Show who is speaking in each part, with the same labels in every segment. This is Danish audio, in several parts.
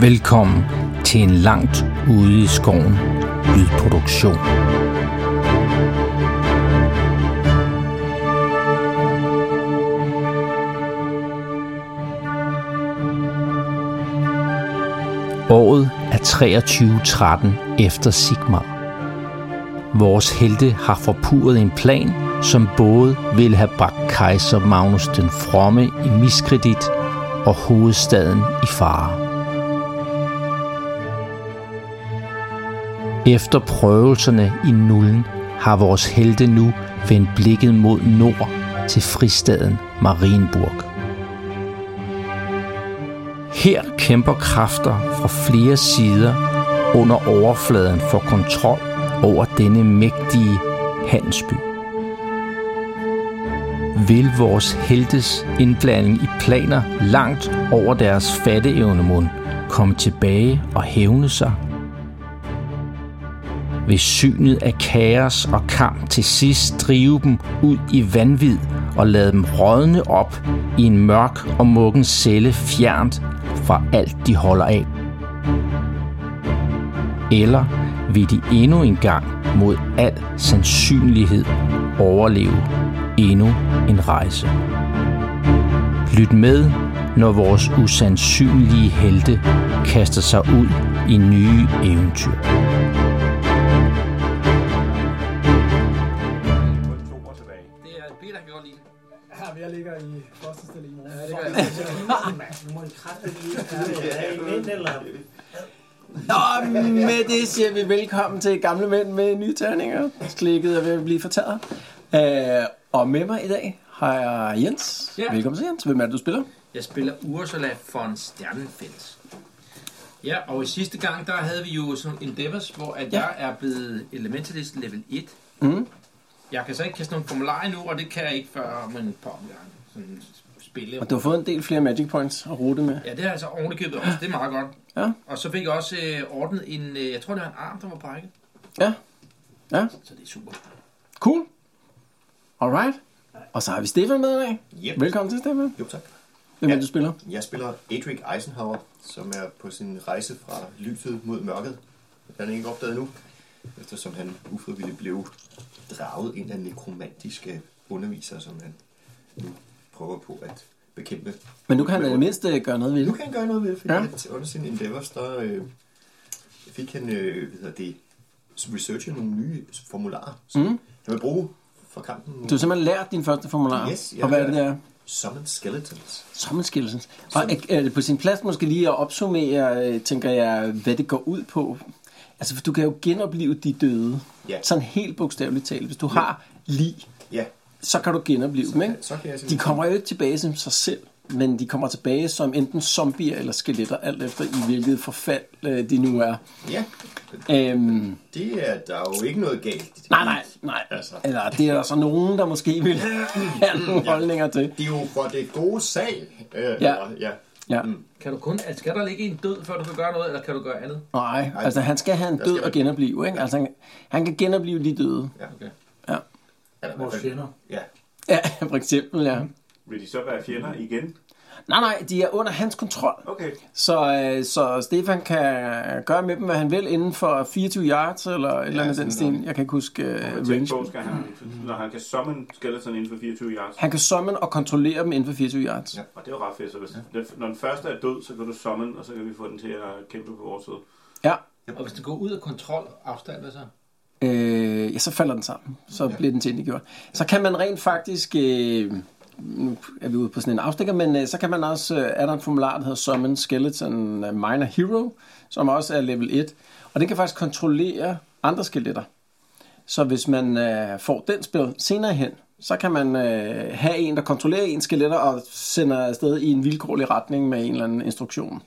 Speaker 1: Velkommen til en langt ude i skoven lydproduktion. Året er 2313 efter Sigmar. Vores helte har forpurret en plan, som både ville have bragt kejser Magnus den Fromme i miskredit og hovedstaden i fare. Efter prøvelserne i nullen har vores helte nu vendt blikket mod nord til fristaden Marienburg. Her kæmper kræfter fra flere sider under overfladen for kontrol over denne mægtige handelsby. Vil vores heltes indblanding i planer langt over deres fatteevne mund komme tilbage og hævne sig? vil synet af kaos og kamp til sidst drive dem ud i vanvid og lade dem rådne op i en mørk og mukken celle fjernt fra alt, de holder af. Eller vil de endnu en gang mod al sandsynlighed overleve endnu en rejse. Lyt med, når vores usandsynlige helte kaster sig ud i nye eventyr.
Speaker 2: to tilbage.
Speaker 3: Det er Peter, han kan godt lide det.
Speaker 4: Ja, men jeg ligger i første stilling. Ja,
Speaker 3: det gør
Speaker 4: jeg.
Speaker 5: Nu må I kræfte lige, er I mænd eller?
Speaker 6: Og med det siger vi velkommen til Gamle Mænd med nye terninger. Slikket er ved at blive fortæret. Øh, og med mig i dag har jeg Jens.
Speaker 3: Ja.
Speaker 6: Ja. Velkommen til Jens. Hvem er det, du spiller?
Speaker 3: Jeg spiller Ursula von Sternfels. Ja, og i sidste gang, der havde vi jo sådan nogle endeavors, hvor at ja.
Speaker 6: Ja.
Speaker 3: jeg er blevet elementalist level 1.
Speaker 6: Mm.
Speaker 3: Jeg kan så ikke kaste nogle formularer nu, og det kan jeg ikke før om en par omgange. Sådan spille.
Speaker 6: Og du har fået en del flere magic points at rute med.
Speaker 3: Ja, det har jeg så ordentligt købet også. Det er meget godt.
Speaker 6: Ja.
Speaker 3: Og så fik jeg også øh, ordnet en, øh, jeg tror det var en arm, der var brækket.
Speaker 6: Ja. Ja.
Speaker 3: Så det er super.
Speaker 6: Cool. Alright. Og så har vi Stefan med i dag.
Speaker 2: Yep.
Speaker 6: Velkommen til, Stefan.
Speaker 7: Jo tak.
Speaker 6: Hvem er
Speaker 7: Ja.
Speaker 6: det, du spiller?
Speaker 7: Jeg spiller Adric Eisenhower, som er på sin rejse fra lyset mod mørket. Det har han ikke opdaget nu, eftersom han ufrivilligt blev draget ind af nekromantiske undervisere, som han nu prøver på at bekæmpe.
Speaker 6: Men nu kan han i det mindste gøre noget ved
Speaker 7: Nu
Speaker 6: det.
Speaker 7: kan han gøre noget ved det, fordi
Speaker 6: Ja.
Speaker 7: ja. at under sin endeavors, der øh, fik han, øh, hvad hedder det, researchet nogle nye formularer, som mm. han vil bruge for kampen.
Speaker 6: Du har simpelthen lært din første formular.
Speaker 7: Yes, jeg
Speaker 6: og hvad er
Speaker 7: har
Speaker 6: det, der?
Speaker 7: Summon skeletons.
Speaker 6: Sommerskillelsen. Og er, er det på sin plads måske lige at opsummere, øh, tænker jeg, hvad det går ud på? Altså, for du kan jo genopleve de døde.
Speaker 7: Ja.
Speaker 6: Sådan helt bogstaveligt talt. Hvis du har lig,
Speaker 7: Ja,
Speaker 6: så kan du genopleve dem, ikke?
Speaker 7: så kan jeg
Speaker 6: De
Speaker 7: simpelthen-
Speaker 6: kommer jo ikke tilbage som sig selv, men de kommer tilbage som enten zombier eller skeletter, alt efter i hvilket forfald øh, de nu er.
Speaker 7: ja.
Speaker 6: Øhm,
Speaker 7: Det er der er jo ikke noget galt.
Speaker 6: nej, nej, nej. Altså. Eller det er der så nogen, der måske vil have nogle holdninger til.
Speaker 7: Det er jo for Mm, det gode sag. Øh,
Speaker 6: Ja.
Speaker 7: eller- ja.
Speaker 6: Ja.
Speaker 7: Mm.
Speaker 3: Kan du kun, altså, skal der ligge en død, før du kan gøre noget, eller kan du gøre andet?
Speaker 6: Nej, altså han skal have en
Speaker 7: der
Speaker 6: død
Speaker 7: skal
Speaker 6: og
Speaker 7: være-
Speaker 6: genopleve, ikke? Altså han, han kan genopleve de døde.
Speaker 7: Ja.
Speaker 3: Okay.
Speaker 6: Ja,
Speaker 7: Eller,
Speaker 5: Vores fjender.
Speaker 7: Ja.
Speaker 6: ja for eksempel, ja.
Speaker 2: Vil de så være
Speaker 3: Mm.
Speaker 2: fjender igen?
Speaker 6: Nej, nej, de er under hans kontrol.
Speaker 2: Okay.
Speaker 6: Så, øh, så Stefan kan gøre med dem, hvad han vil, inden for 24 yards eller et eller andet af den
Speaker 7: sådan
Speaker 6: sten. Jeg kan ikke huske øh,
Speaker 2: Hvor tæt på
Speaker 6: range.
Speaker 2: skal han,
Speaker 3: Mm.
Speaker 2: når han kan summon skeleton inden for 24 yards?
Speaker 6: Han kan summon og kontrollere dem inden for 24 yards.
Speaker 7: Ja.
Speaker 2: Og det er jo ret fedt, så hvis, ja. når den første er død, så kan du summon, og så kan vi få den til at kæmpe på vores side.
Speaker 6: Ja.
Speaker 3: Og hvis det går ud af kontrol afstand, hvad så?
Speaker 6: Øh, ja, så falder den sammen. Så ja. bliver den tilindegjort. Så kan man rent faktisk... Øh, nu er vi ude på sådan en afstikker, men øh, så kan man også... Øh, er der en formular, der hedder Summon Skeleton øh, Minor Hero, som også er level 1. Og den kan faktisk kontrollere andre skeletter. Så hvis man øh, får den spil senere hen, så kan man øh, have en, der kontrollerer en skeletter og sender afsted i en vilkårlig retning med en eller anden instruktion.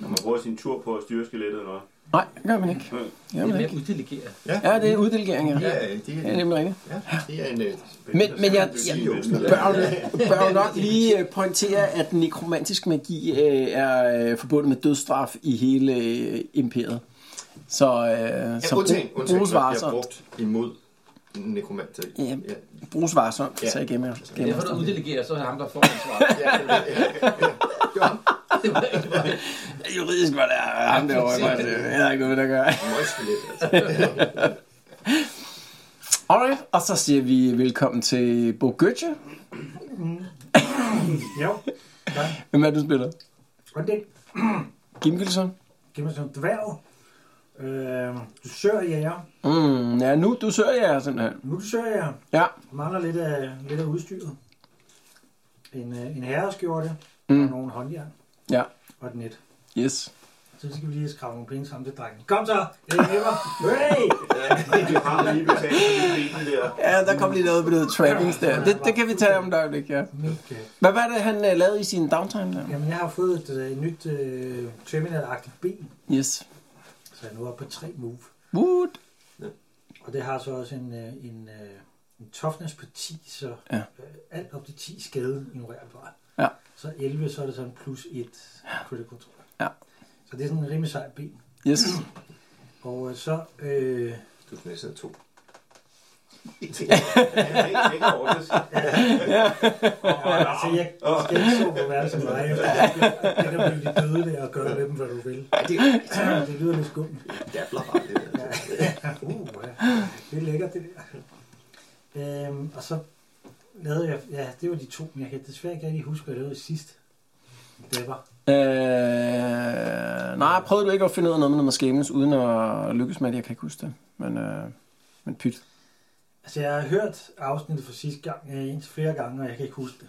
Speaker 2: Når man bruger sin tur på at styre skelettet eller noget.
Speaker 6: Nej, det gør man ikke.
Speaker 2: Øh,
Speaker 6: Ja,
Speaker 3: Det er
Speaker 6: man
Speaker 3: med
Speaker 6: ikke.
Speaker 3: at uddelegere.
Speaker 6: ja det er uddelegering, ja.
Speaker 7: Det
Speaker 6: ja.
Speaker 7: er, det
Speaker 6: Det
Speaker 7: er,
Speaker 6: er nemlig rigtigt.
Speaker 7: ja, det er en... øh,
Speaker 6: Men, men jeg, jeg
Speaker 7: jo,
Speaker 6: bør, bør jo nok lige øh, pointere, at nekromantisk magi øh, er øh, forbundet med dødsstraf i hele øh, imperiet. Så, øh,
Speaker 7: Ja,
Speaker 6: så
Speaker 7: undtagen,
Speaker 6: brug-
Speaker 7: undtagen,
Speaker 6: bruges
Speaker 7: så jeg
Speaker 6: varsomt.
Speaker 7: brugt imod nekromanter.
Speaker 6: Ja.
Speaker 7: Ja.
Speaker 6: Bruges varsomt,
Speaker 7: Ja.
Speaker 6: så jeg gemmer.
Speaker 3: Det er
Speaker 6: gemmer
Speaker 3: for, du
Speaker 6: os.
Speaker 3: uddelegerer, så er det ham, der får ansvaret.
Speaker 7: Ja, ja, ja, ja. Jo.
Speaker 3: det var ikke mig.
Speaker 6: Juridisk var det ham derovre. Jeg, jeg havde ikke noget, der gør.
Speaker 7: Møgskelet, altså.
Speaker 6: Alright, og så siger vi velkommen til Bo Gøtje.
Speaker 5: Jo,
Speaker 6: Hvem er det, du spiller?
Speaker 5: og det
Speaker 6: Kim Wilson.
Speaker 5: giver mig sådan en dværg. Øh, du søger jæger.
Speaker 6: Mm, ja, nu du søger jeg simpelthen.
Speaker 5: Nu du søger jæger.
Speaker 6: Ja,
Speaker 5: mangler lidt af, lidt af udstyret. En, øh, en herreskjorte,
Speaker 6: Mm.
Speaker 5: mm. og nogle håndjern,
Speaker 6: ja,
Speaker 5: og et net.
Speaker 6: yes.
Speaker 5: Så skal vi lige skrave nogle penge sammen til drengen. Kom så! Det er nemmere. Hey!
Speaker 2: Du har lige betalt for din bil der.
Speaker 6: Ja, der kom lige noget med noget trappings der. Det, det kan vi tage om et øjeblik, ja.
Speaker 5: Mega.
Speaker 6: Hvad var det, han uh, lavede i sin downtime der?
Speaker 5: Jamen, jeg har fået et, øh, et nyt øh, terminal-agtigt ben,
Speaker 6: Yes.
Speaker 5: så jeg er nu oppe på tre move.
Speaker 6: Wood.
Speaker 5: Og det har så også en, øh, en, øh, en toughness på 10, så
Speaker 6: Ja.
Speaker 5: ja. øh, alt op til 10 skade ignorerbar.
Speaker 6: Ja.
Speaker 5: Så 11, så er det sådan plus 1 critical tror jeg.
Speaker 6: Ja.
Speaker 5: Så det er sådan en rimelig sej ben.
Speaker 6: Yes.
Speaker 5: Og øh, så øh,
Speaker 7: Du er næsten to.
Speaker 2: Jeg er ikke over det.
Speaker 5: Altså, jeg skal ikke stå på værelse med dig. Jeg kan blive de døde der og gøre ved dem, hvad du vil.
Speaker 7: Ej, det er
Speaker 5: Det lyder lidt skummelt.
Speaker 7: jævla rart, det der.
Speaker 5: Uh, ja. Det er lækkert, det der. Øhm, og så lavede jeg... Ja, det var de to, men jeg kan desværre ikke rigtig huske, hvad jeg lavede sidst. Det var...
Speaker 6: Øh, nej, prøvede du ikke at finde ud af noget med noget med skæmmes, uden at lykkes med det? Jeg kan ikke huske det. Men, øh, men pyt.
Speaker 5: Altså, jeg har hørt afsnittet fra sidste gang øh, indtil flere gange, og jeg kan ikke huske det.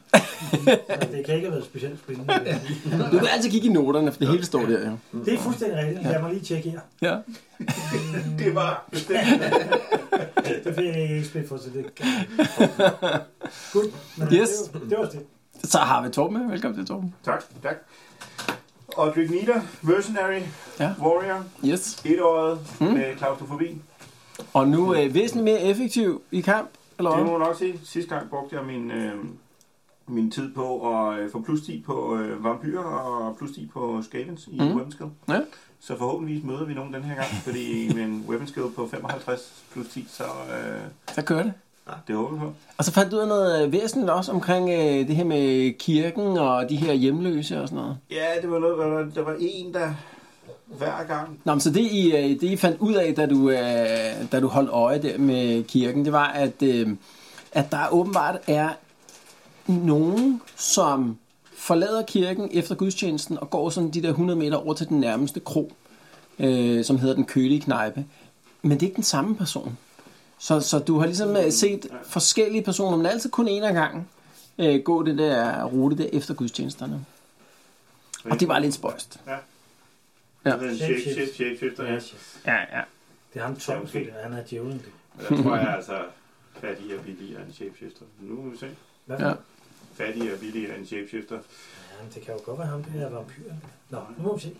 Speaker 5: Så det kan ikke have været specielt spændende. vil jeg sige.
Speaker 6: Du kan altid kigge i noterne, for det hele står der, jo.
Speaker 5: Det er fuldstændig rigtigt. Lad mig lige tjekke her.
Speaker 6: Ja.
Speaker 2: Det var bestemt.
Speaker 5: Det fik jeg ikke spille for, så det kan Godt. Men
Speaker 6: Yes.
Speaker 5: det, var, det var det.
Speaker 6: Så har vi Torben med. Velkommen til Torben.
Speaker 2: Tak, tak. Og Drignita, Mercenary,
Speaker 6: Ja.
Speaker 2: Warrior,
Speaker 6: Yes.
Speaker 2: etåret mm. med klaustrofobi.
Speaker 6: Og nu øh, væsentligt mere effektiv i kamp, eller
Speaker 2: Det
Speaker 6: hvad?
Speaker 2: må man nok sige. Sidste gang brugte jeg min, øh, min tid på at øh, få plus 10 på øh, vampyrer og plus 10 på skavens i
Speaker 6: Mhm.
Speaker 2: mm. weapon skill.
Speaker 6: Ja.
Speaker 2: Så forhåbentlig møder vi nogen den her gang, fordi med en weapon skill på 55 plus 10, så øh,
Speaker 6: Så kører det.
Speaker 2: det håber vi på.
Speaker 6: Og så fandt du ud af noget øh, væsentligt også omkring øh, det her med kirken og de her hjemløse og sådan noget.
Speaker 2: Ja, det var noget, der var, der var en, der hver gang...
Speaker 6: Nå, men så det I, øh, det, I fandt ud af, da du, øh, da du holdt øje der med kirken, det var, at, øh, at der åbenbart er nogen, som forlader kirken efter gudstjenesten og går sådan de der 100 meter over til den nærmeste kro, øh, som hedder den kølige knejpe. Men det er ikke den samme person. Så, så du har ligesom øh, set forskellige personer, men altid kun en af gangen, øh, gå den der rute der efter gudstjenesterne. Og det var lidt spøjst. Ja.
Speaker 2: Den shape, shape, shape, der
Speaker 5: Ja,
Speaker 2: er.
Speaker 5: shit.
Speaker 6: Ja, ja.
Speaker 5: Det er ham Tom,
Speaker 2: Okay.
Speaker 5: okay. han er djævlen. det.
Speaker 2: Men der tror jeg altså, fattig og billig er en shapeshifter. Nu må vi se.
Speaker 5: Hvad
Speaker 6: Ja.
Speaker 5: ja.
Speaker 2: Fattig og billig er en shapeshifter.
Speaker 5: Jamen, det kan jo godt være ham, det her vampyr. Nå, nu må vi se.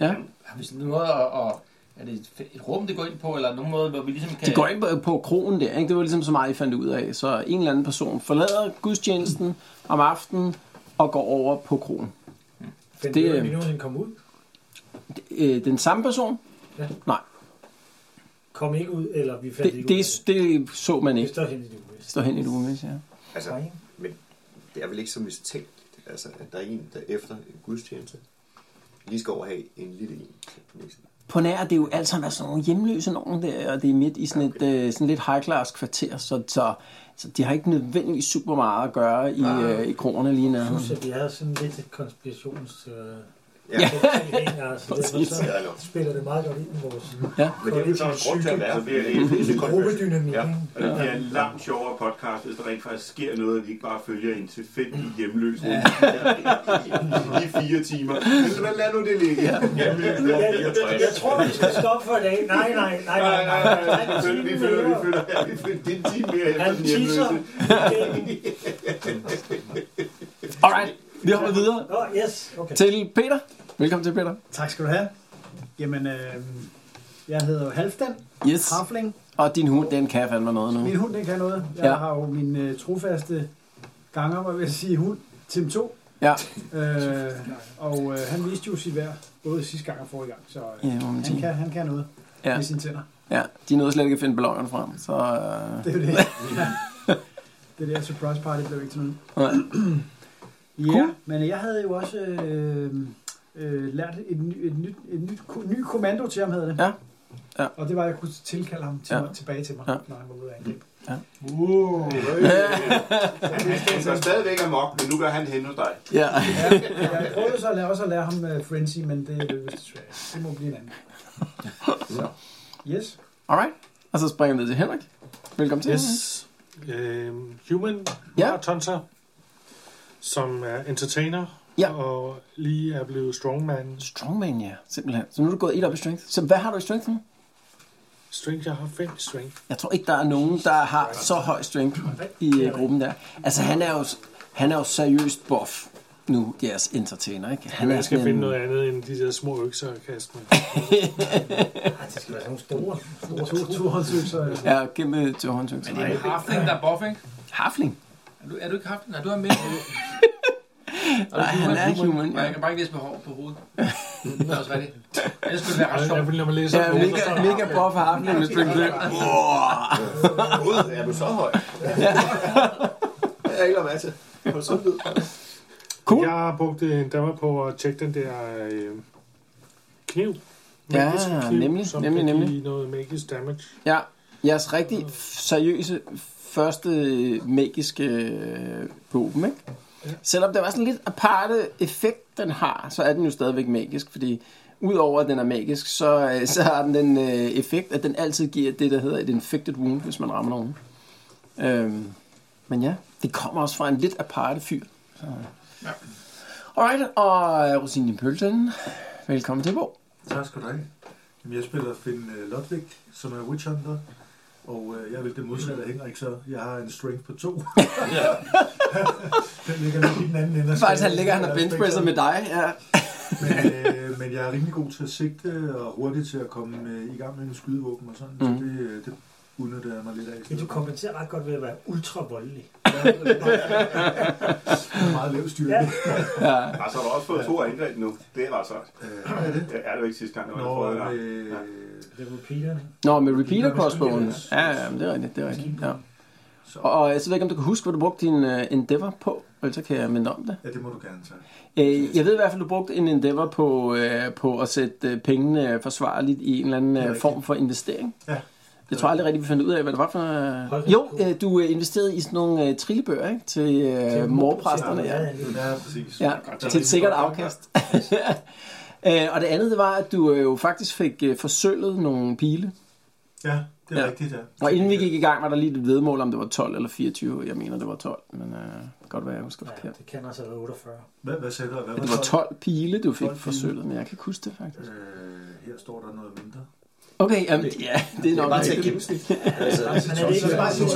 Speaker 6: ja.
Speaker 3: Har vi sådan noget at, at er det et- et rum, det går ind på, eller nogen måde, hvor vi ligesom kan...
Speaker 6: De går ind på- på kronen der, ikke? Det var ligesom så meget, I fandt ud af. Så en eller anden person forlader gudstjenesten om aftenen og går over på kronen. Det,
Speaker 5: Den det er
Speaker 6: øhm,
Speaker 5: lige nogensinde komme ud.
Speaker 6: Øh, Den samme person?
Speaker 5: Ja.
Speaker 6: Nej,
Speaker 5: Kom ikke ud, eller vi fandt
Speaker 6: det,
Speaker 5: ikke ud.
Speaker 6: det, det så man
Speaker 5: af det
Speaker 6: ikke.
Speaker 5: står hen i det ude.
Speaker 6: Det står hen i det ugevis, ja.
Speaker 7: Altså, Men det er vel ikke så mistænkeligt, altså, at der er en, der efter en gudstjeneste lige skal overhave en lille en. til den næste.
Speaker 6: På nær, det er jo alt sammen altså nogle hjemløse nogen der, og det er midt i sådan et øh, sådan lidt high-class kvarter, så, så, så de har ikke nødvendigvis super meget at gøre i, øh, i kronerne lige
Speaker 5: Jeg synes,
Speaker 6: nærheden.
Speaker 5: at vi havde sådan lidt et konspirations... Øh,
Speaker 7: Ja.
Speaker 5: ja. Så derfor
Speaker 6: Præcis.
Speaker 5: så
Speaker 7: Ja, nå.
Speaker 5: spiller det meget godt ind i vores
Speaker 7: Men det er jo sådan en grund til at være, fordi det er en lille konflikt.
Speaker 5: gruppedynamik.
Speaker 7: Ja.
Speaker 5: Ja.
Speaker 2: Og det bliver en langt sjovere podcast, hvis der rent faktisk sker noget, at vi ikke bare følger en tilfældig hjemløs ja. i fire timer. Men lad- lad nu det ligge. Ja. Hjemløs nummer
Speaker 5: Jeg,
Speaker 2: 64.
Speaker 5: jeg tror, vi skal stoppe for i dag. Nej, nej, nej, nej,
Speaker 2: Nej, nej, nej, nej,
Speaker 5: nej.
Speaker 2: vi følger, vi følger, vi følger, ja, vi følger, det er en time mere efter
Speaker 5: Han
Speaker 2: den
Speaker 5: tisser.
Speaker 2: hjemløse.
Speaker 6: Alright, vi hopper videre
Speaker 5: Nå, yes. Okay.
Speaker 6: til Peter. Velkommen til, Peter.
Speaker 8: Tak skal du have. Jamen, øh, jeg hedder jo Halfdan,
Speaker 6: Yes.
Speaker 8: Hafling.
Speaker 6: Og din hund, den kan fandme noget nu.
Speaker 8: Min hund, den kan noget. Jeg
Speaker 6: Mm. Ja.
Speaker 8: ja. har jo min øh, trofaste ganger, hvad vil jeg sige, hund, Tim 2.
Speaker 6: Ja,
Speaker 8: Øh, og øh, han viste jo sit værd, både sidste gang og forrige gang, så øh,
Speaker 6: ja, må man
Speaker 8: han,
Speaker 6: sige.
Speaker 8: kan, han kan noget
Speaker 6: Ja.
Speaker 8: ja. med sine tænder.
Speaker 6: Ja, de nåede slet ikke at finde ballongerne frem, så... Øh,
Speaker 8: Det er jo det. ja. Det der surprise party blev ikke til noget.
Speaker 6: nej.
Speaker 8: Ja,
Speaker 6: Cool.
Speaker 8: men jeg havde jo også øh, øh, lært et, ny, et, nyt, et nyt, ko- ny kommando til ham, hedder det.
Speaker 6: Ja. Ja.
Speaker 8: Og det var, at jeg kunne tilkalde ham til
Speaker 6: Ja.
Speaker 8: mig, tilbage til mig,
Speaker 6: Ja.
Speaker 8: når han var ude af angreb.
Speaker 2: Wow. Han går stadigvæk amok, men nu gør han hen hos dig.
Speaker 6: Ja.
Speaker 8: Jeg prøvede så at lære, også at lære ham uh, frenzy, men det lykkedes desværre. ikke. Det må blive en anden. Så. Yes.
Speaker 6: Alright. Og så springer vi ned til Henrik. Velkommen til.
Speaker 9: Yes. Øhm, human
Speaker 6: Ja.
Speaker 9: marathonser, som er entertainer,
Speaker 6: Ja.
Speaker 9: og lige er blevet strongman.
Speaker 6: Strongman, ja. Simpelthen. Så nu er du gået et op i strength. Så hvad har du i strength nu?
Speaker 9: Strength, jeg har 5 strength.
Speaker 6: Jeg tror ikke, der er nogen, der har så høj strength i øh, gruppen der. Altså, han er jo, han er jo seriøst buff nu, deres entertainer, ikke? Han
Speaker 9: Men
Speaker 6: er
Speaker 9: jeg skal
Speaker 6: sådan en-
Speaker 9: finde noget andet end de der små økser at kaste med.
Speaker 5: Ej, det skal være sådan nogle store. store,
Speaker 8: To,
Speaker 5: store.
Speaker 8: to håndsøgelser. øh,
Speaker 6: Ja, gennem til håndtøkser.
Speaker 3: Det er en hafling, der er buff, ikke?
Speaker 6: Hafling.
Speaker 3: Er du, er du ikke hafling? Nej, du er med.
Speaker 6: Nej, han er human,
Speaker 3: Ja.
Speaker 6: ja.
Speaker 3: Jeg kan bare ikke læse på hår på hovedet. Det er også rigtigt. Ellers skulle det være ret
Speaker 9: Jeg
Speaker 3: sjovt.
Speaker 9: vil lade mig læse
Speaker 6: Ja,
Speaker 9: op, hvorfor
Speaker 6: mega,
Speaker 9: så-
Speaker 6: mega buff hafling med strength.
Speaker 7: Gud, er du så høj? Ja. Jeg er ikke med til. Hold så ud.
Speaker 6: Cool.
Speaker 9: Jeg har brugt en dammer på at tjekke den der øh, kniv.
Speaker 6: Ja,
Speaker 9: Magisk
Speaker 6: nemlig,
Speaker 9: som
Speaker 6: nemlig,
Speaker 9: kan
Speaker 6: nemlig.
Speaker 9: give noget magisk damage.
Speaker 6: Ja, jeres rigtig seriøse første magiske øh, våben, ikke? Selvom det var sådan lidt aparte effekt, den har, så er den jo stadigvæk magisk, fordi udover at den er magisk, så, øh, så har den den øh, effekt, at den altid giver det, der hedder et infected wound, hvis man rammer nogen. Øhm, men ja, det kommer også fra en lidt aparte fyr. Så.
Speaker 3: Ja.
Speaker 6: Alright, og øh, Rosin i pølsen, velkommen til, Bo.
Speaker 10: Tak skal du have. Jamen, jeg spiller Finn øh, Lodvig, som er Witch Hunter, og øh, jeg vil det modsatte af Henrik, så jeg har en strength på to. den ligger lidt i den anden ende. af
Speaker 6: Faktisk, han
Speaker 10: skalaen.
Speaker 6: ligger han og benchpresser med dig. Ja.
Speaker 10: Men, øh, men jeg er rimelig god til at sigte og hurtig til at komme øh, i gang med en skydevåben og sådan, mm. så det, øh, det udnytter jeg mig lidt af. i
Speaker 5: Men
Speaker 10: stedet
Speaker 5: du
Speaker 10: for.
Speaker 5: kompenserer ret godt ved at være ultra voldelig.
Speaker 10: Jeg er meget lav styrke.
Speaker 5: Ja.
Speaker 2: Altså, har du også fået to angreb nu. Det er ret sejt.
Speaker 10: Øh, er det?
Speaker 2: Ja, er det jo ikke sidste gang, du har
Speaker 10: Når,
Speaker 2: fået det? nej.
Speaker 10: øh,
Speaker 5: Det var pilerne.
Speaker 6: Nå, med repeater crossbowen. Ja, ja, men det er rigtigt, det er rigtigt. Ja. Og, og jeg ved ikke, om du kan huske, hvad du brugte din uh, Endeavor på, ellers så kan jeg minde om det.
Speaker 10: ja, det må du gerne tage.
Speaker 6: Uh, jeg ved i hvert fald, du brugte en Endeavor på, uh, på at sætte uh, pengene øh, forsvarligt i en eller
Speaker 10: Det
Speaker 6: anden
Speaker 10: er
Speaker 6: uh,
Speaker 10: rigtigt.
Speaker 6: form for investering.
Speaker 10: Ja.
Speaker 6: Jeg tror aldrig rigtigt, vi fandt ud af, hvad det var for...
Speaker 5: Høj
Speaker 6: Uh... Jo,
Speaker 5: risiko.
Speaker 6: uh, du uh, investerede i sådan nogle uh, trillebøger, ikke? Til uh, morpræsterne, ja.
Speaker 10: Ja, præcis.
Speaker 6: Ja, til et sikkert afkast. Øh, og det andet, det var, at du øh, jo faktisk fik øh, forsøllet nogle pile.
Speaker 10: Ja, det er
Speaker 6: Ja.
Speaker 10: rigtigt, ja.
Speaker 6: Og inden vi gik i gang, var der lige et vedmål, om det var 12 eller 24. Jeg mener, det var 12, men øh, det kan godt være, jeg husker
Speaker 5: Ja,
Speaker 6: forkert.
Speaker 5: det kan altså være 48.
Speaker 10: Hvad, hvad sagde du? Hvad
Speaker 6: Men det var 12 pile, du fik
Speaker 10: 12 pile.
Speaker 6: forsøllet, men jeg kan ikke huske det faktisk.
Speaker 10: Øh, her står der noget mindre.
Speaker 6: Okay, jamen, ja, det Altså, er nok
Speaker 7: Bare til
Speaker 6: rigtigt.
Speaker 7: gennemsnit.
Speaker 10: Altså,
Speaker 5: Men er det ikke bare sin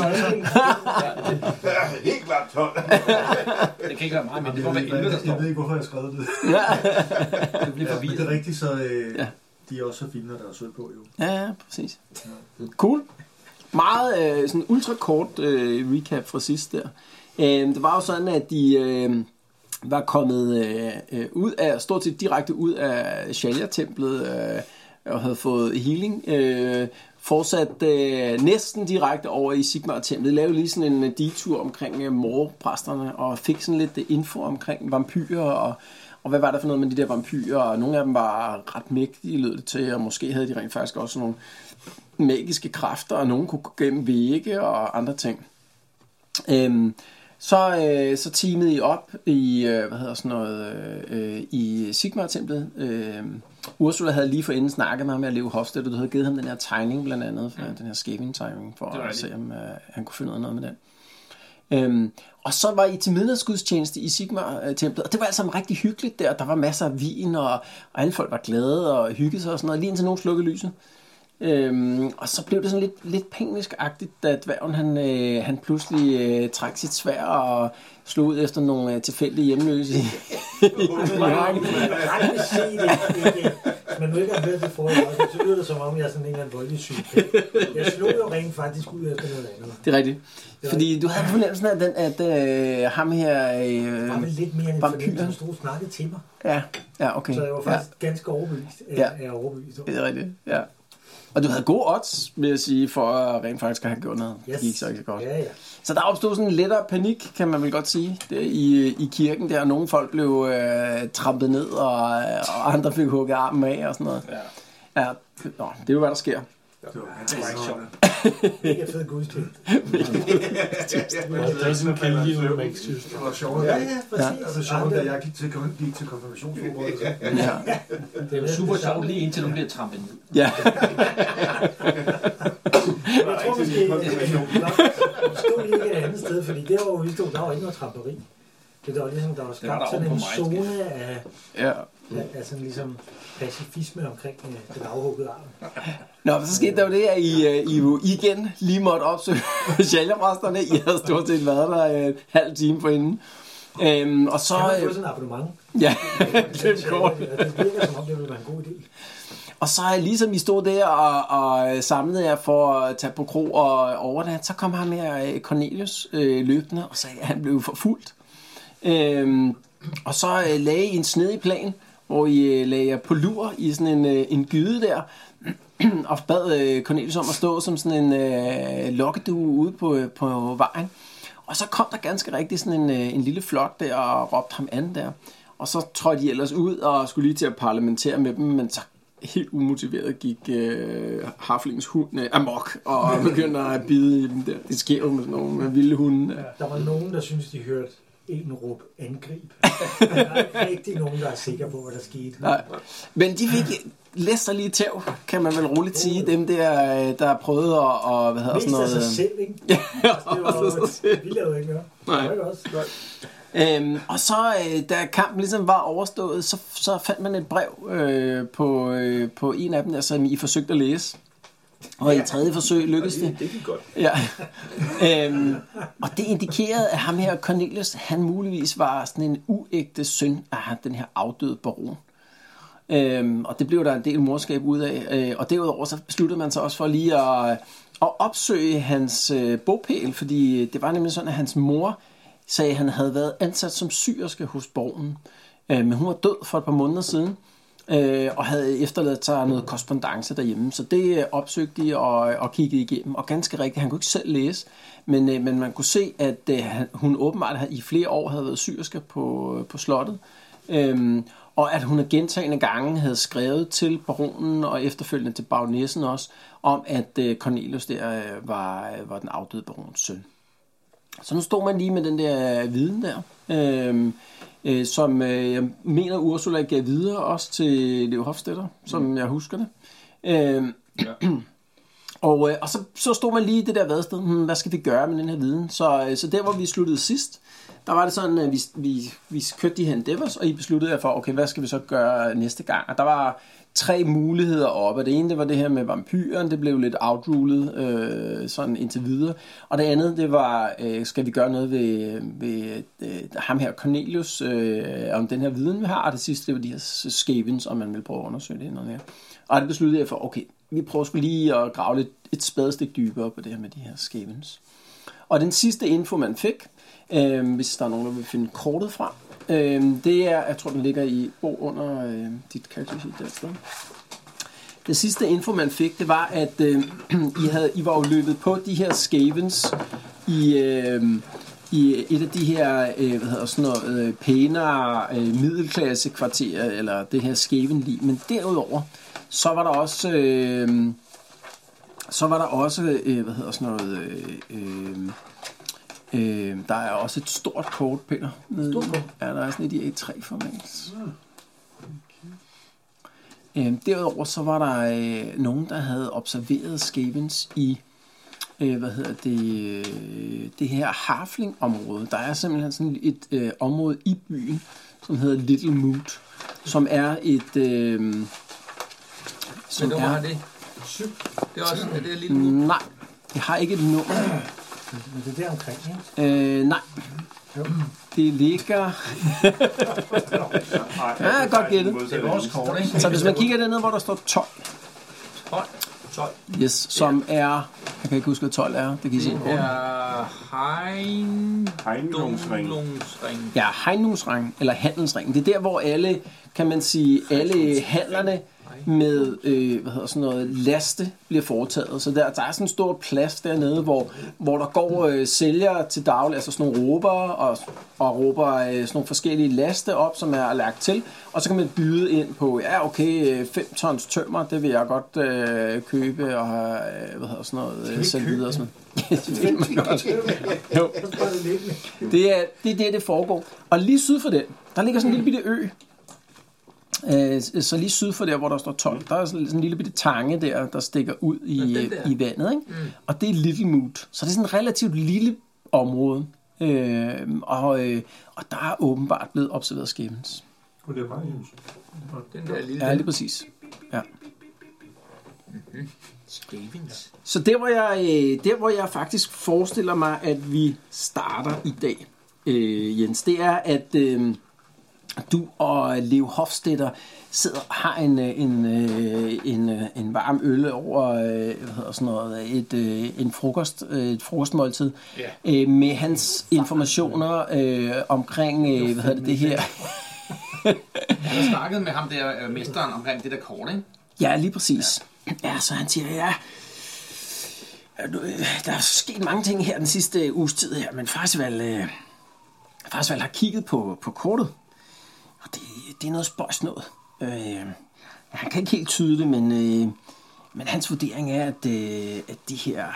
Speaker 2: Helt klart 12.
Speaker 3: Det kan ikke være meget, men det
Speaker 10: Jeg
Speaker 3: må
Speaker 10: ved
Speaker 3: være
Speaker 10: ikke,
Speaker 3: 11, der
Speaker 10: hvad-
Speaker 3: står.
Speaker 10: jeg ved ikke, hvorfor jeg har skrevet det.
Speaker 6: Ja,
Speaker 3: Du bliver
Speaker 10: Ja, men det
Speaker 3: forvirret.
Speaker 10: er rigtigt, så øh,
Speaker 6: Ja.
Speaker 10: ja. de er også så fine, når der er sølv på, jo.
Speaker 6: ja, ja, præcis. Cool. Meget øh, sådan ultra kort øh, recap fra sidst der. Øh, det var jo sådan, at de øh, var kommet øh, øh, ud af, stort set direkte ud af Shalia-templet øh, og havde fået healing. Øh, fortsat øh, næsten direkte over i Sigmar-templet. Lavede lige sådan en øh, detur omkring øh, morpræsterne og fik sådan lidt øh, info omkring vampyrer og og hvad var der for noget med de der vampyrer? Og nogle af dem var ret mægtige, lød det til, og måske havde de rent faktisk også nogle magiske kræfter, og nogen kunne gå gennem vægge og andre ting. Øhm, så, øh, så teamede I op i, øh, hvad hedder sådan noget, øh, øh, i Sigmar-templet. Øh, Ursula havde lige forinden snakket med ham med at leve hofstedt, og du havde givet ham den her tegning blandt andet, for, den her skæbning-tegning, for
Speaker 3: Det var
Speaker 6: at
Speaker 3: det.
Speaker 6: se, om øh, han kunne finde ud af noget med den. Øhm, og så var I til midnatsgudstjeneste i Sigmar-templet, og det var altså rigtig hyggeligt der. Der var masser af vin, og, og alle folk var glade og hyggede sig og sådan noget, lige indtil nogen slukkede lyset. Øhm, og så blev det sådan lidt, lidt panisk-agtigt, da dværgen han, øh, han pludselig øh, trak sit svær og slog ud efter nogle øh, tilfældige hjemløse. i-
Speaker 5: Ret beset, ikke? Hvis man nu ikke har hørt det forrige afsnit, så lyder det som om, jeg er sådan en eller anden voldelig syg. Jeg slog jo rent faktisk ud efter noget andet.
Speaker 6: det er rigtigt. Fordi du havde fornemmelsen af, den, at øh, ham her... Øh,
Speaker 5: Jeg var vel lidt mere end en
Speaker 6: Vampyren.
Speaker 5: fornemmelse, som stod og snakkede til mig.
Speaker 6: ja, ja, okay.
Speaker 5: Så jeg var
Speaker 6: ja,
Speaker 5: faktisk ganske overbevist.
Speaker 6: Ja.
Speaker 5: Ja. Jeg er overbevist. om.
Speaker 6: det er rigtigt, ja. Og du havde gode odds, vil jeg sige, for at rent faktisk at have gjort noget. Yes. Det gik så ikke så godt. Ja, ja. Så der opstod sådan en lettere panik, kan man vel godt sige, der i, i kirken der. Nogle folk blev øh, trampet ned, og, og andre fik hugget armen af og sådan noget. Ja. ja nå, det er jo, hvad der sker.
Speaker 10: Det var ikke sjovt.
Speaker 5: Mega fed gudstjeneste.
Speaker 9: Det er sådan en kæmpe med eksistens.
Speaker 10: Det var sjovt.
Speaker 5: Ja, ja, præcis.
Speaker 10: Det var sjovt, da jeg gik til, gik til konfirmationsforberedelse.
Speaker 6: Ja.
Speaker 3: Det er jo super sjovt lige indtil du bliver trampet ned.
Speaker 6: ja.
Speaker 5: Jeg tror måske, vi stod lige et andet sted, fordi der hvor vi stod, der var ikke noget trapperi. Det var ligesom, der var
Speaker 3: Det var der
Speaker 5: skabt sådan
Speaker 3: oven på
Speaker 5: en
Speaker 3: mig,
Speaker 5: zone af,
Speaker 6: ja.
Speaker 5: af, af sådan ligesom pacifisme omkring øh, den afhuggede arm.
Speaker 6: Nå, men så skete der jo det, at I, øh, I jo igen lige måtte opsøge sjalgerpræsterne. I havde stort set været der øh, en halv time forinden. Øhm, og så...
Speaker 5: Kan man få
Speaker 6: Øh,
Speaker 5: sådan en abonnement?
Speaker 6: ja, det kort.
Speaker 5: Ja, Altså, øh, Det virker som om, det ville være en god idé.
Speaker 6: Og så øh, ligesom I stod der og, og øh, samlede jer for at tage på kro og overnatte, så kom ham her øh, Cornelius øh, løbende og sagde, at han blev forfulgt. Øhm, og så øh, lagde I en snedig plan, hvor I øh, lagde jer på lur i sådan en, øh, en gyde der, og bad øh, Cornelius om at stå som sådan en øh, lokkedue ude på, øh, på vejen. Og så kom der ganske rigtigt sådan en, øh, en lille flok der og råbte ham an der. Og så trådte de ellers ud og skulle lige til at parlamentere med dem, men så helt umotiveret gik øh, Haflings hund øh, amok og begyndte at bide i dem der. Det sker jo med sådan nogle øh, vilde hunde. Ja.
Speaker 5: Der var nogen, der syntes, de hørte en råb angrib. Men der er ikke rigtig nogen, der er sikre på, hvad der skete.
Speaker 6: Nej. Men de fik læsterlige tæv, kan man vel roligt sige. Dem der, øh, der prøvede at... Og, hvad hedder
Speaker 5: Mest
Speaker 6: sådan
Speaker 5: af
Speaker 6: noget,
Speaker 5: sig selv, ikke?
Speaker 6: Ja,
Speaker 5: Altså, det var,
Speaker 6: og så- så-
Speaker 5: vi lavede ikke noget.
Speaker 6: Nej.
Speaker 5: Det var ikke også.
Speaker 6: Øhm, og så, øh, da kampen ligesom var overstået, så, så fandt man et brev øh, på, øh, på en af dem, der, som I forsøgte at læse. Og i tredje forsøg lykkedes det.
Speaker 7: Det, det gik godt.
Speaker 6: Ja. øhm, og det indikerede, at ham her, Cornelius, han muligvis var sådan en uægte søn af ham, den her afdøde baron. Øhm, og det blev der en del morskab ud af. Øh, og derudover så besluttede man sig også for lige at, at opsøge hans øh, bogpæl, fordi det var nemlig sådan, at hans mor sagde, at han havde været ansat som syerske hos borgen. Øh, men hun var død for et par måneder siden, øh, og havde efterladt sig noget korrespondence derhjemme. Så det øh, opsøgte de og, og kiggede igennem. Og ganske rigtigt, han kunne ikke selv læse, men, øh, men man kunne se, at øh, han- hun åbenbart havde, i flere år havde været syerske på, øh, på slottet. Øhm, og at hun af gentagende gange havde skrevet til baronen og efterfølgende til bagnæssen også, om at øh, Cornelius der øh, var, var den afdøde barons søn. Så nu stod man lige med den der viden der, øhm, øh, som øh, jeg mener Ursula gav videre også til Leo Hofstetter, som jeg husker det. Øhm, og, øh, og så, så stod man lige i det der vadsted, hmm, hvad skal vi gøre med den her viden? Så, øh, så der, hvor vi sluttede sidst, der var det sådan, at vi, vi, vi kørte de her endeavors, og I besluttede jer for, okay, hvad skal vi så gøre næste gang? Og der var tre muligheder op, og det ene, det var det her med vampyren, det blev lidt outrulet øh, sådan indtil videre. Og det andet, det var, øh, skal vi gøre noget ved, ved øh, ham her Cornelius, øh, om den her viden, vi har, og det sidste, det var de her skavens, om man vil prøve at undersøge det noget mere. Og det besluttede jeg for, okay, vi prøver skulle lige at grave lidt, et spadestik dybere på det her med de her skævens. Og den sidste info, man fik, øh, hvis der er nogen, der vil finde kortet fra, øh, det er, jeg tror, den ligger i bog under øh, dit character sheet der et sted. Det sidste info, man fik, det var, at øh, I, havde, I var jo løbet på de her skavens i, øh, i et af de her øh, hvad hedder sådan noget, øh, pænere øh, middelklasse kvarterer, eller det her skævenlig. Men derudover, så var der også... Øh, så var der også, øh, hvad hedder sådan noget, øh, øh, øh, der er også et stort kort, Peter. Nede i. Ja, der er sådan et i A3-format. Øh, derudover så var der øh, nogen, der havde observeret Skavens i øh, hvad hedder det, øh, det her Harfling-område. Der er simpelthen sådan et øh, område i byen, som hedder Little Moot, som er et... Øh,
Speaker 3: Men
Speaker 6: som Mm,
Speaker 3: nummer har det? Syv. Det er også det der lille nu.
Speaker 6: Nej, det har ikke et nummer.
Speaker 5: Men det er der omkring, ikke?
Speaker 6: Øh, nej. Det ligger... Ja, godt gættet.
Speaker 2: Det er vores kort.
Speaker 6: Så hvis man kigger dernede, hvor der står 12,
Speaker 3: 12. 12.
Speaker 6: yes, som er... Jeg kan ikke huske, hvad 12 er. Det kan I se.
Speaker 3: Det er Hein...
Speaker 2: Hegnlungsring.
Speaker 3: Dunlungsring.
Speaker 6: Ja, hegnumsring, eller handelsring. Det er der, hvor alle, kan man sige, alle handlerne med øh, hvad hedder sådan noget, laste bliver foretaget. Så der, der er sådan en stor plads dernede, hvor, hvor der går øh, sælgere til daglig, altså sådan nogle råber, og, og råber øh, sådan nogle forskellige laste op, som er lagt til. Og så kan man byde ind på, ja okay, 5 tons tømmer, det vil jeg godt øh, købe, og øh, hvad hedder sådan noget, øh, sælge videre. og Sådan. noget. det vil man godt. Jo. Det er, det er der, det foregår. Og lige syd for den, der ligger sådan en lille bitte ø, Øh, Så lige syd for der, hvor der står 12, der er sådan sådan en lille bitte tange der, der stikker ud i, øh, i vandet. Ikke? Og det er Little Moot. Så det er sådan et relativt lille område. Øh, og, øh, og der er åbenbart blevet observeret skæbnes.
Speaker 10: Kunne det er bare hus?
Speaker 3: Den der lille...
Speaker 6: Ja, lige præcis. Ja.
Speaker 3: Skævings.
Speaker 6: Så der hvor, jeg, øh, der, hvor jeg faktisk forestiller mig, at vi starter i dag, øh, Jens, det er, at øh, du og Leo Hofstetter sidder og har en, øh, en, øh, en, øh, en varm øl over øh, hvad hedder sådan noget, et, øh, en frokost, øh, et frokostmåltid
Speaker 3: Ja.
Speaker 6: øh, med hans informationer øh, omkring øh, hvad hedder det, det her.
Speaker 3: Jeg snakkede med ham der, øh, mesteren, omkring det der kort, ikke?
Speaker 6: Ja, lige præcis. Ja, så han siger, ja, ja, nu, øh, der er sket mange ting her den sidste øh, uges tid her, men Farsvald, øh, Farsvald har kigget på, på kortet, og det, det er noget spøjs noget. Øh, han kan ikke helt tyde det, men, øh, men hans vurdering er, at, øh, at de her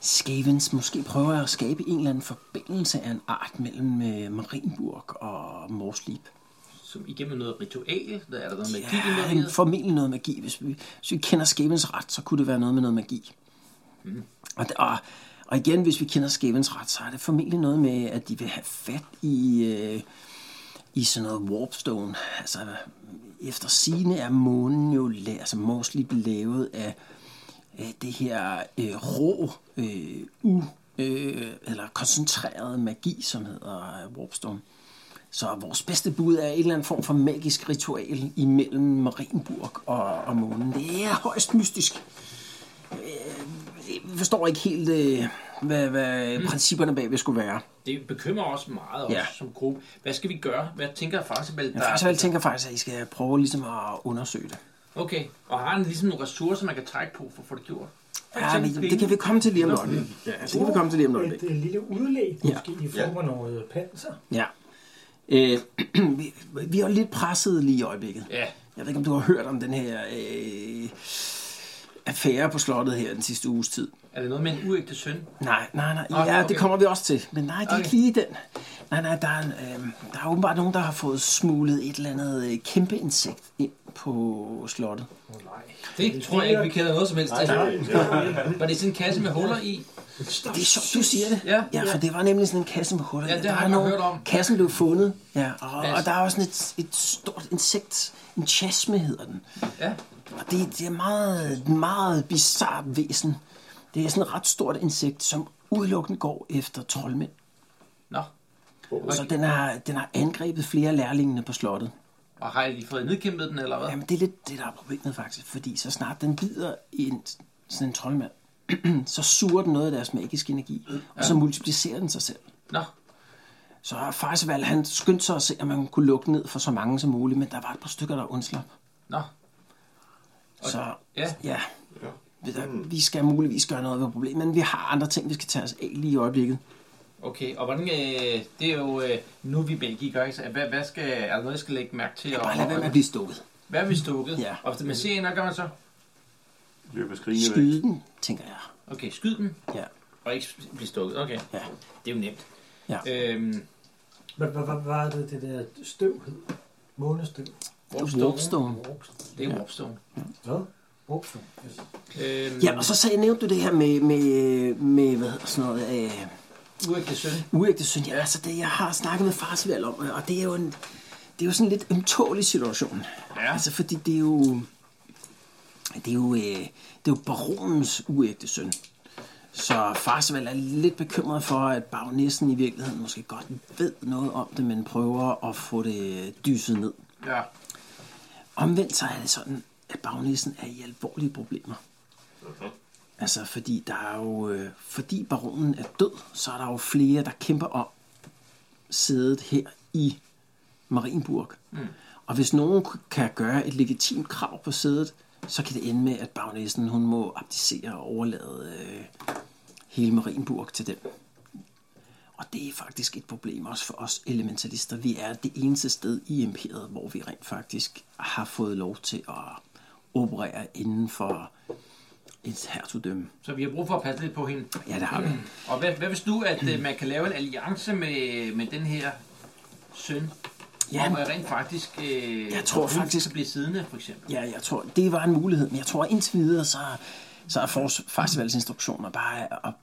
Speaker 6: Skavens måske prøver at skabe en eller anden forbindelse af en art mellem øh, Marienburg og Morslip.
Speaker 3: Som igennem noget ritual, der er der noget magi
Speaker 6: Ja,
Speaker 3: ja,
Speaker 6: han formentlig noget magi. Hvis vi, hvis vi kender skæbens ret, så kunne det være noget med noget magi.
Speaker 3: Mm.
Speaker 6: Og, d- og, og igen, hvis vi kender skæbens ret, så er det formentlig noget med, at de vil have fat i, øh, i sådan noget warpstone. Altså, efter sine er månen jo la- altså mostly lavet af øh, det her øh, rå, øh, u, øh, eller koncentreret magi, som hedder øh, warpstone. Så vores bedste bud er en eller anden form for magisk ritual imellem Marienburg og, og månen. Det er højst mystisk. Øh, Vi forstår ikke helt, øh, hvad, hvad mm. principperne bagved skulle være.
Speaker 3: Det bekymrer os meget også
Speaker 6: Ja.
Speaker 3: som gruppe. Hvad skal vi gøre? Hvad tænker Farsabel?
Speaker 6: Men faktisk, jeg tænker faktisk, at I skal prøve ligesom at undersøge det.
Speaker 3: Okay, og har han ligesom nogle ressourcer, man kan trække på for at få det gjort? For
Speaker 6: Ja,
Speaker 3: eksempel
Speaker 6: men
Speaker 3: penge?
Speaker 6: det kan vi komme til lige om Uh. et øjeblik. Ja,
Speaker 3: altså,
Speaker 6: det kan vi komme til lige om et øjeblik.
Speaker 5: Et, et lille udlæg,
Speaker 6: Ja.
Speaker 5: måske, i form af noget panser.
Speaker 6: Ja. Øh, vi, vi er jo lidt presset lige i øjeblikket.
Speaker 3: Ja.
Speaker 6: Jeg ved ikke, om du har hørt om den her øh, affære på slottet her den sidste uges tid.
Speaker 3: Er det noget med en uægte søn?
Speaker 6: Nej, nej, nej.
Speaker 3: Nå,
Speaker 6: Ja, okay.
Speaker 3: okay.
Speaker 6: det kommer vi også til. Men nej, det er okay.
Speaker 3: Okay.
Speaker 6: ikke lige den. Nej, nej, der er, en, øh, der er åbenbart nogen, der har fået smuglet et eller andet øh, kæmpe insekt ind på slottet.
Speaker 3: Det tror jeg ikke, vi kender noget som helst til.
Speaker 6: Nej, nej.
Speaker 3: Var det sådan en kasse med huller i?
Speaker 6: Det er sjovt, du siger det.
Speaker 3: Ja.
Speaker 6: ja, for det var nemlig sådan en kasse med huller. i.
Speaker 3: Ja, det
Speaker 6: Der
Speaker 3: har
Speaker 6: er
Speaker 3: jeg
Speaker 6: nogle-
Speaker 3: hørt om.
Speaker 6: Kassen blev fundet, ja, og, og
Speaker 3: Yes.
Speaker 6: der er også sådan et, et stort insekt. En chasme hedder den.
Speaker 3: Ja.
Speaker 6: Og det, det er meget, meget bizarrt væsen. Det er sådan et ret stort insekt, som udelukkende går efter troldmænd.
Speaker 3: Nå.
Speaker 6: Og så den har, den har angrebet flere lærlingene på slottet.
Speaker 3: Og har I lige fået nedkæmpet den, eller hvad?
Speaker 6: Jamen, det er lidt det, der er problemet faktisk, fordi så snart den bider i en, sådan en troldmand, så suger den noget af deres magiske energi, og så multiplicerer den sig selv.
Speaker 3: Nå.
Speaker 6: Så Farsvald, han skyndte sig at se, om man kunne lukke ned for så mange som muligt, men der var et par stykker, der undslap.
Speaker 3: Nå.
Speaker 6: Så
Speaker 3: Ja.
Speaker 6: ja, Ved du, vi skal muligvis gøre noget ved problemet, men vi har andre ting, vi skal tage os af lige i øjeblikket.
Speaker 3: Okay, og hvordan, øh, det er jo, øh, nu er vi magikere, ikke? Så Hvad, hvad skal, er der noget, jeg skal lægge mærke til?
Speaker 6: Bare lad være med at blive stukket.
Speaker 3: Hvad er vi stukket?
Speaker 6: Ja.
Speaker 3: Og hvis man ser en, hvad gør man så?
Speaker 2: Løber skrigende væk.
Speaker 6: Skyde den, tænker jeg.
Speaker 3: Okay, skyd den.
Speaker 6: Ja.
Speaker 3: Og ikke s- blive stukket. Okay.
Speaker 6: Ja.
Speaker 3: Det er jo nemt.
Speaker 6: Ja.
Speaker 3: Øhm,
Speaker 5: Hvad hvad- hvad var det, det der støv hed? Månestøv?
Speaker 3: Warpstone.
Speaker 6: Warpstone.
Speaker 3: det er Warpstone.
Speaker 5: Hvad? Warpstone. Yes.
Speaker 3: Øhm,
Speaker 6: Ja, og så sagde, nævnte du det her med, med, med hvad hedder sådan noget, øh,
Speaker 3: Uægte søn.
Speaker 6: uægte søn. Ja, altså det, jeg har snakket med Farsvald om, og det er jo en, det er jo sådan en lidt ømtålig situation. Ja. Altså, fordi det er jo, det er jo, øh, det er jo baronens uægte søn. Så Farsvald er lidt bekymret for, at baronessen i virkeligheden måske godt ved noget om det, men prøver at få det dyset ned.
Speaker 3: Ja.
Speaker 6: Omvendt så er det sådan, at baronessen er i alvorlige problemer. Altså, fordi der er jo, øh, fordi baronen er død, så er der jo flere, der kæmper om sædet her i Marienburg. Mm. Og hvis nogen kan gøre et legitimt krav på sædet, så kan det ende med, at bagnæsen hun må abdicere og overlade øh, hele Marienburg til dem. Og det er faktisk et problem også for os elementalister. Vi er det eneste sted i imperiet, hvor vi rent faktisk har fået lov til at operere inden for et hertugdømme.
Speaker 3: Så vi har brug for at passe lidt på hende.
Speaker 6: Ja, det har vi.
Speaker 3: Og hvad, hvad hvis du, at øh, man kan lave en alliance med, med den her søn?
Speaker 6: Ja.
Speaker 3: Ja. Og rent faktisk... Øh,
Speaker 6: Jeg tror
Speaker 3: at hun
Speaker 6: faktisk-
Speaker 3: kan blive siddende, for eksempel.
Speaker 6: Ja, jeg tror, det var en mulighed, men jeg tror indtil videre, så, så er Fors- Farsvalds instruktioner bare at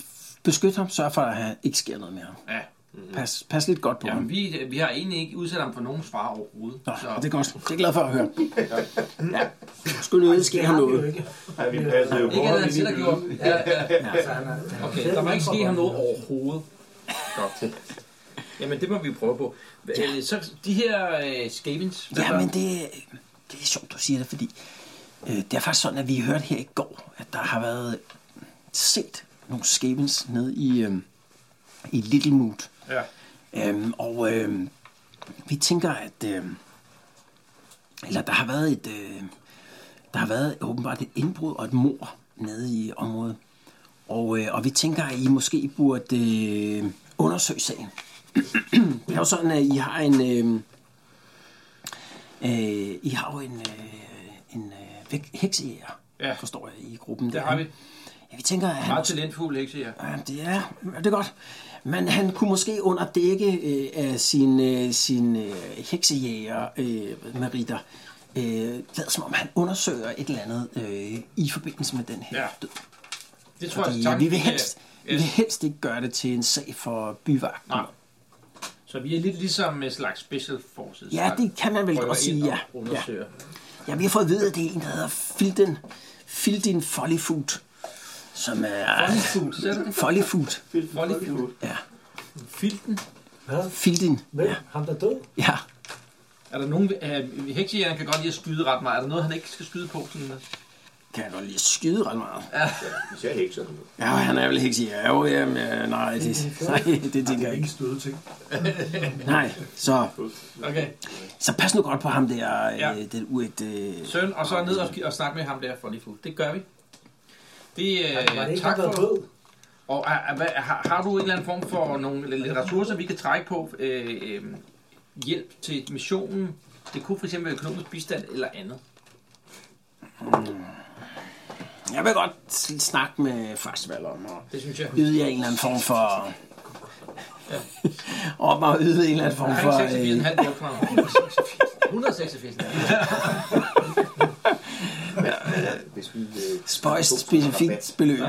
Speaker 6: beskytte ham, sørge for, at han ikke sker noget med ham.
Speaker 3: Ja.
Speaker 6: Pas, pas lidt godt på
Speaker 3: Jamen,
Speaker 6: ham.
Speaker 3: vi, vi har egentlig ikke udsat ham for nogen far overhovedet.
Speaker 6: Nå, det er godt. Det er jeg glad for at høre. Ja. Skulle nu ellers ske ham noget.
Speaker 2: Ja, vi passede jo på
Speaker 3: Ikke andet,
Speaker 2: ham
Speaker 3: han
Speaker 2: inde i
Speaker 3: selv har gjort.
Speaker 2: byen.
Speaker 3: Ja, ja.
Speaker 5: Altså, han er-
Speaker 3: Okay, der må ikke ske ham noget overhovedet. Godt. Jamen, det må vi prøve på. Hva- øh, Så de her øh, skavens... hvad
Speaker 6: Ja, men
Speaker 3: der-
Speaker 6: det, det er sjovt, du siger det, fordi øh, det er faktisk sådan, at vi hørte her i går, at der har været set nogle skæbens nede i, øh, i Little Mood.
Speaker 3: Ja.
Speaker 6: Øhm, og øhm, vi tænker, at... Øhm, eller der har været et... Øh, der har været åbenbart et indbrud og et mor nede i området. Og, øh, og vi tænker, at I måske burde øh, undersøge sagen. det er jo sådan, at I har en... Øh, øh, I har jo en, øh, en øh, væk- heksejæger,
Speaker 3: Ja.
Speaker 6: forstår jeg, i gruppen.
Speaker 3: Det har vi.
Speaker 6: Ja, vi tænker, at han...
Speaker 3: Meget talentfuld hekse her.
Speaker 6: Ja, det er, ja, det er godt. Men han kunne måske under dække øh, af sin, øh, sin øh, heksejæger, øh, Merida, øh, lad som om han undersøger et eller andet øh, i forbindelse med den her
Speaker 3: Ja.
Speaker 6: død.
Speaker 3: Det tror jeg,
Speaker 6: Fordi, øh,
Speaker 3: tanken
Speaker 6: vi vil
Speaker 3: er-
Speaker 6: helst, vi
Speaker 3: Ja.
Speaker 6: vil helst ikke gøre det til en sag for byvagten.
Speaker 3: Nej. Så vi er lidt ligesom en slags special forces.
Speaker 6: Ja,
Speaker 3: der
Speaker 6: det kan man vel
Speaker 3: prøver
Speaker 6: godt
Speaker 3: ind
Speaker 6: sige,
Speaker 3: og
Speaker 6: ja.
Speaker 3: undersøger.
Speaker 6: Ja, vi har fået at vide, at det er en, der hedder Filden, Filden Follyfoot, som er...
Speaker 3: Follyfoot, sagde du det?
Speaker 6: Follyfoot,
Speaker 3: Follyfoot.
Speaker 6: ja.
Speaker 3: Filten.
Speaker 5: Hvad?
Speaker 6: Filden,
Speaker 5: Hvem?
Speaker 6: ja.
Speaker 5: Ham, der død?
Speaker 6: ja.
Speaker 3: Er der nogen... Øh, heksejægeren kan godt lide at skyde ret meget. Er der noget, han ikke skal skyde på? Sådan øh? noget?
Speaker 6: Kan jeg godt lige skyde ret meget.
Speaker 7: Især hekser.
Speaker 6: Ja, han er vel ikke sige, ja, jo, jamen, ja, nej, det, nej, det tænker jeg ikke.
Speaker 10: Ingen støde ting.
Speaker 6: Nej, så,
Speaker 3: Okay.
Speaker 6: så pas nu godt på ham der,
Speaker 3: Ja.
Speaker 6: ja. øh, den uægte... Øh,
Speaker 3: Søn, og så ned og, og snakke med ham der for lige fuld. Det gør vi. Det,
Speaker 5: Var det
Speaker 3: øh,
Speaker 5: ikke
Speaker 3: tak
Speaker 5: ham, der
Speaker 3: for.
Speaker 5: død?
Speaker 3: Og er, er, hvad- har, har du en eller anden form for nogle lidt ressourcer, vi kan trække på? Øh, øh, hjælp til missionen? Det kunne fx være økonomisk bistand eller andet.
Speaker 6: Jeg vil godt snakke med Farsvald om at
Speaker 3: Det synes jeg.
Speaker 6: yde jer en eller anden form for... om at yde en eller anden form
Speaker 3: Jeg
Speaker 6: for...
Speaker 3: har ikke 86,5
Speaker 6: Øh,
Speaker 3: brugt fra ham. 186.
Speaker 7: Hvis vi... Øh,
Speaker 6: spøjst specifikt beløb,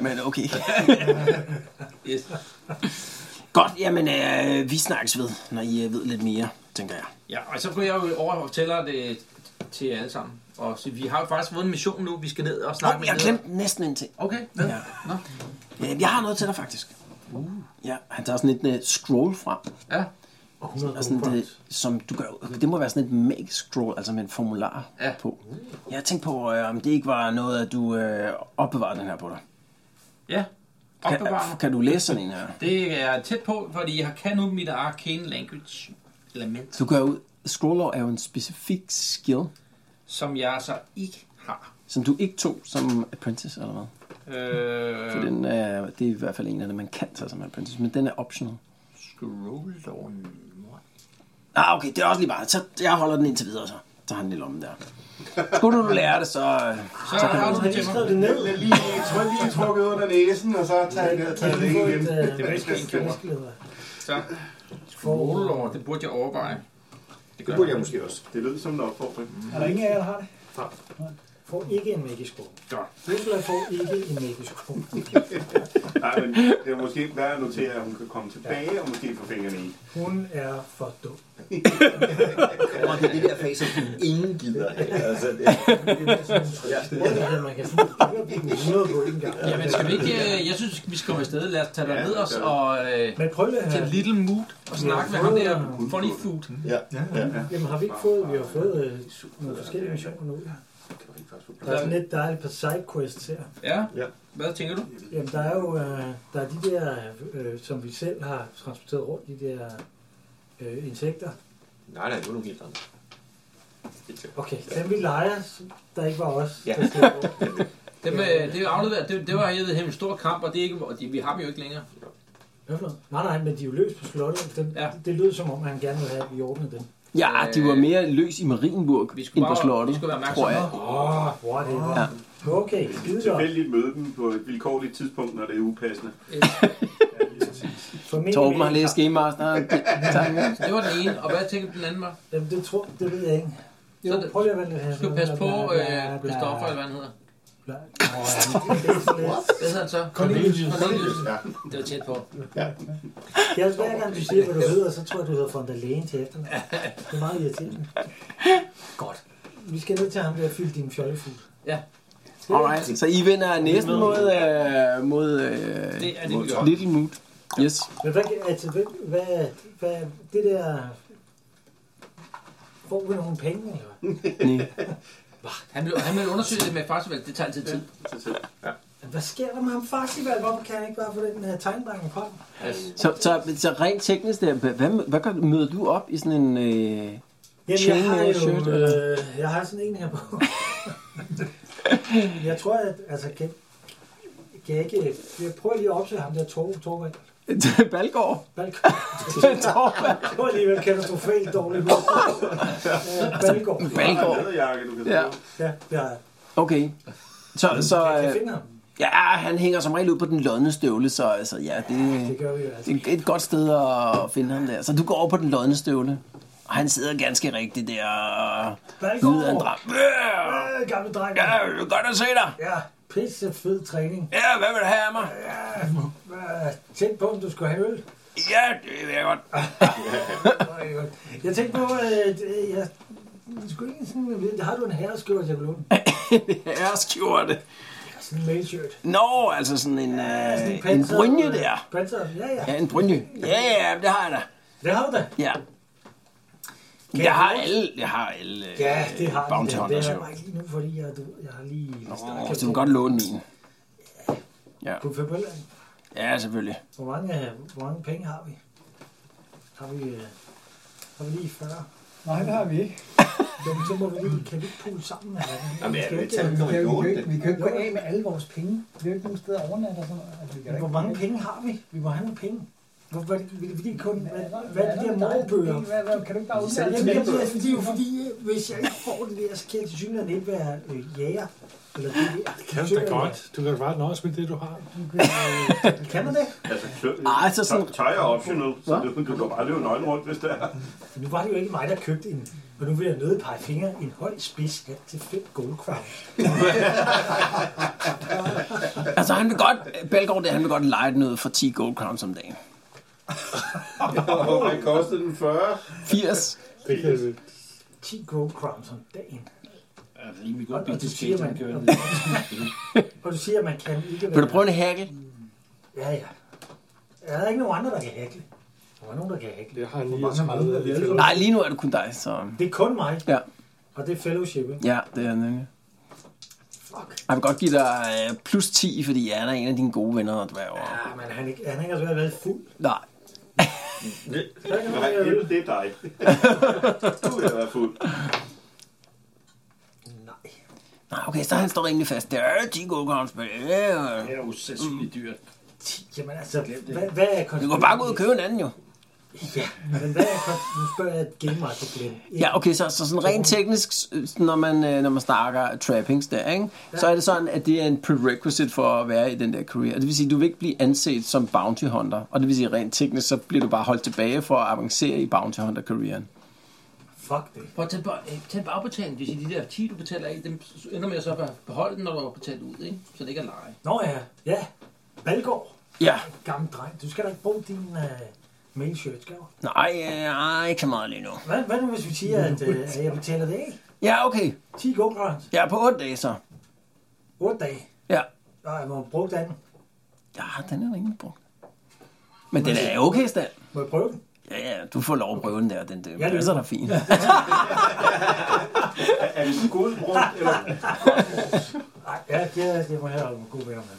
Speaker 6: men okay.
Speaker 3: Yes.
Speaker 6: Godt, jamen øh, vi snakkes ved, når I øh, ved lidt mere, tænker jeg.
Speaker 3: Ja, og så går jeg jo over og fortæller det til jer alle sammen. Og så, vi har jo faktisk fået en mission nu. Vi skal ned og snakke
Speaker 6: Nå,
Speaker 3: med
Speaker 6: jeg
Speaker 3: en leder.
Speaker 6: glemte næsten en ting.
Speaker 3: Okay, hvad?
Speaker 6: Ja.
Speaker 3: Nå. Uh.
Speaker 6: Øh, Jeg har noget til dig, faktisk. Ja, han tager sådan et øh, scroll frem.
Speaker 3: Ja,
Speaker 6: Og sådan det, som du gør, det må være sådan et magisk scroll, altså med en formular
Speaker 3: Ja. Uh.
Speaker 6: ja. på. Jeg tænkte på, øh, om det ikke var noget, at du øh, opbevarede den her på dig.
Speaker 3: ja. Opbevarer.
Speaker 6: Kan, kan du læse sådan en her?
Speaker 3: Det er tæt på, fordi jeg kan nu mit arcane language element,
Speaker 6: Du gør ud, scroller er jo en specifik skill,
Speaker 3: som jeg så ikke har.
Speaker 6: som du ikke tog som apprentice eller hvad. For
Speaker 3: Øh,
Speaker 6: den er, det er i hvert fald en af dem, man kan tage som apprentice, men den er optional.
Speaker 3: scroll over nummer.
Speaker 6: Ah, okay, det er også lige meget. Så jeg holder den indtil videre, så tager han den i lommen der. Skulle du lære det, så...
Speaker 3: Så har du det til mig.
Speaker 5: Skriv det ned.
Speaker 2: Lad lige, tryk lige trukket under næsen, og så tager jeg det, tager jeg det
Speaker 5: Få
Speaker 2: igen.
Speaker 5: et, øh,
Speaker 3: Det var ikke en gjorde.
Speaker 5: vanskeligheder.
Speaker 3: Så scroll over, det burde jeg overveje. Det
Speaker 7: Det
Speaker 3: gør
Speaker 7: burde
Speaker 3: jeg.
Speaker 7: jeg måske også.
Speaker 2: Det lød som en opfordring.
Speaker 10: Mm.
Speaker 4: Er der ingen af jer, der har det?
Speaker 5: Få ikke en magisk sko.
Speaker 3: Nå.
Speaker 5: Ursula får ikke en magisk sko.
Speaker 2: Nej, men det er måske værd at notere, at hun kan komme tilbage og måske få fingrene i.
Speaker 5: Hun er for dum.
Speaker 7: Og det er det der fag, som ingen gider have. Altså, det,
Speaker 5: Ja, man kan sådan blive 100 på en gang.
Speaker 3: Jamen, skal vi ikke... øh, Jeg synes, vi skal komme afsted. Lad os tage dig
Speaker 2: Ja,
Speaker 3: ned
Speaker 2: det
Speaker 3: os
Speaker 2: gør vi.
Speaker 3: og... Øh,
Speaker 5: Men prøv lige at
Speaker 3: til
Speaker 5: have...
Speaker 3: Little Mood og snakke med ham der Funny Food.
Speaker 7: ja. ja.
Speaker 5: Jamen har vi ikke fået... Vi har fået øh, nogle forskellige missioner nu. Der er sådan lidt dejligt par sidequests her.
Speaker 3: Ja.
Speaker 7: Ja.
Speaker 3: Hvad tænker du?
Speaker 5: Jamen der er jo... Øh, der er de der, øh, som vi selv har transporteret rundt, de der øh, insekter.
Speaker 7: Nej, nej, det var nogle helt andre.
Speaker 5: Okay, dem vi leger, der ikke var os.
Speaker 3: Ja.
Speaker 5: der slog over.
Speaker 3: Dem, øh, det er afleveret. Det, det var jeg ved, en stor kamp, og det er ikke, og de, vi har dem jo ikke længere.
Speaker 5: Hvad for noget? Nej, nej, men de er jo løs på slottet. Dem, ja. Det lød som om, han gerne ville have, at vi ordnede dem.
Speaker 6: Ja, de var mere løs i Marienburg end på slottet, tror jeg.
Speaker 5: Åh, oh, whatever.
Speaker 6: Ja.
Speaker 5: Ja. Okay, skide godt.
Speaker 2: Tilfældigt møde dem på et vilkårligt tidspunkt, når det er upassende.
Speaker 5: Formentlig
Speaker 6: Torben har
Speaker 5: med-
Speaker 6: læst Game Master. og det- tanker.
Speaker 3: Det var den ene, og hvad tænkte den anden var?
Speaker 5: Jamen, det tror det ved jeg ikke. Jo,
Speaker 3: Så det-
Speaker 5: prøv lige at vente lidt her.
Speaker 3: Skal vi passe på øh, Christoffer, eller hvad han hedder? Hvad hedder han så?
Speaker 5: Cornelius.
Speaker 3: Cornelius. Det var tæt på.
Speaker 5: Jeg er hver gang, du siger, hvad du hedder, så tror jeg, du hedder von der Lægen til efternavn. Det er meget irriterende. Godt. Vi skal ned til ham ved at fylde din fjollefugl.
Speaker 3: Ja.
Speaker 6: Alright, så I vender næsten mod, øh, mod, øh,
Speaker 5: Det er det, vi
Speaker 6: mod
Speaker 5: gør.
Speaker 6: Little Mood. Yes.
Speaker 5: Men hvad, altså, hvad, hvad, hvad det der... Får vi nogle penge, eller hvad?
Speaker 3: Han vil, han vil undersøge det med farsevalg. Det tager altid tid.
Speaker 5: Hvad sker der med ham festival? Hvorfor kan han ikke bare få den her tegnbange frem?
Speaker 6: Så, så, så rent teknisk, der, hvad, hvad, hvad gør, møder du op i sådan en øh,
Speaker 5: Jamen, jeg har
Speaker 6: chainmail
Speaker 5: jo,
Speaker 6: shirt? eller?
Speaker 5: øh, jeg har sådan en her på. jeg tror, at, altså, kan, kan jeg ikke, jeg prøver lige at opsøge ham der Torvald. Torvald.
Speaker 6: Balgård?
Speaker 5: Balgård.
Speaker 6: Torvald.
Speaker 5: Det var alligevel katastrofalt dårligt. hus. Øh, Balgård.
Speaker 6: Balgård. Ja.
Speaker 5: Ja, ja.
Speaker 6: Okay. Så, så,
Speaker 5: Kan
Speaker 6: øh,
Speaker 5: jeg finde ham?
Speaker 6: ja, han hænger som regel ud på den lodne støvle, så altså, ja, det,
Speaker 5: Det gør vi jo altså.
Speaker 6: det er et godt sted at finde ham der. Så du går over på den lodne støvle, og han sidder ganske rigtigt der og
Speaker 5: Balgård.
Speaker 6: lyder en dram.
Speaker 5: Øh, gamle dreng.
Speaker 6: Ja, det er godt at se dig.
Speaker 5: Ja, pisse fed træning.
Speaker 6: Ja, hvad vil du have af mig?
Speaker 5: Øh, Tænk på, om du skulle have øl.
Speaker 6: Ja, det vil jeg godt.
Speaker 5: Jeg tænkte på, at øh, jeg skulle ikke sådan... Har du en herreskjort, jeg vil låne?
Speaker 6: Herreskjorte.
Speaker 5: Sådan en mailshirt.
Speaker 6: Nå, altså sådan en,
Speaker 5: sådan
Speaker 6: øh, en brynje der.
Speaker 5: Panser, ja, ja.
Speaker 6: Ja, en brynje. Ja, ja, det har jeg da.
Speaker 5: Det har du da.
Speaker 6: Ja.
Speaker 5: Kan
Speaker 6: Jeg
Speaker 5: jeg
Speaker 6: har
Speaker 5: få-
Speaker 6: alle, jeg har alle øh,
Speaker 5: Ja, det har
Speaker 6: bounty
Speaker 5: du. Det
Speaker 6: hunters
Speaker 5: har
Speaker 6: jo.
Speaker 5: jeg bare ikke lige nu, fordi jeg, du- jeg har lige...
Speaker 6: Åh, så du må godt låne min. Ja,
Speaker 5: På Fabelland.
Speaker 6: ja selvfølgelig.
Speaker 5: Hvor mange, øh, hvor mange penge har vi? Har vi, øh, har vi lige 40?
Speaker 4: Nej, det har vi ikke.
Speaker 5: Jamen, så må vi lige... Kan vi ikke pulle sammen? Eller? hvad?
Speaker 7: Jamen, jeg
Speaker 5: Skal
Speaker 7: vil
Speaker 5: vi
Speaker 7: tage
Speaker 5: ikke-
Speaker 7: dem, når
Speaker 4: Vi
Speaker 7: jeg
Speaker 4: kan, jo
Speaker 7: låner
Speaker 4: ikke, vi
Speaker 7: det.
Speaker 4: kan jo ikke gå af med alle vores penge. Vi har jo ikke nogen steder at overnatte og sådan noget. Altså, vi kan da
Speaker 5: Hvor
Speaker 4: ikke-
Speaker 5: mange penge har vi? Vi må have nogle penge. Hvor, hvad, vil, vil de kun, hvad,
Speaker 4: Hvad-
Speaker 5: hvad er de der
Speaker 4: der
Speaker 5: morgenbøger?
Speaker 4: Hvad, hvad, kan du ikke bare
Speaker 5: Så
Speaker 4: udsætte
Speaker 5: jeg
Speaker 4: det?
Speaker 5: mener, det er fordi, jo, fordi øh, hvis jeg ikke får det der, så kan jeg til synligheden ikke være øh, jæger. Eller det der.
Speaker 9: Kan du da godt. Du kan da bare nøjes med det, du har.
Speaker 5: Kan man det?
Speaker 2: Altså, klø-
Speaker 6: Ej, så sådan-
Speaker 2: tøj- Tøj er optional, så du, du kan bare løbe nøglen rundt, hvis det er.
Speaker 5: Nu var det jo ikke mig, der købte en, og nu vil jeg nødt pege fingre en høj spids hat til fem goldkvarter.
Speaker 6: Altså, han vil godt, Belgaard, der, han vil godt lege noget for 10 gold crowns om dagen.
Speaker 2: Åh, oh, kostede den 40.
Speaker 6: 80.
Speaker 9: Det kan vi.
Speaker 5: 10 gold crowns om dagen.
Speaker 6: Altså,
Speaker 3: Rimelig
Speaker 5: Og, og, du siger, man, og, og du siger, at man kan ikke være...
Speaker 6: Vil du prøve en hækkel?
Speaker 5: Ja, ja. Er der ikke nogen andre, der kan hækle? Der er nogen, der kan hækle.
Speaker 9: Jeg har lige
Speaker 5: mange
Speaker 9: skrevet,
Speaker 5: mangler
Speaker 9: at vi
Speaker 5: vi?
Speaker 9: kan-
Speaker 6: Nej, lige nu er det kun dig, så...
Speaker 5: Det er kun mig,
Speaker 6: Ja,
Speaker 5: og det er fellowship, ikke?
Speaker 6: ja det er nemlig.
Speaker 5: Fuck.
Speaker 6: Jeg vil godt give dig øh, plus 10, fordi han er en af dine gode venner, og dværger.
Speaker 5: Ja, Ah, men han, ikke- han ikke har svært været fuld.
Speaker 6: Nej,
Speaker 2: Nej, det, det er dig. Du er være fuld.
Speaker 5: Nej.
Speaker 6: Nej, okay, så han står rimelig fast. Det er 10 gode crowns, men øh, Mm.
Speaker 3: Det er jo sandsynligt dyrt.
Speaker 5: Jamen altså, hvad, hvad er
Speaker 6: Du
Speaker 5: konsekvensen?
Speaker 6: kan bare gå ud og købe en anden, jo.
Speaker 5: Ja, men hvad er konsekvensen? Nu spørger jeg et game market glem.
Speaker 6: Ja, okay, så, så sådan rent teknisk, s- når man, øh, når man snakker trappings der, ikke? så er det sådan, at det er en prerequisite for at være i den der career. Det vil sige, at du vil ikke blive anset som bounty hunter, og det vil sige, at rent teknisk, så bliver du bare holdt tilbage for at avancere i bounty hunter-karrieren.
Speaker 5: Fuck det.
Speaker 3: For at tage, på- øh, tage på afbetaling, hvis I de der 10, du betaler af, dem ender med at så at beholde den, når du har betalt ud, ikke? Så det ikke er leje.
Speaker 5: Nå ja, ja. Valgård,
Speaker 6: Ja,
Speaker 5: gammel dreng. Du skal da ikke bruge din uh, mailshirt, skal du?
Speaker 6: nej, øh, nej, ikke så meget lige nu.
Speaker 5: Hvad, hvad nu, hvis vi siger, at, uh, at jeg betaler det af?
Speaker 6: Ja, okay,
Speaker 5: 10 gulvgrønt.
Speaker 6: jeg er på 8 dage så.
Speaker 5: 8 dage.
Speaker 6: Ja,
Speaker 5: Nå, jeg må bruge den.
Speaker 6: ja den er rimelig brugt. Men den er i okay stand.
Speaker 5: Må jeg prøve den?
Speaker 6: Ja, ja, du får lov at prøve den der, den der
Speaker 5: det-
Speaker 6: passer dig fint.
Speaker 2: Er, er det god brugt, eller
Speaker 5: Nej, ja, det, det må jeg have gode venner med.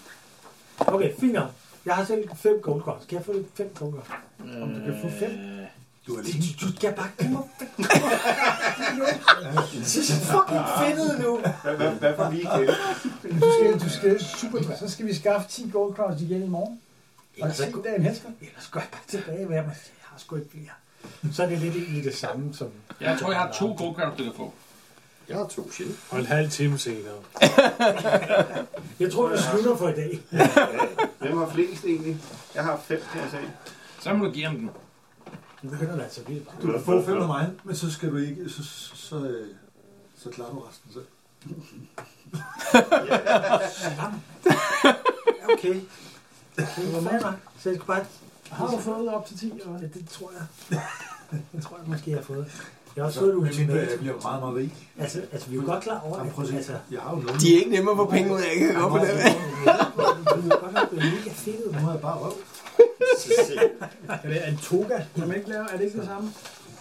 Speaker 5: Okay, fint nok. Jeg har selv 5 goldgrønt. Kan jeg få 5 goldgrønt? Om du kan få 5?
Speaker 2: Øh, Du
Speaker 10: Du er alene.
Speaker 5: Du skal bare komme Det er så fucking fedtet nu.
Speaker 2: Hvad, hvad får vi igen?
Speaker 4: Du skal, du skal super, så skal vi skaffe 10 gold crowns igen i morgen. Og
Speaker 5: Ellers så
Speaker 4: 10
Speaker 5: gå-
Speaker 4: dagen efter.
Speaker 5: Ellers går jeg bare tilbage med mig. Jeg har sgu ikke flere. Så er det lidt egentlig det samme som...
Speaker 3: Jeg tror, jeg har to gode crowns, du kan få.
Speaker 7: Jeg har to shit.
Speaker 9: Og en halv time senere.
Speaker 5: Jeg tror, vi slutter for i dag.
Speaker 2: Hvem har flest egentlig? Jeg har fem, kan jeg sige.
Speaker 3: Så må du give ham den.
Speaker 5: Nu begynder det altså vildt.
Speaker 10: Du kan få fem af mig, men så skal du ikke, så, så, så, øh, så klarer du resten selv.
Speaker 5: Okay. Det var med mig. Så jeg skal bare...
Speaker 4: Har du fået op til 10? Eller? hvad?
Speaker 5: Ja, det tror jeg. Det tror jeg måske, jeg har fået. Jeg har også
Speaker 10: Så, øh,
Speaker 5: fået et
Speaker 10: men mindre jeg
Speaker 5: ultimatum.
Speaker 10: bliver meget, meget rig.
Speaker 5: Altså, altså, vi er jo godt klar over,
Speaker 10: Jamen, prøv at
Speaker 5: at altså,
Speaker 10: se, jeg har jo noget.
Speaker 6: De er ikke nemme at få penge ud af, jeg kan godt på det.
Speaker 5: det er jo godt nok blevet mega fedt.
Speaker 10: Nu har jeg bare røv.
Speaker 8: Er det en toga, som ikke laver? Er det ikke det samme?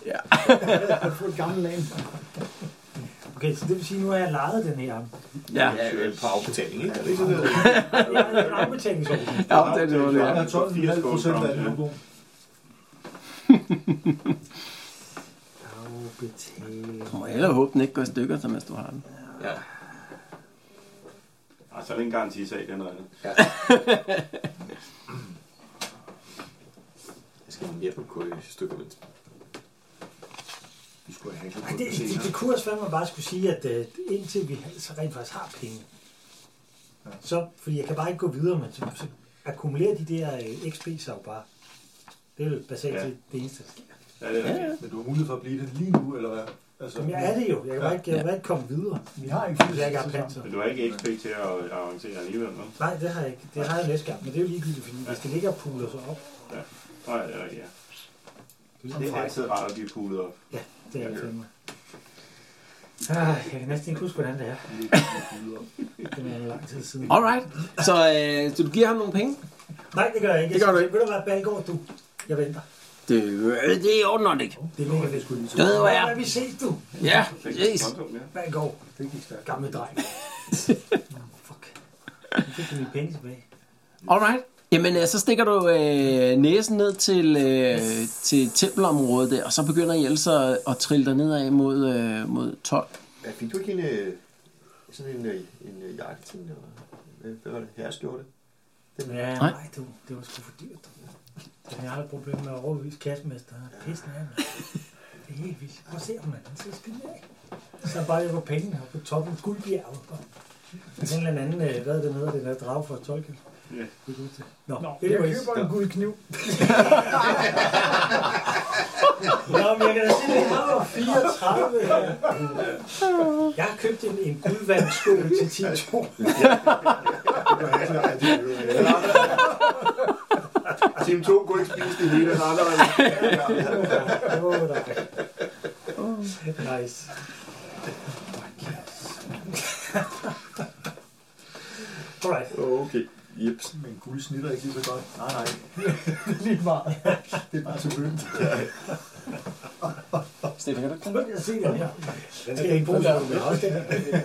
Speaker 6: Ja.
Speaker 8: Jeg har fået et gammelt lam.
Speaker 5: Okay, så det vil sige, nu har jeg lejet den her.
Speaker 6: Ja,
Speaker 7: Ja, øh, på afbetaling, ikke? Er det ikke sådan noget?
Speaker 5: Jeg har en afbetalingsordning.
Speaker 6: ja det, det var det.
Speaker 10: Jeg har 12,5 procent af den her bog.
Speaker 5: Afbetaling.
Speaker 6: Du må hellere håbe, den ikke går i stykker, som hvis du har den.
Speaker 3: Ja.
Speaker 2: Og så er det en garantisag, den redder.
Speaker 7: Jeg skal have mere på kul i stykker, men
Speaker 10: Du skulle have handlet
Speaker 5: Ej,
Speaker 10: på den
Speaker 5: Det, det, det
Speaker 10: senere.
Speaker 5: kunne også være, at man bare skulle sige, at øh, indtil vi så rent faktisk har penge, så, fordi jeg kan bare ikke gå videre, men så, så akkumulerer de der øh, XP så jo bare. Det er jo basalt
Speaker 2: Ja.
Speaker 5: ja. det eneste, der sker.
Speaker 2: Ja, det er rigtigt.
Speaker 10: Men du har mulighed for at blive det lige nu, eller hvad? Altså,
Speaker 5: Jamen, jeg er det jo. Jeg kan bare ikke, jeg kan bare ikke komme videre,
Speaker 10: Vi har ikke
Speaker 5: hvis jeg ikke har panser.
Speaker 2: Men du har ikke XP til at avancere alligevel, vel?
Speaker 5: Nej, det har jeg ikke. Det har jeg næste gang, men det er jo ligegyldigt, fordi hvis det ligger og puler sig op,
Speaker 2: Nej, det er rigtigt, ja. Det er
Speaker 5: Som
Speaker 2: altid rart at blive pulet op.
Speaker 5: ja, det er det fandme. Ah, jeg kan næsten ikke huske, hvordan det er. Det er lang tid siden.
Speaker 6: Alright. Så, øh, så du giver ham nogle penge?
Speaker 5: Nej, det gør jeg ikke.
Speaker 6: Det gør du ikke.
Speaker 5: Ved du hvad, Balgaard, du? Jeg venter.
Speaker 6: Det, Øh, det ordner det ikke.
Speaker 5: Det er mega fedt.
Speaker 6: Det ved
Speaker 5: Hvor
Speaker 6: jeg.
Speaker 5: er vi set, du?
Speaker 6: Ja,
Speaker 2: Det er
Speaker 6: yes.
Speaker 2: kontoen, ja.
Speaker 5: Hvad går? Gamle dreng. Nå, Fuck. Nu fik jeg mine penge tilbage.
Speaker 6: Alright. Jamen, øh, så stikker du øh, næsen ned til, øh, til tempelområdet der, og så begynder I ellers at, at trille dig nedad mod, øh, mod 12.
Speaker 7: Ja, fik du ikke en, øh, sådan en, øh, en øh, jakke til, eller hvad hvad var det? Herreskjorte?
Speaker 5: Ja,
Speaker 6: Nej.
Speaker 5: nej, du. Det var sgu for dyrt, du. Men Jeg har et problem med at overbevise kassemester. Han er Pissen af, mand. Det er helt vildt. Prøv at se ham, mand. Han ser skide af. Så bare jeg på pengene her på toppen af Guldbjerget. Og en eller anden, øh, hvad er det hedder, den der drag for tolken?
Speaker 2: Ja.
Speaker 5: Det er godt til. Nå, Nå
Speaker 8: Jeg
Speaker 5: det er jo ikke.
Speaker 8: køber en guldkniv.
Speaker 5: Nå, men jeg kan da sige, at jeg var 34 her. Jeg har købt en, en guldvandsko til 10 kroner.
Speaker 2: Team 2 kunne ikke spise det hele, så allerede.
Speaker 5: Åh, der er- Nice. Alright.
Speaker 7: Okay, jeps.
Speaker 10: Men guld snitter ikke lige så godt. Nej, nej.
Speaker 4: Lige meget.
Speaker 10: Det er bare så kønt.
Speaker 6: Stefan, kan du ikke
Speaker 5: Nu kan jeg se den her. Den skal jeg ikke bruge sammen med. Også den her.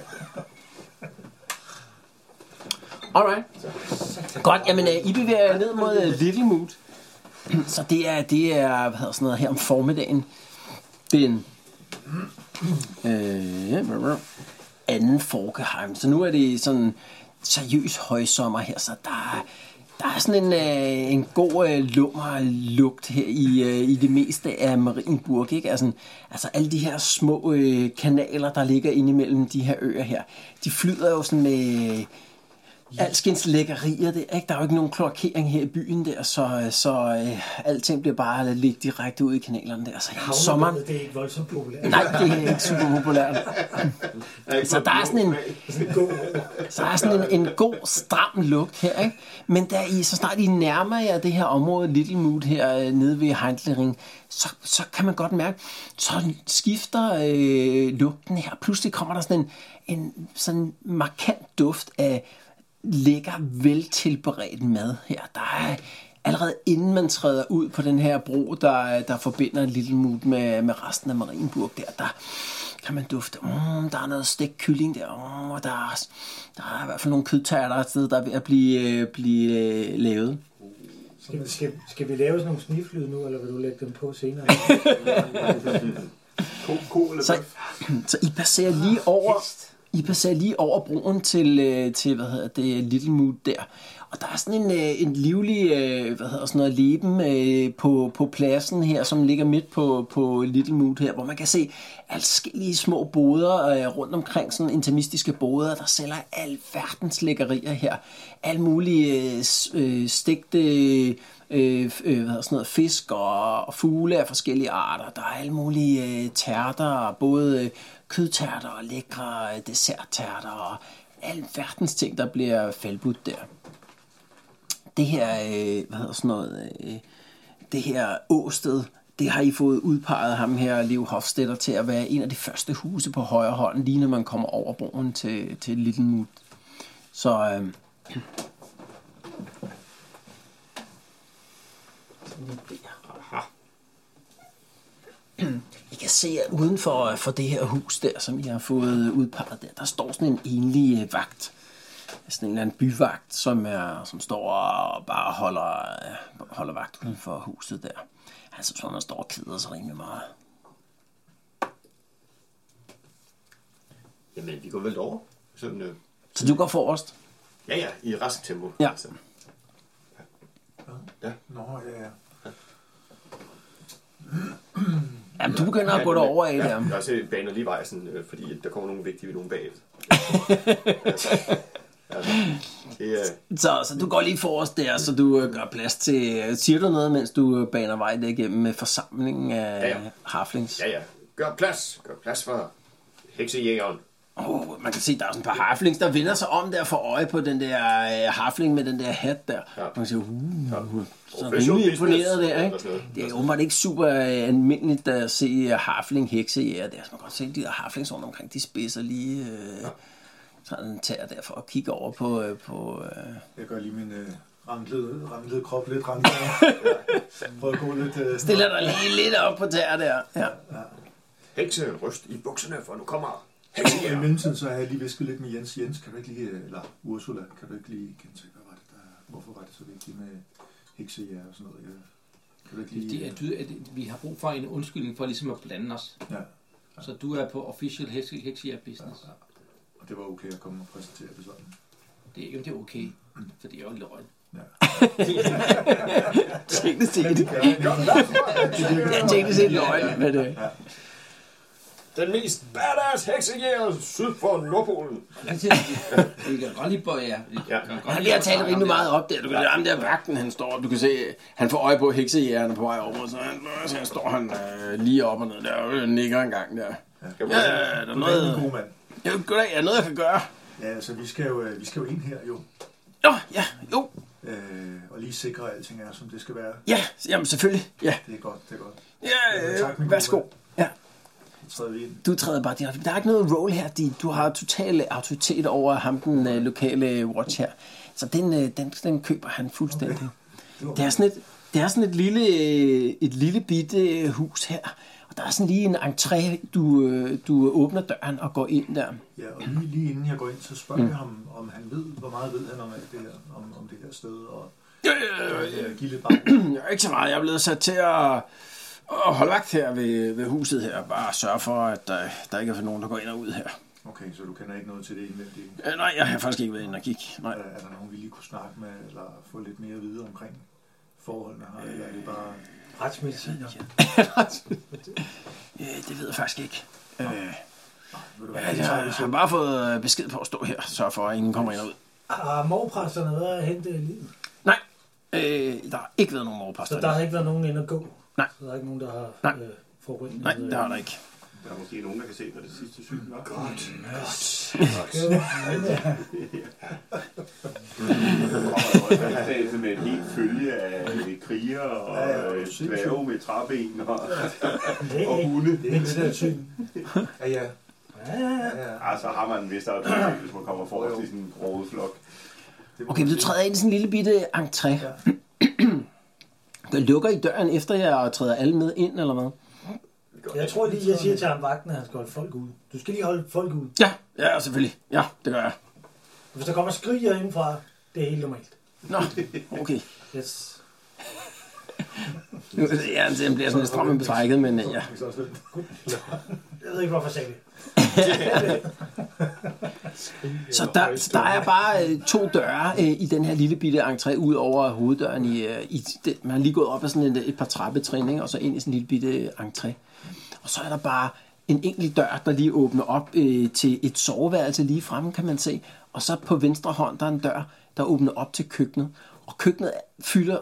Speaker 6: Alright. Godt, jamen øh, I bevæger jer ned mod øh, Little Mood. Så det er, det er hvad hedder sådan noget her om formiddagen. Den øh, ja, brr, brr. anden Forkeheim. Så nu er det sådan seriøs højsommer her, så der, er- der er sådan en, øh, en god øh, lummer lugt her i, øh, i det meste af Marienburg. Ikke? Altså, altså alle de her små øh, kanaler, der ligger inde imellem de her øer her, de flyder jo sådan med... Øh, alskens lækkerier der, ikke? Der er jo ikke nogen kloakering her i byen der, så, så øh, alting bliver bare lidt direkte ud i kanalerne der. Så ja, sommeren...
Speaker 5: Havnebadet, Det er ikke voldsomt populært.
Speaker 6: Nej, det er ikke super populært. Så der er sådan en, så er sådan en, en god, stram lugt her, ikke? Men da I, så snart I nærmer jer det her område, Little Mood her øh, nede ved Heindlering, så, så kan man godt mærke, så skifter øh, lugten her. Pludselig kommer der sådan en, en sådan markant duft af lækker, veltilberedt mad her. Der er allerede inden man træder ud på den her bro, der, der forbinder Little Mood med, med resten af Marienburg der, der kan man dufte, mm, der er noget stegt kylling der, mm, og der er, der er i hvert fald nogle kødtager, der er et sted, der er ved at blive, øh, blive øh, lavet.
Speaker 5: Skal, skal, skal vi lave sådan nogle sniflyde nu, eller vil du lægge dem på senere?
Speaker 6: så, så I passerer lige over... I passerer lige over broen til, øh, til hvad hedder det, Little Mood der. Og der er sådan en, øh, en livlig, øh, hvad hedder sådan noget, leben øh, på, på pladsen her, som ligger midt på, på Little Mood her, hvor man kan se alskillige små boder øh, rundt omkring, sådan intermistiske boder, der sælger alverdens lækkerier her. Alle mulige øh, s- øh, stegte øh, f- øh, hvad hedder sådan noget, fisk og, og fugle af forskellige arter. Der er alle mulige øh, tærter, både øh, kødtærter og lækre øh, desserttærter og alverdens ting, der bliver faldbudt der. Det her, øh, hvad hedder sådan noget, øh, det her åsted, det har I fået udpeget ham her, Lev Hofstetter, til at være en af de første huse på højre hånd, lige når man kommer over broen til, til Little Mood. Så øh, I kan se, at uden for, øh, for det her hus der, som I har fået øh, udpeget der, der står sådan en enlig øh, vagt. Sådan en eller anden byvagt, som, er, som står og bare holder, øh, holder vagt uden for huset der. Altså, som man står og keder sig rimelig meget.
Speaker 7: Jamen, vi går vel over. Sådan, øh,
Speaker 6: Så du går forrest?
Speaker 7: ja, ja, i rask tempo. Altså.
Speaker 6: Ja.
Speaker 7: Ja.
Speaker 10: Nå, ja, ja.
Speaker 6: Jamen, du begynder at gå derover af der.
Speaker 7: Ja, jeg baner lige vej, sådan, øh, fordi der kommer nogle vigtige nogen bagefter. ja. Altså, det er...
Speaker 6: Så, så du går lige forrest der, så du øh, gør plads til... Siger du noget, mens du øh, baner vej der igennem med forsamlingen af
Speaker 7: Ja, ja.
Speaker 6: harflings?
Speaker 7: Ja, ja. Gør plads. Gør plads for heksejægeren.
Speaker 6: Oh, man kan se, der er sådan et par harflings, der vender sig om der for øje på den der øh, harfling med den der hat der. Ja. Man kan se, uh, uh, så
Speaker 7: Professional
Speaker 6: rimelig
Speaker 7: business.
Speaker 6: imponeret der,
Speaker 7: Eller sådan
Speaker 6: ikke?
Speaker 7: noget.
Speaker 6: Det er åbenbart ikke super øh, almindeligt at se øh, harfling heksejæger der. Så altså, man kan godt se, at de der harflings rundt omkring, de spidser lige... Øh, sådan tager derfor og kigger over på... Øh, på øh,
Speaker 10: Jeg gør lige min øh, ranglede, ranglede krop lidt ranglede. Prøv at gå lidt... Øh,
Speaker 6: stiller dig lige lidt op på tæer der. Ja.
Speaker 7: Hekse, ryst i bukserne, for nu kommer
Speaker 10: Og I
Speaker 7: heksejægeren.
Speaker 10: mellemtiden så har jeg lige visket lidt med Jens. Jens, kan du ikke lige, eller Ursula, kan du ikke lige gentage, hvad var det der, hvorfor var det så vigtigt med heksejer og sådan noget? Jeg, kan du ikke lige...
Speaker 3: Det er dyrt, at vi har brug for en undskyldning for ligesom at blande os.
Speaker 10: Ja,
Speaker 3: Så du er på official hekse heksia business.
Speaker 10: og det var okay at komme og præsentere det sådan.
Speaker 3: Det er jo det er okay, for det er jo en lille røg.
Speaker 6: Teknisk set. Ja, teknisk set løgn, men... Øh,
Speaker 7: Den mest badass heksejæger syd for Nordpolen.
Speaker 3: Vi kan godt lide på jer. Vi kan godt
Speaker 6: Han
Speaker 3: lide
Speaker 6: bliver
Speaker 3: at
Speaker 6: talt
Speaker 3: snakke
Speaker 6: rimelig
Speaker 3: om det.
Speaker 6: meget op der. Du kan se ham der vagten, han står op. Du kan se, han får øje på heksejægerne på vej over. Så han, så han står han øh, lige op og ned der og nikker en gang der.
Speaker 7: Skal vi
Speaker 6: Ja, der er
Speaker 10: Noget... Det er en
Speaker 6: noget,
Speaker 10: god mand.
Speaker 6: ja, goddag, er der noget, jeg kan gøre?
Speaker 10: Ja, så vi skal jo, øh, vi skal jo ind her jo,
Speaker 6: Nå, ja, jo,
Speaker 10: øh, og lige sikre, at alting er, som det skal være.
Speaker 6: ja, jamen selvfølgelig. Ja,
Speaker 10: Det er godt, det er godt.
Speaker 6: ja øh, værsgo. Ja,
Speaker 10: Så træder vi ind.
Speaker 6: du træder bare direkte. Der er ikke noget roll her. De, du har total autoritet over ham, den øh, lokale watch her. Så den, øh, den, den køber han fuldstændig.
Speaker 10: var-
Speaker 6: Det er sådan et, det er sådan et lille, øh, et lille bitte øh, hus her. Og der er sådan lige en entré, du, øh, du åbner døren og går ind der.
Speaker 10: Ja, og lige, lige inden jeg går ind, så spørger
Speaker 6: Mm.
Speaker 10: jeg ham, om han ved, hvor meget ved han om alt det her, om, om det her sted, og øh, give lidt bare.
Speaker 6: Jeg er ikke så meget. Jeg er blevet sat til at, at holde vagt her ved, ved huset her. Bare sørge for, at der, der ikke er nogen, der går ind og ud her.
Speaker 10: Okay, så du kender ikke noget til det indvendige?
Speaker 6: Øh, nej, jeg har faktisk ikke været inde og kigge. Nej.
Speaker 10: Er er der nogen, vi lige kunne snakke med, eller få lidt mere at vide omkring forholdene her, eller er det bare...
Speaker 5: Retsmediciner.
Speaker 6: Øh, det ved jeg faktisk ikke. Øh,
Speaker 10: Ved du hvad,
Speaker 6: Ja, jeg har bare fået øh, besked på at stå her, så for at ingen kommer ind og ud.
Speaker 5: Har morpræsterne været og hente livet?
Speaker 6: Nej, øh, der har ikke været nogen
Speaker 5: Så
Speaker 6: overposter.
Speaker 5: der har ikke været nogen ind at gå?
Speaker 6: Nej.
Speaker 5: Så der er ikke nogen, der har
Speaker 6: Nej.
Speaker 5: øh, forurenet?
Speaker 6: Nej, der har der ikke.
Speaker 2: Der er måske nogen, der kan se, hvad det sidste syn var. Godt. Jeg sagde med en hel følge af kriger og øh, dværge med træben og, og hunde.
Speaker 10: Det er ikke det der syn. Ja, ja. Ja, ja.
Speaker 2: Ah, så har man en vis autoritet, hvis man kommer forrest i sådan en rodet flok.
Speaker 10: Det må
Speaker 6: Okay,
Speaker 10: man
Speaker 6: du
Speaker 10: se.
Speaker 6: træder ind i sådan en lille bitte entré. Der lukker I døren efter jer og træder alle med ind, eller hvad?
Speaker 5: Jeg tror lige, jeg siger til ham vagten, at han skal holde folk ude. Du skal lige holde folk ude.
Speaker 6: Ja, ja, selvfølgelig. Ja, det gør jeg.
Speaker 5: Hvis der kommer skriger indenfra, det er helt normalt.
Speaker 6: Nå, okay.
Speaker 5: Yes.
Speaker 6: Nu, ja, den bliver sådan lidt stram i betrækket, men øh, ja.
Speaker 5: Jeg ved ikke, hvorfor jeg sagde det.
Speaker 6: Så der, så der er bare øh, to døre øh, i den her lille bitte entré ud over hoveddøren. I, øh, i den, man har lige gået op ad sådan et, et par trappetrin, ikke? og så ind i sådan en lille bitte entré. Og så er der bare en enkelt dør, der lige åbner op øh, til et soveværelse lige fremme, kan man se. Og så på venstre hånd, der er en dør, der åbner op til køkkenet. Og køkkenet fylder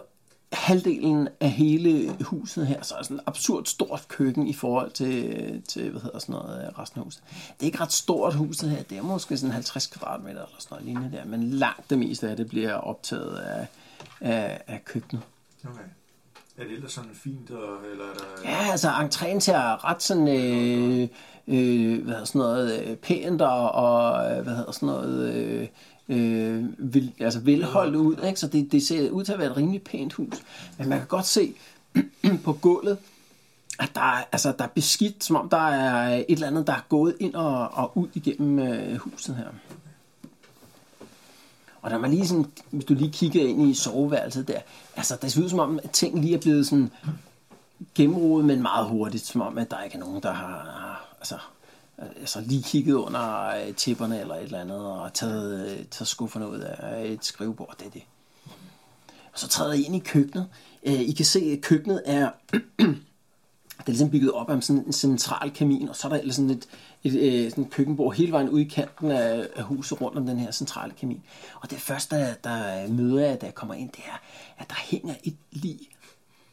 Speaker 6: halvdelen af hele huset her, så er sådan et absurd stort køkken i forhold til, til hvad hedder sådan noget, øh, resten af huset. Det er ikke ret stort huset her, det er måske sådan 50 kvadratmeter eller sådan noget lignende der, men langt det meste af det bliver optaget af, af, af køkkenet.
Speaker 10: Okay. Er det ellers sådan fint, og, eller er der...
Speaker 6: Ja, altså entréen ser ret sådan, øh, øh, hvad hedder sådan noget, øh, pænt og, og øh, hvad hedder sådan noget, øh, øh, vil, altså velholdt ud, ikke? så det, det ser ud til at være et rimelig pænt hus. Men man kan godt se på gulvet, at der, er- altså, der er beskidt, som om der er et eller andet, der er gået ind og, og ud igennem øh, huset her. Og når man lige sådan, hvis du lige kigger ind i soveværelset der, altså det ser ud som om, at ting lige er blevet sådan gennemrodet, men meget hurtigt, som om, at der ikke er nogen, der har altså, altså lige kigget under øh, tipperne eller et eller andet, og taget, øh, taget skufferne ud af et skrivebord. Det er det. Og så træder I ind i køkkenet. Øh, I kan se, at køkkenet er det er ligesom bygget op af sådan en central kamin, og så er der ellers sådan et, et, øh, sådan et køkkenbord hele vejen ude i kanten af, af huset rundt om den her centrale kamin. Og det første, der, der møder jeg, da jeg kommer ind, det er, at der hænger et lig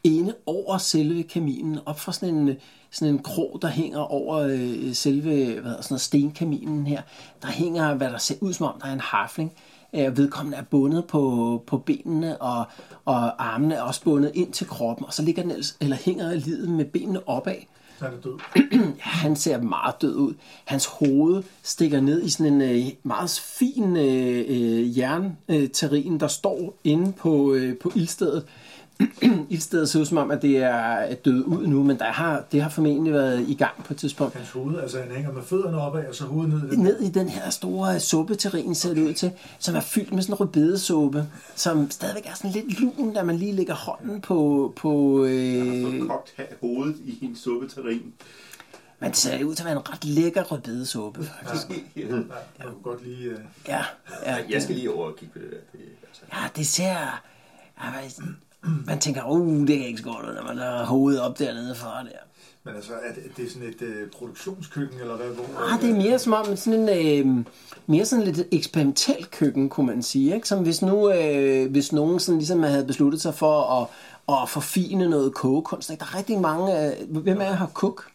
Speaker 6: inde over selve kaminen, op fra sådan en, sådan en krog, der hænger over øh, selve hvad hedder, sådan noget, stenkaminen her. Der hænger, hvad der ser ud som om, der er en harfling. Øh, vedkommende er bundet på, på benene, og, og armene er også bundet ind til kroppen, og så ligger den ellers, eller hænger livet med benene opad.
Speaker 10: Så er det død.
Speaker 6: han ser meget død ud. Hans hoved stikker ned i sådan en øh, meget fin øh, øh, jernterrin, der står inde på, øh, på ildstedet. ildstedet ser ud som om, at det er død ud nu, men der har, det har formentlig været i gang på et tidspunkt.
Speaker 10: Hans hoved, altså han hænger med fødderne opad, og så hovedet ned. i den-
Speaker 6: Ned i den her store øh, suppeterrin ser det ud til, som er fyldt med sådan en rødbedesuppe, som stadigvæk er sådan lidt lun, da man lige lægger hånden på... på øh,
Speaker 2: kogt ha- hovedet i en suppeterrin.
Speaker 6: man ser ud til at være en ret lækker rødbedesuppe, faktisk.
Speaker 10: Ja, jeg kunne godt lige... øh,
Speaker 6: Ja, ja,
Speaker 7: Jeg skal lige over og kigge på det der. Det, altså,
Speaker 6: Ja, Ah, det ser... Ja, man, man tænker, uh, det er ikke så godt, ud, når man har hovedet op dernede fra der.
Speaker 10: Men altså, er det, det er sådan et øh, produktionskøkken, eller hvad? Hvor,
Speaker 6: Ah, det er mere som om sådan en, øh, mere sådan lidt et eksperimentelt køkken, kunne man sige. Ikke? Som hvis nu, øh, hvis nogen sådan ligesom havde besluttet sig for at, at forfine noget kogekunst. Ikke? Der er rigtig mange... Øh, hvem af jer har kok?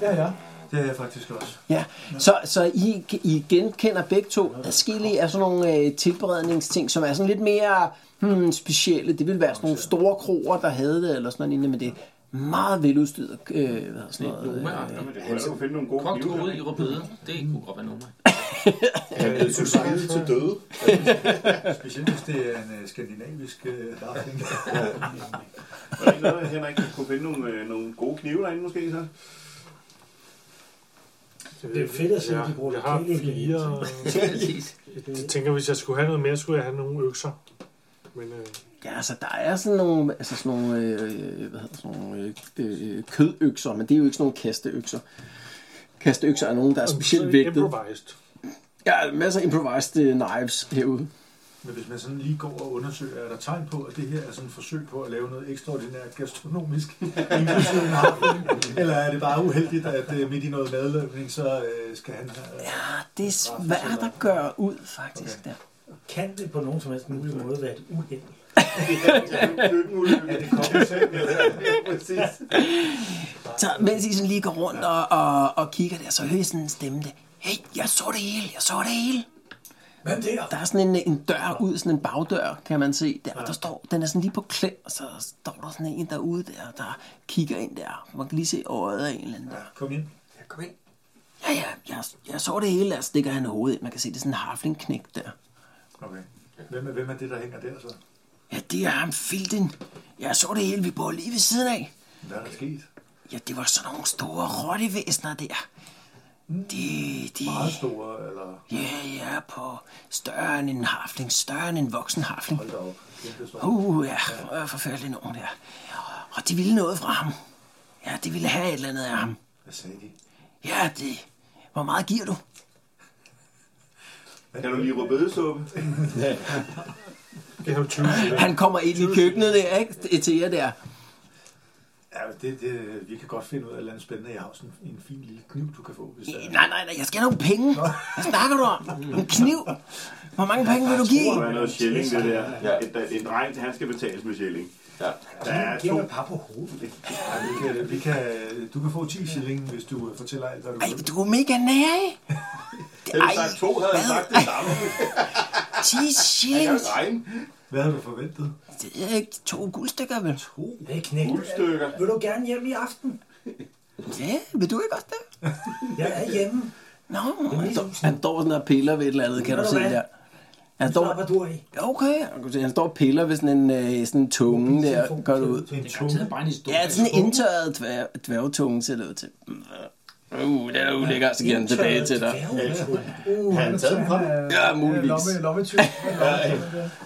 Speaker 4: Det er jeg.
Speaker 10: Det er jeg faktisk også.
Speaker 6: Ja, så, så I, I genkender begge to adskillige af sådan nogle øh, tilberedningsting, som er sådan lidt mere hmm, specielle. Det ville være sådan nogle store kroer, der havde det, eller sådan noget lignende, men det er meget veludstyret. Øh, hvad hedder sådan noget, øh,
Speaker 3: Noma,
Speaker 2: Jamen, det kunne jeg jo finde nogle gode
Speaker 3: kogt
Speaker 2: knive.
Speaker 3: hoved i rødbede. Det kunne godt være Noma.
Speaker 7: han er blevet suicidet til døde.
Speaker 10: Specielt hvis det er en øh, skandinavisk øh, rafting.
Speaker 2: Var der ikke noget, Henrik, du kunne finde nogle, øh, nogle gode knive derinde måske så?
Speaker 5: Det er fedt at se, at de bruger
Speaker 9: Jeg har
Speaker 5: lokale ingredienser.
Speaker 9: fire...
Speaker 3: Præcis.
Speaker 9: Jeg tænker, hvis jeg skulle have noget mere, skulle jeg have nogle økser. Men øh,
Speaker 6: Ja, altså der er sådan nogle, altså sådan nogle, øh, hvad hedder sådan nogle øh, øh, kødøkser, men det er jo ikke sådan nogle kasteøkser. Kasteøkser er nogen, der er
Speaker 9: så
Speaker 6: specielt vægtet.
Speaker 9: improvised.
Speaker 6: Ja, masser af improvised øh, knives herude.
Speaker 10: Men hvis man sådan lige går og undersøger, er der tegn på, at det her er sådan et forsøg på at lave noget ekstraordinært gastronomisk inklusive en rafting? Eller er det bare uheldigt, at øh, midt i noget madlavning, så øh, skal han... Øh,
Speaker 6: Ja, det er svært at gøre ud, faktisk. Okay. Der.
Speaker 5: Kan det på nogen som helst mulig måde være et uheld?
Speaker 2: Køkkenulykke. Ja, det kommer selv. Præcis.
Speaker 6: Så mens I sådan lige går rundt og, og, og kigger der, så hører I sådan en stemme der. Hey, jeg så det hele, jeg så det hele.
Speaker 5: Hvem det er?
Speaker 6: Der er sådan en, en dør ud, sådan en bagdør, kan man se. Der, og der står, den er sådan lige på klem, og så står der sådan en derude der, der kigger ind der. Man kan lige se øjet af en eller anden der.
Speaker 10: kom ind.
Speaker 6: Ja, ja, jeg, jeg så det hele, og stikker han hovedet ind. Man kan se, det er sådan en harflingknæk der.
Speaker 10: Okay. Hvem er, hvem er det, der hænger der så?
Speaker 6: Ja, det er ham, Filden. Jeg så det hele, vi bor lige ved siden af.
Speaker 10: Hvad er der sket?
Speaker 6: Ja, det var sådan nogle store rottevæsener der. De, de,
Speaker 10: Meget store, eller...
Speaker 6: Ja, yeah, ja, yeah, på større end en harfling, større end en voksen harfling.
Speaker 10: Hold da op. Kæmpestor.
Speaker 6: Uh, ja, ja. forfærdelig nogen der. Og de ville noget fra ham. Ja, de ville have et eller andet af ham.
Speaker 10: Hvad sagde de?
Speaker 6: Ja, det... Hvor meget giver du?
Speaker 2: Kan du lige rødbedesuppe?
Speaker 10: Ja. Det har jo 20
Speaker 6: Han kommer ind i køkkenet der, ikke? Til jer der.
Speaker 10: Ja, men det, det, vi kan godt finde ud af et eller andet spændende. Jeg har også en, en fin lille kniv, du kan få, hvis
Speaker 6: Øh, Nej, nej, nej, jeg skal have nogle penge. Hvad snakker du om? En kniv? Hvor mange penge vil du
Speaker 2: Det
Speaker 6: give?
Speaker 2: er noget shilling, det der. Ja. En, en dreng, han skal betales med shilling.
Speaker 7: Ja.
Speaker 2: Der er to.
Speaker 8: Giver par på hovedet.
Speaker 10: Ja, vi kan, vi kan, du kan få 10 shilling, hvis du øh, fortæller alt, hvad du
Speaker 6: Ej,
Speaker 10: vil.
Speaker 6: du er mega nær, ikke?
Speaker 2: Havde du sagt to, havde han sagt det samme.
Speaker 6: 10
Speaker 2: Jeg
Speaker 6: shillings.
Speaker 2: kan regne
Speaker 10: Hvad havde du forventet?
Speaker 6: Det er ikke to guldstykker, vel?
Speaker 5: Hey, knægt,
Speaker 2: guldstykker.
Speaker 5: vil du gerne hjem i aften?
Speaker 6: Ja, vil du ikke også det?
Speaker 5: Jeg er hjemme.
Speaker 6: Nå, han står- han står sådan og piller ved et eller andet, kan du se der. Han
Speaker 5: Hvor
Speaker 6: står,
Speaker 5: var du af?
Speaker 6: okay, han kan se, han står og piller ved sådan en, øh, sådan en tunge der, går det ud.
Speaker 10: En
Speaker 3: Det er
Speaker 10: tog.
Speaker 3: garanteret bare en historie.
Speaker 6: Ja, sådan en indtørret dvær- dværgtunge ser det ud til. Uh, det er da ulækker, så giver han tilbage til dig.
Speaker 8: Uh,
Speaker 7: Har han taget den fra mig?
Speaker 6: Ja, muligvis.
Speaker 8: Lomme, øh, lommetyv.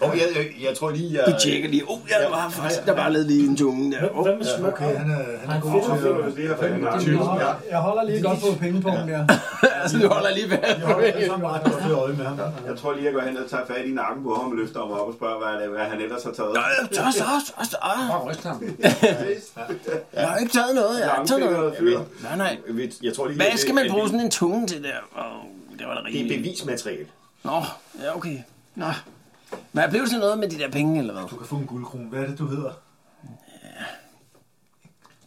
Speaker 7: Oh, jeg, jeg, jeg tror lige, jeg...
Speaker 6: Du tjekker lige, oh, jeg var faktisk, der var lidt lige en tunge der. Oh.
Speaker 5: Hvad med smør?
Speaker 10: Okay, han er, han er god
Speaker 2: To
Speaker 10: til
Speaker 2: finder, hvis det her er fandme
Speaker 10: at...
Speaker 2: langt.
Speaker 10: 20.
Speaker 7: Ja.
Speaker 8: Jeg holder lige godt på pengepunkten der.
Speaker 6: Altså, du holder lige
Speaker 10: Jeg
Speaker 6: fast på
Speaker 10: har alle
Speaker 6: det.
Speaker 10: sammen ret godt øje med ham.
Speaker 2: Jeg tror lige, jeg går hen og tager fat i nakken på ham og løfter ham op og spørger, hvad, er det, hvad han ellers har taget.
Speaker 6: Så, så, så, så.
Speaker 3: Bare ryst ham.
Speaker 6: Jeg har ikke taget noget, jeg har ikke taget noget.
Speaker 2: Langfingret fyr.
Speaker 6: Nej, nej.
Speaker 7: Jeg- Jeg tror lige,
Speaker 6: Hvad
Speaker 7: at
Speaker 6: skal man
Speaker 7: at
Speaker 6: bruge sådan en tunge til der? Oh, det var da
Speaker 7: Det er
Speaker 6: rigeligt.
Speaker 7: bevismateriale.
Speaker 6: Nå, ja, okay. Nå. Men jeg blev til noget med de der penge, eller hvad?
Speaker 10: Du kan få en guldkrone. Hvad er det, du hedder?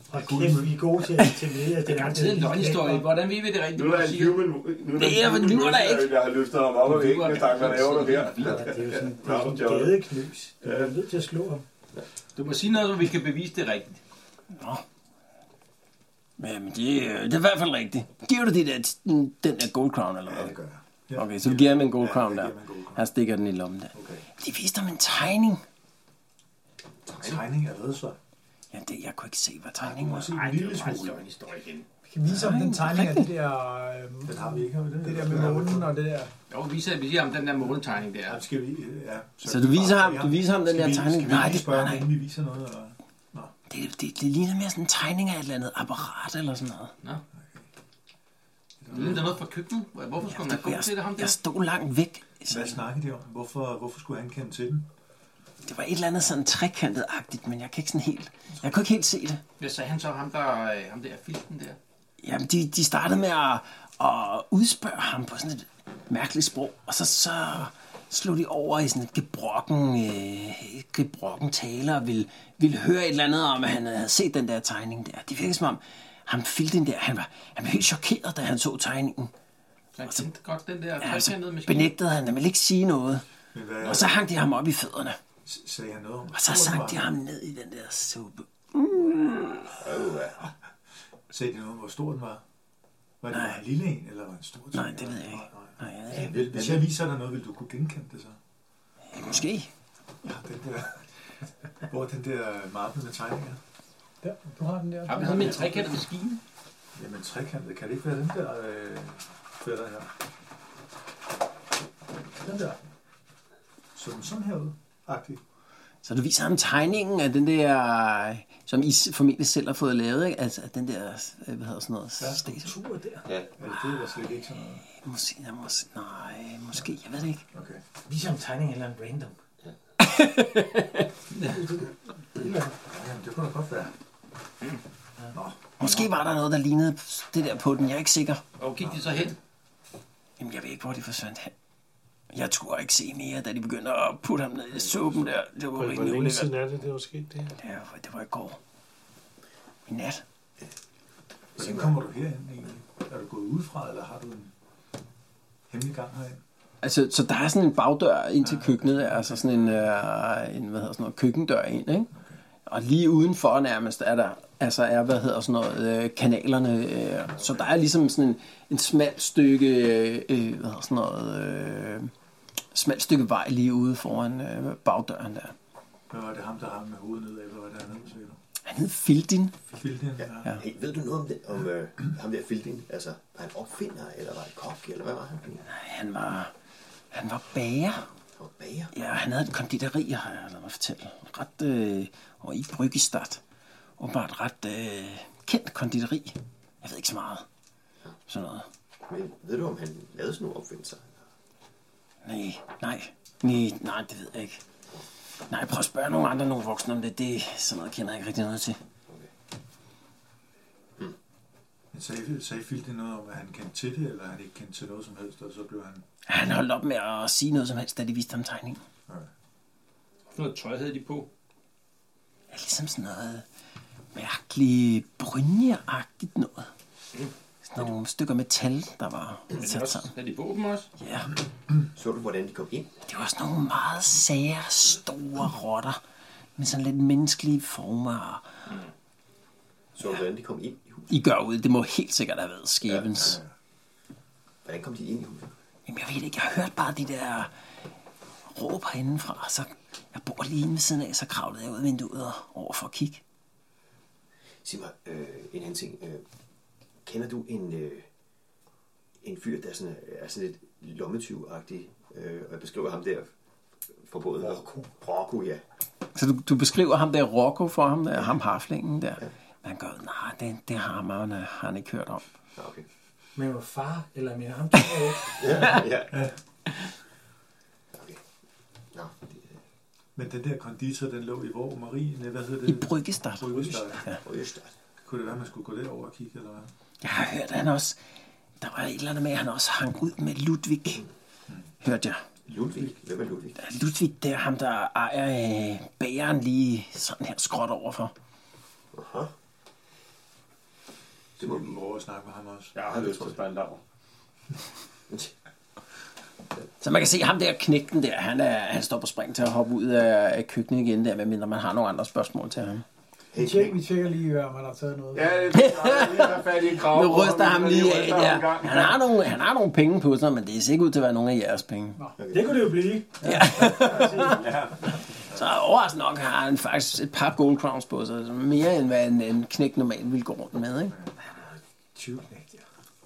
Speaker 5: Hold kæft, vi er gode til at intimidere. Det
Speaker 3: Det er garanteret en løgnhistorie. Hvordan ved vi det rigtigt?
Speaker 2: Nu er der en human... Nu er der
Speaker 6: Det er-
Speaker 2: en human
Speaker 6: det lyver der
Speaker 2: voice,
Speaker 6: ikke.
Speaker 2: Jeg har løftet ham op og væk. Jeg tak, hvad laver du der?
Speaker 5: Det er jo sådan det
Speaker 2: Nå,
Speaker 5: er sådan en
Speaker 2: John.
Speaker 5: gadeknus. Du er nødt til at slå ham.
Speaker 3: Du må sige noget, så vi kan bevise det rigtigt.
Speaker 6: Jamen, det, er- øh, det er i hvert fald rigtigt. Giver du det der, t- den der gold crown, eller hvad?
Speaker 10: Det gør jeg. Ja.
Speaker 6: Okay, så du giver ham en gold crown
Speaker 10: jeg
Speaker 6: der.
Speaker 10: giver ham en gold crown.
Speaker 6: Han stikker den i lommen der.
Speaker 10: Okay.
Speaker 6: De viste ham en tegning.
Speaker 10: Tegning af hvad så?
Speaker 6: Ja, det, jeg kunne ikke se, hvad
Speaker 10: Du
Speaker 6: tegningen
Speaker 10: må
Speaker 6: var.
Speaker 10: se en lille smule.
Speaker 3: løgnhistorie igen.
Speaker 8: Kan vi vise om den tegning af det der... øhm,
Speaker 10: Den har vi ikke, har vi det?
Speaker 8: Det der med månen og det der.
Speaker 3: Jo, vi ser, vi siger om den der måletegning der.
Speaker 10: Ja, skal vi... Ja.
Speaker 6: Så du viser ham- du viser ham den der tegning?
Speaker 10: Nej,
Speaker 6: Nej,
Speaker 10: det
Speaker 6: det-
Speaker 10: spørger,
Speaker 6: nej, nej.
Speaker 10: inden vi viser noget. Eller?
Speaker 6: Det, det, det ligner mere sådan en tegning af et eller andet apparat eller sådan noget.
Speaker 3: Nå. Det er noget fra køkkenet. Hvorfor skulle man
Speaker 6: Jeg,
Speaker 3: gå til det, ham
Speaker 6: jeg,
Speaker 3: der?
Speaker 6: jeg stod langt væk.
Speaker 10: Hvad snakkede de om? Hvorfor, hvorfor skulle han kende til den?
Speaker 6: Det var et eller andet sådan trekantet-agtigt, men jeg kan ikke sådan helt... Jeg kunne ikke helt se det.
Speaker 3: Hvad sagde han så? Ham der, øh, ham der filten der.
Speaker 6: Jamen, de, de startede med at, at udspørge ham på sådan et mærkeligt sprog, og så, så slog de over i sådan et gebrokken, øh, et gebrokken taler og ville, ville høre et eller andet om, at han havde set den der tegning der. Det virkede som om, ham filten der, han var, han var helt chokeret, da han så tegningen.
Speaker 3: Så han kendte godt den der
Speaker 6: Ja,
Speaker 3: trekantede
Speaker 6: så
Speaker 3: maskine.
Speaker 6: benægtede han, han ville ikke sige noget.
Speaker 10: Men hvad,
Speaker 6: Og så hang de ham op i fødderne,
Speaker 10: s- sagde han noget om?
Speaker 6: og så sank de ham ned i den der suppe.
Speaker 10: Sagde de noget om, hvor stor den var? Var det bare en lille en, eller var det en stor ting?
Speaker 6: Nej, det ved jeg ikke. Nej, jeg ved ikke.
Speaker 10: Hvis jeg viser dig noget, vil du kunne genkende det så?
Speaker 6: Ja, Måske.
Speaker 10: Ja, den der... Hvor er den der mappe med tegninger?
Speaker 8: Der, du har den der.
Speaker 3: Har vi sådan en trekantet maskine?
Speaker 10: Jamen trekantet, kan det ikke være den der øh, fætter her? Den der. Så den sådan her ud, agtig.
Speaker 6: Så du viser ham tegningen af den der, som I formentlig selv har fået lavet, ikke? Altså af den der, øh, hvad hedder sådan noget, statue?
Speaker 5: Tur der.
Speaker 10: Ja, det var slet ikke sådan noget.
Speaker 6: Måske, jeg måske, nej, måske, jeg ved det ikke.
Speaker 10: Okay.
Speaker 5: Vis ham tegning eller en random.
Speaker 10: Jamen, det kunne da godt være.
Speaker 6: Måske var der noget, der lignede det der på den, jeg er ikke sikker.
Speaker 3: Og gik de så hen?
Speaker 6: Jamen, jeg ved ikke, hvor de forsvandt hen. Jeg tror ikke se mere, da de begyndte at putte ham ned i suppen der. Det var
Speaker 9: Hvor
Speaker 6: rimelig
Speaker 9: længe
Speaker 6: ulækkert.
Speaker 9: siden er det, det var sket det her?
Speaker 6: Ja, det var i går. I nat.
Speaker 10: Hvordan kommer du herhen egentlig? Er du gået udefra, eller har du en hemmelig gang herind?
Speaker 6: Altså, så der er sådan en bagdør ind til køkkenet, der, altså sådan en, øh, en hvad hedder sådan noget, køkkendør ind, ikke? Og lige udenfor nærmest er der, altså er, hvad hedder sådan noget, øh, kanalerne. Øh, så der er ligesom sådan en, en smal stykke, øh, øh, hvad hedder sådan noget, øh, smalt stykke vej lige ude foran øh, bagdøren der.
Speaker 10: Hvad var det ham, der har med hovedet nedad, eller hvad der er nede, siger du?
Speaker 6: Han hed Fildin.
Speaker 7: Fildin, ja. ja. Hey, ved du noget om, det, om øh, ham der Fildin? Altså, var han opfinder, eller var han kok, eller hvad var han? Nej,
Speaker 6: han var, han var bager.
Speaker 7: Han var bager?
Speaker 6: Ja, han havde et konditori, har jeg lavet mig fortælle. Ret, øh, og i Bryggestad. Åbenbart ret øh, kendt konditori. Jeg ved ikke så meget. Sådan noget.
Speaker 7: Men ved du, om han lavede sådan nogle opfindelser?
Speaker 6: Nej, nej. Nej, nej, det ved jeg ikke. Nej, prøv at spørge nogle andre, nogle voksne om det. Det sådan noget kender jeg ikke rigtig noget til.
Speaker 10: Men sagde, sagde Filten noget om, at han kendte til det, eller han ikke kendte til noget som helst, og så blev han...
Speaker 6: Han holdt op med at sige noget som helst, da de viste ham tegningen.
Speaker 3: Hvad noget tøj havde de på?
Speaker 6: Ja, ligesom sådan noget mærkeligt brynjeagtigt noget. Sådan nogle stykker metal, der var
Speaker 3: Men det Mm. er
Speaker 6: sat
Speaker 3: også,
Speaker 6: sammen.
Speaker 3: havde de våben også?
Speaker 6: Ja.
Speaker 7: Så du, hvordan de kom ind?
Speaker 6: Det var sådan nogle meget sære, store rotter med sådan lidt menneskelige former.
Speaker 7: Så du, hvordan de kom ind i huset?
Speaker 6: I gør ud, det må helt sikkert have været skæbens. Ja, ja,
Speaker 7: Hvordan kom de ind i huset?
Speaker 6: Jamen, jeg ved ikke, jeg har hørt bare de der råb herindefra, så jeg bor lige inde ved siden af, så kravlede jeg ud af vinduet og over for at kigge.
Speaker 7: Sig mig øh, en anden ting. Øh, kender du en, øh, en fyr, der sådan, øh, er- er sådan lidt lommetyv-agtig? Øh, og jeg beskriver ham der fra både Rocco. Rocco, ja.
Speaker 6: Så du, du beskriver ham der Rocco for ham, der, ham harflingen der. Man går, nej, det, det har ham, han, øh, har han ikke hørt om.
Speaker 7: Okay.
Speaker 5: Men var far, eller mere ham, der
Speaker 7: Ja, ja.
Speaker 10: Men den der konditor, den lå i hvor? Marie, nej, hvad hedder det? I
Speaker 6: Bryggestad.
Speaker 10: Bryggestad.
Speaker 6: Ja.
Speaker 7: Bryggestad.
Speaker 10: Kunne det være, man skulle gå derover og kigge, eller hvad?
Speaker 6: Jeg har hørt, at han også, der var et eller andet med, at han også hang ud med Ludvig. Hørte jeg.
Speaker 7: Ludvig? Hvem er Ludvig?
Speaker 6: Ludvig, det er ham, der ejer øh, bageren lige sådan her skråt overfor.
Speaker 7: Aha.
Speaker 10: Det må vi over og snakke med ham også.
Speaker 11: Jeg har lyst til at spørge en lav.
Speaker 6: Så man kan se ham der knægten der, han, er, han står på spring til at hoppe ud af, af køkkenet igen der, medmindre man har nogle andre spørgsmål til ham.
Speaker 4: Vi tjekker, vi tjekker lige, om han har taget noget.
Speaker 2: Ja, det er lige at fat i en krav.
Speaker 6: Nu ryster ham lige af der. Han har, nogle, han har nogle penge på sig, men det er sikkert ud til at være nogle af jeres penge.
Speaker 5: Det kunne det jo blive.
Speaker 6: Så overraskende nok har han faktisk et par gold crowns på sig, altså mere end hvad en, en knæk normalt ville gå rundt med, ikke?
Speaker 3: 20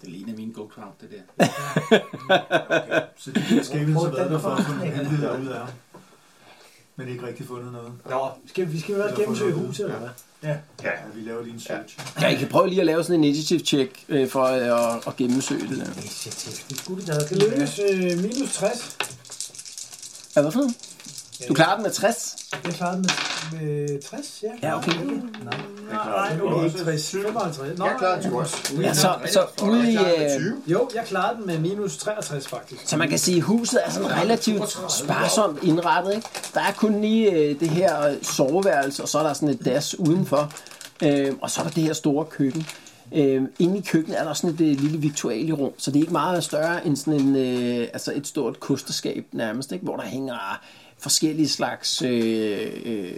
Speaker 3: Det ligner min go crowd, det der.
Speaker 10: Okay. Så de der skæbelser,
Speaker 3: Prøv
Speaker 10: hvad
Speaker 3: den
Speaker 10: der for at få
Speaker 3: forretning.
Speaker 10: nogle hemmeligheder ud af ham. Men ikke rigtig fundet noget.
Speaker 5: Nå, skal, vi skal vel også gennemsøge huset, eller hvad?
Speaker 10: Ja. ja, vi laver lige en search.
Speaker 6: Ja, I kan prøve lige at lave sådan en initiative check øh, for øh, at, at gennemsøge det der.
Speaker 5: Det skulle det da. Det
Speaker 4: lykkes øh, minus 60.
Speaker 6: Ja, hvad for noget? Du klarer den med 60?
Speaker 4: Jeg klarede med, med 60, ja.
Speaker 6: Ja, okay.
Speaker 4: Nej,
Speaker 5: Nej,
Speaker 4: okay.
Speaker 5: okay, 60, 55. Nå,
Speaker 4: Jeg klarede den
Speaker 5: også.
Speaker 6: Ja, så, så ude i... Øh,
Speaker 5: Jo, jeg klarede den med minus 63, faktisk.
Speaker 6: Så man kan sige, at huset er sådan relativt sparsomt indrettet. Ikke? Der er kun lige øh, det her øh, soveværelse, og så er der sådan et das udenfor. Øh, og så er der det her store køkken. Øh, inde i køkkenet er der sådan et øh, lille viktualierum, så det er ikke meget større end sådan en, øh, altså et stort kosteskab nærmest, ikke? hvor der hænger forskellige slags øh, øh,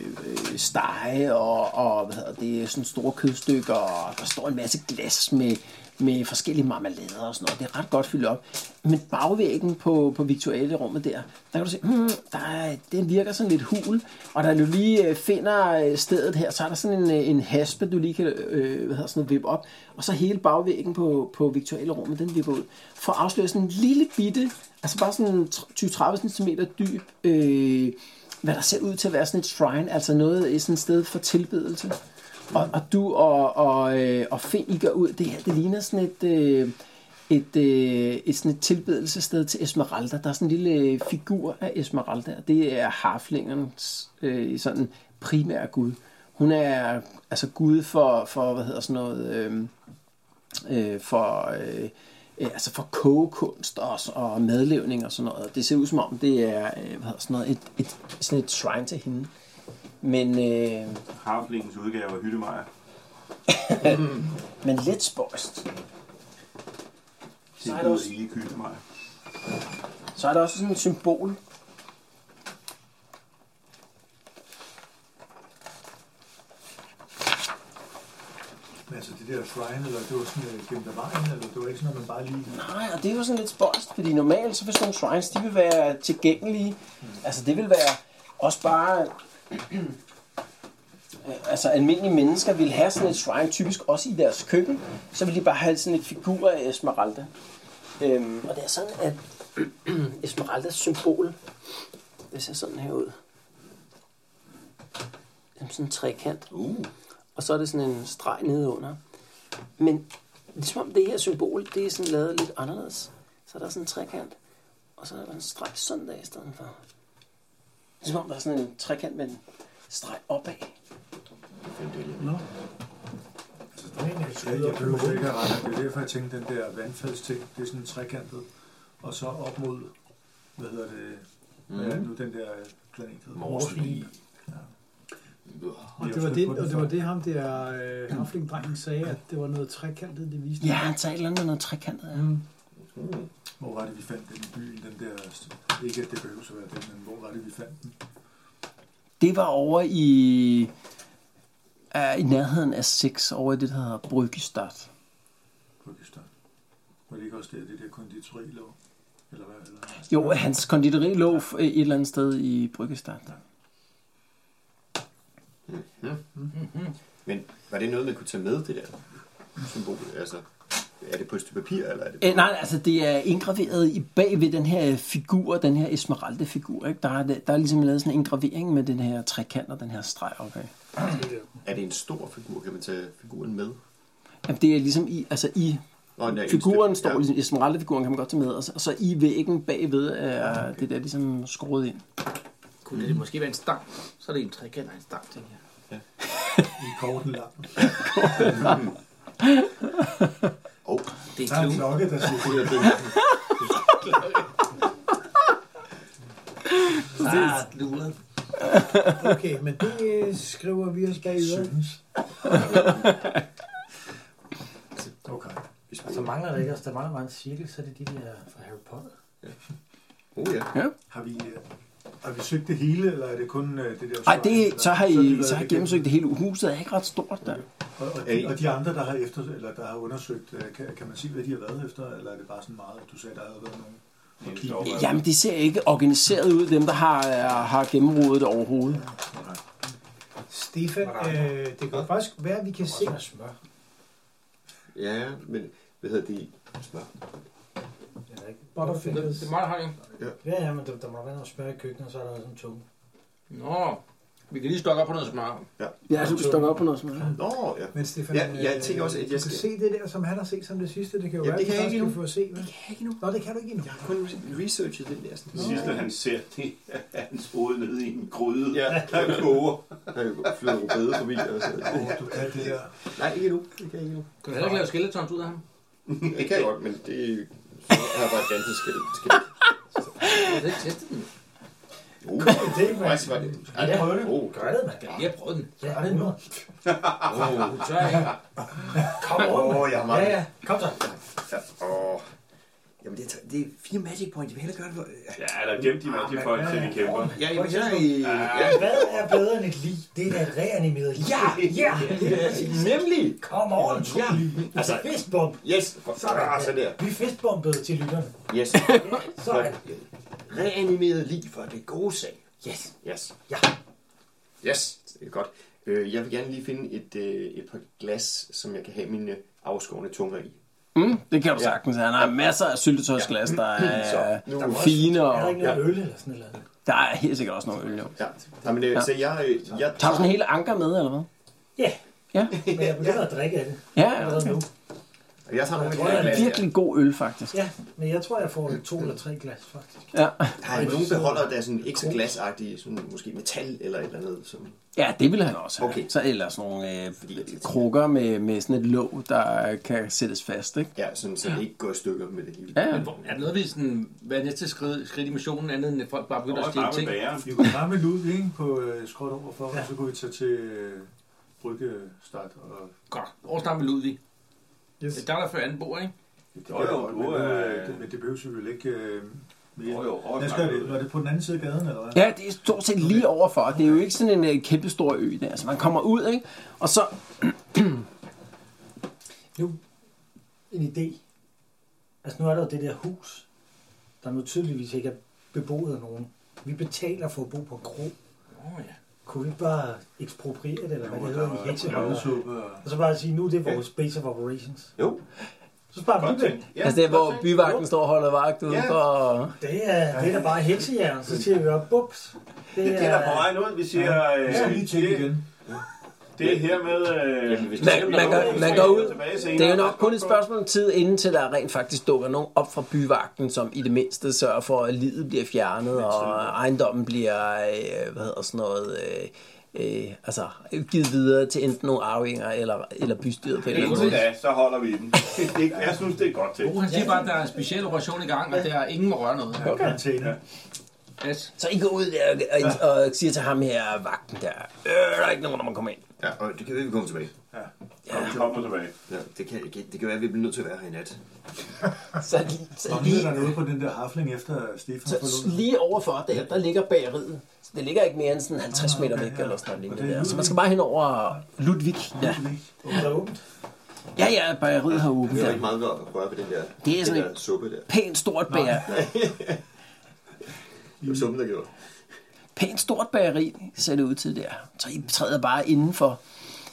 Speaker 6: øh, stege og, og hvad hedder det, sådan store kødstykker, og der står en masse glas med, med forskellige marmelader og sådan noget. Det er ret godt fyldt op. Men bagvæggen på, på virtuelle rummet der, der kan du se, hmm, der er, den virker sådan lidt hul. Og da du lige øh, finder øh, stedet her, så er der sådan en, øh, en haspe, du lige kan øh, hvad hedder sådan noget, vippe op. Og så hele bagvæggen på, på virtuelle rummet, den vipper ud. For at afsløre sådan en lille bitte, altså bare sådan 20-30 cm dyb, øh, hvad der ser ud til at være sådan et shrine, altså noget i sådan et sted for tilbedelse. Og, og du og, og, øh, og Finn, I går ud, det her, det ligner sådan et, øh, et, øh, et, sådan et tilbedelsessted til Esmeralda. Der er sådan en lille øh, figur af Esmeralda, og det er harflingernes øh, sådan primære gud. Hun er altså gud for, for hvad hedder sådan noget, øh, øh, for, øh, øh, altså for kogekunst og, og madlavning og sådan noget. Det ser ud som om, det er øh, hvad hedder sådan noget, et, et, sådan et shrine til hende. Men øh,
Speaker 2: Harflingens udgave af Hyttemeier.
Speaker 6: Men lidt spøjst.
Speaker 2: Det er blevet lige Hyttemeier.
Speaker 6: Så er der også sådan et symbol.
Speaker 10: Men altså det der shrine, eller det var sådan øh, gemt af vejen, eller det var ikke sådan, at man bare lige...
Speaker 6: Nej, og det er jo sådan lidt spøjst, fordi normalt så vil sådan nogle shrines, de vil være tilgængelige. Altså det vil være også bare... altså almindelige mennesker ville have sådan et shrine, typisk også i deres køkken, så ville de bare have sådan et figur af Esmeralda. Øhm, og det er sådan, at Esmeraldas symbol, det ser sådan her ud. Jamen, sådan en trekant.
Speaker 7: Uh.
Speaker 6: Og så er det sådan en streg nedenunder. Men ligesom om det her symbol, det er sådan lavet lidt anderledes. Så er der sådan en trekant, og så er der en streg sådan der i stedet for. Ligesom om der er sådan en trekant med en streg opad.
Speaker 10: Nå.
Speaker 5: øh,
Speaker 10: Ja, jeg behøver ikke at regne. Det er derfor, jeg tænkte, den der vandfaldsting, det er sådan trekantet. Og så op mod, hvad hedder det, hvad er
Speaker 5: Mm.
Speaker 10: det nu den der øh, planet hedder?
Speaker 7: Morsli.
Speaker 10: Ja.
Speaker 8: Og det var det, og det, var det ham der øh, haflingdrengen sagde, at det var noget trekantet, det viste.
Speaker 6: Ja, han tager et eller andet med noget trekantet. Ja. Mm.
Speaker 10: Hvor var det, vi fandt den i byen, den der... Ikke, at det behøver at være den, men hvor var det, vi fandt den?
Speaker 6: Det var over i, uh, i nærheden af 6, over i det, der hedder Bryggestad.
Speaker 10: Bryggestad. Var det ikke også der, det der konditori lå? Eller hvad? Eller?
Speaker 6: Jo, hans konditori lå f- øh, et eller andet sted i Bryggestad.
Speaker 7: Mm-hmm. Men var det noget, man kunne tage med, det der symbol? Altså, er det på et stykke papir, eller er det...
Speaker 6: Æ, nej, altså det er indgraveret i bag ved den her figur, den her Esmeralda-figur. Ikke? Der, er, der er ligesom lavet sådan en indgravering med den her trekant og den her streg. Okay?
Speaker 7: Er det en stor figur? Kan man tage figuren med?
Speaker 6: Jamen, det er ligesom i, altså i
Speaker 7: Nå, den er
Speaker 6: figuren
Speaker 7: indstillet.
Speaker 6: står ligesom, Esmeralda-figuren kan man godt tage med, og så, og så i væggen bagved er det der ligesom skruet ind.
Speaker 3: Kunne det måske være en stang? Så er det en trekant og en stang, tænker jeg.
Speaker 10: I korten lang.
Speaker 7: Oh.
Speaker 3: Det er
Speaker 10: Der er en
Speaker 3: klogt.
Speaker 10: klokke, der siger det.
Speaker 3: Ah, luret.
Speaker 8: Okay, men det øh, skriver vi os bag øret.
Speaker 10: Synes. Okay.
Speaker 5: Og så mangler der ikke også, der mangler bare en cirkel, så er det de der fra Harry Potter.
Speaker 7: Oh, ja.
Speaker 10: Har vi, øh, har vi søgt det hele, eller er det kun øh, det der...
Speaker 6: Nej, det, så har
Speaker 10: har vi
Speaker 6: I,
Speaker 10: været
Speaker 6: så har I
Speaker 10: igennem.
Speaker 6: gennemsøgt det hele. Huset er ikke ret stort der.
Speaker 10: Og, og, de, og de andre, der har, efter, eller der har undersøgt, øh, kan, kan man sige, hvad de har været efter, eller er det bare sådan meget, du sagde, der havde været nogen? Og kigge over?
Speaker 6: Jamen, de ser ikke organiseret ud, dem der har, er- har gennemrodet det overhovedet.
Speaker 8: Stefan, øh, det kan faktisk være, at vi kan se.
Speaker 5: smør.
Speaker 7: ja, men hvad hedder det? Smør.
Speaker 5: Eller ikke?
Speaker 3: Det,
Speaker 8: Butterfingers.
Speaker 3: det er meget højning.
Speaker 5: Ja, ja, men der, der må være noget smør i køkkenet, og så er der også en tunge.
Speaker 3: Nå, vi kan lige stokke op på noget smør.
Speaker 6: Ja, så du stokker op på noget smør.
Speaker 7: Nå, ja.
Speaker 8: Men Stefan,
Speaker 7: Ja, jeg
Speaker 8: øh,
Speaker 7: tænker også, at jeg
Speaker 8: du
Speaker 7: skal-
Speaker 8: kan se det der, som han har set som det sidste. Det kan jo
Speaker 7: Ja,
Speaker 8: være,
Speaker 7: det
Speaker 8: at vi
Speaker 7: kan jeg
Speaker 8: først
Speaker 7: ikke
Speaker 8: kan
Speaker 7: endnu.
Speaker 8: få at se. Hvad?
Speaker 7: kan jeg ikke nu.
Speaker 8: Nå, det kan du ikke endnu.
Speaker 7: Jeg har kun researchet den der. Sådan.
Speaker 2: Det sidste, han ser, det er hans hoved nede i en gryde,
Speaker 7: Ja.
Speaker 2: der koger.
Speaker 7: Der er jo flyttet rubede forbi. Og så.
Speaker 10: Du kan det der.
Speaker 7: Nej, ikke nu. Det kan jeg ikke nu.
Speaker 3: Kan du heller ikke lave skeletons ud af ham?
Speaker 7: Det kan jeg godt, men det så har jeg bare et ganske skilt. skilt.
Speaker 3: Du har ikke testet den.
Speaker 7: Oh,
Speaker 5: Det er ikke
Speaker 7: faktisk var det. Ej,
Speaker 5: Ja, prøv det.
Speaker 7: Oh,
Speaker 5: Gør det, man.
Speaker 3: Jeg har prøvet den.
Speaker 5: Ja, det er nu.
Speaker 7: oh,
Speaker 3: Så er jeg
Speaker 5: Kom rundt.
Speaker 7: Åh, jeg har meget-
Speaker 5: Ja, ja. Kom så.
Speaker 7: ja, åh. Jamen, det er, det er fire magic point. Jeg vil hellere gøre det for... Ja,
Speaker 2: Ja, der er gemt de magic folk, til de kæmper.
Speaker 7: jeg vil hellere i... Ja,
Speaker 5: Hvad er bedre end et lig? Det er da et reanimeret lig. Ja, ja.
Speaker 7: ja, nemlig!
Speaker 5: Kom on.
Speaker 7: Ja,
Speaker 5: Altså, fistbump.
Speaker 7: yes. Sådan, ah, så der.
Speaker 5: Vi fistbumpede til lytterne.
Speaker 7: Yes.
Speaker 5: Sådan.
Speaker 7: Reanimeret lige for det gode sag.
Speaker 5: Yes.
Speaker 7: Yes.
Speaker 5: Ja.
Speaker 7: Yes, det er godt. Øh, jeg vil gerne lige finde et, øh, et par glas, som jeg kan have mine afskårne tunger i.
Speaker 6: Mm, det kan du sagtens. Han har masser af syltetøjsglas, der er
Speaker 7: Så, nu-
Speaker 6: fine,
Speaker 5: Er der
Speaker 6: og
Speaker 5: ikke noget øl eller sådan noget?
Speaker 6: der er helt sikkert også noget øl, jo.
Speaker 7: Ja. Nej, men, øh,
Speaker 6: Ja.
Speaker 7: Så jeg... Øh, jeg
Speaker 6: Tager du sådan en hel anker med, eller hvad?
Speaker 5: Ja.
Speaker 6: Ja.
Speaker 5: Men jeg begynder at drikke af det.
Speaker 6: Ja,
Speaker 5: Allerede nu.
Speaker 7: jeg tager nogle af de
Speaker 5: tror,
Speaker 7: der
Speaker 5: jeg
Speaker 7: glas.
Speaker 5: er
Speaker 7: der.
Speaker 6: virkelig god øl, faktisk.
Speaker 5: Ja, men jeg tror, jeg får to eller tre glas, faktisk.
Speaker 6: Ja,
Speaker 7: Der er nogle beholder, der er sådan ikke så glasagtige, sådan måske metal eller et eller andet. Som...
Speaker 6: ja det ville han også have.
Speaker 7: Okay.
Speaker 6: Så eller sådan nogle øh, krukker med, med sådan et låg, der kan sættes fast, ikke?
Speaker 7: Ja, sådan, så det ikke går i stykker med det hele.
Speaker 6: Ja, ja.
Speaker 3: Er der noget, vi sådan, hvad er næste skridt, skridt i missionen, andet end at folk bare begynder
Speaker 2: Og
Speaker 3: at
Speaker 2: bare
Speaker 3: stjæle
Speaker 2: med
Speaker 3: ting?
Speaker 2: bæren.
Speaker 10: Vi kunne bare melde ud ikke, på øh, skråt overfor, ja. og så kunne vi tage til øh, Bryggestad. Og,
Speaker 3: Godt, overstammer med Ludvig.
Speaker 8: Yes.
Speaker 3: Det er der, der fører anden bord, ikke?
Speaker 10: det
Speaker 2: Jo, jo,
Speaker 10: men,
Speaker 2: du er-
Speaker 10: øh, det, men det behøver vi vel ikke... Øh, mere.
Speaker 2: Jo, jo, hårdt
Speaker 10: Hvad skal
Speaker 2: nok.
Speaker 10: det? Var det på den anden side af gaden, eller hvad?
Speaker 6: Ja, det er stort set lige overfor. Det er jo ikke sådan en øh, kæmpe stor ø der. Altså, man kommer ud, ikke? Og så...
Speaker 5: Nu, en idé. Altså, nu er der jo det der hus, der nu tydeligvis ikke er beboet af nogen. Vi betaler for at bo på en kro.
Speaker 3: Åh oh, ja.
Speaker 5: kunne vi ikke bare ekspropriere det, eller hvad
Speaker 10: der
Speaker 5: det hedder,
Speaker 10: var
Speaker 5: i heksehoveder?
Speaker 10: brændesuppe og-
Speaker 5: Og så bare sige, nu er det vores base of operations.
Speaker 7: Jo.
Speaker 5: Så sparer vi det.
Speaker 6: Ja, altså det er, hvor byvagten står og holder vagt ude
Speaker 5: Ja.
Speaker 6: for... Og...
Speaker 5: Det er, det er da bare heksejern, så siger vi op, bups.
Speaker 2: Det er der på vej ud. Vi siger...
Speaker 5: Ja.
Speaker 2: øh,
Speaker 5: Vi skal lige tjekke
Speaker 2: det-
Speaker 5: igen.
Speaker 2: Det er hermed... øh,
Speaker 6: Man, man, går, man går ud.
Speaker 2: Tilbage senere.
Speaker 6: Det er jo nok kun et spørgsmål om tid, inden til der rent faktisk dukker nogen op fra byvagten, som i det mindste sørger for, at livet bliver fjernet, og ejendommen bliver, øh, hvad hedder sådan noget, øh, øh, altså givet videre til enten nogle arvinger eller, eller bystyret på en
Speaker 2: Det
Speaker 6: eller
Speaker 2: er
Speaker 6: anden
Speaker 2: godt,
Speaker 6: måde.
Speaker 2: ja, så holder vi den. Det, jeg synes, det er et godt til.
Speaker 3: Bo, han siger bare, at der er en speciel operation i gang, og der er ingen må røre noget.
Speaker 6: Okay.
Speaker 3: Yes.
Speaker 6: Så I går ud der og, og siger til ham her, vagten der, øh, der er ikke nogen, der må komme ind.
Speaker 7: Ja, og det kan være, vi kommer tilbage.
Speaker 2: Ja.
Speaker 6: Ja.
Speaker 2: Vi kommer tilbage.
Speaker 7: Ja, det kan, det kan- det kan være, at vi bliver nødt til at være her i nat.
Speaker 6: Så,
Speaker 10: Så lige der noget på den der hafling
Speaker 2: Øh,
Speaker 10: efter Stefan
Speaker 6: Så
Speaker 10: forlod.
Speaker 6: lige overfor der, der ligger bageriet. Så det ligger ikke mere end sådan
Speaker 7: Ah,
Speaker 6: 50 meter væk eller sådan noget lignende der. Så man skal bare hen over Ludvig. Ja.
Speaker 5: Er åbent?
Speaker 6: Ja, ja, bageriet har åbent
Speaker 7: Vi har
Speaker 6: der.
Speaker 7: ikke meget ved at røre ved den der,
Speaker 6: Det er sådan
Speaker 7: den der
Speaker 6: et-
Speaker 7: suppe der.
Speaker 6: Pænt stort bager.
Speaker 7: Det var suppen, der gjorde.
Speaker 6: Pænt stort bageri ser det ud til der. Så I træder bare indenfor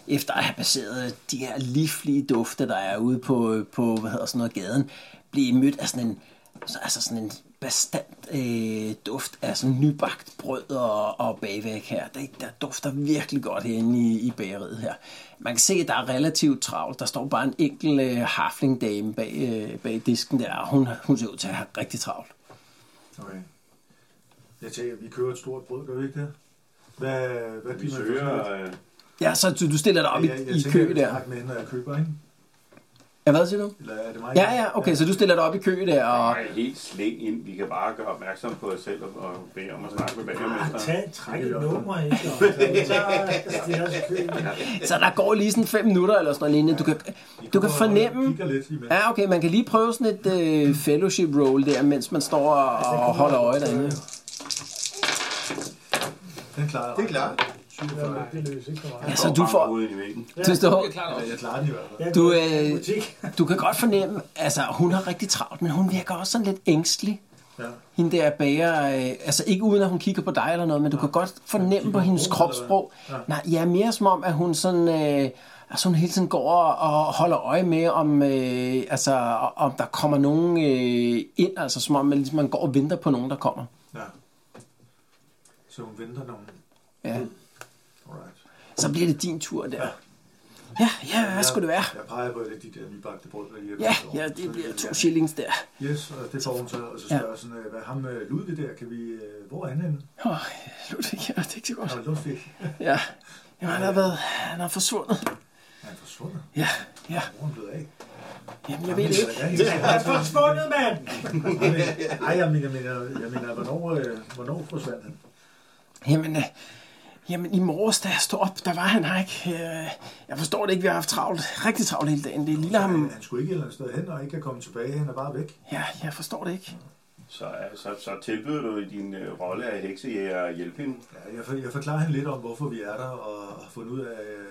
Speaker 6: efter at have passeret de her livlige dufte, der er ude på, på hvad hedder sådan noget, gaden, bliver I mødt af sådan en, altså sådan en bestandt øh, duft af sådan nybagt brød og, og bagværk her. Det, der dufter virkelig godt herinde i, i bageriet her. Man kan se, at der er relativt travlt. Der står bare en enkelt øh, haflingdame bag, øh, bag disken der, og hun, hun ser ud til at have rigtig travlt.
Speaker 10: Okay. Jeg tænker, vi kører et stort brød, gør vi ikke det? Hvad, hvad
Speaker 2: Vi søger... øh,
Speaker 6: Ja, så du, du stiller dig op
Speaker 10: jeg,
Speaker 6: i,
Speaker 10: jeg
Speaker 6: i
Speaker 10: tænker,
Speaker 6: kø
Speaker 10: jeg vil
Speaker 6: der.
Speaker 10: snakke med hende, når jeg køber, ikke?
Speaker 6: Ja, hvad siger du?
Speaker 10: Eller er det mig?
Speaker 6: Ja, ja, okay, så du stiller dig op i kø der, og
Speaker 2: Nej, helt slæng ind. Vi kan bare gøre opmærksom på os selv og, og bede om at snakke med bagermesteren.
Speaker 5: Tag, træk et nummer, ikke? Og så stiller os i køen.
Speaker 6: så der går lige sådan fem minutter eller sådan noget lignende. Du kan, du kan fornemme...
Speaker 10: Kigger lidt imens.
Speaker 6: Ja, okay, man kan lige prøve sådan et øh, fellowship roll der, mens man står og, og holder øje derinde.
Speaker 10: Den klarer jeg.
Speaker 7: Det er klart.
Speaker 4: Det løser ikke for mig.
Speaker 6: Ja, så du får...
Speaker 2: Hovedet i væggen.
Speaker 6: Du, står,
Speaker 10: Ja, Jeg klarer den i hvert
Speaker 6: du,
Speaker 10: fald.
Speaker 6: øh, du kan godt fornemme, altså hun har rigtig travlt, men hun virker også sådan lidt ængstelig.
Speaker 10: Ja.
Speaker 6: Hende der bager, øh, altså ikke uden at hun kigger på dig eller noget, men du kan godt fornemme på hendes kropssprog. Nej, ja, mere som om, at hun sådan... Øh, altså hun hele tiden går og, og holder øje med, om, øh, altså, om der kommer nogen øh, ind, altså som om man, ligesom, man går og venter på nogen, der kommer.
Speaker 10: ja. Så hun venter nogen.
Speaker 6: Ja.
Speaker 10: Alright.
Speaker 6: Så bliver det din tur der. Ja, ja, hvad skulle det være?
Speaker 10: Jeg peger på, at det er de der nybagte brød, der lige er
Speaker 6: Ja,
Speaker 10: kommet over.
Speaker 6: ja,
Speaker 10: Så
Speaker 6: det bliver to shillings der.
Speaker 10: Yes, og det får hun så, og så spørger jeg sådan, øh, hvad ham øh, Ludvig der, kan vi, øh, hvor er han henne?
Speaker 6: Åh, Ludvig, ja, det er ikke så godt.
Speaker 10: Han er Ludvig.
Speaker 6: Ja. Jamen, han har været, han er forsvundet.
Speaker 10: Er han forsvundet?
Speaker 6: Ja, ja.
Speaker 10: Hvor er han blevet af?
Speaker 6: Jamen, jeg ved det ikke.
Speaker 10: Det er
Speaker 5: Forsvundet, mand!
Speaker 10: Nej, jeg mener, jeg mener, jeg mener hvornår, øh, hvornår forsvandt han?
Speaker 6: Jamen, øh, jamen, i morges, da jeg stod op, der var han her ikke. Øh, jeg forstår det ikke, vi har haft travlt. Rigtig travlt hele dagen. Det er lille ham.
Speaker 10: Han, han skulle ikke et eller andet sted hen, og ikke er kommet tilbage. Han er bare væk.
Speaker 6: Ja, jeg forstår det ikke.
Speaker 2: Så, øh, så, så tilbyder du i din øh, rolle af heksejæger at hjælpe hende.
Speaker 10: Ja, jeg, for, jeg forklarer hende lidt om, hvorfor vi er der, og har fundet ud af,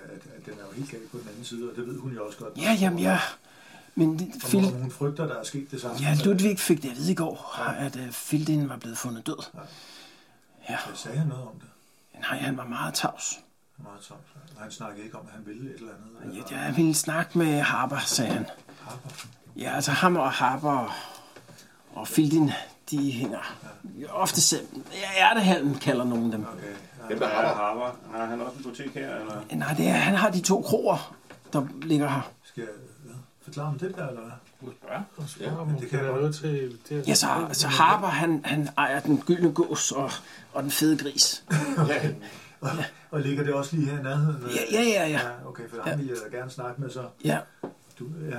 Speaker 10: at, at den er jo helt galt på den anden side, og det ved hun jo også godt.
Speaker 6: Ja, jamen, jeg... Men det-
Speaker 10: Og
Speaker 6: Phil,
Speaker 10: hun- hun frygter, der er sket det samme.
Speaker 6: ja, Ludvig fik det at vide i går, at uh, Fildin var blevet fundet død. Ja,
Speaker 10: Jeg sagde han noget om det.
Speaker 6: nej, han var meget tavs.
Speaker 10: Meget tomt. Han snakkede ikke om, at han ville et eller andet.
Speaker 6: Ja,
Speaker 10: eller-
Speaker 6: jeg ville snakke med Harper, sagde han. Ja, altså ham og Harper og, og Fildin, de hænger ofte selv. Ja, ærtehalm kalder nogen dem.
Speaker 10: Okay.
Speaker 2: Hvem der har Harvard? Har han også en butik her? Eller?
Speaker 6: Nej, det er, han har de to kroer, der ligger her.
Speaker 10: Skal jeg ja, forklare om det der, eller hvad?
Speaker 9: Jamen, det kan være noget til... Det er,
Speaker 6: Ja, så, så Harper, han, han ejer den gyldne gås og, og den fede gris.
Speaker 10: Og, og ligger det også lige her i nærheden?
Speaker 6: Ja, ja, ja, ja.
Speaker 10: ja okay, for ham vil jeg da gerne snakke med, så
Speaker 6: Ja,
Speaker 10: du, ja.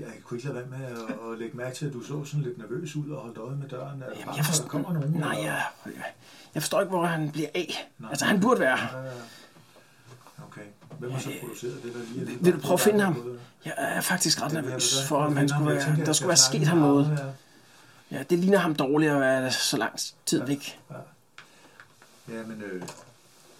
Speaker 10: Jeg kunne ikke lade være med at, at lægge mærke til, at du så sådan lidt nervøs ud og holdt øje med døren. Er du
Speaker 6: jamen,
Speaker 10: bange
Speaker 6: jeg
Speaker 10: for, at der
Speaker 6: forstår,
Speaker 10: kommer nogen?
Speaker 6: nej,
Speaker 10: eller?
Speaker 6: jeg, jeg forstår ikke, hvor han bliver af. Altså, han burde være her. Øh,
Speaker 10: Okay. Hvem har så produceret det der lige?
Speaker 6: Vil- Vil du prøve at finde ham? Jeg er faktisk ret nervøs for, om han skulle være, der skulle være sket ham noget. Ja, det ligner ham dårligt at være så lang tid væk.
Speaker 10: Ja, men øh,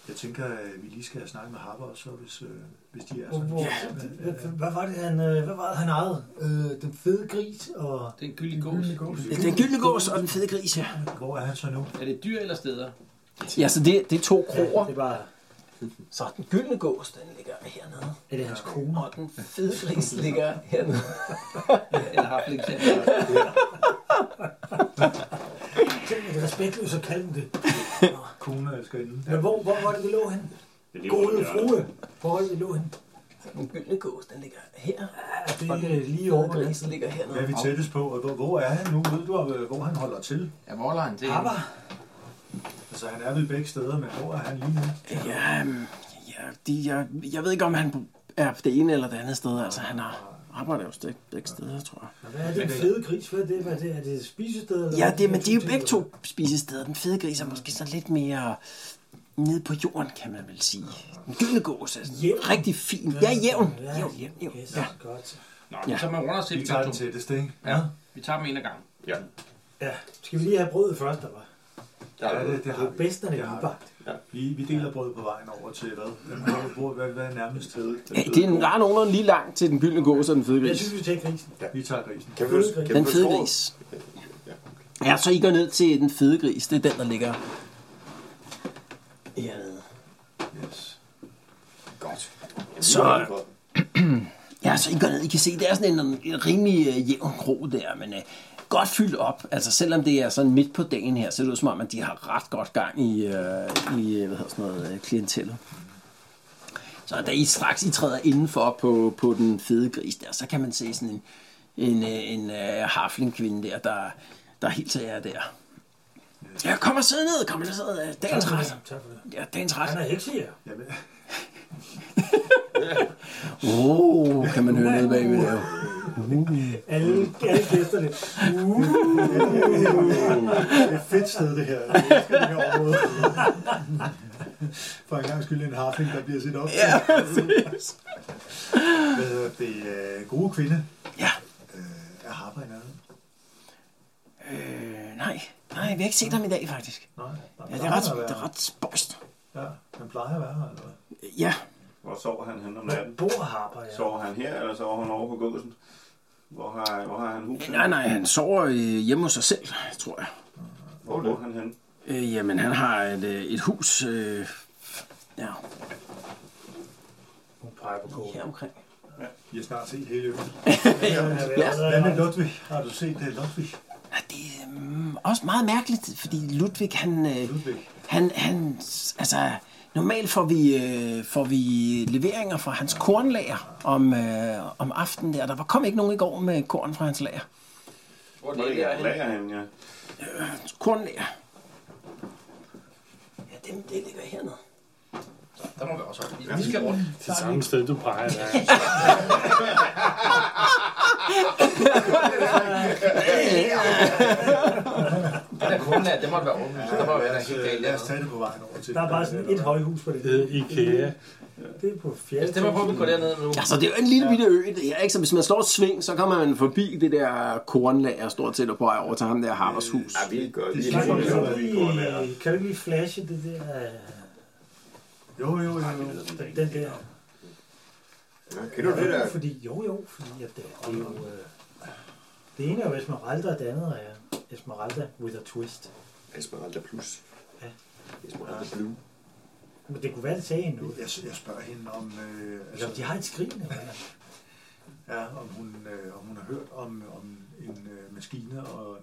Speaker 10: jeg tænker, at vi lige skal have snakket med Harper også, hvis, øh, hvis de er
Speaker 5: Hvor-
Speaker 10: sådan.
Speaker 5: hvor- hvad- Hvad var det, han, øh, hvad var det, han ejede? Øh, den fede gris og...
Speaker 3: Det er en gyldig gås.
Speaker 6: Ja, den gyldne gås og den fede gris her.
Speaker 10: Hvor er han så nu?
Speaker 3: Er det dyr eller steder?
Speaker 6: Ja, så det, det er to kroer.
Speaker 5: det var...
Speaker 6: Så den gyldne gås, den ligger hernede.
Speaker 5: Er det hans kone?
Speaker 6: Og den fede gris ligger hernede.
Speaker 3: Eller har flink til.
Speaker 5: Tænk, at det er respektløst at kalde den det.
Speaker 10: Kone elsker inden.
Speaker 5: Men hvor, hvor var det, det lå henne?
Speaker 2: Det er
Speaker 5: Gode
Speaker 2: lige rundt om
Speaker 5: frue. Hvor var det, det lå henne?
Speaker 6: Den gyldne gås, den ligger her.
Speaker 5: Er det er lige over
Speaker 6: Den
Speaker 5: grænsen?
Speaker 6: gris ligger hernede.
Speaker 10: Hvad er vi tættest på? Og hvor, hvor er han nu? Ved du, øh, hvor han holder til?
Speaker 3: Ja, hvor er han til?
Speaker 5: Abba?
Speaker 10: Altså, han er ved begge steder, men hvor er han lige nu?
Speaker 6: Ja, mm, ja de, jeg, jeg ved ikke, om han er det ene eller det andet sted. Altså, han har arbejder jo stadig begge steder, tror jeg.
Speaker 5: Hvad er det fede gris? Hvad er det? Hvad er det? Er det et spisested? Eller
Speaker 6: Ja, det, men de er jo begge to spisesteder. Den fede gris er måske sådan lidt mere nede på jorden, kan man vel sige. Den gyldne gås er sådan
Speaker 5: Jævn.
Speaker 6: rigtig fin. Ja, jævn.
Speaker 5: Ja,
Speaker 6: Jævn, jævn, jævn.
Speaker 5: Yes,
Speaker 6: Ja.
Speaker 5: godt.
Speaker 3: Nå, men så må vi runde os til
Speaker 10: Vi
Speaker 3: begge
Speaker 10: tager den
Speaker 3: to.
Speaker 10: tætteste, ikke?
Speaker 3: Ja, vi tager dem en ad gangen.
Speaker 5: Ja, skal vi lige have brødet først, der var?
Speaker 10: Ja, det, det
Speaker 5: Det
Speaker 10: har
Speaker 5: er
Speaker 10: vi.
Speaker 5: bedst, når det er
Speaker 10: har vi.
Speaker 5: nybagt.
Speaker 10: Vi, vi deler brød på vejen over til hvad? Hvor, hvor, hvad, hvad er nærmest sted?
Speaker 6: Ja, det er en, der er nogenlunde lige langt til den gyldne gås og den fede
Speaker 5: Jeg
Speaker 6: gris.
Speaker 5: synes, vi tager grisen.
Speaker 10: Vi tager grisen.
Speaker 7: Kan vi, kan vi
Speaker 6: Den
Speaker 7: få
Speaker 6: fede
Speaker 7: skåret?
Speaker 6: gris. Ja, så I går ned til den fede gris. Det er den, der ligger hernede.
Speaker 10: Yes.
Speaker 7: Godt. Jamen,
Speaker 6: Så-
Speaker 7: det er godt.
Speaker 6: Ja, så I går ned. I kan se, det er sådan en, en rimelig øh, jævn krog der, men øh, godt fyldt op. Altså selvom det er sådan midt på dagen her, så er det ud som om, at de har ret godt gang i, øh, i øh, hvad hedder sådan noget, øh, klientellet. Så da I straks I træder indenfor på, på den fede gris der, så kan man se sådan en, en, øh, en øh, harflingkvinde der, der, der helt til jer der. Ja, kom og sidde ned, kom og sidde ned. Øh, Dagens ret.
Speaker 5: Tak for det.
Speaker 6: Ja, dagens ret.
Speaker 5: Han er heksejer.
Speaker 10: Jamen,
Speaker 6: Åh, oh, kan man høre noget bagved der.
Speaker 5: Alle, alle gæsterne.
Speaker 3: Uh.
Speaker 10: det er et fedt sted, det her. Jeg elsker det her område. For en gang skyld en harfing, der bliver set op til. Ja, Hvad hedder det? øh, Gode kvinde.
Speaker 6: Ja.
Speaker 10: Øh, er harper i nærheden?
Speaker 6: Øh, nej. Nej, vi har ikke set ham i dag, faktisk.
Speaker 10: Nej. der
Speaker 6: Ja, det er
Speaker 10: plejer
Speaker 6: ret,
Speaker 10: at være-
Speaker 6: det er ret spøjst.
Speaker 10: Ja, han plejer at være her, eller hvad?
Speaker 6: Ja,
Speaker 2: Hvor sover han hen om natten?
Speaker 5: Bor Harper, ja.
Speaker 2: Sover han her, eller sover han over på gåsen? Hvor har, hvor har han huset?
Speaker 6: nej, nej, han sover øh, hjemme hos sig selv, tror jeg.
Speaker 2: Hvor bor han hen?
Speaker 6: Øh, jamen, han har et, øh, et hus øh, ja,
Speaker 5: Hun peger på kålen.
Speaker 6: her omkring.
Speaker 10: Vi har snart set hele øen.
Speaker 5: Ja.
Speaker 10: Hvad med Ludvig? Har du set det, Ludvig?
Speaker 6: Ja, det er mm, også meget mærkeligt, fordi Ludvig, han... Øh,
Speaker 10: Ludvig.
Speaker 6: han, han altså, normalt får vi, øh, får vi leveringer fra hans kornlager om, øh, om aftenen der. Der var kom ikke nogen i går med korn fra hans lager.
Speaker 3: Hvor er det,
Speaker 2: Hvor
Speaker 3: der
Speaker 2: ligger
Speaker 3: er
Speaker 2: han?
Speaker 3: henne?
Speaker 2: Lager han, ja.
Speaker 6: Kornlager. Ja, dem, det ligger hernede.
Speaker 3: Der må vi også op. Vi- Vi skal rundt.
Speaker 9: Det samme sted, du peger der.
Speaker 3: Den der kunde er, det måtte være ordentligt. Der må være der helt galt.
Speaker 10: Lad os tage det på vejen over til.
Speaker 5: Der er bare sådan et højhus på det.
Speaker 9: Hed Ikea.
Speaker 5: Det er på fjerde.
Speaker 3: Jeg stemmer på, at vi går derned nu.
Speaker 6: Altså, det er jo en lille bitte ø, det her, ikke? Så hvis man slår et sving, så kommer man forbi det der kornlager stort set og på vej over til ham der Harvers hus.
Speaker 7: Ja, vi gør det.
Speaker 5: Kan du
Speaker 7: Vi gør det.
Speaker 5: ikke lige- Kan du ikke lige flashe det der, øh,
Speaker 10: Jo, jo, jo. jo.
Speaker 5: den der?
Speaker 7: Ja, Kender du det der?
Speaker 5: Fordi, jo jo, fordi at det er jo... Øh, det ene er jo Esmeralda, og det andet er Esmeralda with a twist.
Speaker 7: Esmeralda Plus.
Speaker 5: Ja.
Speaker 7: Esmeralda Blue.
Speaker 5: Men det kunne være, det sagde hende noget.
Speaker 10: Jeg, jeg spørger hende om, øh,
Speaker 5: Altså, de
Speaker 10: altså,
Speaker 5: har et skrin eller hvad?
Speaker 10: ja, om, hun, øh, om hun har hørt om, om en øh, maskine og,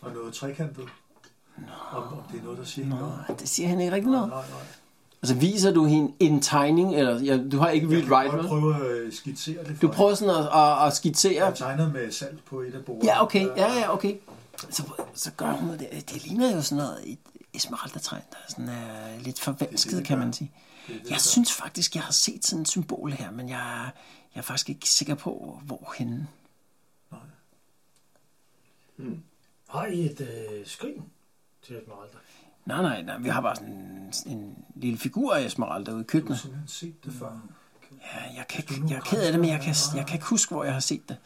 Speaker 10: og noget trekantet. Om, om det er noget, der siger hende noget.
Speaker 6: Det siger han ikke rigtig noget.
Speaker 10: Nej, nej.
Speaker 6: Altså, viser du hende en tegning, eller ja, du har ikke read
Speaker 10: Jeg
Speaker 6: write
Speaker 10: kan
Speaker 6: med?
Speaker 10: prøve at skitsere det for
Speaker 6: Du prøver sådan at, at, at
Speaker 10: hende.
Speaker 6: skitsere.
Speaker 10: Jeg tegner med salt på et af bordene.
Speaker 6: Ja, okay. Ja, ja, okay. Så, så gør hun det. Det ligner jo sådan noget et esmeraldatræ, der er sådan er lidt
Speaker 10: Det er
Speaker 6: forvansket,
Speaker 10: det,
Speaker 6: kan
Speaker 10: der-
Speaker 6: man sige.
Speaker 10: det er det,
Speaker 6: Jeg
Speaker 10: der-
Speaker 6: synes faktisk, jeg har set sådan et symbol her, men jeg, jeg er faktisk ikke sikker på, hvorhenne.
Speaker 5: Har I et øh, skrin til Esmeralda?
Speaker 6: Nej, nej, nej. Vi har bare sådan en, en lille figur af Esmeralda ude i køkkenet.
Speaker 10: Jeg har set det før.
Speaker 6: Ja, jeg, kan, ikke- jeg er ked af det, men jeg kan, jeg kan ikke huske, hvor jeg har set det.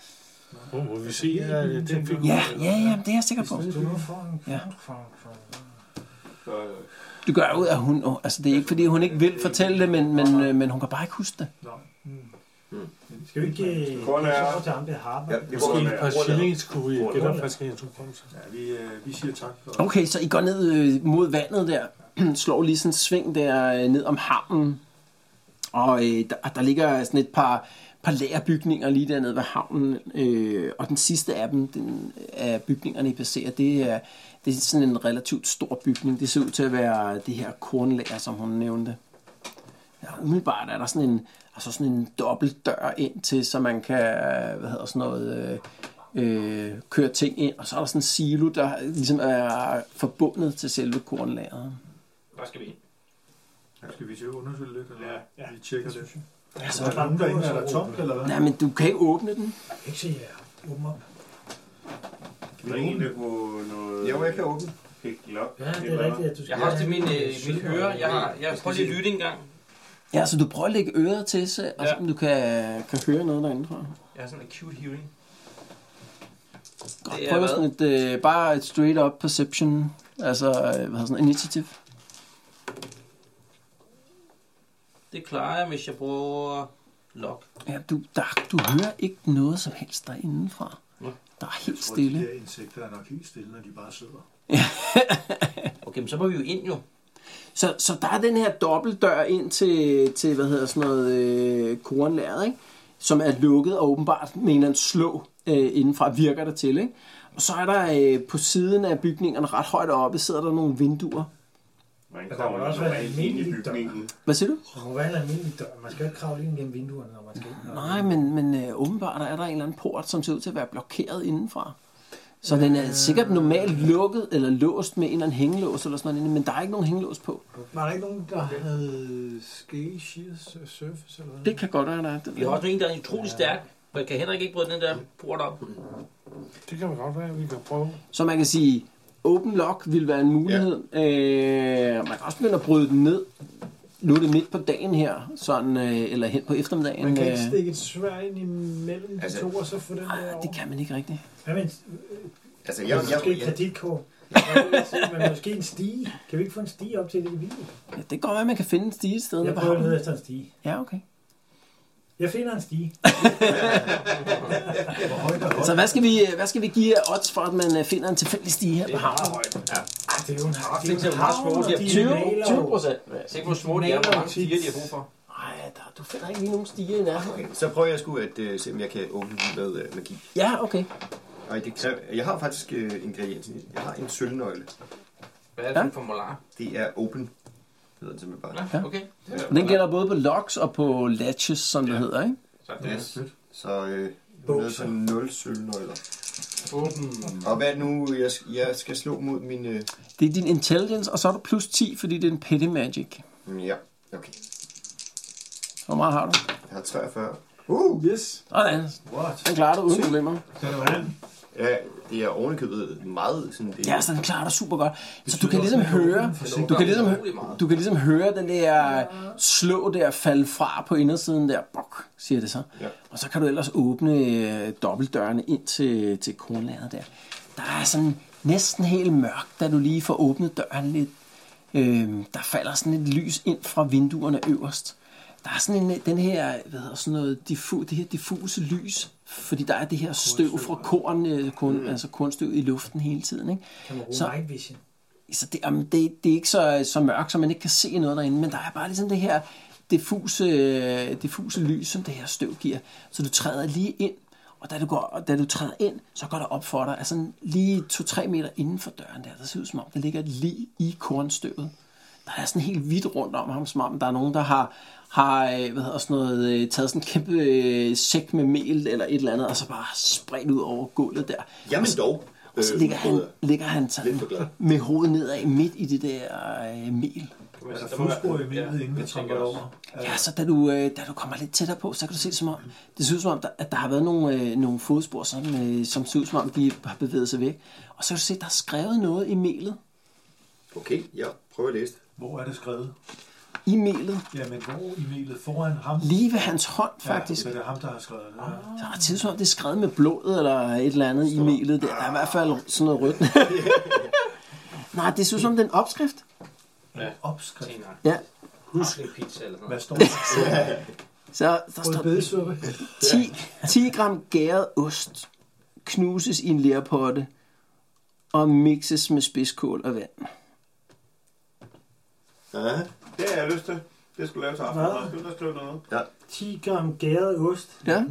Speaker 9: Hvor må vi se, øh, at det er en figur?
Speaker 6: Ja, ja, ja, det er jeg sikker på.
Speaker 5: Du nu får en
Speaker 6: Ja.
Speaker 2: Så, øh,
Speaker 6: Du gør ud af, hun... åh, Altså, det er ikke, fordi hun ikke vil fortælle det, men, men, øh, men hun kan bare ikke huske det.
Speaker 10: Mm.
Speaker 5: Skal vi ikke øh,
Speaker 2: Kun er-
Speaker 5: så til ham der Harper?
Speaker 7: Ja,
Speaker 5: Ja.
Speaker 7: vi
Speaker 9: Måske et par
Speaker 7: ruller.
Speaker 9: shillings kunne vi gætte op, faktisk, at jeg tog på dem.
Speaker 10: Ja, vi, øh, vi siger tak for
Speaker 6: Okay, så I går ned øh, mod vandet der. slår lige sådan en sving der øh, ned om havnen. Og øh, der, der ligger sådan et par, par lagerbygninger lige dernede ved havnen. Øh, og den sidste af dem, den, af bygningerne, I passerer, det er, det er sådan en relativt stor bygning. Det ser ud til at være det her kornlager, som hun nævnte. Ja, umiddelbart er der sådan en, altså sådan en dobbelt dør ind til, så man kan hvad hedder sådan noget, øh, øh, køre ting ind. Og så er der sådan en silo, der ligesom er forbundet til selve kornlageret.
Speaker 3: Hvad skal vi ind?
Speaker 10: Skal vi til at undersøge lidt, eller ja, ja. vi tjekker det?
Speaker 6: Altså,
Speaker 10: Altså, er der nogen derinde, er der tomt, eller hvad?
Speaker 6: Nej, men du kan ikke åbne den.
Speaker 5: Ikke se jer. Åbn op.
Speaker 2: Der er en, der på noget...
Speaker 7: Jo, jeg kan åbne.
Speaker 2: Pikkel op.
Speaker 5: Ja, det er rigtigt, at du skal...
Speaker 3: Jeg har også til min, øh, min hører. Jeg, har, jeg prøver lige at lytte en gang.
Speaker 6: Ja, så du prøver at lægge øret til, så, og
Speaker 3: Ja.
Speaker 6: så om du kan, kan høre noget derinde, tror jeg.
Speaker 3: Jeg har sådan en acute hearing.
Speaker 6: Godt,
Speaker 3: Det er
Speaker 6: prøv
Speaker 3: hvad?
Speaker 6: sådan et, øh, bare et straight up perception, altså øh, hvad hedder sådan, initiativ.
Speaker 3: Det klarer jeg, hvis jeg bruger lock.
Speaker 6: Ja, du, der, du hører ikke noget som helst derindefra.
Speaker 3: Nå.
Speaker 6: Der er helt
Speaker 10: Stille. De
Speaker 6: stille.
Speaker 10: her insekter er nok helt stille, når de bare sidder.
Speaker 3: Okay, men så må vi jo ind jo.
Speaker 6: Så, så der er den her dobbeltdør ind til, til hvad hedder sådan noget, øh, kornlæret, ikke? som er lukket og åbenbart med en eller anden slå øh, indenfra virker der til. Ikke? Og så er der øh, på siden af bygningerne ret højt oppe, sidder der nogle vinduer.
Speaker 2: Man
Speaker 5: Altså, Der
Speaker 2: kommer
Speaker 5: må også
Speaker 2: også
Speaker 5: være
Speaker 2: normalt ind i
Speaker 5: almindelige dør.
Speaker 2: bygningen.
Speaker 6: Hvad siger du?
Speaker 5: Der må være en almindelig dør. Man skal jo ikke kravle ind gennem vinduerne, når man skal ind.
Speaker 6: Nej, men, men øh, åbenbart er der en eller anden port, som ser ud til at være blokeret indenfra. Så den er sikkert normalt lukket eller låst med en eller anden hængelås eller sådan noget, inde, men der er ikke nogen hængelås på.
Speaker 8: Var der ikke nogen, der havde skæge, shears, surface eller noget?
Speaker 6: Det kan godt være, der er. Den
Speaker 3: Vi har også en, der er utrolig stærk. For jeg kan Henrik ikke bryde den der port op.
Speaker 9: Det kan vi godt være, vi kan prøve.
Speaker 6: Så man kan sige, open lock ville være en mulighed. Øh, man kan også begynde at bryde den ned. Nu er det midt på dagen her, sådan, øh, eller hen på eftermiddagen.
Speaker 8: Man kan ikke
Speaker 6: øh,
Speaker 8: stikke et svær ind imellem de
Speaker 7: Altså-
Speaker 8: to, og så få den der
Speaker 6: det kan man ikke rigtigt.
Speaker 5: Hvad med en,
Speaker 7: Altså,
Speaker 5: ja,
Speaker 7: jeg, jeg,
Speaker 5: måske et
Speaker 7: jeg,
Speaker 5: kreditkort? Men måske en stige. Kan vi ikke få en stige op til det hvile?
Speaker 6: Ja, det kan godt være, at man kan finde en stige et sted.
Speaker 5: Jeg
Speaker 6: nede på
Speaker 5: prøver at
Speaker 6: havnen.
Speaker 5: lede efter en stige.
Speaker 6: Ja, okay.
Speaker 5: Jeg finder en stige.
Speaker 6: Så hvad skal vi, øh, hvad skal vi give af odds for, at man øh, finder en tilfældig stige her på havnen?
Speaker 5: Ah, det er jo en havn.
Speaker 3: Det er meget små. De er
Speaker 5: 20
Speaker 6: 20 procent.
Speaker 3: Se, hvor små de er, hvor mange stiger de har brug for.
Speaker 6: Nej, der, du finder ikke lige nogen stiger i nærheden.
Speaker 7: okay, så prøver jeg sgu at øh, se, om jeg kan åbne den med øh, magi.
Speaker 6: Ja, okay.
Speaker 7: Ej, det kræver, jeg har faktisk øh, ingredienser. i den. Jeg har en sølvnøgle.
Speaker 3: Hvad er det for en formular?
Speaker 7: Det er open. Det hedder den simpelthen bare.
Speaker 3: Ja, okay.
Speaker 7: Ja.
Speaker 6: Og den gælder både på locks og på latches, som det hedder, ikke?
Speaker 3: Så det er
Speaker 7: Så øh, jeg er nede på 0 sølvnøgler.
Speaker 3: åben.
Speaker 7: Og hvad er det nu, jeg, jeg skal slå mod min... Øh,
Speaker 6: Det er din intelligence, og så er du plus 10, fordi det er en petty magic.
Speaker 7: mm, ja, okay.
Speaker 6: Hvor meget har du?
Speaker 7: Jeg har 43.
Speaker 8: Uh, yes.
Speaker 6: Sådan. Den klarer du uden problemer.
Speaker 7: Ja, det er ovenikøbet meget sådan... Det,
Speaker 6: Ja, så den klarer du super godt. Så du kan ligesom høre, du kan ligesom, du kan ligesom høre den der slå der falde fra på indersiden der. Bok, siger det så.
Speaker 7: Ja.
Speaker 6: Og så kan du ellers åbne øh, dobbeltdørene ind til, til kornlageret der. Der er sådan næsten helt mørkt, da du lige får åbnet døren lidt. Øhm, der falder sådan et lys ind fra vinduerne øverst. Der er sådan en, øh, den her, hvad hedder sådan noget, diffu, det her diffuse lys, fordi der er det her støv fra korn, øh, korn mm. altså kornstøv i luften hele tiden. Ikke?
Speaker 5: Kan man bruge
Speaker 6: Så-
Speaker 5: night vision?
Speaker 6: Så det, jamen, det, det er ikke så, så mørkt, så man ikke kan se noget derinde, men der er bare ligesom det her diffuse, øh, diffuse lys, som det her støv giver. Så du træder lige ind, og da du, går, og da du træder ind, så går der op for dig, altså lige 2-3 meter inden for døren der, der ser ud som om, der ligger et lig i kornstøvet. Der er sådan helt hvidt rundt om ham, som om der er nogen, der har, har øh, hvad hedder sådan noget, øh, taget sådan en kæmpe øh, sæk med mel eller et eller andet, og så bare spredt ud over gulvet der.
Speaker 7: Jamen dog.
Speaker 6: Og så
Speaker 7: øh,
Speaker 6: ligger han,
Speaker 7: udbryder.
Speaker 6: ligger han sådan
Speaker 7: Lidt for glad.
Speaker 6: med hovedet nedad midt i det der øh, mel.
Speaker 10: Er der fodspor i melet, inden vi trækker over? Mm.
Speaker 6: Ja, så da du, øh, da du kommer lidt tættere på, så kan du se det som om, det ser ud som om, der, at der har været nogle, øh, nogle fodspor, som, øh, som ser ud som om, de har bevæget sig væk. Og så kan du se, at der er skrevet noget i melet.
Speaker 7: Okay, jeg prøver at læse det.
Speaker 10: Hvor er det skrevet?
Speaker 6: I melet.
Speaker 10: Jamen, hvor i melet? Foran ham?
Speaker 6: Lige ved hans hånd,
Speaker 10: Ja,
Speaker 6: faktisk.
Speaker 10: Så det er ham, der har skrevet det. Ja.
Speaker 6: Så er der tid, som om det er skrevet med blodet eller et eller andet i melet der. Der er i hvert fald sådan noget rødt. Nej, det ser ud som om, det er en opskrift.
Speaker 10: Opskrift.
Speaker 6: Ja,
Speaker 3: Husk pizza eller sådan
Speaker 10: Hvad
Speaker 3: noget.
Speaker 10: står der?
Speaker 6: så der står
Speaker 8: Bedesuppe.
Speaker 6: 10, 10 gram gæret ost knuses i en lærpotte og mixes med spidskål og vand.
Speaker 2: Ja. Det har jeg lyst til. Det skulle laves aften.
Speaker 5: Hvad?
Speaker 2: Der skulle der skrive noget.
Speaker 7: Ja.
Speaker 5: 10 gram gæret ost.
Speaker 6: Ja.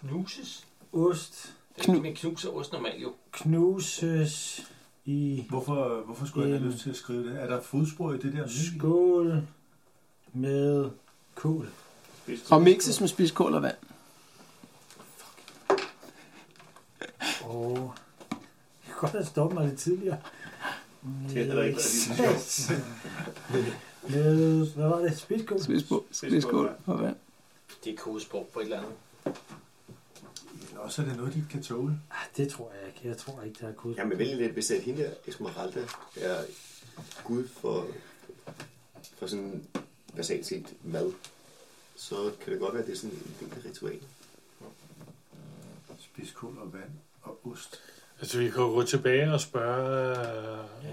Speaker 3: Knuses?
Speaker 5: Ost
Speaker 3: Knu. Man knuser ost normalt jo.
Speaker 5: knuses i
Speaker 10: Hvorfor, hvorfor skulle jeg have
Speaker 5: Øhm.
Speaker 10: lyst til at skrive det? Er der fodspor i det der? mel?
Speaker 5: skål med kål.
Speaker 6: Og mixes med spidskål og vand.
Speaker 5: Og jeg kan godt have stoppet mig lidt tidligere.
Speaker 2: Det er heller ikke rigtig sjovt.
Speaker 5: Med, hvad var det? Spidskål?
Speaker 6: Spidskål, spidskål og vand.
Speaker 3: Det er kodesprog på et eller andet.
Speaker 10: Eller også er det noget, de ikke kan tåle.
Speaker 5: Ah, det tror jeg ikke. Jeg tror ikke, der er kode.
Speaker 7: Jamen vældig lidt, hvis at hende der, Esmeralda, er gud for, for sådan basalt set mad, så kan det godt være, at det er sådan en del af ritualet.
Speaker 10: Spidskål og vand og ost.
Speaker 9: Altså, vi kan jo gå tilbage og spørge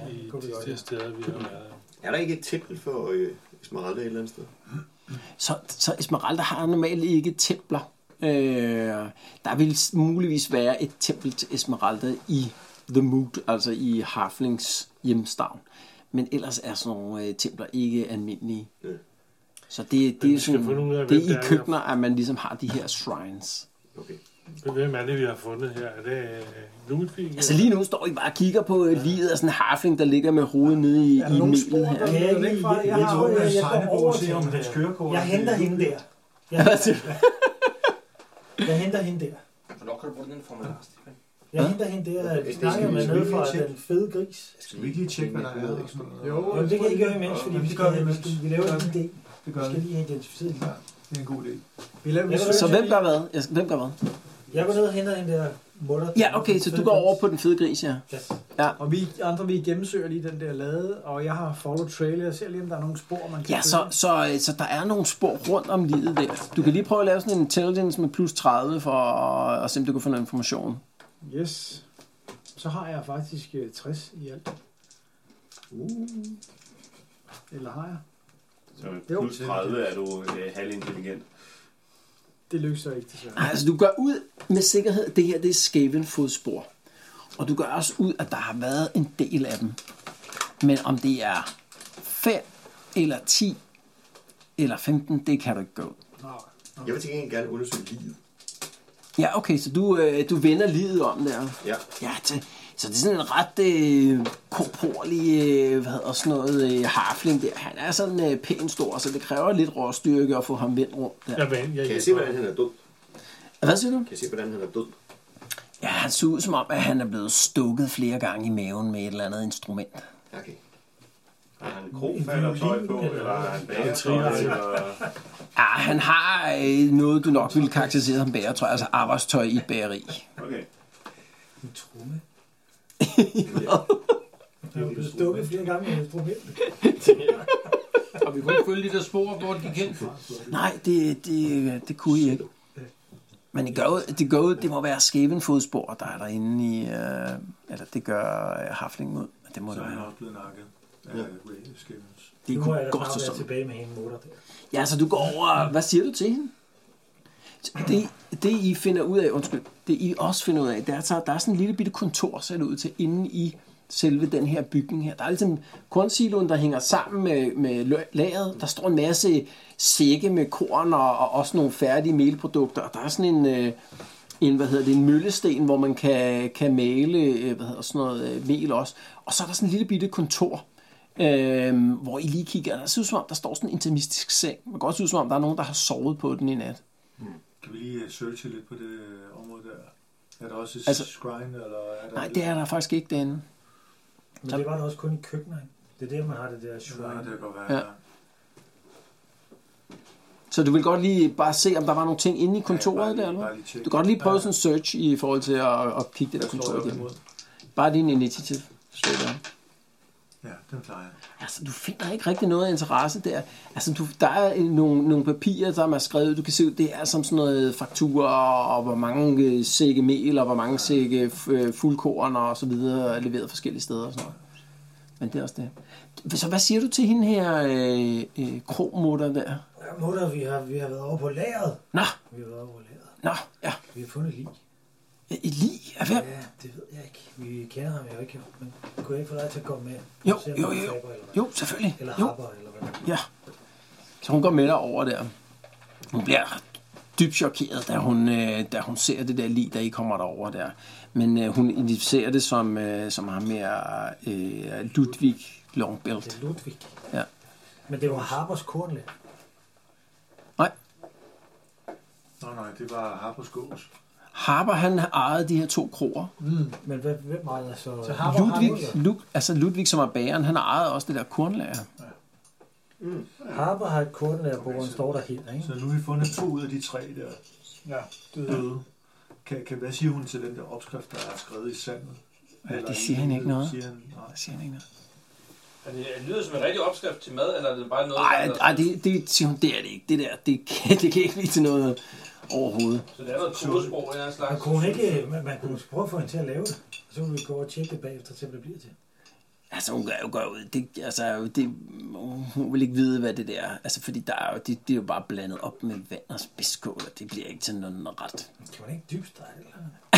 Speaker 9: øh, i de der steder, vi har været.
Speaker 7: Er der ikke et tempel for øh, Esmeralda et eller andet sted?
Speaker 6: Så, så Esmeralda har normalt ikke templer. Øh, der vil s- muligvis være et tempel til Esmeralda i The Mood, altså i Harflings hjemstavn. Men ellers er sådan nogle øh, templer ikke almindelige.
Speaker 7: Ja.
Speaker 6: Så det, det
Speaker 9: Men
Speaker 6: er
Speaker 9: vi skal
Speaker 6: sådan,
Speaker 9: finde ud af,
Speaker 6: det er
Speaker 9: hvem det
Speaker 6: i
Speaker 9: er, der-
Speaker 6: køkkener, at man ligesom har de her shrines.
Speaker 7: Okay.
Speaker 9: Hvem er det, vi har fundet her? Er det øh, Ludvig?
Speaker 6: Altså lige nu står I bare og kigger på øh, livet af sådan en harfling, der ligger med hovedet nede i, i melet her.
Speaker 5: Kan jeg ikke lige jeg,
Speaker 10: Jeg
Speaker 5: har-
Speaker 10: tror,
Speaker 5: jeg,
Speaker 10: at
Speaker 5: jeg,
Speaker 10: Sejne
Speaker 5: går over
Speaker 10: burde
Speaker 5: til
Speaker 10: se, om
Speaker 5: ham.
Speaker 10: hans kørekort...
Speaker 5: Jeg henter hende der. Jeg, jeg henter hende der.
Speaker 3: Hvornår kan du bruge den formular, Stefan?
Speaker 5: Jeg henter hende der.
Speaker 7: det
Speaker 5: Jeg
Speaker 7: skal vi-
Speaker 5: snakker med
Speaker 7: skal
Speaker 5: nede
Speaker 10: vi
Speaker 5: fra
Speaker 10: lige tjekke?
Speaker 5: den fede gris.
Speaker 10: Skal vi ikke lige tjekke, hvad der er? og sådan noget?
Speaker 2: Jo,
Speaker 5: Jo, det kan jeg ikke gøre imens, fordi
Speaker 10: Ja,
Speaker 5: vi
Speaker 10: det
Speaker 5: skal,
Speaker 10: gør vi
Speaker 5: vi
Speaker 10: imens.
Speaker 5: skal, vi laver en idé.
Speaker 10: Det
Speaker 5: Vi
Speaker 10: gør
Speaker 5: skal
Speaker 10: det.
Speaker 5: lige have identificeret hende.
Speaker 10: Det er en god idé.
Speaker 8: Vi laver, vi
Speaker 5: Jeg går
Speaker 6: Så
Speaker 5: ned-
Speaker 6: hvem gør hvad? Jeg skal- Hvem gør hvad?
Speaker 5: Jeg går ned og henter hende der mutter.
Speaker 6: Ja, okay, så du går over på den fede gris, ja.
Speaker 5: Ja.
Speaker 8: og vi andre, vi gennemsøger lige den der lade, og jeg har follow trail. Jeg ser lige, om der er nogle spor, man kan
Speaker 6: Ja, så,
Speaker 8: følge.
Speaker 6: så, så der er nogle spor rundt om livet der. Du kan lige prøve at lave sådan en intelligence med plus 30 for at, at se, om du kan få noget information.
Speaker 8: Yes. Så har jeg faktisk øh, 60 i alt. Uh. Eller har jeg?
Speaker 2: Så med
Speaker 8: Jo.
Speaker 2: plus 30 er du øh, halvintelligent.
Speaker 8: Det lykkes så ikke, desværre.
Speaker 6: Nej, altså du gør ud med sikkerhed, at det her det er skæven fodspor. Og du gør også ud, at der har været en del af dem. Men om det er 5 eller 10 eller 15, det kan du ikke gå.
Speaker 7: Jeg vil til gengæld gerne undersøge livet.
Speaker 6: Ja, okay, så du, øh, du vender livet om der.
Speaker 7: Ja.
Speaker 6: Ja, det, så det er sådan en ret øh, korporlig, øh, hvad hedder sådan noget, øh, harfling der. Han er sådan øh, pænt stor, så det kræver lidt råstyrke at få ham vendt rundt der.
Speaker 9: Jeg, jeg, jeg,
Speaker 7: Kan jeg se, hvordan han er død?
Speaker 6: Hvad siger du?
Speaker 7: Kan jeg se, hvordan han er død?
Speaker 6: Ja, han ser ud som om, at han er blevet stukket flere gange i maven med et eller andet instrument.
Speaker 7: Okay.
Speaker 2: Har han krogfaldertøj på, eller har han bagertøj,
Speaker 9: trier.
Speaker 2: eller...
Speaker 6: Ja, han har øh, noget, du nok ville karakterisere som bæretøj, altså arbejdstøj i et bageri.
Speaker 2: Okay.
Speaker 5: En tromme. Jeg er blevet stukket flere gange med et problem.
Speaker 3: Og vi kunne ikke følge de der spor, hvor de er kendt fra.
Speaker 6: Nej, det, det, det kunne I ikke. Men det gør, jo- det, gør, jo- det må være skæven fodspor, der er derinde i... Øh, eller det gør øh, Hafling mod. Det må
Speaker 10: Så
Speaker 6: det
Speaker 10: er han
Speaker 6: være.
Speaker 10: også blevet nakket af Ray Skivens.
Speaker 6: Det
Speaker 5: Nu må
Speaker 6: kunne
Speaker 5: jeg da
Speaker 6: godt
Speaker 5: bare
Speaker 6: stå
Speaker 5: være
Speaker 6: sådan.
Speaker 5: tilbage med hende mutter der.
Speaker 6: Ja, så du går over... Hvad siger du til hende? Det, det I finder ud af, undskyld, det I også finder ud af, det er, at der er sådan en lille bitte kontor sat ud til inde i selve den her bygning her. Der er ligesom kornsiloen, der hænger sammen med, med lø- lageret. Der står en masse sække med korn og, og også nogle færdige melprodukter. Og der er sådan en, øh, en, hvad hedder det, en møllesten, hvor man kan, kan male øh, hvad hedder, sådan noget øh, mel også. Og så er der sådan en lille bitte kontor, øh, hvor I lige kigger. Der ser ud som om, der står sådan en intimistisk seng. Man kan godt se ud som om, der er nogen, der har sovet på den i nat.
Speaker 10: Kan vi lige øh, searche lidt på det øh, område der? Er der også et
Speaker 6: Altså-
Speaker 10: altså, shrine, eller er der
Speaker 6: Nej, det er der faktisk ikke derinde.
Speaker 5: Men det var der også kun i køkkener. ikke? Det er der, man har det der
Speaker 10: Nej,
Speaker 5: shrine.
Speaker 10: det kan godt være.
Speaker 6: Ja.
Speaker 10: Ja.
Speaker 6: Så du vil godt lige bare se, om der var nogle ting inde i kontoret
Speaker 10: bare lige-
Speaker 6: der, eller
Speaker 10: bare
Speaker 6: hvad?
Speaker 10: lige
Speaker 6: Du
Speaker 10: tjekke.
Speaker 6: kan godt lige prøve sådan en search i forhold til at, at kigge det der
Speaker 10: Hvad
Speaker 6: kontor
Speaker 10: står jeg op
Speaker 6: igennem.
Speaker 10: imod?
Speaker 6: Bare din initiativ. Så der.
Speaker 10: Ja, den plejer jeg.
Speaker 6: Altså, du finder ikke rigtig noget af interesse der. Altså, du, der er øh, nogle, nogle papirer, der er skrevet. Du kan se, det er som sådan noget fakturer, og hvor mange øh, sække mel, og hvor mange sække f- øh, fuldkorn, og så videre, er leveret forskellige steder og sådan noget. Men det er også det. Så hvad siger du til hende her, øh, øh, kromutter der?
Speaker 5: Ja, mutter, vi har, vi har været over på lageret.
Speaker 6: Nå,
Speaker 5: Vi har været over på lageret.
Speaker 6: nå, ja.
Speaker 5: Vi har fundet lig.
Speaker 6: Et lig? Er
Speaker 5: Ja, det ved jeg ikke. Vi kender ham jo ikke, jo. men kunne jeg ikke få dig til at komme med?
Speaker 6: Jo,
Speaker 5: Se, om
Speaker 6: jo,
Speaker 5: han
Speaker 6: jo.
Speaker 5: taber, eller hvad?
Speaker 6: Jo, selvfølgelig.
Speaker 5: Eller
Speaker 6: Jo.
Speaker 5: happer, eller hvad?
Speaker 6: Ja. Så hun går med dig over der. Hun bliver dybt chokeret, da hun, øh, da hun ser det der lig, der I kommer derover der. Men øh, hun identificerer det som, øh, som ham her, øh, Ludvig Longbelt.
Speaker 5: Det er Ludvig.
Speaker 6: Ja.
Speaker 5: Men det var Harpers kornlæg.
Speaker 10: Nå nej, det var Harpers gås.
Speaker 6: Harper, han ejede de her to kroer.
Speaker 5: Mm. Men hvad, hvem ejede så?
Speaker 6: Så Ludvig, Lud, altså Ludvig, som er bageren, han ejede også det der kornlager.
Speaker 5: Mm. Harper har et kornlager, hvor han står der helt, ikke?
Speaker 10: Så nu har vi fundet to ud af de tre der ja, døde. Kan, kan, hvad siger hun til den der opskrift, der er skrevet i sandet?
Speaker 6: Ja,
Speaker 10: Eller
Speaker 6: det
Speaker 10: i
Speaker 6: siger han ikke
Speaker 10: livet?
Speaker 6: noget.
Speaker 10: Siger han, nej.
Speaker 6: Siger han ikke noget.
Speaker 3: Er det, er det lyder som en rigtig opskrift til mad, eller er det bare noget...
Speaker 6: Ej,
Speaker 3: der-
Speaker 6: ej det, det, siger hun, det er det ikke. Det der, det, kan- det kan ikke blive til noget overhovedet.
Speaker 3: Så det er noget kodesprog af en eller anden slags.
Speaker 5: Man kunne, ikke, man, man kunne måske prøve at få hende til at lave det, og så kunne vi gå og tjekke det bagefter, til hvad det bliver til.
Speaker 6: Altså, hun gør jo går ud. Det, altså, det, hun vil ikke vide, hvad det der er. Altså, fordi der er jo, det, det er jo bare blandet op med vand og spidskål, og det bliver ikke til noget ret.
Speaker 5: Kan man ikke dybstege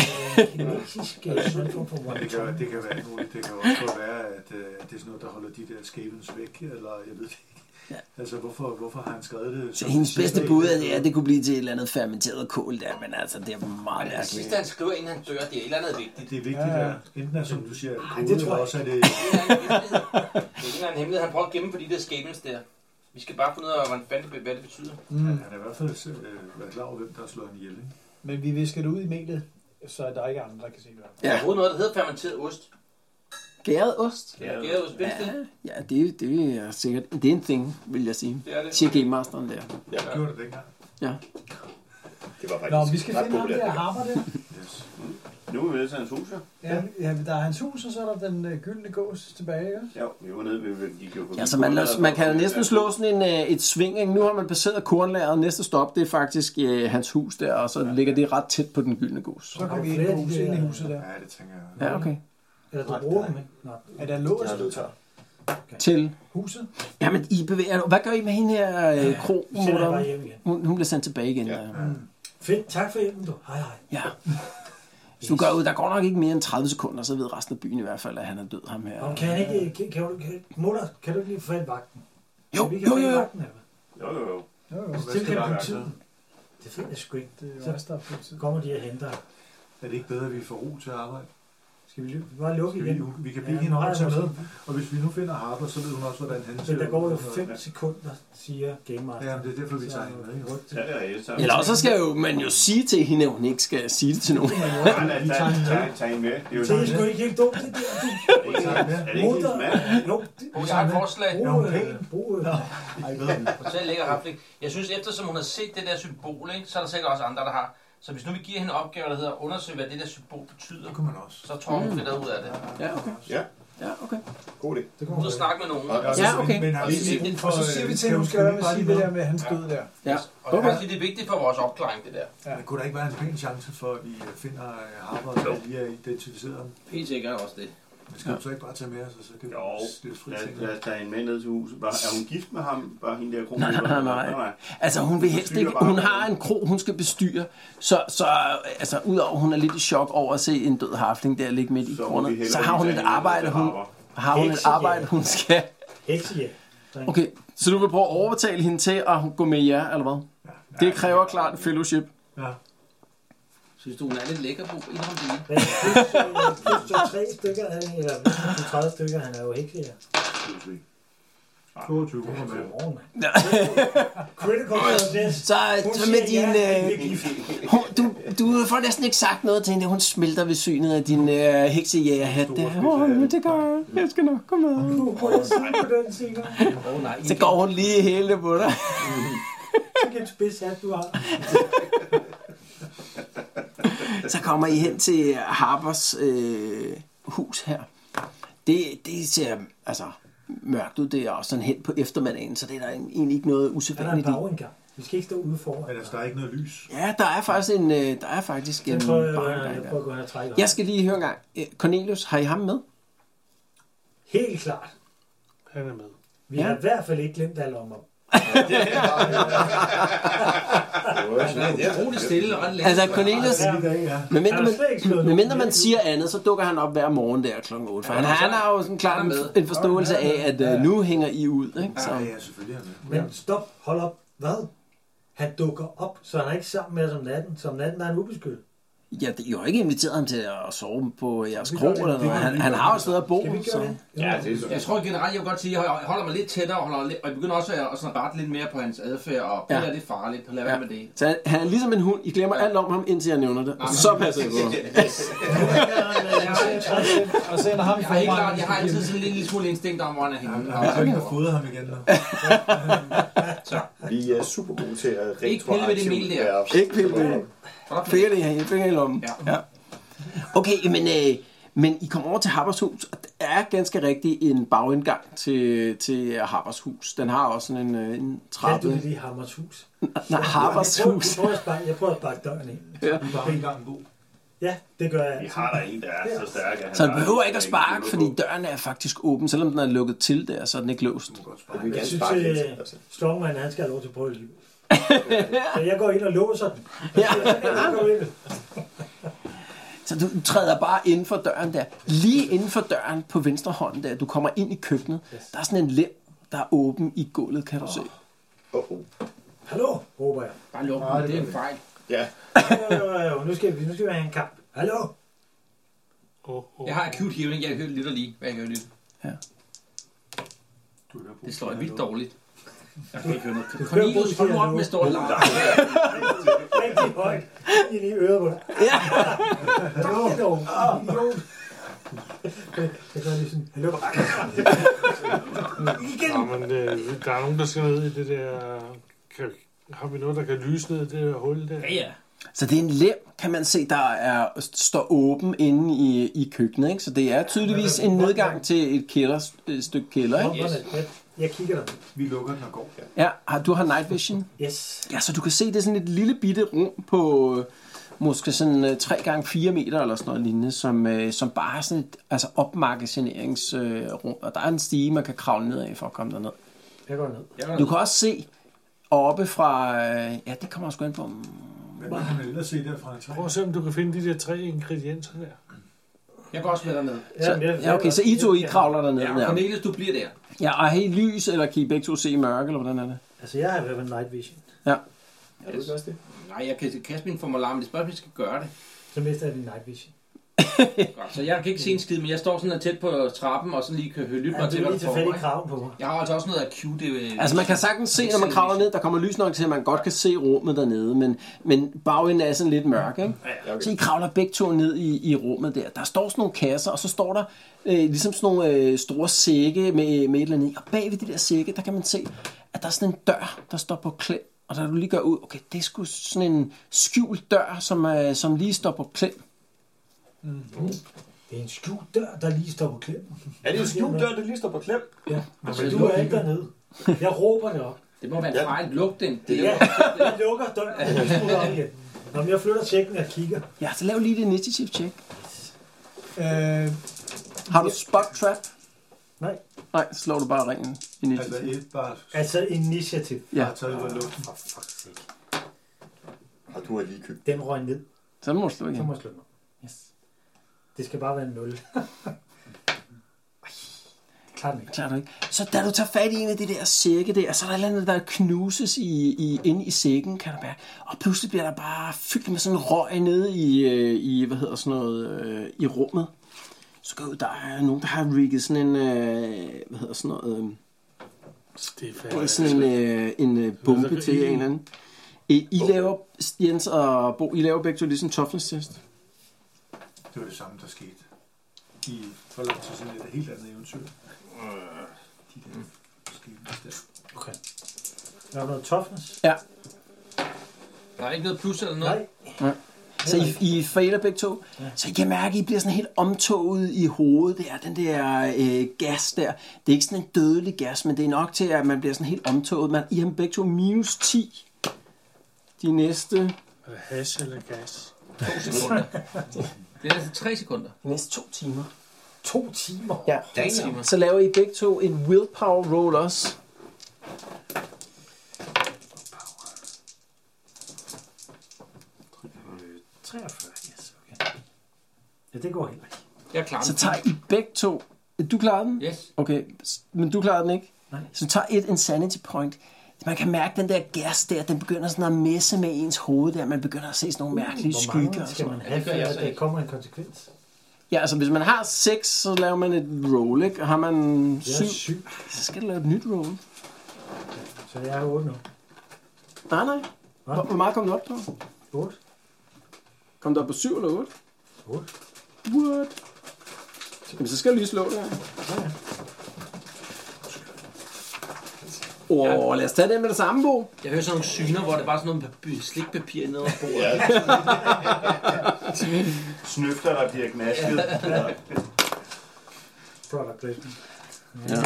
Speaker 5: eller kinesisk øh, sådan en form for
Speaker 10: Men det kan, det kan være alt muligt. Det kan også godt være, at øh, at det er sådan noget, der holder de der skæbens væk, eller jeg ved det ikke.
Speaker 6: Ja.
Speaker 10: Altså, hvorfor, hvorfor har han skrevet det?
Speaker 6: Så
Speaker 10: som
Speaker 6: hendes
Speaker 10: sidste
Speaker 6: bedste
Speaker 10: dag?
Speaker 6: bud er, det, at det kunne blive til et eller andet fermenteret kål der, men altså, det er meget
Speaker 3: Det sidste, han skriver, inden han dør, det er et eller andet vigtigt.
Speaker 10: Det er vigtigt,
Speaker 3: Ja,
Speaker 10: ja,
Speaker 3: ja.
Speaker 10: ja. enten er, som du
Speaker 6: Ah,
Speaker 10: siger,
Speaker 3: det
Speaker 10: kode, det
Speaker 3: tror
Speaker 10: tror
Speaker 3: jeg
Speaker 10: også er det...
Speaker 3: Det er en eller anden hemmelighed, han prøver at gemme på de der skæbnes der. Vi skal bare finde ud af, hvordan fanden det- hvad det betyder.
Speaker 10: Mm. Han har i hvert fald øh, været klar over, hvem der har slået en ihjel. Ikke?
Speaker 8: Men vi visker det ud i mediet, så der er ikke andre, der kan se det.
Speaker 3: Ja. Der er overhovedet noget, der hedder fermenteret ost.
Speaker 6: Gæret ost?
Speaker 3: Gæret ost, vidste
Speaker 6: Ja,
Speaker 3: det?
Speaker 6: ja det, det er sikkert. Det er en ting, vil jeg sige.
Speaker 3: Det er det.
Speaker 6: Siger Game Masteren der.
Speaker 10: Ja, det gjorde det dengang.
Speaker 6: Ja.
Speaker 7: Det var faktisk
Speaker 8: Nå, vi skal
Speaker 7: ret
Speaker 8: finde ham
Speaker 7: populært,
Speaker 8: der
Speaker 7: det her.
Speaker 8: Harper der.
Speaker 10: Yes.
Speaker 2: Nu er vi nede til hans hus, ja.
Speaker 8: Ja, ja, der er hans hus, og så er der den øh, gyldne gås tilbage, ikke?
Speaker 2: Ja, vi var nede ved, hvem de gjorde.
Speaker 6: Ja, så man, lader, man kan næsten slå sådan en, øh, et sving. Ikke? Nu har man passeret kornlageret. Næste stop, det er faktisk øh, hans hus der, og så ligger det ret tæt på den gyldne gås.
Speaker 8: Så kan vi ind på huset, ind i huset der.
Speaker 10: Ja, det tænker jeg.
Speaker 6: Ja, okay.
Speaker 5: Eller du bruger dem, ikke? Nå.
Speaker 8: Er der låst?
Speaker 7: Jeg er nødt til at-
Speaker 6: Til?
Speaker 8: Huset?
Speaker 6: Jamen, I bevæger jer. Hvad gør I med hende her øh, kro?
Speaker 5: sender jeg bare hjem igen. Mm.
Speaker 6: Hun, hun bliver sendt tilbage igen. Ja.
Speaker 5: Fedt, tak for hjælpen, du. Hej, hej.
Speaker 6: ja. Hvis du går ud, der går nok ikke mere end 30 sekunder, så ved resten af byen i hvert fald, at han er død, ham her.
Speaker 5: Og kan jeg ikke, kan, kan, du- kan, mutter, kan du ikke lige få fat i vagten?
Speaker 6: Jo,
Speaker 5: Så vi kan
Speaker 6: jo,
Speaker 5: få fat i
Speaker 6: jo, jo.
Speaker 5: Vagten, eller hvad?
Speaker 2: Jo, jo, jo.
Speaker 8: Jo, jo.
Speaker 5: Så tilkald
Speaker 10: der være
Speaker 5: politiet. Det finder jeg sgu ikke.
Speaker 8: Det er jo
Speaker 5: Så-
Speaker 8: også der er politiet.
Speaker 5: Så kommer de og henter. ham.
Speaker 10: Er det ikke bedre, at vi får ro til at arbejde?
Speaker 5: Skal vi lige- bare lukke
Speaker 10: Skal vi,
Speaker 5: igen?
Speaker 10: vi kan blive
Speaker 5: Ja,
Speaker 10: hende
Speaker 5: nej,
Speaker 10: over til med.
Speaker 5: måske.
Speaker 10: Og hvis vi nu finder Harper, så ved hun også, hvordan han
Speaker 5: Men der går jo
Speaker 10: ud.
Speaker 5: 5 sekunder, siger Game Master.
Speaker 10: Ja, men det er derfor, vi tager hende med. ikke?
Speaker 2: Ja, det er jeg. Så...
Speaker 6: Eller også så skal jo, man jo sige til hende, at hun ikke skal sige det til nogen.
Speaker 2: Nej, nej, tag, tag, tag en med. Det er jo
Speaker 5: Det er sgu ikke helt dumt, det der. Du,
Speaker 2: Er det ikke hendes mand?
Speaker 5: jo, det,
Speaker 3: Hun har et forslag.
Speaker 5: brug,
Speaker 10: hun
Speaker 5: øh,
Speaker 10: pæn?
Speaker 5: brug, øh,
Speaker 10: Ej, ved hun.
Speaker 3: Fortæl lækker Rafling. Jeg synes, eftersom hun har set det der symbol, ikke, så er der sikkert også andre, der har. Så hvis nu vi giver hende opgave, der hedder at undersøge, hvad det der symbol betyder,
Speaker 10: Det kunne man også.
Speaker 3: så tror hun, hun finder ud af det.
Speaker 6: Ja, okay.
Speaker 7: Ja,
Speaker 6: Ja, okay.
Speaker 7: god idé.
Speaker 8: Det kommer
Speaker 3: Ud og snakke med nogen.
Speaker 7: Og- og-
Speaker 6: Ja, okay. Altså,
Speaker 10: Men, men har vi
Speaker 3: Og så siger
Speaker 10: ikke
Speaker 3: vi-
Speaker 10: for...
Speaker 8: Og så siger vi til hende, hun skal lade være med at sige det der med hans død der.
Speaker 6: Ja.
Speaker 3: Og det er faktisk, det er vigtigt for vores opklaring, det der.
Speaker 10: Men kunne der ikke være en pæn chance for, at vi øh, finder øh, Harper, der lige er identificeret ham?
Speaker 3: Helt sikkert også det.
Speaker 10: Men skal ja. du så ikke bare tage med os, og så kan vi
Speaker 2: Jo,
Speaker 10: slippe fri
Speaker 2: lad,
Speaker 10: ting?
Speaker 2: os- lad os tage en mand ned til huset. Var, er hun gift med ham? Var hende der kronen?
Speaker 6: Nej, nej, nej, nej. Altså, hun vil helst ikke... Hun har en krog, hun skal bestyre. Så, så altså, udover hun er lidt i chok over at se en død hafling der ligge midt i
Speaker 2: Så må vi
Speaker 6: kroner,
Speaker 2: hellere
Speaker 6: så har hun
Speaker 2: lige
Speaker 6: et
Speaker 2: tage hende
Speaker 6: arbejde,
Speaker 2: til
Speaker 6: hun,
Speaker 2: Harper.
Speaker 6: har hun et
Speaker 5: Heksejæger.
Speaker 6: arbejde, hun skal...
Speaker 5: Heksejæger.
Speaker 6: Okay, så du vil prøve at overtale hende til at gå med jer, eller hvad? Det kræver klart et fellowship.
Speaker 10: Ja.
Speaker 3: Synes du, hun er lidt lækker, Bo? Indrøm det lige.
Speaker 5: Men plus, øh, plus de tre stykker, han, eller de 30 stykker, han er jo heksejæger.
Speaker 10: 22 kroner med.
Speaker 5: Morgen, mand.
Speaker 6: Ja.
Speaker 5: Critical success.
Speaker 6: Så,
Speaker 5: Hun
Speaker 6: så
Speaker 5: siger
Speaker 6: med din...
Speaker 5: ja,
Speaker 6: Øh, hun, du, du får næsten ikke sagt noget til hende. Hun smelter ved synet af din øh, heksejægerhat. der. Åh, men det gør jeg. Jeg skal nok komme med.
Speaker 5: Du må jeg sige på den, Sikker.
Speaker 3: Åh oh, nej,
Speaker 6: Så går hun lige i hælene på dig.
Speaker 5: Sikke en spids hat, du har.
Speaker 6: Så kommer I hen til Harpers øh, hus her. Det, det ser altså mørkt ud. Det er også sådan hen på eftermiddagen, så det er der egentlig ikke noget
Speaker 5: Han har en
Speaker 6: usædvanligt i.
Speaker 5: bag engang. Vi skal ikke stå ude foran.
Speaker 10: Men altså, der er ikke noget lys.
Speaker 6: Ja, der er faktisk en, øh, der er faktisk en
Speaker 5: Jeg prøver, jeg, prøver,
Speaker 6: barnevogn
Speaker 5: jeg
Speaker 6: der.
Speaker 5: prøver at gå hen og trække
Speaker 6: Jeg skal lige høre en gang. Øh, Cornelius, har I ham med?
Speaker 5: Helt klart.
Speaker 9: Han er med.
Speaker 5: Vi
Speaker 6: Ja.
Speaker 5: har i hvert fald ikke glemt alle om ham.
Speaker 3: Det er roligt stille og ret længe.
Speaker 6: Altså Cornelius, medmindre man, medmindre man siger andet, så dukker han op hver morgen der kl. 8. For han, han har jo sådan klart en, en forståelse af, at øh, nu hænger I ud. Ikke? Så.
Speaker 10: selvfølgelig.
Speaker 5: Men stop, hold op. Hvad? Han dukker op, så han er ikke sammen med os om natten. Så om natten er han ubeskyttet.
Speaker 6: Ja, det, I har jo ikke inviteret ham til at sove på jeres
Speaker 5: Vi
Speaker 6: krog
Speaker 5: gør det.
Speaker 6: eller
Speaker 5: Det
Speaker 6: noget.
Speaker 5: kan
Speaker 6: Han,
Speaker 5: vi
Speaker 6: han
Speaker 5: gøre.
Speaker 6: har jo sted at bo.
Speaker 5: Skal vi gøre
Speaker 6: så.
Speaker 5: det?
Speaker 3: Ja, det er jeg tror generelt, jeg vil godt sige, at jeg holder mig lidt tættere, og, holder lidt, og jeg begynder også at, at sådan rette lidt mere på hans adfærd, og det
Speaker 6: Ja.
Speaker 3: ja. er lidt farligt, og lad være med det.
Speaker 6: Så han er ligesom en hund. I glemmer alt om ham, indtil jeg nævner det. Og så passer det på. ham.
Speaker 3: Og så ender ham jeg har, helt klart, jeg har altid sådan en lille, lille smule instinkt om, hvor han er henne.
Speaker 10: Jeg har ikke fået ham igen.
Speaker 7: Vi er super gode til at
Speaker 3: Ikke pille ved det mel der.
Speaker 7: retroaktivt være...
Speaker 6: Ikke pille ved det. Finger det her, finger i lommen. Ja. Okay, men, øh, men I kommer over til Harpershus, og der er ganske rigtigt en bagindgang til, til Harpershus. Den har også sådan en, øh, en
Speaker 5: Kaldte du det
Speaker 6: trappe.
Speaker 5: lige Hammers hus?
Speaker 6: Nej, Harpers
Speaker 5: Jeg prøver-
Speaker 6: hus.
Speaker 5: Jeg prøver at sparke, jeg prøver at sparke døren ind.
Speaker 6: Ja.
Speaker 5: Ja, det gør jeg.
Speaker 2: Vi har da en, der er så stærk. at han
Speaker 6: Så du
Speaker 2: bare-
Speaker 6: behøver ikke at sparke, fordi døren er faktisk åben, selvom den er lukket til der, så er den ikke låst.
Speaker 7: Vi
Speaker 5: Jeg
Speaker 7: kan
Speaker 5: synes, øh,
Speaker 7: sparke lidt til,
Speaker 5: at
Speaker 7: altså.
Speaker 5: Strongman, han skal have lov til at prøve det liv. Så jeg går ind og låser den. Jeg går ind.
Speaker 6: Så du træder bare inden for døren der. Lige inden for døren på venstre hånd der, du kommer ind i køkkenet. Der er sådan en lem, der er åben i gulvet, kan du se.
Speaker 7: Åh, åh.
Speaker 5: Hallo, råber jeg.
Speaker 3: Bare luk den, det er en fejl.
Speaker 7: Ja,
Speaker 5: Jo, jo, jo, jo, Nu skal vi, nu skal vi have en kamp. Hallo?
Speaker 3: Jeg har acute healing, jeg hører lidt og lige, hvad jeg hører lidt.
Speaker 6: Ja.
Speaker 3: Det slår jeg vildt dårligt. Jeg kan ikke høre noget.
Speaker 5: hører
Speaker 3: Cornelius, hold nu
Speaker 5: Bruce
Speaker 3: op med stort larm.
Speaker 5: Rigtig højt. I lige øret på dig.
Speaker 6: Ja.
Speaker 5: Hallo? Ah, Hallo? Jeg gør lige sådan. Hallo?
Speaker 9: Nå, men øh, der er nogen, der skal ned i det der... Kan, har vi noget, der kan lyse ned i det der hul der?
Speaker 3: Ja, ja.
Speaker 6: Så det er en lem, kan man se, der er, står åben inde i, i køkkenet. Ikke? Så det er tydeligvis en nedgang til et kælder, et stykke kælder. Ikke?
Speaker 5: Yes. Jeg, jeg kigger dig.
Speaker 10: Vi lukker den og går.
Speaker 6: Ja, har, du har night vision.
Speaker 5: Yes.
Speaker 6: Ja, så du kan se, det er sådan et lille bitte rum på øh, måske sådan øh, 3 gange 4 meter eller sådan noget lignende, som, øh, som bare er sådan et altså opmagasineringsrum. Øh, rum. og der er en stige, man kan kravle ned af for at komme derned.
Speaker 5: Jeg går ned.
Speaker 3: Jeg er
Speaker 6: Du kan også se oppe fra... Øh, ja, det kommer jeg sgu ind på.
Speaker 10: Men hvad kan man ellers se der fra en træ?
Speaker 9: Prøv at se, om du kan finde de der tre ingredienser der.
Speaker 3: Jeg går også med dig ned.
Speaker 6: Så,
Speaker 5: Jamen, jeg-
Speaker 6: ja, okay, så I to, I kravler derned.
Speaker 3: Ja,
Speaker 6: Ja,
Speaker 3: Cornelius, du bliver der.
Speaker 6: Ja, og har I lys, eller kan I begge to se i mørke, eller hvordan er det?
Speaker 5: Altså, jeg har i hvert fald night vision.
Speaker 7: er det også det?
Speaker 3: Nej, jeg kan kaste min formular, men det er spørgsmål, om jeg skal gøre det.
Speaker 5: Så mister jeg din night vision.
Speaker 3: Godt, Så jeg kan ikke se en skid, men jeg står sådan her tæt på trappen, og sådan lige kan lytte
Speaker 5: Ja,
Speaker 3: mig
Speaker 5: du
Speaker 3: til,
Speaker 5: er
Speaker 3: hvad
Speaker 5: lige
Speaker 3: der
Speaker 5: til fat i
Speaker 3: foregår.
Speaker 5: kraven på mig.
Speaker 3: ikke? Jeg har altså også noget acute... øh,
Speaker 6: Altså man kan sagtens se, når man kravler ned, der kommer lys nok til, at man godt kan se rummet dernede, men, men bagenden er sådan lidt mørk, ikke?
Speaker 7: Ja,
Speaker 6: Så
Speaker 7: okay.
Speaker 6: I kravler begge to ned i, i rummet der. Der står sådan nogle kasser, og så står der øh, ligesom sådan nogle øh, store sække med, med et eller andet i. Og bag ved de der sække, der kan man se, at der er sådan en dør, der står på klem. Og der du lige gør ud, okay, det er sgu sådan en skjult dør, som, øh, som lige står på klem.
Speaker 5: Mm. Det er en skjult dør, der lige står på klemmen.
Speaker 7: Er det en skjult dør, der lige står på klem? Altså,
Speaker 5: Så du er ikke dernede. Jeg råber det op.
Speaker 3: Det må være en fejl. Luk den. Det er
Speaker 5: Ja, jeg lukker døren, og så slutter op igen. Nå, men jeg flytter tjekken og kigger.
Speaker 6: Ja, så lav lige det initiative check.
Speaker 8: Øh,
Speaker 6: Har du spot trap?
Speaker 5: Nej.
Speaker 6: Nej, så slår du bare ringen. Initiative.
Speaker 10: Altså et bare
Speaker 5: Altså, initiativ.
Speaker 6: Ja,
Speaker 10: tager ud af luften.
Speaker 5: For fuck's sake.
Speaker 7: Og du har lige købt.
Speaker 5: Den røg ned.
Speaker 6: så må du slå
Speaker 5: Så
Speaker 6: igen.
Speaker 5: må jeg slå den op. Yes. Det skal bare være en 0. Ej, Klart ikke.
Speaker 6: Klarer du ikke. Så da du tager fat i en af de der sække der, så er der et eller andet, der knuses i, i, inde i sækken, kan du mærke. Og pludselig bliver der bare fyldt med sådan en røg nede i, øh, i hvad hedder sådan noget, øh, i rummet. Så går jeg ud, der er nogen, der har rigget sådan en, øh, hvad hedder sådan noget,
Speaker 9: Det er
Speaker 6: øh,
Speaker 9: fandme-
Speaker 6: sådan en, øh, en øh, bombe til en eller anden. Øh, I laver, Jens og Bo, I laver begge to lige sådan en toughness test.
Speaker 10: Det var det samme, der skete. I for lang tid siden et helt andet eventyr. De der skæbner der.
Speaker 5: Okay. Der er noget toughness.
Speaker 3: Der er ikke noget plus eller noget.
Speaker 5: Nej.
Speaker 6: Så I, I fejler begge to. Ja. Så I kan mærke, at I bliver sådan helt omtoget i hovedet der, den der øh, gas der. Det er ikke sådan en dødelig gas, men det er nok til, at man bliver sådan helt omtoget. Man, I har begge to minus 10 de næste,
Speaker 9: Er det hash eller gas?
Speaker 3: To sekunder. Det er altså tre sekunder.
Speaker 6: de næste to timer.
Speaker 5: To timer.
Speaker 6: Ja.
Speaker 3: Tre timer.
Speaker 6: Så laver I begge to en willpower roll også.
Speaker 5: det går heller ikke.
Speaker 3: Jeg klarer
Speaker 6: Så tager I begge to... Du klarer den?
Speaker 3: Yes.
Speaker 6: Okay, s- men du klarer den ikke?
Speaker 5: Nej.
Speaker 6: Så tager et insanity point. Man kan mærke, den der gas der, den begynder sådan at messe med ens hoved der. Man begynder at se sådan nogle mærkelige
Speaker 5: Hvor
Speaker 6: skygger.
Speaker 5: mange
Speaker 6: og
Speaker 5: skal
Speaker 6: sådan
Speaker 5: man
Speaker 6: noget.
Speaker 5: have,
Speaker 3: det gør jeg
Speaker 5: før
Speaker 3: så
Speaker 5: der
Speaker 3: ikke.
Speaker 5: kommer en konsekvens?
Speaker 6: Ja, altså hvis man har 6, så laver man et roll, ikke? Og har man
Speaker 5: Jeg er
Speaker 6: 7,
Speaker 5: syg,
Speaker 6: så skal du lave et nyt roll.
Speaker 5: så jeg er 8 nu.
Speaker 6: Nej, nej. Hvor, hvor meget kom du op på?
Speaker 5: 8?
Speaker 6: Kom du op på 7 eller 8?
Speaker 5: 8.
Speaker 6: What? Jamen, så skal jeg lige slå det her. Åh, oh, lad os tage den med det samme, Bo.
Speaker 3: Jeg hører sådan nogle syner, hvor det bare er sådan noget papir, slikpapir nede over bordet.
Speaker 2: Snøfter, der bliver gnasket.
Speaker 5: Product placement.
Speaker 6: Ja.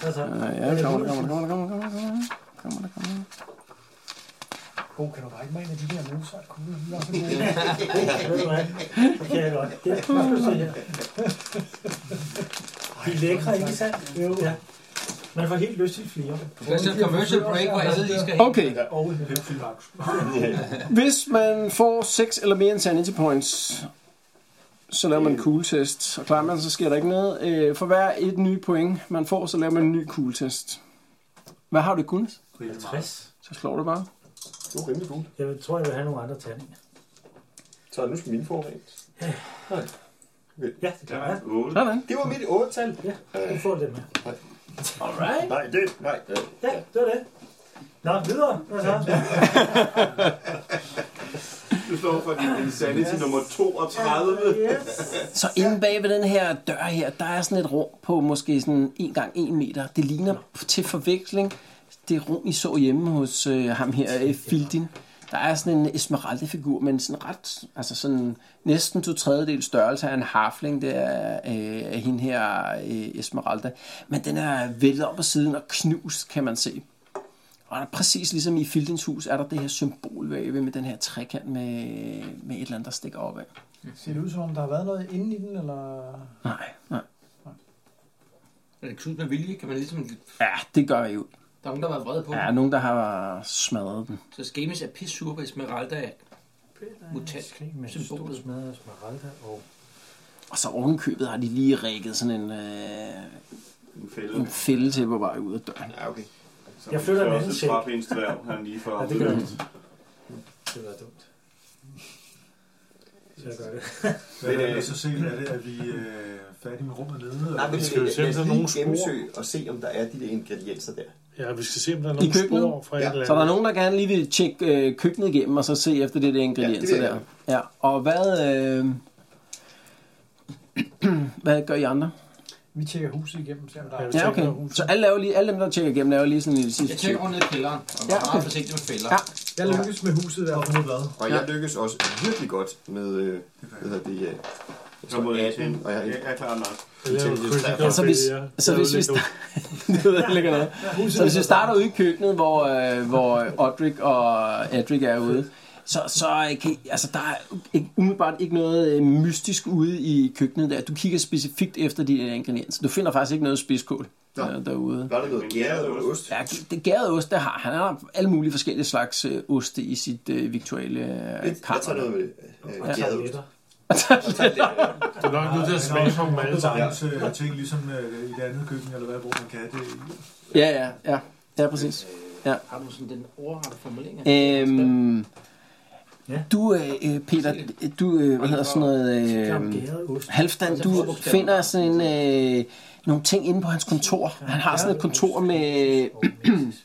Speaker 5: Hvad så?
Speaker 6: Ja, kommer der, kommer der, kommer der, kommer der, kommer der, kommer der, kommer der.
Speaker 4: Bo, kan du række mig en af de der Mozart kugler? De var så
Speaker 5: Ved
Speaker 4: gode.
Speaker 5: du hvad? Det kan jeg godt. Ja, nu skal du se her. De er lækre, ikke sandt? Jo. Ja. Man får helt lyst til flere.
Speaker 3: Det er sådan en commercial break, hvor alle lige skal hen.
Speaker 6: Okay,
Speaker 10: Og en Pepsi Max.
Speaker 6: hvis man får 6 eller mere insanity points, så laver man en cool test. Og klarer man, så sker der ikke noget. Øh, For hver et nye point, man får, så laver man en ny cool test. Hvad har du i coolness?
Speaker 5: 50.
Speaker 6: Så slår du bare.
Speaker 7: Du er rimelig cool.
Speaker 5: Jeg tror, jeg vil have nogle andre terninger.
Speaker 7: Så nu skal min forret.
Speaker 5: Ja, det kan jeg.
Speaker 2: Otte.
Speaker 6: Sådan.
Speaker 7: Det var mit 8-tal.
Speaker 5: Ja, du får det med.
Speaker 7: Alright. Nej, det, nej. Øh,
Speaker 5: Ja, det var det. Nå, videre. Hvad så?
Speaker 2: Du står for din insanity nummer 32.
Speaker 5: Yes.
Speaker 6: Så inde bag ved den her dør her, der er sådan et rum på måske sådan 1 gang 1 meter. Det ligner til forveksling det rum, I så hjemme hos øh, ham her, øh, Fildin. Der er sådan en esmeraldefigur, men sådan ret, altså sådan næsten to tredjedel størrelse af en harfling, det er øh, af hende her øh, Esmeralda. Men den er væltet op på siden og knust, kan man se. Og der, præcis ligesom i Fildins hus, er der det her symbol bagved med den her trekant med, med et eller andet, der stikker opad.
Speaker 4: Ser det ud som om, der har været noget inde i den, eller...
Speaker 6: Nej, nej.
Speaker 3: Er det knust med vilje? Kan man ligesom...
Speaker 6: Ja, det gør jeg jo.
Speaker 3: Der er nogen, der har været vrede på
Speaker 6: Der er
Speaker 3: ja.
Speaker 6: nogen, der har smadret den.
Speaker 3: Så Skemis er pissur på Esmeralda. er Mutant.
Speaker 5: Skrig med en stor
Speaker 3: Symbolet.
Speaker 5: smadre smaralda og
Speaker 6: Og så ovenkøbet har de lige rækket sådan en, øh,
Speaker 2: En fælde.
Speaker 6: en fælde til på vej ud af døren.
Speaker 7: Ja, okay.
Speaker 2: Som
Speaker 5: Jeg flytter en
Speaker 2: en
Speaker 5: anden
Speaker 2: anden
Speaker 5: sæk.
Speaker 2: træpindsdværg, han lige for.
Speaker 5: Ja, det gør jeg. Det var dumt. Så jeg gør det.
Speaker 10: Hvad er det så sent? Er det, at vi øh, færdige med rummet nede?
Speaker 7: Nej, men
Speaker 10: eller?
Speaker 9: Vi skal jo
Speaker 7: lad
Speaker 9: sende
Speaker 7: os
Speaker 9: dig
Speaker 7: lige
Speaker 9: nogle spor.
Speaker 7: gennemsøge og se, om der er de der ingredienser der.
Speaker 9: Ja, vi skal se, om der er
Speaker 6: I
Speaker 9: nogle
Speaker 6: køkkenet?
Speaker 9: spor fra
Speaker 7: Ja.
Speaker 9: et eller
Speaker 6: Så er der
Speaker 9: andet.
Speaker 6: nogen, der gerne lige vil tjekke øh, køkkenet igennem, og så se efter det der ingredienser
Speaker 7: Ja, det vil
Speaker 6: der.
Speaker 7: jeg
Speaker 6: Ja, og hvad, øh, hvad gør I andre?
Speaker 4: Vi tjekker huset igennem, ser om der er...
Speaker 9: Ja, vi
Speaker 6: Ja,
Speaker 9: tænker,
Speaker 6: okay. Så alle, laver lige, alle dem, der tjekker igennem, laver lige sådan en lille sidste
Speaker 3: Jeg tjekker
Speaker 6: tjek.
Speaker 3: rundt ned i kælderen, og
Speaker 6: Ja,
Speaker 3: ja, okay.
Speaker 6: okay.
Speaker 3: meget forsigtig med fælder.
Speaker 6: Ja.
Speaker 3: Ja.
Speaker 8: Jeg lykkes med huset i hvert fald.
Speaker 7: Og jeg lykkes også virkelig godt med, øh, hvad hedder det, øh, jeg
Speaker 2: Så må
Speaker 7: tror
Speaker 2: jeg
Speaker 7: 18, og jeg,
Speaker 2: Jeg er klar nok.
Speaker 9: Det er jo
Speaker 7: Intelligence
Speaker 9: critical
Speaker 7: derfor.
Speaker 6: Ja, så Altså, hvis,
Speaker 9: failure. Det
Speaker 6: så
Speaker 9: er
Speaker 6: hvis vi
Speaker 9: jo lidt dumt.
Speaker 6: starter... det ved jeg ikke noget. Så hvis vi starter ude i køkkenet, hvor, øh, hvor Odrik og Adrik er ude, så, så øh, kan, I- altså, der er ikke, umiddelbart ikke noget øh, mystisk ude i køkkenet der. Du kigger specifikt efter de der ingredienser. Du finder faktisk ikke noget spidskål
Speaker 7: Nå.
Speaker 6: øh, derude.
Speaker 7: Var der noget gæret og ost?
Speaker 6: Ja, det gærede ost, der har han. har alle mulige forskellige slags øh, oste i sit øh, viktuelle øh,
Speaker 7: Jeg tager noget
Speaker 6: kammer.
Speaker 7: med
Speaker 5: Og
Speaker 7: øh, gæret ost.
Speaker 5: tabletter.
Speaker 9: Du er nok nødt til at smage på dem alle sammen.
Speaker 10: Jeg tænker ligesom øh, i det andet køkken, eller hvad, hvor man kan have det i.
Speaker 6: Ja, ja, ja. Ja, præcis.
Speaker 3: Har du sådan den overrette formulering? af-
Speaker 6: Øhm,
Speaker 5: Ja.
Speaker 6: du, øh, øh, Peter, du, øh, hvad hedder sådan noget,
Speaker 5: Jamen,
Speaker 6: øh,
Speaker 5: gæret ost.
Speaker 6: Halfdan,
Speaker 3: Altså,
Speaker 6: du
Speaker 3: forbogstaver.
Speaker 6: finder sådan øh, nogle ting inde på hans kontor. Han har sådan et kontor med,
Speaker 5: Og mæs med spids-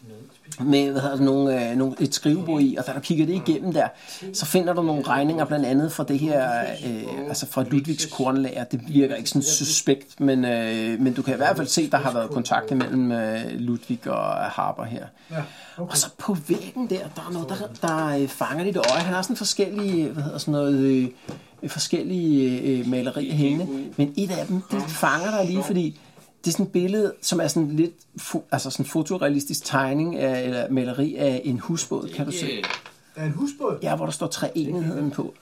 Speaker 6: med hvad hedder det, nogle, øh, nogle, et skrivebord i, og da du kigger det igennem der, så finder du nogle regninger blandt andet fra det her, øh, altså fra Ludvigs kornlager. Det virker ikke sådan suspekt, men, øh, men du kan i hvert fald se, der har været kontakt imellem øh, Ludvig og Harper her. Og så på væggen der, der er noget, der, der øh, fanger dit øje. Han har sådan forskellige, hvad hedder sådan noget, øh, forskellige øh, malerier hængende, men et af dem, det fanger dig lige, fordi det er sådan et billede, som er sådan lidt fo- altså sådan en fotorealistisk tegning af, eller maleri af en husbåd, kan du se.
Speaker 3: Ikke,
Speaker 10: Er en husbåd?
Speaker 6: Ja, hvor der står træenigheden på.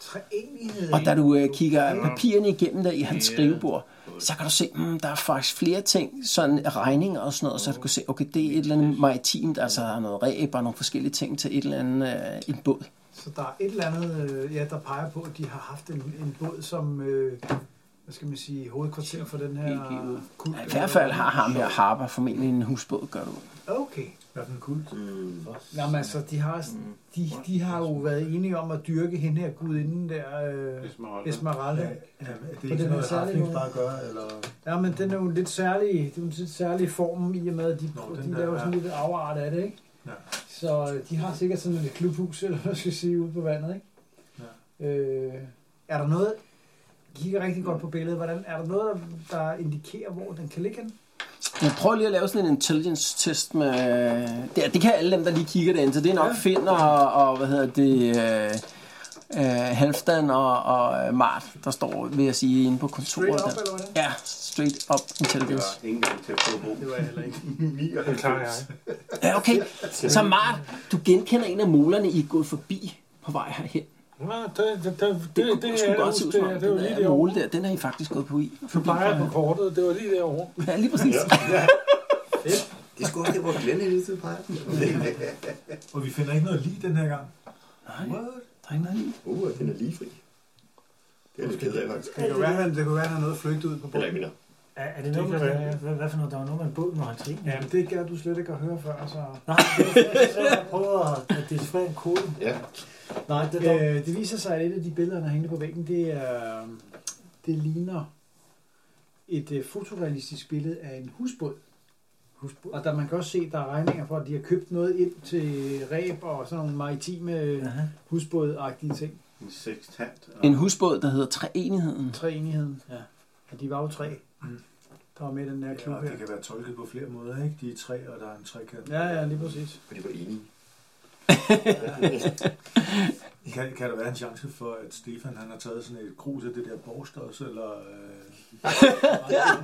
Speaker 8: Treenighed.
Speaker 6: Og da du øh, kigger papirerne igennem der i hans skrivebord, så kan du se, mm, der er faktisk flere ting, sådan regninger og sådan noget, så du kan se, okay, det er et eller andet maritimt, altså der er noget ræb og nogle forskellige ting til et eller andet, øh, en båd.
Speaker 8: Så der er et eller andet, øh, ja, der peger på, at de har haft en, en båd som, øh, hvad skal man sige, hovedkvarter for den her kult.
Speaker 6: Ja, I hvert fald har ham her Harper formentlig en husbåd, gør du.
Speaker 8: Okay.
Speaker 10: Hvad er den kult? Mm.
Speaker 8: Nå, men altså, de har, de, de har jo været enige om at dyrke hende her gudinden der, øh,
Speaker 2: Esmeralda.
Speaker 8: Esmeralda.
Speaker 10: Ja,
Speaker 8: Ja,
Speaker 10: ja, men er det
Speaker 8: På
Speaker 10: ikke
Speaker 8: den
Speaker 10: sådan
Speaker 8: her
Speaker 10: noget,
Speaker 8: særlige
Speaker 10: Harflings
Speaker 8: måde.
Speaker 10: bare gør, eller...
Speaker 8: Ja, men den er jo en lidt særlig, det er jo en lidt særlig form i og med, at de,
Speaker 10: Nå,
Speaker 8: Nå,
Speaker 10: den
Speaker 8: de
Speaker 10: der,
Speaker 8: laver sådan
Speaker 10: ja.
Speaker 8: lidt afart af det, ikke?
Speaker 10: Ja.
Speaker 8: Så øh, de har sikkert sådan et klubhus, eller hvad man skal sige, ude på vandet, ikke? Ja. Øh, er der noget, jeg kigger rigtig godt på billedet, hvordan, er der noget, der- der indikerer, hvor den kan ligge hen?
Speaker 6: Jeg prøver lige at lave sådan en intelligence test med... Det, det kan alle dem, der lige kigger derind, så det er nok ja. Finn og, og, hvad hedder det, øh, øh, Halfdan og, og øh, Mart, der står, vil jeg sige, inde på kontoret.
Speaker 8: Straight up,
Speaker 6: der.
Speaker 8: eller hvordan?
Speaker 6: Ja, straight up
Speaker 2: Det
Speaker 6: intelligence.
Speaker 2: var ikke engang til at prøve Det var heller ikke.
Speaker 9: Det tager jeg.
Speaker 2: 99.
Speaker 6: Ja, okay. Så Mart, du genkender en af molerne, I er gået forbi på vej herhen.
Speaker 9: Nå, det, det, det,
Speaker 6: Det,
Speaker 9: det,
Speaker 6: det,
Speaker 9: det,
Speaker 6: kunne
Speaker 9: er
Speaker 6: sgu godt se ud som
Speaker 9: det,
Speaker 6: om,
Speaker 9: det,
Speaker 6: den
Speaker 9: det var lige
Speaker 6: der
Speaker 9: derovre.
Speaker 6: mole der, den har I faktisk gået på i.
Speaker 9: Du peger på kortet, det var lige derovre.
Speaker 6: Ja, lige præcis.
Speaker 7: Det er sgu også det, hvor Glenn hele tiden peger.
Speaker 10: Og vi finder ikke noget lige den her gang. What?
Speaker 6: Der er ikke noget i.
Speaker 7: Uh, den er lige fri. Det er lidt ked af, faktisk.
Speaker 8: Det kan være, at det kunne være, at han har noget flygtet ud på
Speaker 7: Eller
Speaker 8: bunden.
Speaker 7: ikke mindre.
Speaker 5: Er, er det noget,
Speaker 9: Det kan være,
Speaker 5: med, hvad, hvad for noget, der var noget med en båd, når han trin?
Speaker 8: Ja, men det gad du slet ikke at høre før, så...
Speaker 5: Nej, det var faktisk, jeg prøver at decifrere en kode.
Speaker 7: Ja,
Speaker 5: Nej, det er dog.
Speaker 8: Øh, det viser sig, at et af de billeder, der hængte på væggen, det, er, det ligner et øh, fotorealistisk billede af en husbåd. husbåd. Og der man kan også se, at der er regninger for, at de har købt noget ind til ræb og sådan nogle maritime ja.
Speaker 5: Aha.
Speaker 8: husbådagtige ting.
Speaker 2: En sextant.
Speaker 6: En husbåd, der hedder Treenigheden.
Speaker 8: Treenigheden. Ja. Og de var jo tre,
Speaker 5: Mm.
Speaker 8: der var med i den her klub
Speaker 10: Ja, og
Speaker 8: ja,
Speaker 10: det
Speaker 8: her.
Speaker 10: kan være tolket på flere måder, ikke? De er tre, og der er en trekant.
Speaker 8: Ja, ja, lige præcis.
Speaker 7: for de var enige.
Speaker 10: Kan, kan der være en chance for, at Stefan han har taget sådan et krus af det der borst også, eller... Øh...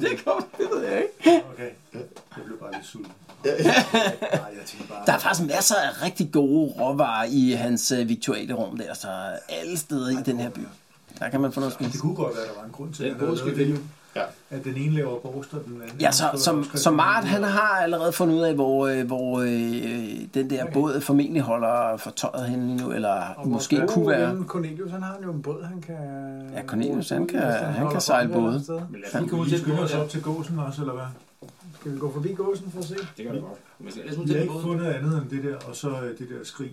Speaker 6: Det kommer, det ved jeg ikke.
Speaker 10: Okay, jeg blev bare lidt sulten.
Speaker 7: Ja, ja.
Speaker 10: Nej, jeg tænkte bare...
Speaker 6: Der er faktisk masser af rigtig gode råvarer i hans øh, viktuelle rum der, så alle steder i den her by. Der kan man få noget at
Speaker 10: Det
Speaker 6: spise.
Speaker 10: kunne godt være, der var en grund til,
Speaker 2: Den
Speaker 10: at han havde
Speaker 2: borske
Speaker 10: lavet det,
Speaker 2: film.
Speaker 7: Ja.
Speaker 10: at den ene laver borst, og den anden...
Speaker 6: Ja, så, som, som Mart, han har allerede fundet ud af, hvor, øh, hvor øh, den der båd formentlig holder for tøjet henne lige nu, eller
Speaker 8: Og
Speaker 6: måske
Speaker 8: vores
Speaker 6: kunne
Speaker 8: gode
Speaker 6: være...
Speaker 8: ven Uh, Cornelius, han har jo en båd, han kan...
Speaker 6: Ja, Cornelius, han
Speaker 8: bruge,
Speaker 6: kan-
Speaker 8: hvis
Speaker 6: han kan
Speaker 8: holder
Speaker 6: sejle
Speaker 8: for et eller
Speaker 6: både.
Speaker 8: andet sted.
Speaker 3: Men lad os
Speaker 10: Kan
Speaker 3: lige komme
Speaker 10: vi
Speaker 3: ud
Speaker 10: lige
Speaker 3: til den
Speaker 10: skynde
Speaker 3: båd
Speaker 10: os
Speaker 3: der.
Speaker 10: op til gåsen også, eller hvad?
Speaker 8: Skal vi gå forbi gåsen for at se?
Speaker 3: Det gør vi godt. Men lad os ud
Speaker 10: Vi
Speaker 3: til
Speaker 10: har
Speaker 3: den
Speaker 10: ikke
Speaker 3: båd.
Speaker 10: fundet andet end det der, og så øh, det der skrin.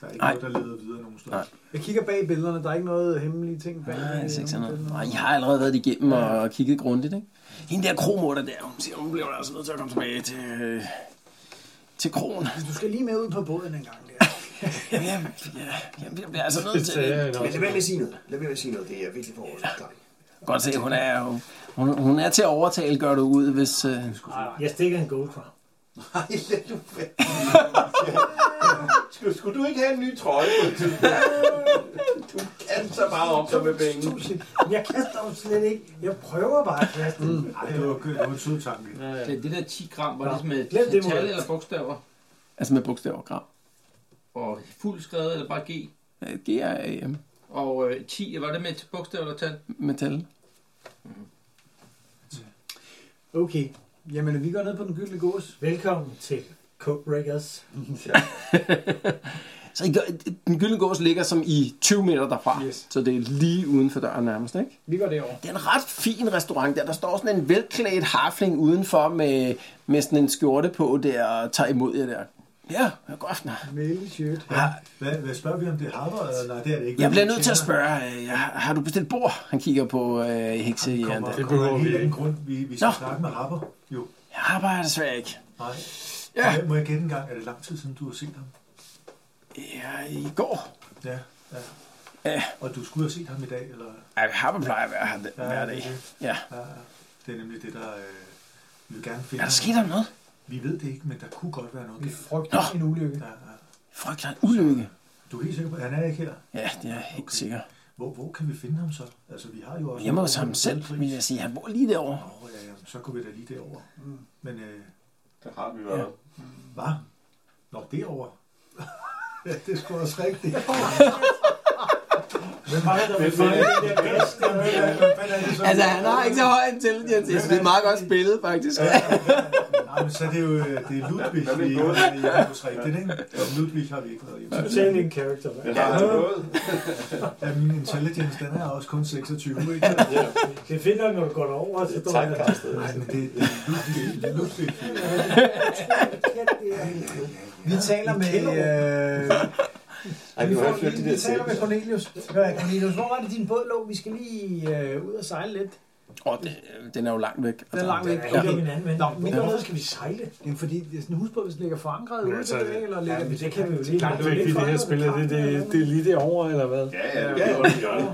Speaker 10: Der er ikke
Speaker 6: Nej.
Speaker 10: noget, der leder videre nogen steder.
Speaker 6: Nej.
Speaker 8: Jeg kigger bag billederne, der er ikke noget hemmelige ting bag.
Speaker 6: Nej, altså,
Speaker 8: øh,
Speaker 6: 600.
Speaker 8: billederne.
Speaker 6: Nej, jeg har allerede været igennem og kigget grundigt, ikke? Hende der kromutter der, hun siger, hun bliver altså nødt til at komme tilbage til, øh, til kronen.
Speaker 8: Du skal lige med ud på båden en gang. Der.
Speaker 6: Jamen, jeg, jeg, jeg bliver altså nødt
Speaker 9: Det
Speaker 6: til
Speaker 9: tager
Speaker 6: det.
Speaker 9: jeg nok.
Speaker 7: Men lad være med at sige noget. Lad være med at sige noget. Det er virkelig for vores gang.
Speaker 6: Godt se, hun er, hun, hun, hun er til at overtale, gør du ud, hvis... Øh,
Speaker 5: Jeg stikker en gold crown.
Speaker 7: Nej, lad nu være.
Speaker 2: Skulle, skulle du ikke have en ny trøje på et tidspunkt? Du kan så meget om dig med penge.
Speaker 5: Men Jeg kaster jo slet ikke. Jeg prøver bare at kaste den.
Speaker 10: Ej, det var, det var en sød tanke.
Speaker 3: Det, det der 10 gram, var det med
Speaker 5: Glem det,
Speaker 3: tal
Speaker 5: Morten.
Speaker 3: eller bogstaver?
Speaker 6: altså med bogstaver og gram.
Speaker 3: Og fuldt skrevet eller bare G?
Speaker 6: Øh, G er AM.
Speaker 3: Og øh, 10, var det med bogstaver eller tal?
Speaker 6: Metal.
Speaker 8: Okay. Jamen, vi går ned på den gyldne gås.
Speaker 5: Velkommen til Coke Breakers.
Speaker 6: Så I, gør- den gyldne gås ligger som i 20 meter derfra.
Speaker 8: Yes.
Speaker 6: Så det er lige uden for døren nærmest, ikke?
Speaker 8: Vi går derover.
Speaker 6: Det er en ret fin restaurant der. Der står sådan en velklædt harfling udenfor med, med sådan en skjorte på der og tager imod jer der. Ja, ja, god aften.
Speaker 8: Mældig shirt.
Speaker 10: Hvad, hvad spørger vi om det er Harvard, eller nej, det er det ikke.
Speaker 6: Jeg bliver nødt til at spørge, øh, ja, har du bestilt bord? Han kigger på øh, heksejæren der.
Speaker 10: Kommer,
Speaker 9: Det
Speaker 10: det
Speaker 9: behøver
Speaker 10: kommer en
Speaker 9: vi
Speaker 10: helt anden
Speaker 9: ikke.
Speaker 10: grund. Vi, vi skal
Speaker 6: Nå.
Speaker 10: snakke med Harper. Jo,
Speaker 6: Jeg arbejder desværre ikke.
Speaker 10: nej.
Speaker 6: Ja.
Speaker 10: Ja. Må jeg gætte en gang, er det lang tid siden, du har set ham?
Speaker 6: Ja, i går.
Speaker 10: Ja, ja.
Speaker 6: Ja.
Speaker 10: Og du skulle have set ham i dag, eller?
Speaker 6: Ja, Harper plejer at være her den-
Speaker 10: Ja,
Speaker 6: hver
Speaker 10: det
Speaker 6: dag.
Speaker 10: er det.
Speaker 6: Ja.
Speaker 10: Ja, det er nemlig det, der... Øh, vi vil gerne finde
Speaker 6: Er der
Speaker 10: ham.
Speaker 6: sket der noget?
Speaker 10: Vi ved det ikke, men der kunne godt være noget.
Speaker 8: Vi
Speaker 10: galt.
Speaker 8: frygter
Speaker 6: Nå.
Speaker 8: en ulykke.
Speaker 10: Ja, ja.
Speaker 6: Frygter en ulykke.
Speaker 10: Du er helt sikker på, at han er ikke her.
Speaker 6: Ja, det er jeg helt okay.
Speaker 10: Okay.
Speaker 6: sikker.
Speaker 10: Hvor, hvor kan vi finde ham så? Altså, vi har jo også...
Speaker 6: Hjemme hos ham selv, vil jeg sige. Han bor lige derovre.
Speaker 10: Nå, ja, ja, så kunne vi da lige derover.
Speaker 8: Mm.
Speaker 10: Men, øh,
Speaker 2: Der har vi været.
Speaker 10: hvad? Nå, derover. ja, det er sgu også rigtigt. Hvem var det, der
Speaker 6: Hvem fanden er det der gæst? Altså, han har ikke så høj intelligens. Jeg synes, det er meget godt spillet, faktisk.
Speaker 10: Nej, men så er det jo øh, det er Ludwig,
Speaker 6: Hvad med
Speaker 10: vi
Speaker 6: gåden?
Speaker 10: er hjemme hos rigtigt, ikke? Ludwig har vi ikke været hjemme hos.
Speaker 5: Totalt en character, hva'?
Speaker 10: Men
Speaker 5: Ja.
Speaker 10: har han gået? Ja, min intelligence, den er også kun 26, ikke?
Speaker 5: Det er fedt, nok, når du går derover, så står
Speaker 10: Tak, Carsten. Nej, men det, det er Ludwig. Det er Ludwig.
Speaker 8: Vi taler med... Øh,
Speaker 7: Ej, vi må have flyttet
Speaker 8: vi,
Speaker 7: det
Speaker 8: vi
Speaker 7: der
Speaker 8: taler med
Speaker 7: sæt.
Speaker 8: Cornelius. Hvad, Cornelius, hvor var det din båd lå? Vi skal lige øh, ud og sejle lidt.
Speaker 6: Åh, det, Øh, den er jo langt væk.
Speaker 8: Den er langt væk.
Speaker 6: Ja.
Speaker 8: Nå, men altså,
Speaker 6: Ja.
Speaker 8: hvorfor skal vi sejle? Jamen, fordi det er sådan en husbåd, hvis den ligger forankret ude på det, eller ligger...
Speaker 9: altså, ja, men det kan vi jo
Speaker 8: ligger
Speaker 9: lige langt
Speaker 8: lidt
Speaker 9: væk i det her
Speaker 8: forankret
Speaker 9: spil.
Speaker 8: ved
Speaker 9: Er Det,
Speaker 8: kanten,
Speaker 9: det, det er lige det over, eller hvad?
Speaker 2: Ja, ja,
Speaker 8: det er
Speaker 2: ondt i hjørnet.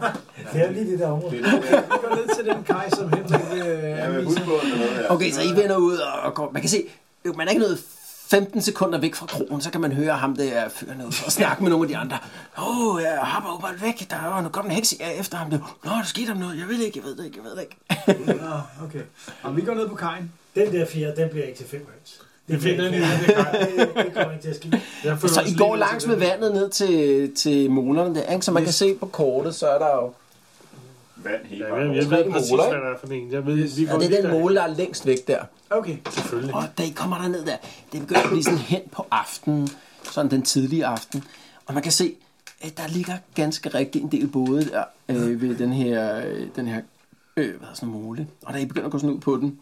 Speaker 5: Det er lige det der område.
Speaker 8: Vi går ned til den kaj, som Henrik... Øh, ja,
Speaker 2: med husbåden eller noget,
Speaker 6: Okay, så I vender ud og går. Man kan se, man er ikke noget 15 sekunder væk fra krogen, så kan man høre ham der fyren ud og snakke med nogle af de andre. Åh, oh, jeg hopper åbenbart væk. Der er jo nu kom en heks ja, efter ham. Nå, der skete ham noget. Jeg ved det ikke, jeg ved det ikke, jeg ved det ikke.
Speaker 8: Nå, okay. Og vi går ned på kajen.
Speaker 5: Den der fjerde, den bliver ikke til fem høns.
Speaker 9: Det finder
Speaker 5: bliver
Speaker 9: den i
Speaker 5: ikke- det- Det kommer ikke til at ske.
Speaker 6: Så I går langs med vandet ned til, til molerne der, ikke? Så man kan se på kortet, så er der jo...
Speaker 2: Vand hele
Speaker 9: Ja,
Speaker 2: vejen
Speaker 9: jeg,
Speaker 2: over.
Speaker 9: jeg ved
Speaker 6: Tre
Speaker 9: præcis,
Speaker 6: måler,
Speaker 9: hvad der er for en. Jeg ved, vi
Speaker 6: Og
Speaker 9: går
Speaker 6: det er
Speaker 9: lige
Speaker 6: den måle, der er længst væk der.
Speaker 8: Okay.
Speaker 9: Selvfølgelig.
Speaker 6: Og da I kommer derned der, det begynder at blive sådan hen på aftenen, sådan den tidlige aften. Og man kan se, at der ligger ganske rigtigt en del både der, øh, ved den her, øh, den her øh, hvad hedder sådan en mole. Og da I begynder at gå sådan ud på den,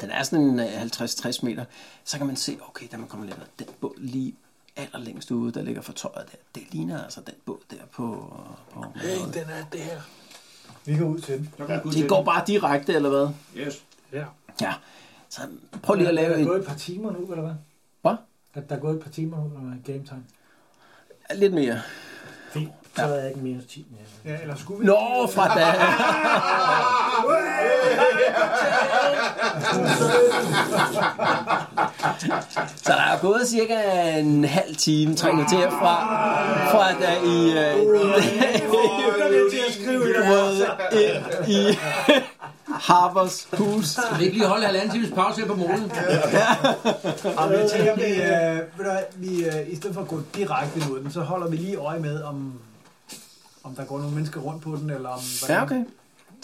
Speaker 6: den er sådan en, øh, 50-60 meter, så kan man se, okay, da man kommer lidt den båd lige allerlængst ude, der ligger for tøjet der. Det ligner altså den båd der på... på hey, den er der.
Speaker 10: Vi går ud til den.
Speaker 6: Det går bare direkte, eller hvad?
Speaker 2: Yes.
Speaker 9: Ja.
Speaker 6: Ja. Så prøv lige at lave
Speaker 8: Der er
Speaker 6: en...
Speaker 8: gået et par timer nu, eller hvad?
Speaker 6: Hvad?
Speaker 8: At der er gået et par timer nu, eller hvad? game time.
Speaker 6: Lidt mere.
Speaker 5: Fint. Så er jeg ikke minus 10 mere.
Speaker 8: Ja, eller skulle vi...
Speaker 6: Nå, fra da. Så der er gået cirka en halv time, tre kvarter fra, fra da I, øh, i brød ind i Harpers hus.
Speaker 3: Kan vi ikke lige holde halvanden times pause her på målen?
Speaker 8: Og vi tænker, vi, øh, ved du hvad, vi øh, i stedet for at gå direkte mod den, så holder vi lige øje med, om, om der går nogle mennesker rundt på den, eller om... hvordan-
Speaker 6: Ja, okay.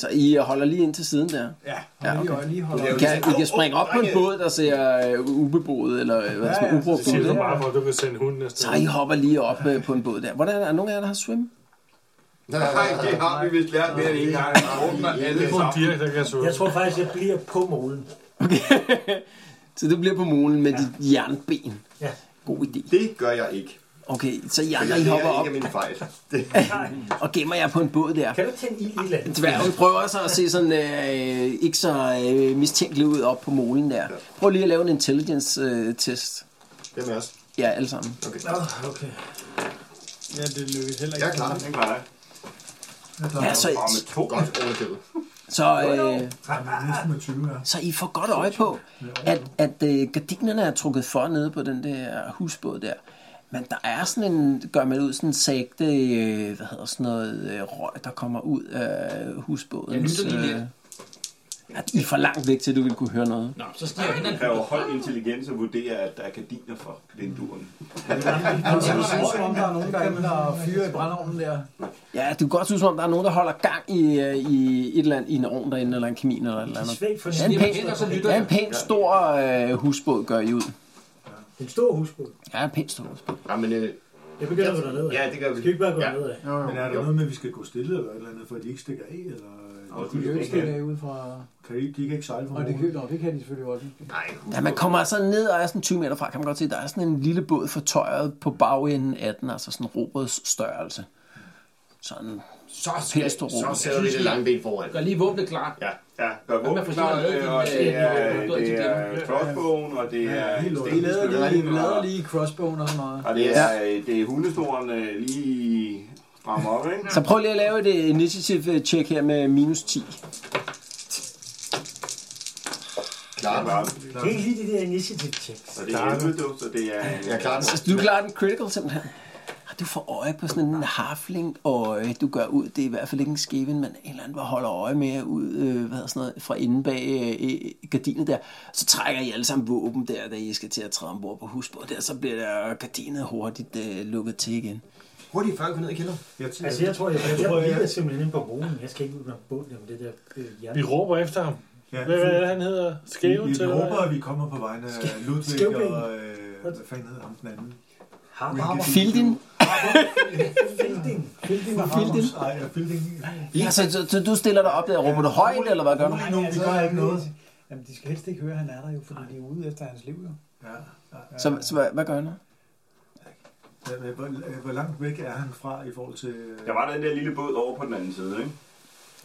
Speaker 6: Så I holder lige ind til siden der.
Speaker 8: Ja,
Speaker 6: Ja,
Speaker 8: ja okay. lige,
Speaker 6: okay.
Speaker 8: øje, lige holder
Speaker 6: I
Speaker 8: øje.
Speaker 6: kan, I kan springe op på en båd, der ser øh, ubeboet eller øh, hvad, sådan,
Speaker 8: ja,
Speaker 6: ubrugt
Speaker 9: Siger du
Speaker 6: ud.
Speaker 9: bare, hvor du kan sende hunden afsted?
Speaker 6: Så I hopper lige op øh, på en båd der. Hvordan er der nogen af jer, der har swim?
Speaker 2: Nej, det har vi vist lært mere end en gang. Vi drukner alle
Speaker 9: Det er kun
Speaker 2: sammen.
Speaker 9: Dirk, der kan suge.
Speaker 5: Jeg tror faktisk, jeg bliver på molen.
Speaker 6: Så det bliver på molen med ja. dit jernben.
Speaker 5: Ja.
Speaker 6: God idé.
Speaker 7: Det gør jeg ikke.
Speaker 6: Okay, så I
Speaker 7: For
Speaker 6: andre,
Speaker 7: jeg
Speaker 6: I hopper
Speaker 7: lærer
Speaker 6: op
Speaker 7: ikke af mine fejl. Det,
Speaker 6: og gemmer jer på en båd der.
Speaker 5: Kan du tænde ild i landet?
Speaker 6: Dværgen prøver så at se sådan øh, ikke så øh, mistænkelig ud op på molen der. Prøv lige at lave en intelligence øh, test.
Speaker 7: det er med os.
Speaker 6: Ja, alle sammen.
Speaker 7: Okay.
Speaker 5: Okay.
Speaker 8: Ja, det lykkes heller ikke.
Speaker 7: Jeg er klar.
Speaker 2: Den klarer jeg.
Speaker 6: Ja, så,
Speaker 2: Og med to.
Speaker 7: Godt overlevet.
Speaker 6: så, øh,
Speaker 10: Næsten med 20 her.
Speaker 6: så I får godt øje på, at, at øh, gardinerne er trukket for nede på den der husbåd der. Men der er sådan en, gør man ud, sådan en sagte, øh, hvad hedder sådan noget, øh, røg, der kommer ud af husbåden.
Speaker 3: Jeg lytter lige lidt.
Speaker 6: at I er for langt væk til, at du vil kunne høre noget.
Speaker 3: Nå, så stiger den.
Speaker 2: Det kræver høj intelligens at vurdere, at der er gardiner for vinduerne.
Speaker 8: Jeg tror, om der er nogen, der er inde og fyrer i brændeovnen der.
Speaker 6: Ja, du kan godt synes, som om der er nogen, der holder gang i, øh, i et eller andet, i en ovn derinde, eller en kamin, eller et eller andet.
Speaker 5: Svagt for
Speaker 6: Ja,
Speaker 5: den.
Speaker 6: en
Speaker 3: Snipper hen, og så
Speaker 6: pæn,
Speaker 3: lytter
Speaker 6: ja, en
Speaker 3: jeg.
Speaker 6: pæn stor øh, husbåd gør I ud.
Speaker 5: En stor husbåd.
Speaker 6: Ja, en pæn stor husbåd.
Speaker 7: Nej, men øh,
Speaker 5: Jeg begynder at gå derned.
Speaker 7: ja, det gør vi.
Speaker 5: Skal vi ikke bare gå
Speaker 7: Ja.
Speaker 5: derned af?
Speaker 10: Men er der noget med, at vi skal gå stille eller et eller andet, for at de ikke stikker af? Eller...
Speaker 2: Og
Speaker 8: De
Speaker 2: de
Speaker 8: er jo
Speaker 2: er
Speaker 8: ikke derude fra...
Speaker 10: Kan de, de kan ikke sejle for
Speaker 8: Og det
Speaker 10: morgen?
Speaker 8: køber, det kan de selvfølgelig også.
Speaker 7: Nej,
Speaker 6: Ja, man kommer altså ned og er sådan 20 meter fra, kan man godt se, der er sådan en lille båd for tøjet på bagenden af den, altså sådan robrets størrelse. Sådan.
Speaker 7: så,
Speaker 6: Pæn
Speaker 7: skal,
Speaker 6: stor
Speaker 7: så
Speaker 6: rum.
Speaker 7: sætter vi det lange ben foran.
Speaker 3: Gør lige våbnet klart.
Speaker 7: Ja,
Speaker 2: Ja, der er
Speaker 3: Hvad
Speaker 2: våben,
Speaker 3: for
Speaker 2: der
Speaker 3: sådan noget?
Speaker 2: er, og det er, det er crossbowen, og det
Speaker 8: De lader
Speaker 2: er
Speaker 8: lige,
Speaker 2: stenhedsløven,
Speaker 8: lader
Speaker 2: og,
Speaker 8: lige crossbone og sådan noget.
Speaker 2: og det er, det er hundestoren øh, lige fremme op, ikke?
Speaker 6: Så prøv lige at lave et øh, initiative check her med minus 10.
Speaker 7: klar.
Speaker 2: Det er bare-
Speaker 5: Det er ikke lige det der initiative checks.
Speaker 2: Og det er helvede, du, så det er...
Speaker 7: Jeg er Altså, klar.
Speaker 6: Så Altså, du klarer den critical simpelthen. Og Du får øje på sådan en harfling, og øh, du gør ud, det er i hvert fald ikke en skæven, men en eller anden, der holder øje med jer ud øh, hvad hedder sådan noget, fra inde bag øh, øh, gardinet der. Så trækker I alle sammen våben der, da I skal til at træde ombord på husbåden der, så bliver der gardinet hurtigt øh, lukket til igen.
Speaker 7: Hurtigt, før vi går ned i kælderen.
Speaker 5: Altså, jeg tror, jeg, jeg, jeg, jeg, jeg simpelthen inde på broen. Jeg skal ikke ud med bunden om det der øh, jern.
Speaker 9: Vi råber efter ham.
Speaker 10: Ja,
Speaker 9: Hvad hvad er det, han hedder? Skæven
Speaker 10: vi,
Speaker 9: til?
Speaker 10: vi
Speaker 9: eller hvad?
Speaker 10: håber, at vi kommer på vejen af Ludvig
Speaker 5: Skævben.
Speaker 10: og... Øh, hvad fanden hedder ham den anden?
Speaker 5: Hammer.
Speaker 10: Hvilket-
Speaker 6: Fildin?
Speaker 5: Filding. Filding og
Speaker 6: Fildin?
Speaker 10: Ej, ja, Filding.
Speaker 6: Ja, så, så, så du stiller dig op der og råber du højt, eller hvad gør du?
Speaker 10: Nu, vi gør ikke noget.
Speaker 8: Jamen, de skal helst ikke høre, at han er der jo, fordi de er ude efter hans liv jo.
Speaker 10: Ja.
Speaker 6: Så, så hvad, hvad gør han? nu?
Speaker 10: Ja, men Hvor, hvor langt væk er han fra i forhold til...
Speaker 2: Der var den der lille båd over på den anden side, ikke?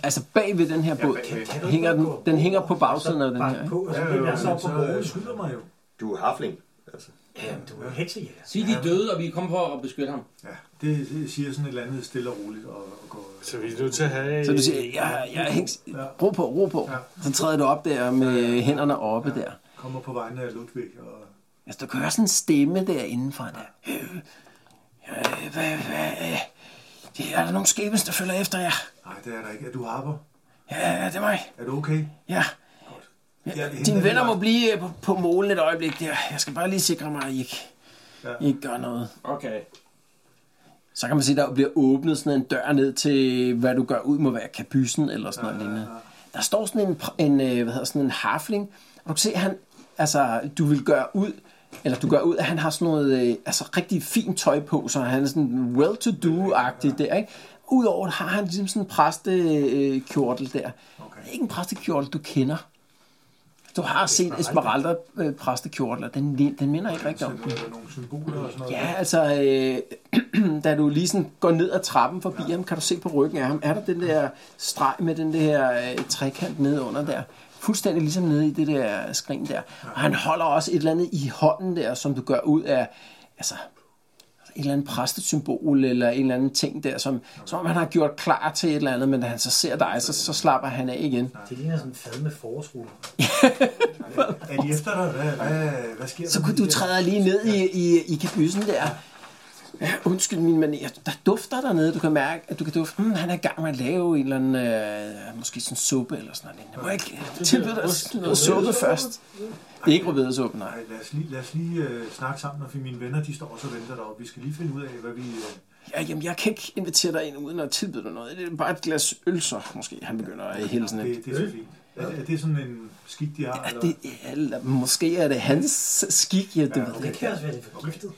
Speaker 6: Altså bag ved den her båd,
Speaker 2: bagved.
Speaker 5: Kan du
Speaker 6: hænger
Speaker 5: ikke
Speaker 6: den,
Speaker 5: gå
Speaker 6: den hænger på bagsiden af den her.
Speaker 5: Bank
Speaker 6: Ikke?
Speaker 5: på, og så
Speaker 10: Ja,
Speaker 5: bliver
Speaker 10: jo,
Speaker 5: jeg så op altså, på
Speaker 10: så øh,
Speaker 5: broen.
Speaker 10: skylder mig jo.
Speaker 7: Du er hafling. Altså.
Speaker 5: Jamen, du er heksejæger.
Speaker 3: Sig, de er døde, og vi er kommet for at beskytte ham.
Speaker 10: Ja, det, det siger sådan et eller andet stille og roligt og, og går...
Speaker 9: Så vi er nødt til at have...
Speaker 6: Så du siger, jeg, jeg er heks. Ro på, ro på. Så træder du op der med hænderne oppe der.
Speaker 10: Kommer på vejen af Ludvig og...
Speaker 6: Altså, du kan høre sådan en stemme derinde fra dig. Øh, hvad, hvad, øh, det er der nogle skæbes, der følger efter jer.
Speaker 10: Nej, det er der ikke. Er du Harper?
Speaker 6: Ja, det er mig.
Speaker 10: Er du okay?
Speaker 6: Ja.
Speaker 10: Ja, hende
Speaker 6: Dine
Speaker 10: der
Speaker 6: venner må
Speaker 10: lille-
Speaker 6: blive øh, på, på målen et øjeblik der. Jeg skal bare lige sikre mig, at I ikke,
Speaker 10: Ja.
Speaker 6: I ikke gør noget.
Speaker 3: Okay.
Speaker 6: Så kan man sige, der bliver åbnet sådan en dør ned til, hvad du gør ud, må være kabysen eller sådan noget lignende. Der står sådan en, pr- en, øh, hvad hedder, sådan en harfling, og du kan se, han, altså, du vil gøre ud, eller du gør ud, at han har sådan noget øh, altså, rigtig fint tøj på, så han er sådan well-to-do-agtig der, ikke? Udover det har han ligesom sådan en præstekjortel øh, kjortel der. Okay. Det er ikke en præstekjortel, du kender. Du har set Esmeralda øh, præstekjortler. Den, li- den minder ikke rigtig om den.
Speaker 10: Er der nogle symboler og sådan noget?
Speaker 6: Ja, altså, øh, da du lige sådan går ned ad trappen forbi ja. ham, kan du se på ryggen af ham, er der den der streg med den der øh, trekant nedenunder der. Fuldstændig ligesom nede i det der skrin der. Og han holder også et eller andet i hånden der, som du gør ud af, altså, et eller andet præstesymbol eller en eller anden ting der, som, som om han har gjort klar til et eller andet, men da han så ser dig, så, så slapper han af igen.
Speaker 5: Det ligner sådan en fad med forårsruller.
Speaker 10: Er de efter dig? Hvad, hvad, hvad sker
Speaker 6: Så
Speaker 10: der?
Speaker 6: kunne du træder lige ned i, i, i kabysen der. Ja, undskyld min manér. Der dufter dernede. Du kan mærke, at du kan dufte, hmm, han er i gang med at lave en eller anden, øh, måske sådan suppe eller sådan noget. lignende. Må jeg ikke tilbyde dig noget suppe først? Det er ikke rødbedesuppe, nej.
Speaker 10: Nej, lad os lige, lad os lige øh, snakke sammen, for mine venner de står også og venter deroppe. Vi skal lige finde ud af, hvad vi... Øh,
Speaker 6: Ja, jamen, jeg kan ikke invitere dig ind uden at tilbyde dig noget. Det er bare et glas øl, så måske han begynder at hælde sådan et.
Speaker 10: det, det er så fint. Er, er det sådan en skik, de har?
Speaker 6: Ja,
Speaker 10: eller?
Speaker 6: det, eller, måske er det hans skik, ja, det ved jeg
Speaker 5: Det
Speaker 6: ikke.
Speaker 5: kan også være, det er forgiftet.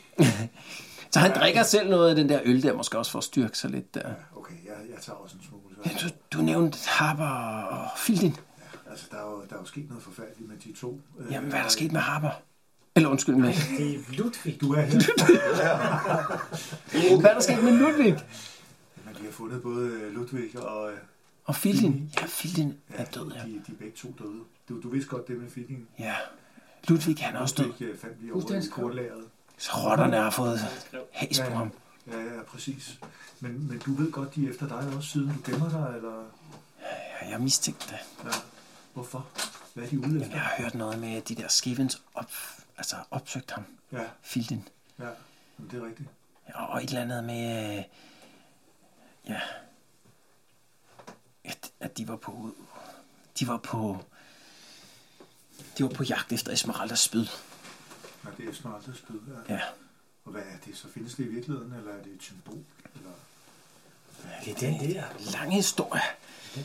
Speaker 6: Så han drikker selv noget af den der øl der, måske også for at styrke sig lidt der.
Speaker 10: Okay, jeg, jeg tager også en smule. Så.
Speaker 6: Du, du nævnte Harper og Fildin.
Speaker 10: Altså, der er, jo, der er jo sket noget forfærdeligt med de to. Øh,
Speaker 6: Jamen, hvad er der sket med Harper? Eller undskyld mig.
Speaker 5: Det er Ludvig.
Speaker 10: Du er her,
Speaker 6: Hvad er der sket med Ludvig?
Speaker 10: men vi har fundet både øh, Ludvig og... Øh,
Speaker 6: Og Fildin. Ja, Fildin
Speaker 10: ja,
Speaker 6: er død, ja.
Speaker 10: de, de er begge to døde. Du, du vidste godt det med Fidding.
Speaker 6: ja. Ludvig, han er også død.
Speaker 10: Ludvig øh, fandt vi over i kortlageret.
Speaker 6: Så rotterne har fået has på ham.
Speaker 10: Ja, ja, præcis. Men, men du ved godt, de er efter dig også, siden du gemmer dig, eller
Speaker 6: Ja, jeg mistænkte det.
Speaker 10: hvorfor? Hvad er de ude efter?
Speaker 6: Jeg har hørt noget med, at de der skivens op, altså opsøgte ham.
Speaker 10: Ja,
Speaker 6: Fildin.
Speaker 10: ja. Jamen, det er rigtigt.
Speaker 6: Og et eller andet med... øh, Ja... At, at de var på... De var på... De var på jagt efter Esmeraldas spyd.
Speaker 10: Nå, det er snart et spyd. Ja.
Speaker 6: Ja.
Speaker 10: Og hvad er det? Så findes det i virkeligheden, eller er det et symbol? Eller...
Speaker 5: Det er den der.
Speaker 6: lang historie. Ja,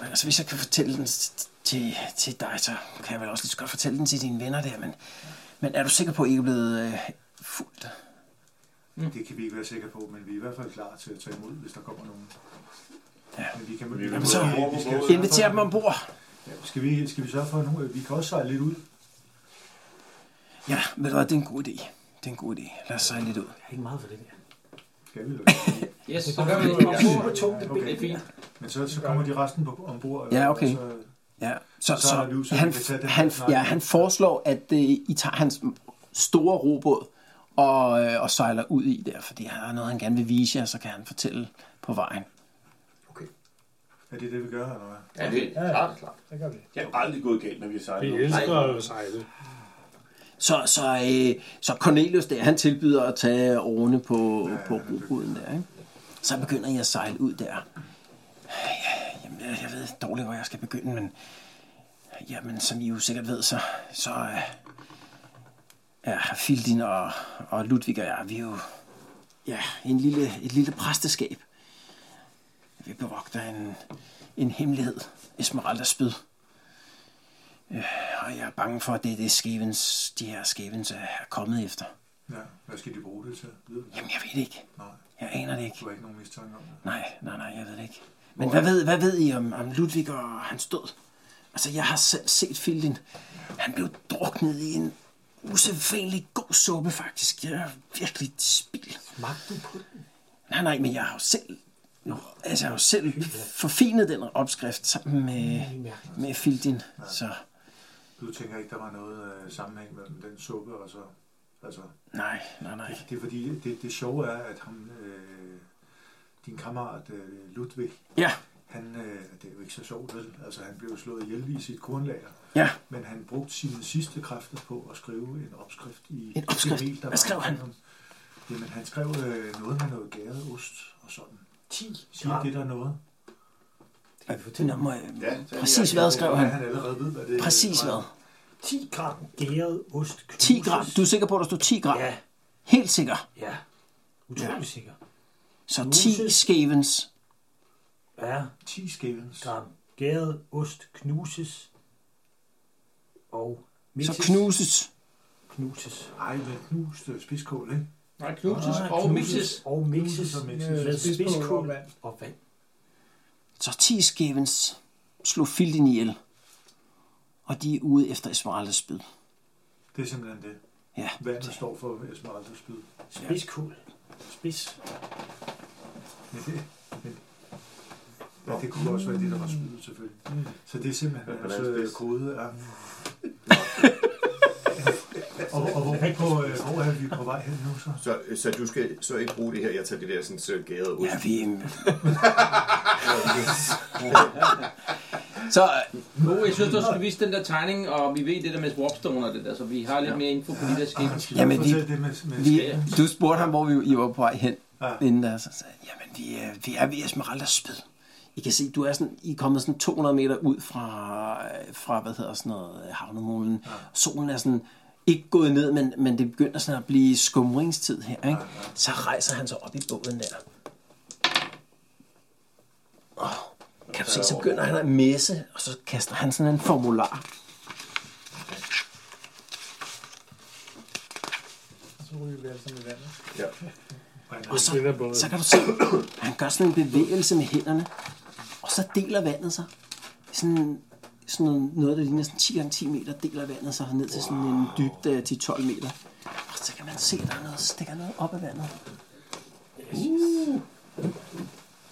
Speaker 6: men altså, hvis jeg kan fortælle den s- til, til dig, så kan jeg vel også lige så godt fortælle den til dine venner der, men, men er du sikker på, at I ikke er blevet øh, fuldt?
Speaker 10: Det kan vi ikke være sikre på, men vi er i hvert fald klar til at tage imod, hvis der kommer nogen.
Speaker 6: Ja.
Speaker 10: Men vi kan
Speaker 6: Jamen, så
Speaker 10: vi skal,
Speaker 6: inviter dem ombord.
Speaker 10: Ja, skal, vi, skal vi sørge for nu? at Vi kan også sejle lidt ud.
Speaker 6: Ja, ved du hvad, det er en god idé. Det er en god idé. Lad os sejle lidt ud.
Speaker 5: Jeg er ikke meget for det der.
Speaker 10: Skal vi?
Speaker 3: Yes, så gør vi det. Kom
Speaker 5: Super
Speaker 3: på.
Speaker 5: tungt. det
Speaker 3: Det er
Speaker 10: Okay.
Speaker 3: fint.
Speaker 10: Men så, så kommer de resten på, ombord. eller-
Speaker 6: Ja, okay.
Speaker 10: Så,
Speaker 6: Ja. Så,
Speaker 10: Så er det nu,
Speaker 6: så,
Speaker 10: så vi
Speaker 6: han,
Speaker 10: kan tage den
Speaker 6: han,
Speaker 10: her snak.
Speaker 6: ja, han foreslår, at øh, I tager hans store robåd og, øh, og sejler ud i der, fordi han har noget, han gerne vil vise jer, så kan han fortælle på vejen.
Speaker 10: er det det, vi gør, eller hvad?
Speaker 3: Ja, det
Speaker 7: Ja, klart, klart.
Speaker 8: Det gør vi.
Speaker 2: Det er aldrig gået galt, når vi har
Speaker 9: Vi
Speaker 2: sejlet.
Speaker 9: elsker at sejle.
Speaker 6: Så, så, øh, så Cornelius der, han tilbyder at tage årene på, ja, på robåden der, ikke? Så begynder jeg at sejle ud der. Ja, Jamen, jeg, jeg ved dårligt, hvor jeg skal begynde, men... Jamen, som I jo sikkert ved, så... så øh, ja, Fildin og, og Ludvig og jeg, vi er jo... ja, en lille, et lille præsteskab. Jeg vil bevogte en, en hemmelighed. Esmeraldas spyd. Øh, og jeg er bange for, at det er det, skævens, de her skævens er er kommet efter.
Speaker 10: Ja, hvad skal de bruge det til? Ved du det?
Speaker 6: Jamen, jeg ved det ikke.
Speaker 10: Nej.
Speaker 6: Jeg aner det ikke.
Speaker 10: Du har ikke nogen mistanke om det?
Speaker 6: Nej, nej, nej, jeg ved det ikke. Men hvad ved, hvad ved I om, om Ludvig og hans død? Altså, jeg har selv set Fildin. Han blev druknet i en usædvanlig god suppe, faktisk. Jeg er virkelig et spild.
Speaker 5: Magten på den.
Speaker 6: Nej, nej, men jeg har jo selv... Jo, altså, jeg har jo selv forfinet den opskrift sammen med,
Speaker 5: Mm.
Speaker 6: med Fildin. Så
Speaker 10: Du tænker ikke, der var noget øh, sammenhæng mellem den suppe og så... Altså,
Speaker 6: nej, nej, nej.
Speaker 10: det, det er fordi, det, det sjove er, at ham, øh, din kammerat øh, Ludvig,
Speaker 6: Ja,
Speaker 10: han, øh, det er jo ikke så sjovt, vel? Altså, han blev slået ihjel i sit kornlager,
Speaker 6: ja.
Speaker 10: men han brugte sine sidste kræfter på at skrive en opskrift i
Speaker 6: En opskrift?
Speaker 10: det mail, der
Speaker 6: Hvad skrev
Speaker 10: var
Speaker 6: han?
Speaker 10: om ham. Jamen, han skrev øh, noget med noget gæret ost og sådan.
Speaker 5: 10
Speaker 10: Siger det der noget?
Speaker 6: Nå, må jeg,
Speaker 7: Ja, det er
Speaker 6: øh, præcis
Speaker 7: jeg.
Speaker 6: hvad skrev
Speaker 10: Ja,
Speaker 6: han?
Speaker 10: han allerede ved, hvad det er.
Speaker 6: Præcis hvad?
Speaker 5: 10 gram gæret ost.
Speaker 6: 10 gram. Du er sikker på, at der stod 10 gram?
Speaker 5: Ja,
Speaker 6: Helt sikker.
Speaker 5: ja. Utrolig ja. sikker.
Speaker 6: Så 10 skævens.
Speaker 5: Ja,
Speaker 10: 10 skævens.
Speaker 5: gram gæret ost knuses og mixes.
Speaker 6: Så knuses.
Speaker 5: knuses.
Speaker 10: Ej, men knust øh, spidskål, ikke?
Speaker 3: Nej, knuses
Speaker 5: Nej,
Speaker 3: og mixes.
Speaker 5: Og mixes
Speaker 10: Knuses og mixes.
Speaker 5: med
Speaker 4: Spidskål og
Speaker 5: spidskål
Speaker 4: vand.
Speaker 5: og vand.
Speaker 6: Så 10 skævens slog Fildin ihjel. Og de er ude efter Esmeraldas spyd.
Speaker 10: Det er simpelthen det.
Speaker 6: Ja,
Speaker 10: Vandet står for Esmeraldas spyd.
Speaker 5: Spidskål. Spids.
Speaker 10: Men det, men, ja, det kunne også være det, der var spyd, selvfølgelig. Så det er simpelthen
Speaker 7: Men hvordan
Speaker 10: altså,
Speaker 7: spids?
Speaker 10: kode er... og, og hvor, på, øh, hvor er vi på vej hen nu så?
Speaker 7: Så, så du skal så ikke bruge det her, jeg tager det der sådan så gade ud.
Speaker 6: ja vi... så
Speaker 3: Nu, øh, jeg synes, du skal vise den der tegning, og vi ved det der med warpstone og det der, så vi har lidt mere info på de der skib.
Speaker 6: Jamen, vi-
Speaker 10: Ah, Fortæl det med, med
Speaker 6: vi, du spurgte ham, hvor vi I var på vej hen.
Speaker 10: Ja.
Speaker 6: Inden der, så sagde han, jamen vi er, vi er ved Esmeraldas spyd. I kan se, du er sådan, I er kommet sådan 200 meter ud fra, øh, fra hvad hedder sådan noget, havnemålen. Ja. Solen er sådan ikke gået ned, men, men det begynder sådan at blive skumringstid her. Ikke? Ja, ja. Så rejser han sig op i båden der. Oh, kan du se, så begynder han at messe, og så kaster han sådan en formular.
Speaker 4: Så ryger vi alle sammen i vandet.
Speaker 7: Ja.
Speaker 6: Og så,
Speaker 9: Det er både.
Speaker 6: så kan du se, han gør sådan en bevægelse med hænderne, og så deler vandet sig. Sådan, sådan noget, der ligner sådan 10 gange 10 meter, deler vandet sig ned til sådan en dybde af 10-12 meter. Og så kan man se, at der er noget, stikker noget op af vandet. Uh.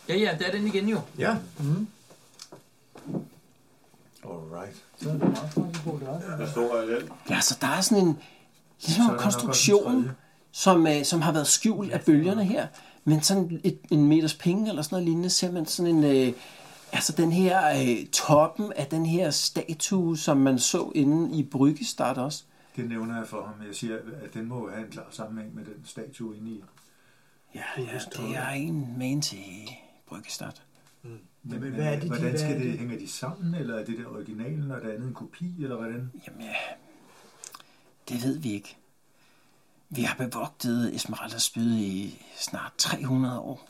Speaker 3: Ja, ja, der er den igen jo.
Speaker 7: Ja.
Speaker 6: Mhm.
Speaker 10: Alright.
Speaker 2: Hvor stor er den?
Speaker 6: Ja, så der er sådan en, ligesom en konstruktion, som, øh, som har været skjult af bølgerne her. Men sådan et, en meters penge eller sådan noget lignende, ser man sådan en... Øh, altså den her øh, toppen af den her statue, som man så inde i Bryggestad også.
Speaker 10: Det nævner jeg for ham. Jeg siger, at den må jo have en klar sammenhæng med den statue inde i.
Speaker 6: Ja, ja, det er en man til Bryggestad.
Speaker 10: Men,
Speaker 8: Mm. hvad er det, de-
Speaker 10: hvordan
Speaker 8: hvad
Speaker 10: skal
Speaker 8: er
Speaker 10: det,
Speaker 8: det?
Speaker 10: hænger de sammen, eller er det der originalen, og det andet en kopi, eller hvordan?
Speaker 6: Jamen, ja, det ved vi ikke. Vi har bevogtet Esmeraldas spyd i snart 300 år.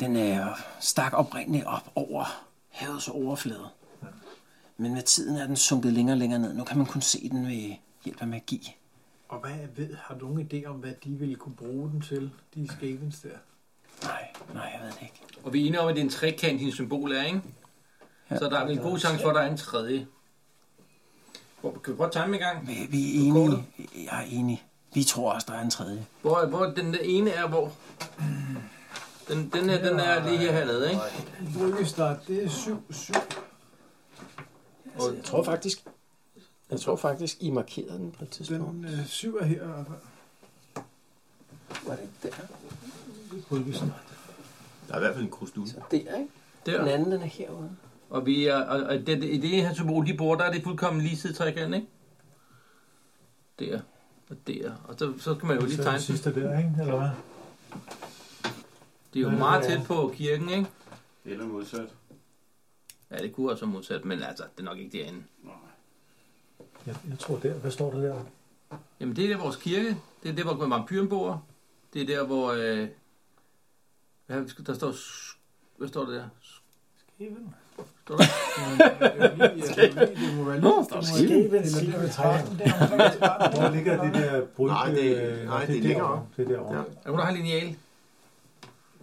Speaker 6: Den er stak oprindeligt op over havets overflade. Men med tiden er den sunket længere og længere ned. Nu kan man kun se den ved hjælp af magi.
Speaker 8: Og hvad ved, har du nogen idé om, hvad de ville kunne bruge den til, de skævens der?
Speaker 6: Nej, nej, jeg ved det ikke.
Speaker 3: Og vi er enige om, at det er en trekant, hendes symbol er, ikke?
Speaker 6: Ja.
Speaker 3: Så der er vel en god chance for, at der er en tredje. Hvor, kan vi prøve at tegne dem i gang?
Speaker 6: Vi, vi er enige. Jeg er enig. Vi tror også, der er en tredje.
Speaker 3: Hvor, hvor den der ene er, hvor? Den, den her, den er lige her hernede, ikke?
Speaker 4: Bryggestart, det er 7-7.
Speaker 6: Altså, jeg tror faktisk, jeg tror faktisk, I markerede den på et tidspunkt.
Speaker 4: Den øh, 7 er her i hvert fald.
Speaker 6: Var det ikke der?
Speaker 7: Der er i hvert fald en krusdue.
Speaker 6: Der, ikke? Den
Speaker 3: Der.
Speaker 6: anden, den er herude.
Speaker 3: Og, vi er, og, og det, i det her symbol, de bruger, der er det fuldkommen lige side trekanten, ikke? Der og der. Og så, så kan man jo lige
Speaker 10: Så er
Speaker 3: tegne
Speaker 10: det
Speaker 3: den.
Speaker 10: sidste der, ikke? Eller hvad?
Speaker 3: Det er jo meget tæt på kirken, ikke?
Speaker 2: Eller modsat.
Speaker 3: Ja, det kunne også være modsat, men altså, det er nok ikke derinde.
Speaker 10: Jeg, jeg tror der. Hvad står der der?
Speaker 3: Jamen, det er der vores kirke. Det er der, hvor vampyren bor. Det er der, hvor... Øh, hvad, er det, der står... s- Hvad står der der?
Speaker 5: Skriven.
Speaker 3: Står der?
Speaker 6: Nå, står
Speaker 5: Skriven, skriven, skriven.
Speaker 10: Hvor ligger det der bryg?
Speaker 7: Nej, det-
Speaker 10: øh,
Speaker 7: nej, det
Speaker 10: er
Speaker 7: ligger
Speaker 10: derovre.
Speaker 7: op.
Speaker 10: Det er derovre.
Speaker 7: Ja.
Speaker 10: Ja.
Speaker 3: Er du der har lineal?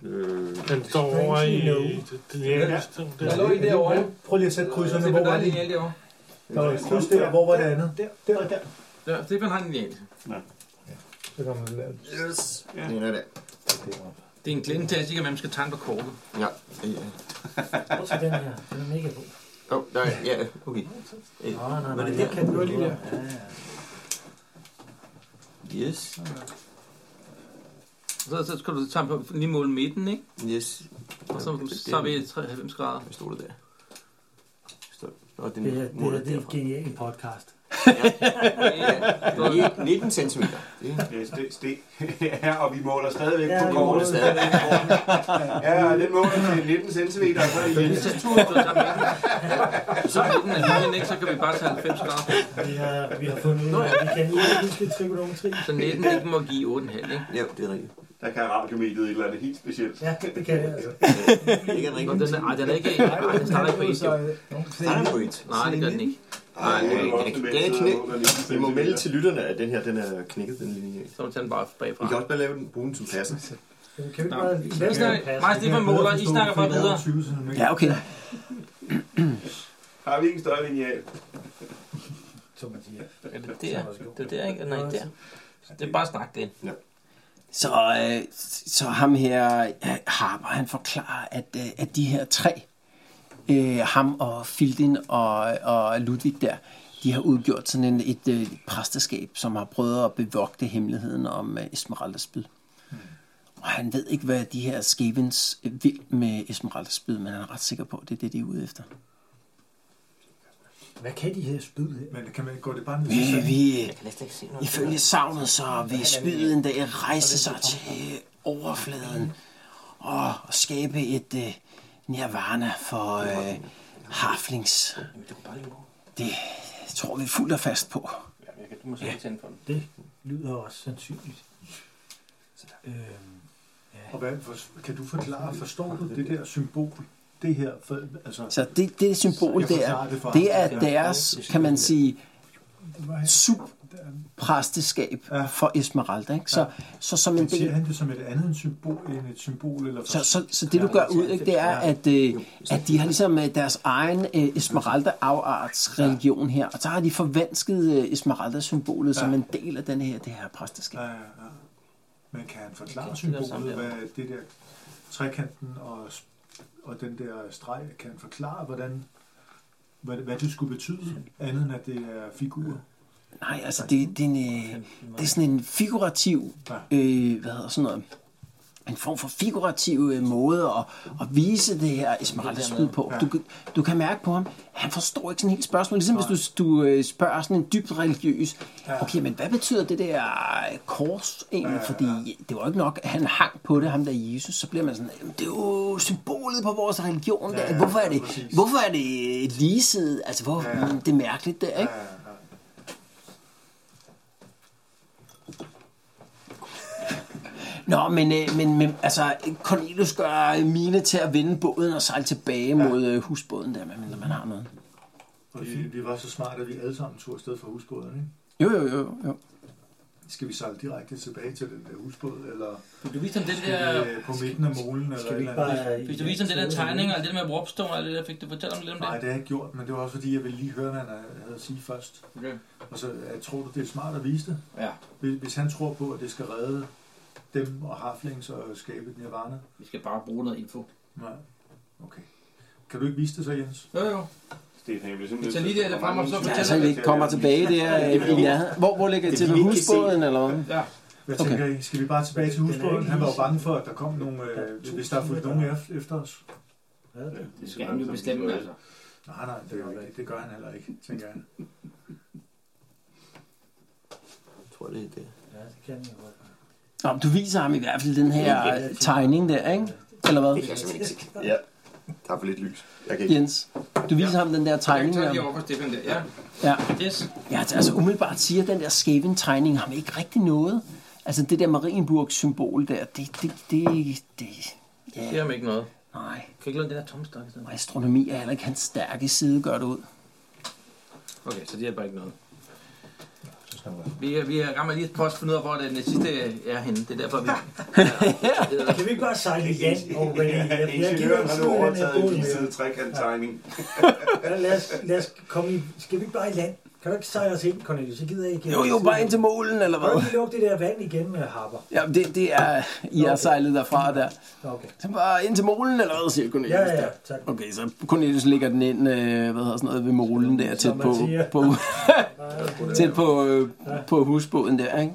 Speaker 7: Øh,
Speaker 9: Den står over i... det- det- det er-
Speaker 10: Ja.
Speaker 9: det
Speaker 3: Der
Speaker 9: er-
Speaker 3: lå en derovre.
Speaker 10: Prøv lige at sætte krydserne. Hvor var det?
Speaker 3: lineal derovre?
Speaker 10: Der var et kryds der, og hvor var det andet?
Speaker 8: Der, der og der.
Speaker 3: Ja, Stefan har en lineal.
Speaker 10: Så kommer det lavt.
Speaker 7: yes, den er der.
Speaker 3: Det er en glemmetaske, at man skal tegne på kortet.
Speaker 7: Ja, ja.
Speaker 5: Prøv at tage den her. Den er mega god.
Speaker 7: Oh, nej, ja, okay.
Speaker 5: Nå, nej,
Speaker 7: Var
Speaker 5: nej.
Speaker 7: det
Speaker 5: jeg
Speaker 7: det?
Speaker 5: kan den
Speaker 8: var lige
Speaker 5: godt.
Speaker 8: der.
Speaker 5: Ja, ja.
Speaker 7: Yes,
Speaker 3: Så, så skal du tegne på lige mål midten, ikke?
Speaker 7: yes.
Speaker 3: Og så, så er vi 93 grader.
Speaker 7: Hvad stod der der? Står- Nå, den
Speaker 5: Det, er, det,
Speaker 7: måler
Speaker 5: er, det er
Speaker 7: derfra.
Speaker 5: en genial podcast.
Speaker 7: Ni- 19 cm. Det er
Speaker 2: Ja, ste, ste. ja, og vi måler stadigvæk
Speaker 5: Ja,
Speaker 2: på
Speaker 5: vi
Speaker 7: måler
Speaker 2: kortet.
Speaker 7: stadigvæk.
Speaker 2: Ja, den måler til 19 cm, og så er det
Speaker 3: Hvis
Speaker 2: Jens.
Speaker 3: jeg tror, du tager midten- så er midten af linjen, ikke? Så kan vi bare tage 90 grader.
Speaker 5: Vi har, vi har fundet ud af, at vi kan ikke huske trigonometri.
Speaker 3: Så 19 ikke må give 8,5, ikke?
Speaker 7: Ja, det er rigtigt.
Speaker 2: Der kan radiomediet et eller andet helt specielt.
Speaker 5: Ja, det kan jeg altså.
Speaker 7: Ikke en
Speaker 3: Og
Speaker 7: rigtig.
Speaker 3: den er, ej, den er ikke... Ej, den starter ikke på 1, jo.
Speaker 7: Starter på et.
Speaker 3: Nej, det gør den ikke.
Speaker 7: Nej,
Speaker 2: det
Speaker 7: den
Speaker 2: er
Speaker 7: er-
Speaker 2: godt,
Speaker 7: den er-
Speaker 2: men
Speaker 7: den er
Speaker 2: så
Speaker 7: knækket.
Speaker 2: under 19
Speaker 7: Vi må melde
Speaker 2: centimeter.
Speaker 7: til lytterne, at den her den er knækket, den linje.
Speaker 3: Så må du tage den bare bagfra.
Speaker 7: Vi kan også bare lave den, bruge den som passer.
Speaker 5: Kan vi ikke bare
Speaker 3: Vi snakker,
Speaker 5: lave
Speaker 3: Maja Stefan måler, I snakker bare videre.
Speaker 10: 20 cm.
Speaker 6: Ja, okay.
Speaker 2: Har vi ikke en større lineal?
Speaker 5: som man siger.
Speaker 3: Er det der? Det er der, ikke? Nej, der. Det er bare snak, det.
Speaker 6: Så, øh, så ham her, øh, Harper, han forklarer, at, øh, at de her tre, øh, ham og Fildin og, og Ludvig der, de har udgjort sådan en, et øh, præsteskab, som har prøvet at bevogte hemmeligheden om øh, Esmeraldas spyd.
Speaker 10: Hmm.
Speaker 6: Og han ved ikke, hvad de her skævens øh, vil med Esmeraldas spyd, men han er ret sikker på, at det er det, de er ude efter.
Speaker 5: Hvad kan de her spyd her?
Speaker 10: Men kan man gå det bare ned til
Speaker 6: Vi,
Speaker 10: sanden?
Speaker 6: vi,
Speaker 3: Jeg kan næsten ikke se noget.
Speaker 6: Ifølge savnet så vil spydet en dag rejse sig til overfladen og skabe et øh, nirvana for øh, harflings.
Speaker 3: Jamen, det kunne bare lige gå.
Speaker 6: Det tror vi fuldt og fast på.
Speaker 3: Ja, jeg kan, du må selv tænde for den.
Speaker 5: Det lyder også sandsynligt. Øhm,
Speaker 10: Og hvad, for, kan du forklare, forstår du det der symbol? Det her, for, altså,
Speaker 6: Så det, det symbol
Speaker 10: Jeg forklarer
Speaker 6: der,
Speaker 10: det for
Speaker 6: det
Speaker 10: ham.
Speaker 6: er deres, kan man sige, subpræsteskab
Speaker 10: Ja.
Speaker 6: for Esmeralda. Ikke? Så, så som en
Speaker 10: Men ser
Speaker 6: del
Speaker 10: han det som et andet end symbol, end et symbol? Eller
Speaker 6: Så, så, så det du gør ud, ikke, det er, at, øh, at de har ligesom øh, deres egen øh, Esmeralda-afarts religion her, og så har de forvansket øh, Esmeralda-symbolet som en del af den her, det her præsteskab.
Speaker 10: Ja, ja, ja. Men kan han forklare
Speaker 3: Okay,
Speaker 10: okay,
Speaker 3: det er samme
Speaker 10: symbolet,
Speaker 3: der.
Speaker 10: hvad det der trekanten og, sp- og den der streg, kan han forklare, hvordan, hvad, hvad det skulle betyde, andet end at det er figurer?
Speaker 6: Nej, altså det, det, er, en, øh, det er sådan en figurativ, øh, hvad hedder sådan noget, en form for figurativ øh, måde at, at vise det her Esmeralda spyd på. Du, kan- du kan mærke på ham, han forstår ikke sådan helt spørgsmål. Ligesom hvis du, du øh, spørger sådan en dybt religiøs, okay, men hvad betyder det der øh, kors egentlig? Fordi det var jo ikke nok, at han hang på det, ham der Jesus. Så bliver man sådan, "Jamen, det er jo symbolet på vores religion. Der. Hvorfor er det, hvorfor er det et ligeside? Altså, hvor, mm, det er mærkeligt der, ikke? Nå, men, øh, men, men altså, Cornelius gør øh, mine til at vende båden og sejle tilbage mod øh, husbåden der, men man har noget.
Speaker 10: Og vi, vi var så smarte, at vi alle sammen tog afsted fra husbåden, ikke?
Speaker 6: Jo, jo, jo. jo.
Speaker 10: Skal vi sejle direkte tilbage til den der husbåd, eller
Speaker 3: Vil du vise ham Ligesom den der...
Speaker 10: øh, på midten af molen? Eller
Speaker 5: Kan vi
Speaker 10: et
Speaker 5: ikke
Speaker 10: eller andet?
Speaker 5: bare...
Speaker 3: Hvis du viser ham den der tegning, og alt det der med Warpstone, og alt det der, fik du fortælle om lidt om det?
Speaker 10: Nej, det har jeg ikke gjort, men det var også fordi, jeg ville lige høre, hvad han havde at sige først.
Speaker 3: Okay.
Speaker 10: Og så jeg tror du, det er smart at vise det?
Speaker 3: Ja,
Speaker 10: Hvis, hvis han tror på, at det skal redde dem og Harflings og skabe et nirvana?
Speaker 3: vi skal bare bruge noget info.
Speaker 10: Nej. Okay. Kan du ikke vise det så, Jens?
Speaker 3: Jo, jo.
Speaker 2: Stefan, jeg
Speaker 3: Vi
Speaker 2: bliver simpelthen...
Speaker 3: tager lige det der frem, og så
Speaker 6: Ja,
Speaker 3: fortæller
Speaker 6: altså, vi kommer tilbage der øh, i nærheden. Hvor, hvor ligger det til? Ved husbåden, eller hvad?
Speaker 10: Hvad
Speaker 6: Okay.
Speaker 10: okay. tænker I? Skal vi bare tilbage til
Speaker 5: Den er
Speaker 10: husbåden?
Speaker 5: ikke
Speaker 10: Han var jo
Speaker 5: lige-
Speaker 10: bange for, at der kom nogle... Øh, hvis der er fulgt nogen ef- efter os.
Speaker 3: Det skal han jo bestemme, altså.
Speaker 10: Nej, nej, det, er jo ikke, det gør han heller ikke, tænker jeg.
Speaker 7: Jeg tror, det er det.
Speaker 5: Ja, det kan jeg godt.
Speaker 6: Nå, men du viser ham i hvert fald den her øh, tegning der, ikke? Eller hvad?
Speaker 7: Det kan jeg simpelthen ikke se. Ja, der er for lidt lys. Jeg kan ikke.
Speaker 6: Jens, du viser ham den der
Speaker 3: Jeg
Speaker 6: tegning
Speaker 3: kan tage lige
Speaker 6: der.
Speaker 3: over for Stefan der. Ja,
Speaker 6: Ja. altså,
Speaker 3: yes.
Speaker 6: Ja, altså umiddelbart siger den der skæven tegning ham ikke rigtig noget. Altså det der Marienburg-symbol der, det, det, det, det,
Speaker 3: Det siger ham ikke noget.
Speaker 6: Nej.
Speaker 3: Kan ikke låne den der tomstok i stedet?
Speaker 6: astronomi er heller ikke hans stærke side, gør det ud.
Speaker 3: Okay, så det hjælper ikke noget. Vi, er- vi er- rammer lige et post for ud af, hvor den øh, sidste er henne. Det er derfor, vi...
Speaker 5: Kan vi ikke bare sejle igen over René? Jeg- jeg gider ikke
Speaker 2: Ingeniøren har nu
Speaker 5: sidde i den her båd
Speaker 2: overtaget en
Speaker 5: mere.
Speaker 2: side trekant-tegning.
Speaker 5: Ja, lad os, lad os komme i... Skal vi ikke bare i land? Kan du ikke sejle os ind, Cornelius? Jeg gider ikke...
Speaker 6: Jo, jo, bare ind til målen, eller
Speaker 5: Kan du
Speaker 6: hvad?
Speaker 5: ikke lukke det der vand igen, øh, Harper?
Speaker 6: Ja, det, det er, I er sejlet derfra der.
Speaker 5: Okay.
Speaker 6: Så bare ind til målen, eller hvad siger Cornelius?
Speaker 5: Ja, ja,
Speaker 6: der?
Speaker 5: tak.
Speaker 6: Okay, så Cornelius ligger den ind, øh, hvad hedder sådan noget, ved målen der, tæt
Speaker 5: Som man
Speaker 6: på,
Speaker 5: siger.
Speaker 6: på, tæt på, øh, på husbåden der, ikke?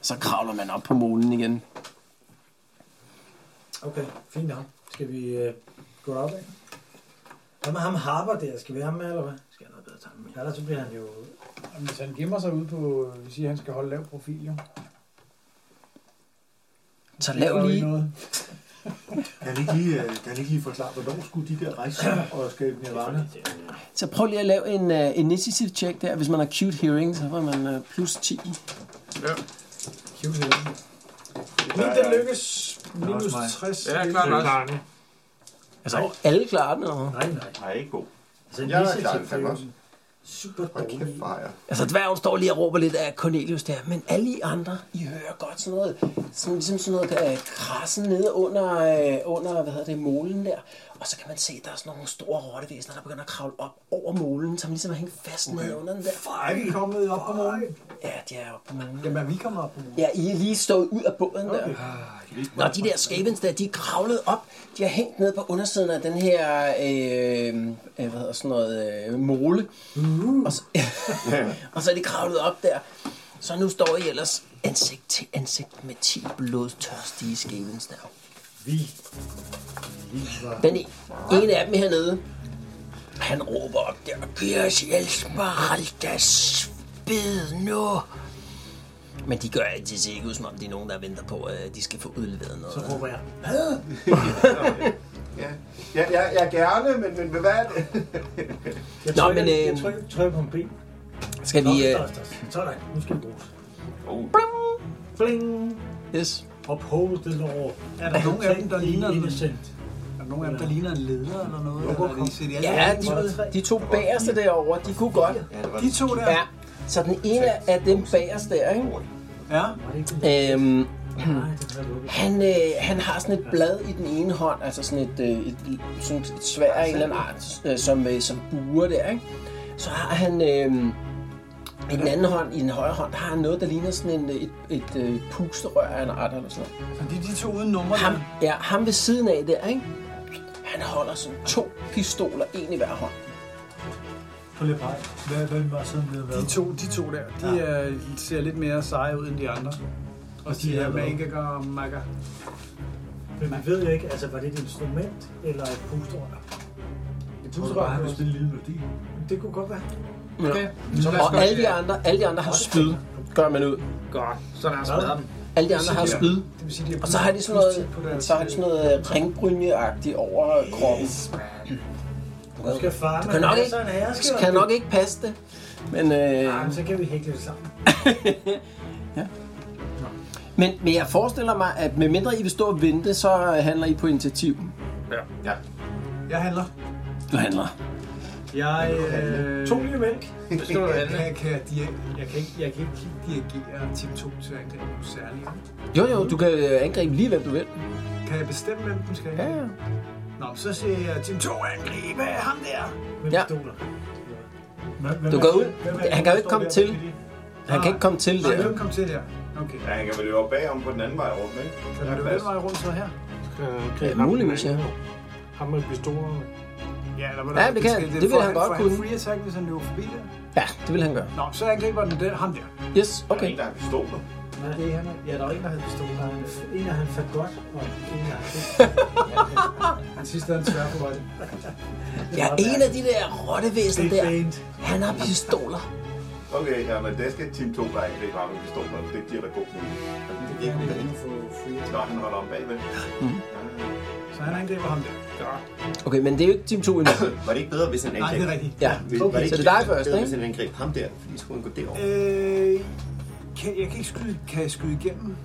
Speaker 6: Så kravler man op på målen igen.
Speaker 5: Okay, fint nok. Skal vi øh, gå op af? Hvad med ham Harper der? Skal vi have ham med, eller hvad? Skal jeg noget bedre tage ham med? Ellers så bliver han jo...
Speaker 8: Jamen, hvis han gemmer sig ude på, vi siger, han skal holde lav profil, jo.
Speaker 6: Så
Speaker 8: Det gør
Speaker 6: lav
Speaker 8: jo
Speaker 6: lige...
Speaker 8: ikke noget.
Speaker 10: Kan han ikke lige, øh, kan han ikke lige forklare, hvornår skulle de der rejse og skabe nirvana?
Speaker 6: Så prøv lige at lave en uh, initiative check der. Hvis man har cute hearing, så får man uh, plus 10.
Speaker 8: Men den lykkes minus
Speaker 10: mig.
Speaker 8: 60.
Speaker 3: Ja, klart nok.
Speaker 9: Lange.
Speaker 6: Altså, alle klarer den, og...
Speaker 5: Nej, nej.
Speaker 2: Nej, ikke god.
Speaker 5: Altså, en
Speaker 7: Jeg er
Speaker 5: visse
Speaker 7: klar,
Speaker 5: til-
Speaker 7: fandme også.
Speaker 5: Super
Speaker 7: Hold
Speaker 5: dårlig.
Speaker 7: kæft, fejre.
Speaker 6: Altså dværgen står lige og råber lidt af Cornelius der, men alle I andre, I hører godt sådan noget, sådan, ligesom sådan noget der krassen nede under, øh, under, hvad hedder det, molen der. Og så kan man se, at der er sådan nogle store rottevæsener, der begynder at kravle op over molen, som ligesom er hængt fast nede under den der.
Speaker 8: Er vi kommet op på morgenen?
Speaker 6: Ja, de er oppe på molen.
Speaker 8: Jamen, er vi kommet op på morgenen?
Speaker 6: Ja, I er lige stået ud af båden der. Nå, de der skabens der, de er kravlet op. De har hængt ned på undersiden af den her, øh, øh, hvad hedder sådan noget, øh, mole.
Speaker 8: Uh,
Speaker 6: Og, så, og så er de kravlet op der. Så nu står I ellers ansigt til ansigt med 10 blodtørstige skabens der. Vi. Den e- ene af dem hernede, han råber op der, giv os hjælp, Smaraldas, bid nu. Men de gør altid ser ikke ud, som om de er nogen, der venter på, at øh, de skal få udleveret noget. Så
Speaker 5: Håber jeg.
Speaker 7: Ja, ja, ja, ja gerne, men, men hvad er det?
Speaker 5: Jeg
Speaker 6: Nå,
Speaker 5: trykker,
Speaker 6: men, øh,
Speaker 5: jeg
Speaker 3: øhm,
Speaker 5: trykker, trykker på en ben.
Speaker 6: skal
Speaker 5: Nå,
Speaker 6: vi...
Speaker 5: det
Speaker 6: øh,
Speaker 5: står der. Sådan, nu skal vi bruges.
Speaker 8: Bling!
Speaker 6: yes.
Speaker 5: Uphold the law.
Speaker 8: Er der nogen af dem, der
Speaker 5: Take the
Speaker 8: ligner en,
Speaker 5: innocent.
Speaker 8: er der nogen af dem, der ligner en leder eller noget? Eller er det seriøst?
Speaker 6: Ja, de, de to bagerste derovre, de kunne godt.
Speaker 8: De to der?
Speaker 6: Ja, så den ene af dem bagerste der, ikke?
Speaker 8: Ja.
Speaker 6: Øhm, han, øh, han har sådan et blad i den ene hånd, altså sådan et, øh, et, sådan et svær af en eller anden art, øh, som, øh, som buer der, ikke? Så har han øh, i den anden hånd, i den højre hånd, der har han noget, der ligner sådan en, øh, et, et øh, pusterør af en art eller sådan noget.
Speaker 8: Så de, de to uden numre.
Speaker 6: Ham, ja, ham ved siden af der, ikke? Han holder sådan to pistoler, en i hver hånd.
Speaker 10: På Lepaj. Hvad, hvad var sådan blevet
Speaker 8: De
Speaker 10: været?
Speaker 8: to, de to der, de ja. øh, ser lidt mere seje ud end de andre. Og de her magiker og makker.
Speaker 5: Men man ved jo ikke, altså var det et instrument eller et pusterør?
Speaker 10: Jeg tror bare, han vil spille en lille melodi.
Speaker 5: Det kunne godt være.
Speaker 3: Okay, så lad os
Speaker 6: Og
Speaker 3: gøre
Speaker 6: alle
Speaker 3: det.
Speaker 6: de andre, alle de andre har spyd, gør man ud.
Speaker 3: Godt, så lad os smadre dem.
Speaker 6: Alle de andre har spyd.
Speaker 8: Det vil sige, de har
Speaker 6: Og så har de sådan
Speaker 8: plus ti på
Speaker 6: noget,
Speaker 8: deres- øh,
Speaker 6: så har de sådan noget øh, ringbrynjeagtigt over kroppen.
Speaker 5: Nu skal far
Speaker 6: Du kan nok ikke, kan nok ikke passe det. Men, øh,
Speaker 5: Jamen, så kan vi hækle det sammen.
Speaker 6: men, men jeg forestiller mig, at medmindre I vil stå og vente, så handler I på initiativ.
Speaker 8: Jeg handler.
Speaker 6: Du handler.
Speaker 8: Jeg, øh,
Speaker 5: To nye mælk.
Speaker 3: Det skal du
Speaker 8: jeg,
Speaker 3: handle.
Speaker 8: jeg, kan, dir- jeg, kan ikke, jeg kan ikke dirigere tip 2 til at angribe nogen særligt.
Speaker 6: Jo, jo, du kan øh, angribe lige, hvem du vil.
Speaker 8: Kan jeg bestemme, hvem den skal have?
Speaker 6: ja.
Speaker 8: Nå, men så siger jeg, Team 2 angribe ham der.
Speaker 5: Med
Speaker 6: Ja.
Speaker 5: pistoler.
Speaker 6: Du går ud. Han kan jo ikke komme til. Han kan ikke komme til
Speaker 8: Nej,
Speaker 6: der.
Speaker 8: hvem kom til der? Okay.
Speaker 2: Ja, han kan vel løbe op bagom på den anden vej rundt, ikke?
Speaker 8: Kan du den vej rundt så her?
Speaker 9: Kan,
Speaker 6: Ja, muligvis, ja.
Speaker 9: Ham med pistolerne.
Speaker 8: Ja, eller
Speaker 6: Ja, det kan- det vil
Speaker 8: får
Speaker 6: han godt
Speaker 8: får
Speaker 6: kunne.
Speaker 8: free attack, hvis han løber forbi der?
Speaker 6: Ja, det vil han gøre.
Speaker 8: Nå, så angriber den der, ham der.
Speaker 6: Yes,
Speaker 2: Okay.
Speaker 6: okay.
Speaker 2: En, der har pistoler.
Speaker 5: Nej, det er han. Ja, der var en, der havde pistoler. En af han fandt godt, og en af han
Speaker 8: Den sidste er en svær på vej.
Speaker 6: Ja, en af de der rottevæsener der, han har pistoler.
Speaker 2: Okay, ja, men det skal Team 2 der angribe ham med pistoler. Det giver da god mulighed.
Speaker 7: Det er ikke med
Speaker 8: Få free
Speaker 2: Nå, han holder om bagved.
Speaker 8: Så han angriber ham der.
Speaker 6: Okay, men det er jo ikke team 2 endnu.
Speaker 7: Var det ikke bedre, hvis han angreb?
Speaker 8: Nej, det er rigtigt.
Speaker 6: Ja,
Speaker 7: Vil- var
Speaker 6: okay, så
Speaker 7: ikke
Speaker 6: det er dig
Speaker 7: bedre,
Speaker 6: først,
Speaker 7: Hvis
Speaker 6: ikke?
Speaker 7: han angreb ham der, fordi så kunne han gå derover.
Speaker 8: Øh, kan, jeg kan ikke skyde, kan jeg skyde igennem.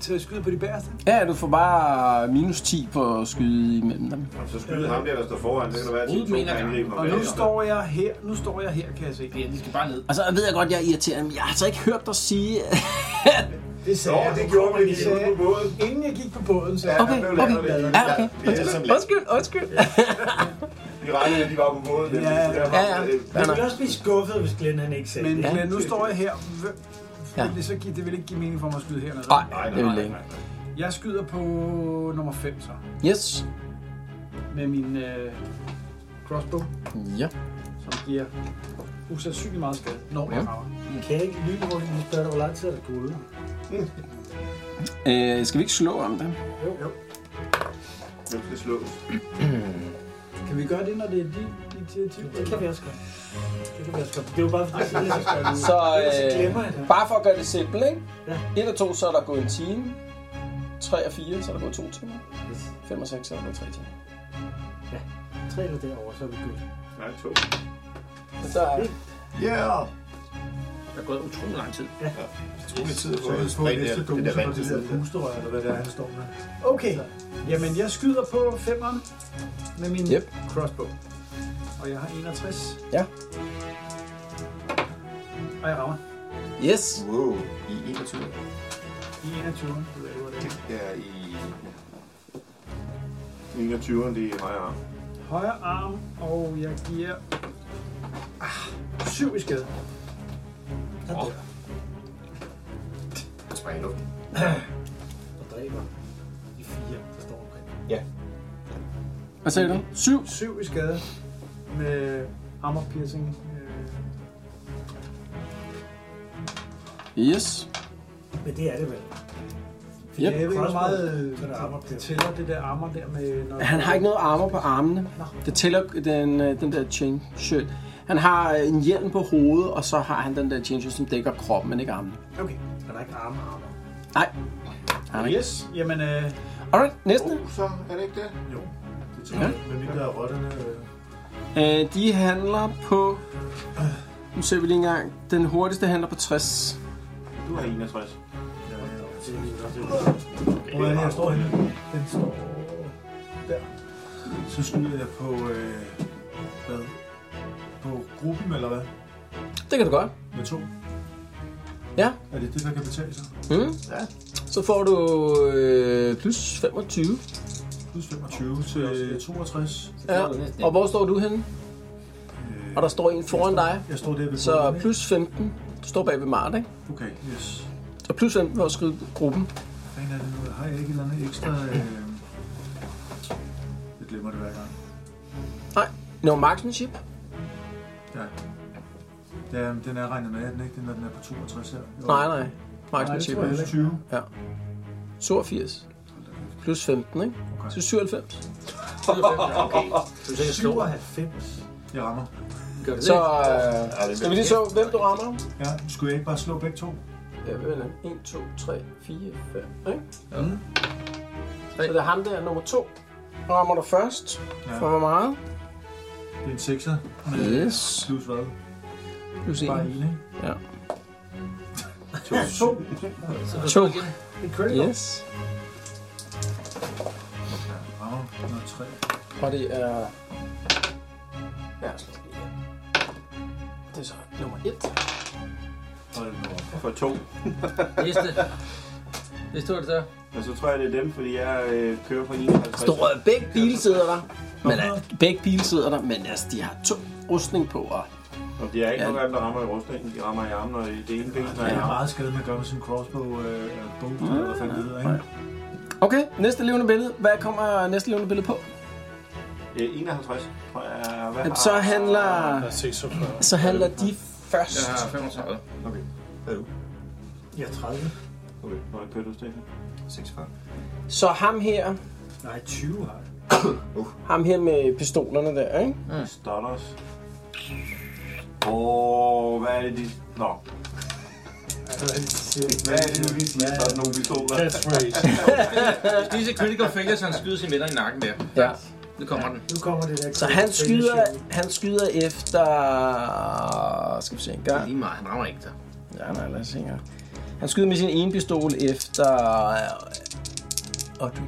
Speaker 8: Så jeg skyder på de bæreste.
Speaker 6: Ja, du får bare minus 10 på at skyde imellem dem.
Speaker 2: Så skyder ham der, der står foran. Det kan der være til
Speaker 3: Hovedet
Speaker 2: to
Speaker 3: mener jeg.
Speaker 2: angriber.
Speaker 8: Og nu står jeg her, nu står jeg her, kan jeg se.
Speaker 3: Ja, de skal bare ned.
Speaker 6: Og så ved jeg godt, jeg er irriterende, men jeg har altså ikke hørt dig sige...
Speaker 8: Det
Speaker 2: Nå,
Speaker 8: sagde jeg.
Speaker 2: det gjorde vi
Speaker 8: Det
Speaker 2: lige
Speaker 8: sagde
Speaker 2: ude på båden.
Speaker 8: jeg, Inden jeg gik på båden, så
Speaker 2: Ja,
Speaker 8: jeg,
Speaker 2: der blev landet lidt.
Speaker 6: Ja, okay.
Speaker 7: Vi er som land.
Speaker 6: Undskyld, undskyld.
Speaker 2: Vi regnede, med, at de var på båden.
Speaker 8: Ja,
Speaker 2: så derfor-
Speaker 6: ja, ja.
Speaker 2: øh,
Speaker 5: Jeg ville også blive skuffet, hvis Glenn han ikke sagde
Speaker 8: men,
Speaker 5: det.
Speaker 8: men nu står jeg her. Hvem-
Speaker 6: Ja.
Speaker 8: Vil det, så give, det vil ikke give mening for mig at skyde hernede.
Speaker 6: Nej, det vil jeg ikke.
Speaker 8: Jeg skyder på nummer 5 så.
Speaker 6: Yes.
Speaker 8: Med min øh, crossbow,
Speaker 6: Ja.
Speaker 8: som giver usandsynlig meget skade, når jeg
Speaker 6: Ja.
Speaker 8: rammer.
Speaker 5: Kan jeg ikke lytte rundt, nu spørger dig, hvor lang tid er der gået?
Speaker 6: Øh, skal vi ikke slå om det?
Speaker 2: Hvem skal slås?
Speaker 8: Kan vi gøre det, når det er dit initiativ?
Speaker 5: Det kan vi også godt. Det kan vi også godt. Det er jo bare fordi, at ellers så gør
Speaker 6: Så
Speaker 5: glemmer jeg
Speaker 6: øh,
Speaker 5: det.
Speaker 6: bare for at gøre det simpelt, ikke?
Speaker 5: Ja.
Speaker 6: 1 og 2, så er der gået en time. 3 og 4, så er der gået 2 timer. 5 og 6, så er der gået 3 timer.
Speaker 5: tre eller derovre, så er vi gået.
Speaker 2: Nej, to.
Speaker 6: Så der er
Speaker 7: Yeah!
Speaker 3: Der er gået utrolig lang tid.
Speaker 7: Utrolig tid
Speaker 10: Så
Speaker 7: på
Speaker 10: jeg
Speaker 7: at
Speaker 10: kan få
Speaker 7: springe
Speaker 10: næste
Speaker 7: det, det
Speaker 10: dose
Speaker 7: der
Speaker 10: på
Speaker 7: vand
Speaker 10: det
Speaker 7: til
Speaker 10: der
Speaker 7: siden.
Speaker 10: pusterør, eller hvad det er, han står med.
Speaker 8: Okay, jamen jeg skyder på 5'eren med min
Speaker 6: Yep.
Speaker 8: yep. crossbow. Og jeg har 61.
Speaker 6: Ja.
Speaker 8: Og jeg rammer
Speaker 6: Yes.
Speaker 7: Wow, i 21.
Speaker 8: i 21. Det ved jeg ikke, hvor det
Speaker 7: Det er i...
Speaker 2: 21'eren, det er højre arm.
Speaker 8: er. Højre arm, og jeg giver ah, 7 i skade.
Speaker 7: Jeg springer luften.
Speaker 5: Og dræber de fire, der står omkring.
Speaker 6: Hvad sagde du? 7.
Speaker 8: 7 i skade med armor piercing. øh,
Speaker 6: Yes.
Speaker 5: Men det er det vel.
Speaker 8: fordi
Speaker 6: Yep.
Speaker 8: Jeg ved ikke, hvor meget
Speaker 5: Så er der armor
Speaker 8: øh, det
Speaker 5: piercing.
Speaker 8: tæller det der armor der med... Når
Speaker 6: Han har ikke noget armor på armene. Det tæller den, øh, den der chain shirt. Han har øh, en hjelm på hovedet, og så har han den der chain shirt, som dækker kroppen, men ikke armene.
Speaker 8: Okay.
Speaker 5: Han har ikke arme og arme.
Speaker 6: Nej. Har han ikke.
Speaker 8: Yes, jamen øh,
Speaker 6: Alright, næste.
Speaker 2: Oh, så er det ikke det?
Speaker 10: Jo, det tror jeg. Men mindre er rotterne... øh,
Speaker 6: Øh, de handler på... Nu ser vi lige engang. Den hurtigste handler på 60.
Speaker 2: Du har 61.
Speaker 10: Ja, ja, det er det er- Hvor er det, jeg står henne? Den står der. Så skyder jeg på... Øh, hvad? På gruppen, eller hvad?
Speaker 6: Det kan du godt.
Speaker 10: Med to?
Speaker 6: Ja.
Speaker 10: Er det det, der kan betale sig?
Speaker 6: Mm.
Speaker 7: Ja.
Speaker 6: Så får du øh, plus 25.
Speaker 10: Plus 25 til 62.
Speaker 6: Ja. Og hvor står du henne? Og der står en foran dig.
Speaker 10: Øh, Jeg står der ved
Speaker 6: Så
Speaker 10: gruppen, ikke?
Speaker 6: plus 15. Du står bag ved Mart, ikke?
Speaker 10: Okay, yes.
Speaker 6: Og plus 15 for at skrive gruppen.
Speaker 10: Fanden er det nu? Har jeg ikke et eller andet ekstra... Øh... Jeg glemmer det hver gang.
Speaker 6: No marksmanship.
Speaker 10: Ja. Ja, men den er regnet med, er den ikke? Den, er- den er på 62 her. Jo.
Speaker 6: Nej, nej. Marksmanship.
Speaker 10: Nej, det tror jeg heller ikke.
Speaker 6: 82. Plus 15, ikke?
Speaker 10: Okay.
Speaker 6: Så 97.
Speaker 3: Du skal slå.
Speaker 5: 97.
Speaker 10: Jeg rammer.
Speaker 3: Gør det
Speaker 6: Så
Speaker 3: det?
Speaker 7: Ja, det
Speaker 6: øh,
Speaker 7: er
Speaker 6: skal vi lige så, hvem du rammer?
Speaker 10: Ja, skulle jeg ikke bare slå begge to?
Speaker 6: Ja, hvad er det? 1, 2, 3, 4, 5, ikke?
Speaker 10: Mm.
Speaker 6: Så det er ham der, nummer 2. Rammer du først.
Speaker 10: Ja.
Speaker 6: For hvor meget?
Speaker 10: Det er en 6'er.
Speaker 6: Yes.
Speaker 10: Plus hvad?
Speaker 6: Plus
Speaker 10: Bare en,
Speaker 6: 1.
Speaker 10: ikke?
Speaker 6: To.
Speaker 8: det kører
Speaker 6: Yes.
Speaker 10: Ja, rammer. Nå, 3.
Speaker 6: Og det er... Ja, slå det igen. Det er så nummer 1.
Speaker 10: Hold nu op.
Speaker 2: For to.
Speaker 3: Næste. Næste var det så.
Speaker 2: Og så tror jeg, det er dem, fordi jeg øh, kører på 51.
Speaker 6: Store, begge bilsider der. Men øh, begge bilsider der, men altså, de har to rustning på, og
Speaker 2: Og det er ikke
Speaker 6: Ja.
Speaker 2: nogen af dem, der rammer i rustningen. De rammer i armen, og det ene ben
Speaker 10: Det
Speaker 2: der er i
Speaker 10: Altså, er
Speaker 2: armen.
Speaker 10: meget skade, man gør med sin crossbow øh, eller bow, eller hvad fanden det hedder, ikke?
Speaker 6: Mm. Okay, næste levende billede. Hvad kommer næste levende billede på?
Speaker 2: Øh, 51, tror jeg. Hvad
Speaker 6: Jamen, så handler,
Speaker 9: Der er 46.
Speaker 6: så handler de først.
Speaker 3: Jeg har 35.
Speaker 7: Okay. Hvad er du?
Speaker 5: Jeg er 30.
Speaker 2: Okay, hvor kører du, Stefan?
Speaker 7: 46.
Speaker 6: Så ham her,
Speaker 5: Nej, 20 har jeg.
Speaker 6: ham her med pistolerne der, ikke?
Speaker 2: Stodders. Åh, hvad er det, de... Nå, hvad er det nu, de siger? Sådan nogle pistoler.
Speaker 9: Catchphrase.
Speaker 3: Disse critical failures, han skyder sin venner i nakken der.
Speaker 6: Ja.
Speaker 3: Nu kommer den.
Speaker 5: Nu kommer det der.
Speaker 6: Så han skyder, han skyder efter... Skal vi se en gang.
Speaker 3: Lige meget, han rammer ikke der.
Speaker 6: Ja, nej, lad os se her. Han skyder med sin ene pistol efter... Audrey.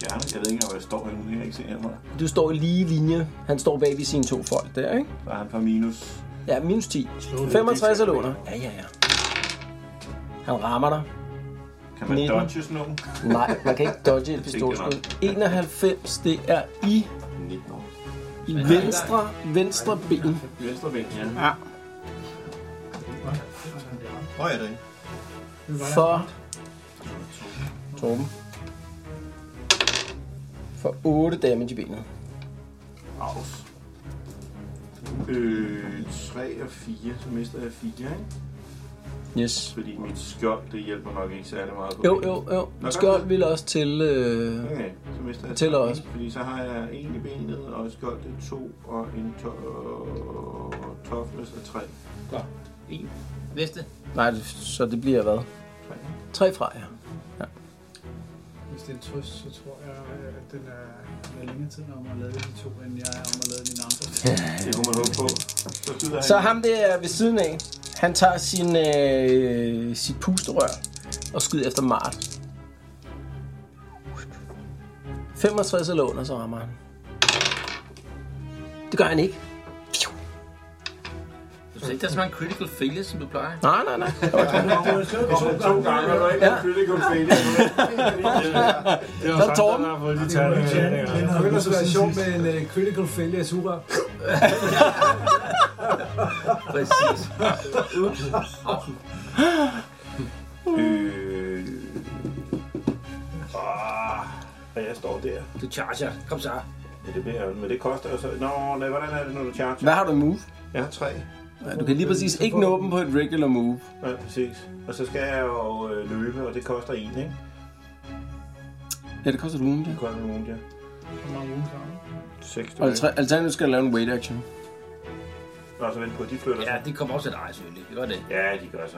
Speaker 2: Gerne. Jeg ved ikke engang, hvor jeg står henne. Jeg kan ikke se mig.
Speaker 6: Du står i lige linje. Han står bag ved sine to folk der, ikke?
Speaker 2: Der er han på minus.
Speaker 6: Ja, minus 10. 65 eller under. Ja, ja, ja. Han rammer dig.
Speaker 2: Kan man
Speaker 6: 19.
Speaker 2: dodge sådan nogen?
Speaker 6: Nej, man kan ikke dodge et pistolskud. 91, det er i,
Speaker 7: 19 år.
Speaker 6: i venstre, venstre ben.
Speaker 2: Venstre ben, ja.
Speaker 7: Hvor er det ikke?
Speaker 6: For... Torben. For 8 damage i benet.
Speaker 2: Aus. Øh, 3 og 4, så mister jeg 4, ikke?
Speaker 6: Yes.
Speaker 2: Fordi mit skjold, det hjælper nok ikke særlig meget på
Speaker 6: Jo,
Speaker 2: benet.
Speaker 6: jo, jo. Skjold vil også til... Øh...
Speaker 2: Okay, så mister jeg
Speaker 6: Tæller
Speaker 2: tre,
Speaker 6: også.
Speaker 2: Fordi så har jeg en i benet, og et skjold, det er to, og en to og toughness er tre.
Speaker 3: En. Næste.
Speaker 6: Nej, det- så det bliver hvad?
Speaker 2: Tre.
Speaker 6: Tre fra, ja.
Speaker 8: Hvis det er en trøst, så tror jeg, øh, at den er, jeg er længere tid om at lave de to, end jeg er om at lave mine andre.
Speaker 2: Det kunne man håbe på. Så skyder han.
Speaker 6: Så ham der ved siden af, han tager sin, øh, sit pusterør og skyder efter Mart. 65 eller under, så rammer han. Det gør han ikke.
Speaker 3: Du synes ikke, der er så mange critical failures, som du plejer.
Speaker 6: Nej, nej, nej.
Speaker 2: Kommer to gange, og du er ikke
Speaker 6: Ja.
Speaker 2: en critical failure.
Speaker 9: Det var
Speaker 6: Så
Speaker 9: Sandra,
Speaker 6: Torben.
Speaker 9: der har fået de terninger. dengang.
Speaker 4: Det ville også være sjovt med en uh, critical failure super.
Speaker 3: Præcis.
Speaker 2: Øh... Ah, og jeg står der.
Speaker 3: Du charger. Kom så.
Speaker 2: Ja, det bliver jeg jo, men det koster jo så... Nå, nej, hvordan er det, når du charger?
Speaker 6: Hvad har du i move?
Speaker 2: Jeg har tre.
Speaker 6: Ja, du kan lige præcis ikke nå dem på et regular move.
Speaker 2: Ja, præcis. Og så skal jeg jo øh, løbe, og det koster en, ikke?
Speaker 6: Ja, det koster du en der.
Speaker 2: Det koster en uge, ja.
Speaker 8: Hvor mange uger sammen.
Speaker 2: Seks
Speaker 6: Og alter- alternativt skal du lave en wait action.
Speaker 2: Nå, så vent på, de flytter
Speaker 3: Ja,
Speaker 2: sig.
Speaker 3: de kommer også til dig, selvfølgelig. Det gør det.
Speaker 2: Ja, de gør så.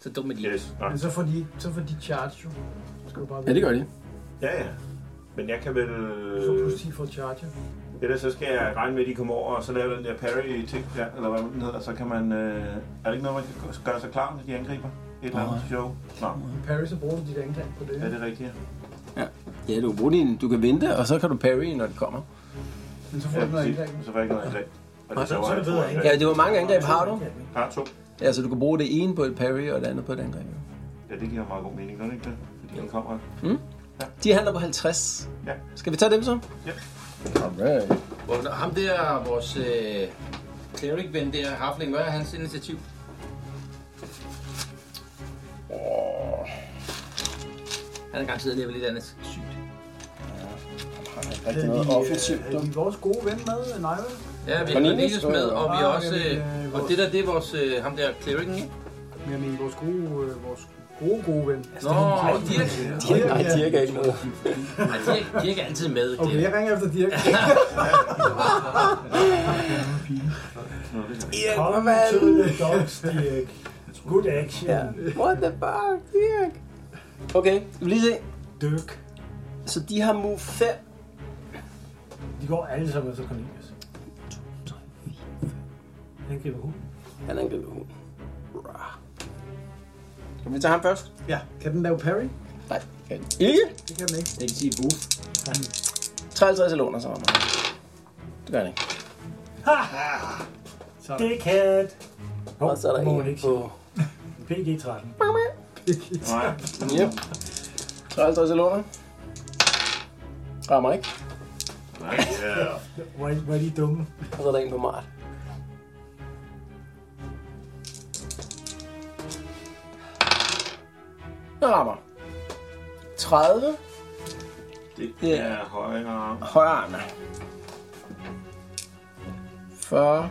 Speaker 3: Så dumme de.
Speaker 2: Yes. Nå.
Speaker 8: Men så får de, så får de charge jo. Så Skal du bare
Speaker 6: Ja, det gør de.
Speaker 2: Ja, ja. Men jeg kan vel...
Speaker 8: Så plus 10 for charge. jo.
Speaker 2: Ellers så skal jeg regne med, at de kommer over, og så laver den der parry-ting, der, eller hvad den hedder, så kan man... Øh, er det ikke noget, man kan gøre sig klar, når de angriber? Et eller andet show? Nå,
Speaker 8: I Paris så bruger du dit angreb på det.
Speaker 2: er det rigtigt?
Speaker 6: Ja, du kan bruge din, du kan vente, og så kan du parry, når det kommer.
Speaker 8: Men så får
Speaker 2: Ja,
Speaker 8: du noget
Speaker 2: præcis.
Speaker 8: angreb.
Speaker 2: Så får jeg ikke noget angreb. Og
Speaker 6: Nej,
Speaker 2: det så er det bedre,
Speaker 6: Ja, det var mange angreb, har du?
Speaker 2: Har to.
Speaker 6: Ja, så du kan bruge det ene på et parry, og det andet på et angreb.
Speaker 2: Ja, det giver meget god mening, gør det ikke det? Fordi den kommer.
Speaker 6: De handler på 50.
Speaker 2: Ja.
Speaker 6: Skal vi tage dem så?
Speaker 2: Ja.
Speaker 6: Alright.
Speaker 3: Hvor- Ham der, vores øh, cleric-ven der, Hafling, hvad er hans initiativ? Han er garanteret level et eller andet sygt.
Speaker 6: Rigtig noget offensivt.
Speaker 8: Er de vores gode ven med, nej vel?
Speaker 3: Ja, vi har
Speaker 6: Cornelius,
Speaker 3: Cornelius med, og vi
Speaker 8: Ah,
Speaker 3: har også...
Speaker 8: jamen,
Speaker 3: Øh,
Speaker 8: øh,
Speaker 3: og det der, det er vores, øh, ham der cleric'en, ikke?
Speaker 8: Men jeg mener, vores gode, øh, vores gode, gode ven.
Speaker 3: Nå, Dirk.
Speaker 6: Nej, Dirk er ikke noget.
Speaker 3: Nej, Dirk, Dirk er altid med.
Speaker 4: Okay,
Speaker 3: Okay.
Speaker 4: jeg ringer efter Dirk.
Speaker 5: Kom, to the dogs, Dirk. Good action.
Speaker 6: Ja. What the fuck, Dirk? Okay, vi vil lige se.
Speaker 5: Dirk.
Speaker 6: Så de har move 5.
Speaker 5: De går alle sammen efter Cornelius. Han griber hunden.
Speaker 6: Han angriber hun. Kan vi tage ham først?
Speaker 8: Ja. Kan den lave parry?
Speaker 6: Nej, kan ikke.
Speaker 8: Det kan den ikke.
Speaker 6: Jeg kan sige move. 53 eller under, så rammer han. Det gør han ikke.
Speaker 5: Dickhead. Hov,
Speaker 6: Og så er der
Speaker 5: må
Speaker 6: en
Speaker 5: man ikke
Speaker 6: på...
Speaker 5: sige. PG-13.
Speaker 2: Nej.
Speaker 6: Yep. 53 eller under. Rammer ikke.
Speaker 2: Nej, ja.
Speaker 5: Hvor er- hvor er de dumme?
Speaker 6: Og så er der en på Mart. Jeg rammer. 30.
Speaker 2: Det er højere.
Speaker 6: Højre arm. 40.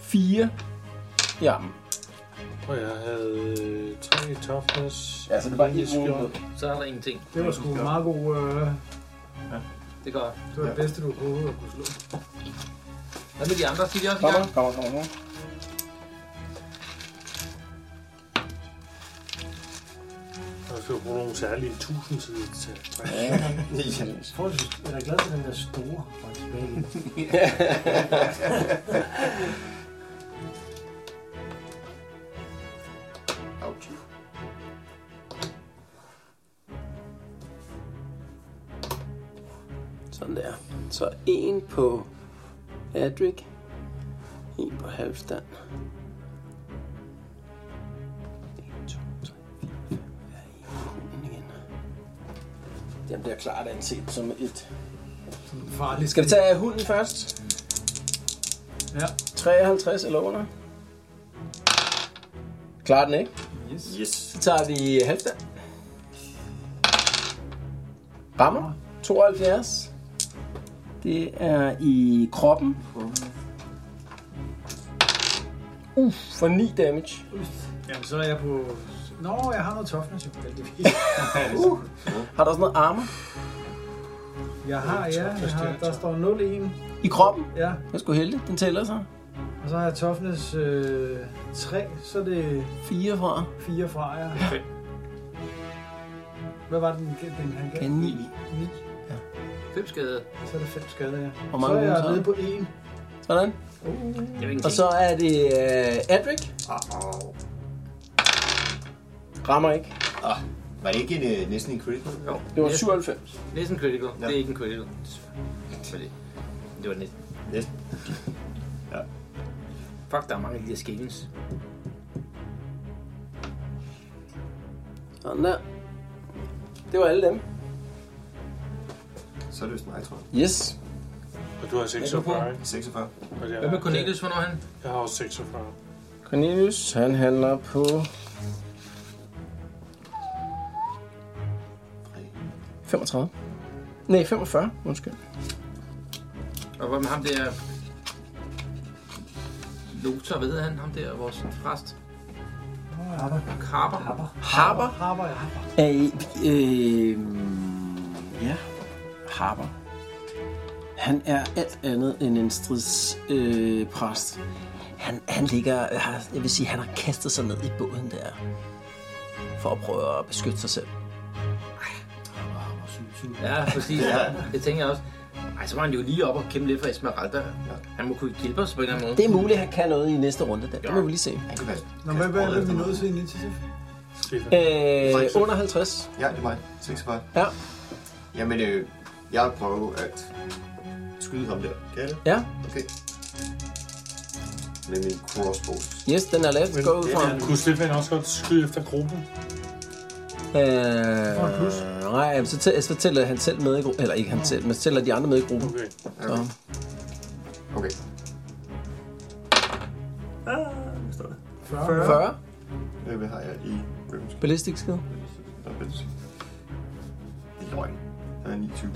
Speaker 6: 4 i armen.
Speaker 9: Og jeg havde øh, tre toughness.
Speaker 6: Ja, så det er bare
Speaker 9: en
Speaker 6: en uge.
Speaker 9: skjold.
Speaker 3: Så er der ingenting.
Speaker 8: Det var sgu en meget god... Øh,
Speaker 3: Det gør
Speaker 8: det var det bedste, du kunne overhovedet kunne slå.
Speaker 3: Hvad med de andre? Skal de også i
Speaker 6: Kommer,
Speaker 3: gang?
Speaker 6: kommer, kommer, kommer.
Speaker 9: Og jeg skal bruge nogle særlige tusindsidige til.
Speaker 5: Forholdsvis, jeg er glad for den der store. hvor han tilbage i.
Speaker 6: Sådan der. Så en på Adric. En på halvstand. 1, 2, 3, 4, 5. Den bliver klart anset som et...
Speaker 8: farligt.
Speaker 6: Skal vi tage hunden først?
Speaker 8: Ja.
Speaker 6: 53 eller under? Klarer den ikke?
Speaker 8: Yes.
Speaker 7: Yes.
Speaker 6: Så tager vi halvstand. Rammer. 72. Det er i kroppen. Uff, Uh, for 9 damage.
Speaker 8: Jamen, så er jeg på... Nå, jeg har noget toughness, jo, heldigvis.
Speaker 6: Uh. Har du også noget armor?
Speaker 8: Jeg har, ja, jeg har, der står 0 1,
Speaker 6: I kroppen?
Speaker 8: ja.
Speaker 6: Jeg skulle hælde. Den tæller så.
Speaker 8: Og så har jeg toughness øh, 3, så er det
Speaker 6: 4 fra.
Speaker 8: 4 fra jer. Hvad var det, den, den han gav?
Speaker 6: Kan 9.
Speaker 8: 9.
Speaker 3: Fem skade.
Speaker 8: Så er det 5 skader, ja.
Speaker 6: Hvor mange
Speaker 8: så er
Speaker 6: runder
Speaker 8: jeg
Speaker 6: har
Speaker 8: nede
Speaker 6: du?
Speaker 8: på 1.
Speaker 6: Sådan.
Speaker 8: Uh.
Speaker 3: Jeg vil
Speaker 6: Og så er det uh, Adric. Rammer ikke.
Speaker 7: Ah, Var det ikke en, øh, næsten en critical?
Speaker 3: Jo,
Speaker 6: Det var
Speaker 3: næsten-
Speaker 6: 97.
Speaker 3: Næsten critical.
Speaker 7: Ja.
Speaker 3: Ja. Det er ikke en critical. Fordi det var næsten.
Speaker 7: Næsten. Ja.
Speaker 3: Fuck, der er mange af de der skældens.
Speaker 6: Sådan der. Det var alle dem.
Speaker 7: Så er det vist mig, tror jeg.
Speaker 6: Yes.
Speaker 9: Og du har 46, ikke?
Speaker 7: 46.
Speaker 9: Og det
Speaker 3: Hvad med
Speaker 9: er,
Speaker 3: Cornelius, hvornår er han?
Speaker 9: jeg har også 46.
Speaker 6: Cornelius, han handler på 35. Nej, 45, undskyld.
Speaker 3: Og hvad med ham der... Lothar, ved han ham der, vores præst? Harper. Harper.
Speaker 6: Harper
Speaker 8: Harper, ja.
Speaker 6: er i, øh, ja, Harper. Han er alt andet end en strids øh, præst. Han, han ligger, har- jeg vil sige, han har kastet sig ned i båden der, for at prøve at beskytte sig selv.
Speaker 3: Ja, præcis. ja. Det tænker jeg også. Ej, så var han jo lige op og kæmpe lidt for Esmeralda. Han må kunne hjælpe os på en eller anden måde.
Speaker 6: Det er muligt, han kan noget i næste runde. Der. Det må vi lige se.
Speaker 7: Han kan passe.
Speaker 8: Nå, hvad, hvad er det, vi nåede til initiativ?
Speaker 9: Stefan.
Speaker 6: Øh, under 50.
Speaker 7: Ja, det er mig. 46.
Speaker 6: Ja.
Speaker 7: Jamen, øh, jeg prøver at skyde ham der. Kan jeg det?
Speaker 6: Ja,
Speaker 7: Okay. Med min crossbow.
Speaker 6: yes, den er lavet. Gå ud fra.
Speaker 9: Kunne Stefan også godt skyde efter gruppen?
Speaker 6: Øh, nej, så, tæ- så tæller han selv med i gruppen. Eller ikke han selv, men tæller de andre med i gruppen.
Speaker 9: Okay.
Speaker 6: Så.
Speaker 7: Okay.
Speaker 6: 40.
Speaker 7: Øh, Hvad har jeg i Rømsk?
Speaker 6: Ballistic skill.
Speaker 7: Det er løgn. Der er 29.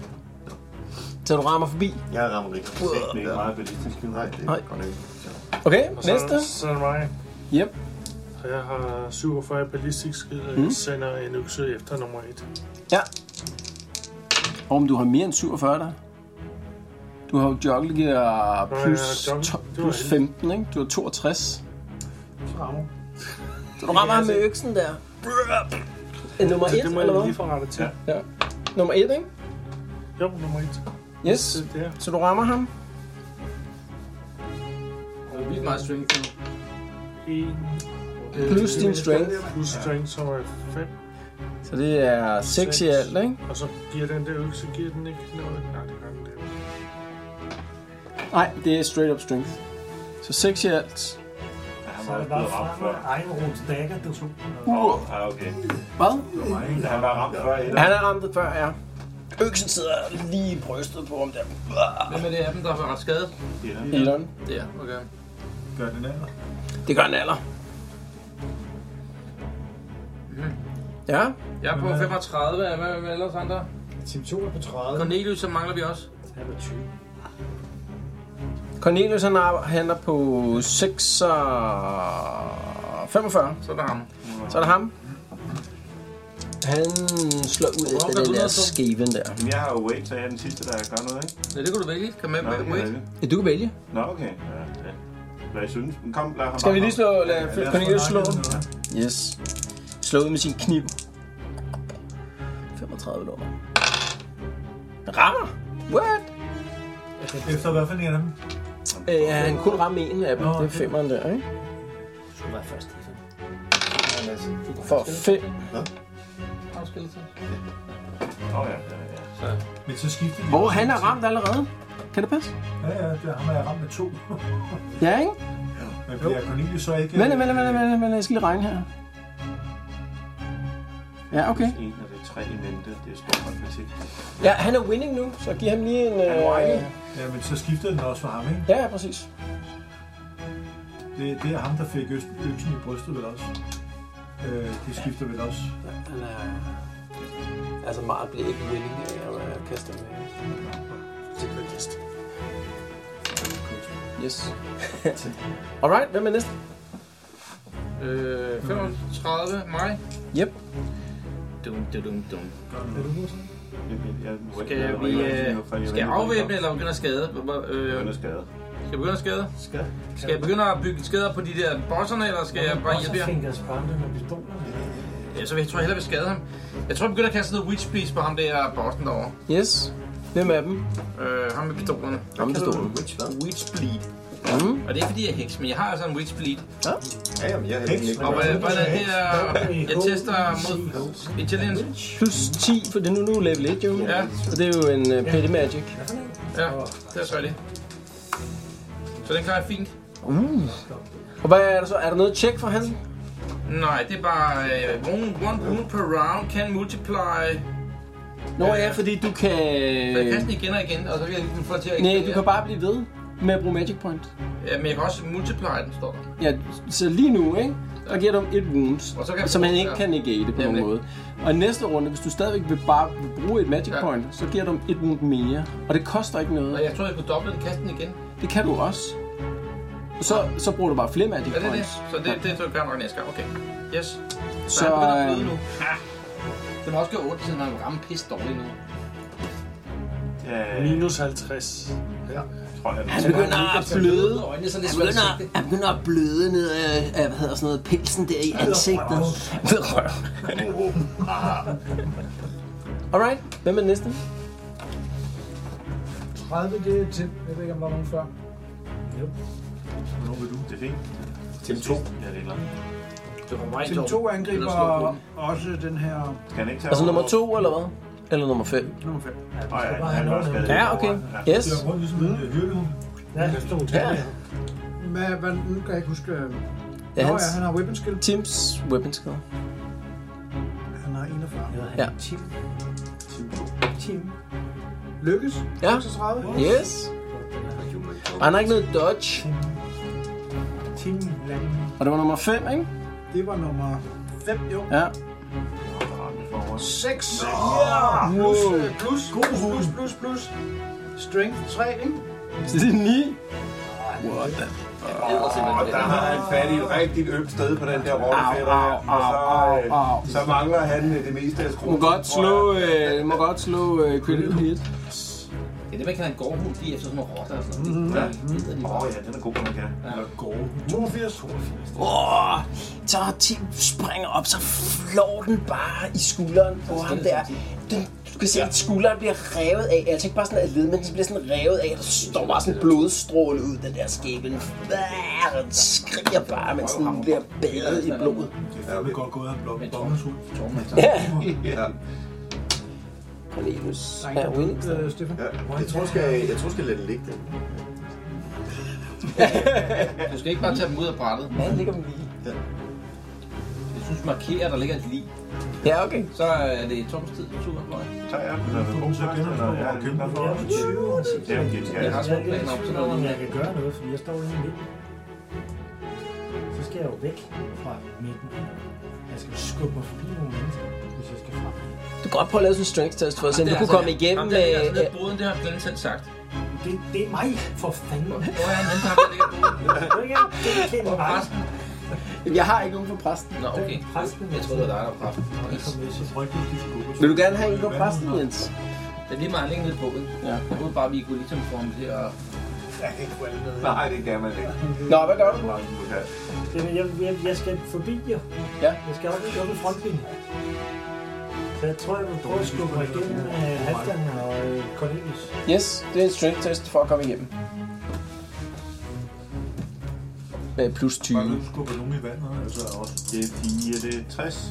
Speaker 6: Så du rammer forbi.
Speaker 7: Jeg rammer ikke.
Speaker 2: Det er ikke meget ballistisk.
Speaker 7: Nej, det
Speaker 6: Nej.
Speaker 7: er godt nok ikke. Så
Speaker 6: Okay,
Speaker 9: Og så,
Speaker 6: næste.
Speaker 9: så er det mig.
Speaker 6: Yep. Mm.
Speaker 9: Og jeg har 47 ballistik skid, og jeg sender en økse efter nummer 1.
Speaker 6: Ja. Om du har mere end 47 der. Du har jo joglegear
Speaker 9: Nå,
Speaker 6: plus,
Speaker 9: ja, juggle-
Speaker 6: to-
Speaker 9: det var
Speaker 6: plus
Speaker 9: heldigt.
Speaker 6: 15, ikke? Du har 62.
Speaker 8: Så rammer.
Speaker 6: Så du rammer ham med øksen der. Øh, Nummer 1,
Speaker 9: altså, Det må
Speaker 6: eller
Speaker 9: jeg lige
Speaker 6: hvad?
Speaker 9: få rettet til.
Speaker 6: Ja. Nummer 1, ikke?
Speaker 9: Jo, nummer 1.
Speaker 6: Yes.
Speaker 9: Det er
Speaker 6: Så du rammer ham.
Speaker 3: Det er vildt meget strength. nu.
Speaker 9: 1
Speaker 6: Plus din strength.
Speaker 9: Øh, plus strength, som er 5.
Speaker 6: Så det er 6 i alt, ikke?
Speaker 9: Og så giver den der økse, giver den ikke noget. Nej, det gør den der.
Speaker 6: Nej, det er straight up strength. Så 6 i alt.
Speaker 2: Han
Speaker 5: Så
Speaker 2: var
Speaker 5: er
Speaker 2: også
Speaker 5: det bare
Speaker 2: blevet ramt
Speaker 5: fra
Speaker 2: før. Uh!
Speaker 5: med egen rot dagger, du så.
Speaker 2: Ja, okay.
Speaker 6: Hvad?
Speaker 2: Så han var ramt før. eller?
Speaker 6: Han er ramt før, ja. Øksen sidder lige i brystet på ham der.
Speaker 3: Hvem er det af dem, der har ret skadet?
Speaker 6: Elon.
Speaker 3: Der, okay.
Speaker 10: Gør den alder.
Speaker 6: Det gør en alder.
Speaker 2: Mhm.
Speaker 6: Ja,
Speaker 3: Jeg er på 35. Hvad hvad- hvad ellers andre?
Speaker 8: Team 2 er på 30.
Speaker 3: Cornelius, så mangler vi også.
Speaker 6: Cornelius han er, han er på 6 og 45.
Speaker 3: Så er der ham.
Speaker 6: Så er det ham. Han slår ud
Speaker 3: Hvorfor
Speaker 6: efter den
Speaker 3: er
Speaker 6: der
Speaker 3: du så?
Speaker 6: skæven der.
Speaker 2: Jamen, jeg har jo wait, så jeg er den sidste, der gør noget, ikke?
Speaker 3: Ja, det kunne du vælge. Kan man
Speaker 2: Nå, det
Speaker 3: med
Speaker 2: kan jeg
Speaker 3: wait?
Speaker 2: ikke.
Speaker 6: Ja, Du kan vælge.
Speaker 2: Nå, okay. Ja, ja. Hvad jeg synes. Men Kom, lad ham
Speaker 6: Skal vi
Speaker 2: bare
Speaker 6: lige slå, lad Cornelius slå? den?
Speaker 10: Ja.
Speaker 6: Yes. Slå ud med sin kniv. 35 lommer. Rammer? What?
Speaker 10: Efter hvad for en af dem?
Speaker 6: Øh, han kunne ramme en af dem. Det er femmeren der, ikke?
Speaker 3: Men altså, du kan
Speaker 6: For fem.
Speaker 3: Har du spillet til?
Speaker 10: Åh oh, ja, ja, ja. Men så skifter de...
Speaker 6: Hvor han er ramt allerede. Kan det passe?
Speaker 10: Ja, ja, det er ham, der er ramt med to.
Speaker 6: Ja, ikke?
Speaker 10: Men bliver Cornelius så ikke...
Speaker 6: Vent, vent, vent, vent, vent, jeg skal lige regne her. Ja, okay. Øh,
Speaker 2: En og det er tre i mente, det er stor matematik.
Speaker 6: Ja, han er winning nu, så giv ham lige en... Øh...
Speaker 10: Ja, men så skifter den også for ham, ikke?
Speaker 6: Ja, ja, præcis.
Speaker 10: Det, det er ham, der fik øst- øksen i brystet vel også. Øh, det skifter vel også.
Speaker 6: Han er... Altså, meget bliver ikke winning af at kaste med. Det er kast. Yes. Alright, hvem er næste?
Speaker 3: Øh, 35, mig.
Speaker 6: Yep.
Speaker 3: Dum, dum, dum, dum.
Speaker 2: Jeg-
Speaker 3: Skal
Speaker 2: jeg- jeg-
Speaker 3: vi
Speaker 2: jeg-
Speaker 3: øh, skal jeg afvæbne eller begynde at skade? Hvor- øh,
Speaker 2: Begynde at skade.
Speaker 3: Skal jeg begynde at skade? Skal jeg begynde at bygge skader på de der bosserne, eller skal jeg bare hjælpe jer?
Speaker 5: fingers brænde med pistoler.
Speaker 3: Ja, så jeg tror jeg hellere, vi skader ham. Jeg tror, jeg begynder at kaste noget witch beast på ham der bossen derovre.
Speaker 6: Yes. Hvem er dem?
Speaker 3: Øh, ham med pistolerne.
Speaker 6: Ham, der stod.
Speaker 7: Witch, hvad?
Speaker 3: Witch bleed.
Speaker 6: Mm.
Speaker 3: Og det er fordi, jeg er heks, men jeg har altså en witch bleed.
Speaker 7: Ja, jamen, jeg er
Speaker 10: Heks,
Speaker 7: ikke
Speaker 3: Og hvordan hvordan her... Jeg tester mod intelligence.
Speaker 6: Plus 10, for det er nu, nu er level 1, jo.
Speaker 3: Ja,
Speaker 6: Og det er jo en uh, petty magic.
Speaker 3: ja. Det er så det. Så den klarer jeg fint.
Speaker 6: Og hvad er der så? Er der noget tjek for han?
Speaker 3: Nej, det er bare... Øh, one, one wound per round can multiply...
Speaker 6: Nå ja, fordi du kan... øh,
Speaker 3: Så jeg kaster den igen og igen, og så kan jeg ligesom få til at...
Speaker 6: Nej, du kan bare blive ved med at bruge magic point.
Speaker 3: Ja, men jeg kan også multiply den, står der.
Speaker 6: Ja, så lige nu, ikke? Der giver dem et wounds,
Speaker 3: Og så kan-
Speaker 6: som han ikke kan negate på nogen
Speaker 3: Nemlig.
Speaker 6: måde. Og i næste runde, hvis du stadigvæk vil bare vil bruge et magic
Speaker 3: Ja.
Speaker 6: point, så giver du dem et wound mere. Og det koster ikke
Speaker 3: Og
Speaker 6: noget.
Speaker 3: jeg tror, jeg kunne doble den kaste den igen.
Speaker 6: Det kan du også. Så, så bruger du bare flere magic
Speaker 3: Er det det?
Speaker 6: points.
Speaker 3: Så det, det tror jeg gør nok næste gang. Okay. Yes. Så,
Speaker 6: Så,
Speaker 3: så han begynder at
Speaker 6: øh,
Speaker 3: bløde nu. Ha! Den har også gjort 8, siden han rammer pisse dårligt nu.
Speaker 2: Ja,
Speaker 9: Minus 50.
Speaker 2: tror jeg.
Speaker 6: Han begynder at bløde.
Speaker 3: øjnene, så er det
Speaker 6: Han
Speaker 3: svært at
Speaker 6: begynder,
Speaker 3: sigte.
Speaker 6: han begynder at bløde ned af, af, hvad hedder sådan noget, pelsen der i ansigtet. Ved røven. Alright, hvem er den næste?
Speaker 4: 30, det er til. Jeg ved ikke, om der var nogen før.
Speaker 2: Hvornår vil du? Det er fint.
Speaker 7: Tim 2.
Speaker 2: Ja, det er klart.
Speaker 3: Det var mig
Speaker 8: Tim 2 angriber også den her
Speaker 2: Skal han ikke tage
Speaker 6: Altså
Speaker 2: over?
Speaker 6: nummer to, eller hvad? Eller nummer fem?
Speaker 8: nummer 5.
Speaker 2: Åh, ja, han er også skadet.
Speaker 6: Ja, okay.
Speaker 2: Ja.
Speaker 6: Yes.
Speaker 10: Det er rundt ligesom en hyrdehund.
Speaker 5: Ja, der stod til.
Speaker 6: Ja.
Speaker 8: øh, Hvad, hvad, nu kan jeg ikke huske... øh,
Speaker 6: Ja,
Speaker 8: Nå
Speaker 6: hans
Speaker 8: ja, han har weapon skill.
Speaker 6: Teams weapon skill.
Speaker 8: Han har 41.
Speaker 6: Ja.
Speaker 5: Tim. Tim.
Speaker 8: Lykkes?
Speaker 6: Ja.
Speaker 8: 36.
Speaker 6: Yes. Og han har ikke noget dodge.
Speaker 8: Tim Lang.
Speaker 6: Og det var nummer 5, ikke?
Speaker 8: Det var nummer 5, jo.
Speaker 6: Ja.
Speaker 8: 6. Ja! Plus, øh, plus, plus, plus, plus, plus. Strength 3, ikke?
Speaker 6: Så det er 9.
Speaker 2: Og der har han fat i et rigtigt ømt sted på den der rollefætter. Og så, øh, så mangler han øh, det meste af
Speaker 6: Må
Speaker 2: skruen.
Speaker 6: godt slå, øh, må godt slå øh, critical hit.
Speaker 3: Det er det, man kalder en gårdhund, de er efter sådan nogle rotter og sådan noget. Det- det gider de
Speaker 2: Åh
Speaker 3: bare.
Speaker 2: ja, den er god, man kan. Den er god.
Speaker 10: 82. 82.
Speaker 6: Åh, så Tim springer op, så flår den bare i skulderen på ham der. Den, du kan se, at skulderen bliver revet af. Altså ikke bare sådan af led, men den bliver sådan revet af. Der står bare sådan en blodstråle ud, den der skæbne. Den f- Den skriger bare, mens den bliver badet i blod.
Speaker 10: Det er fandme godt gået, han blokker bombens ud.
Speaker 7: Ja.
Speaker 6: Cornelius
Speaker 8: Der er
Speaker 6: er
Speaker 8: en,
Speaker 6: winning.
Speaker 8: der øh, Stefan.
Speaker 7: Ja, jeg tror, jeg skal, jeg tror, jeg skal lade det ligge den.
Speaker 3: Du skal ikke bare tage dem ud af brættet.
Speaker 6: Ja, ligger dem lige.
Speaker 3: Jeg synes, markerer, at der ligger et lig.
Speaker 6: Ja, okay.
Speaker 3: Så er det Toms tid, du turen, tror jeg.
Speaker 2: Så er den der er god sagt, den er ja, den er for. Ja, den giver
Speaker 3: Jeg har
Speaker 2: gas.
Speaker 3: små
Speaker 5: Jeg er
Speaker 3: planer
Speaker 5: ikke
Speaker 3: om
Speaker 5: i
Speaker 3: sådan
Speaker 5: tvivl om,
Speaker 3: noget.
Speaker 5: om jeg kan gøre noget, fordi jeg står inde i midten. Så skal jeg jo væk fra midten. Jeg skal skubbe mig forbi nogle mennesker, hvis jeg skal frem.
Speaker 6: Du kan godt prøve at lave sådan en strength test for at se, om
Speaker 3: Det
Speaker 6: du
Speaker 3: er
Speaker 6: kunne
Speaker 3: altså-
Speaker 6: komme igennem
Speaker 3: Jamen, det er altså
Speaker 6: med...
Speaker 3: lidt boden, det har Glenn selv sagt.
Speaker 5: Det, det er mig, for fanden. Det
Speaker 3: Hvor er han henne, der har ligget boden?
Speaker 5: er ikke, det er ikke mig.
Speaker 3: Præsten?
Speaker 6: øh, Jeg har ikke nogen for præsten.
Speaker 3: Nå, okay.
Speaker 5: Præsten,
Speaker 3: Jeg troede, det var dig, der var præsten.
Speaker 5: Jeg kom med, så
Speaker 10: Frygtelig, de skubber.
Speaker 6: Vil du gerne have en for præsten, Jens?
Speaker 3: Det er lige meget længe nede i båden.
Speaker 6: Ja.
Speaker 3: Jeg troede bare, vi kunne ligesom få ham til at...
Speaker 2: Nej, det kan man ikke.
Speaker 6: Nå, hvad gør du?
Speaker 5: Det er, jeg, jeg, jeg skal forbi jer.
Speaker 6: Ja.
Speaker 5: Jeg skal også skubbe frontlinjen. Så jeg tror, jeg vil prøve at skubbe mig igennem øh, Halvdan og øh, Cornelius.
Speaker 6: Yes, det er en strength test for at komme igennem. Med plus 20.
Speaker 10: Du skubber nogen i vandet, altså også.
Speaker 2: det er 4, det er 60.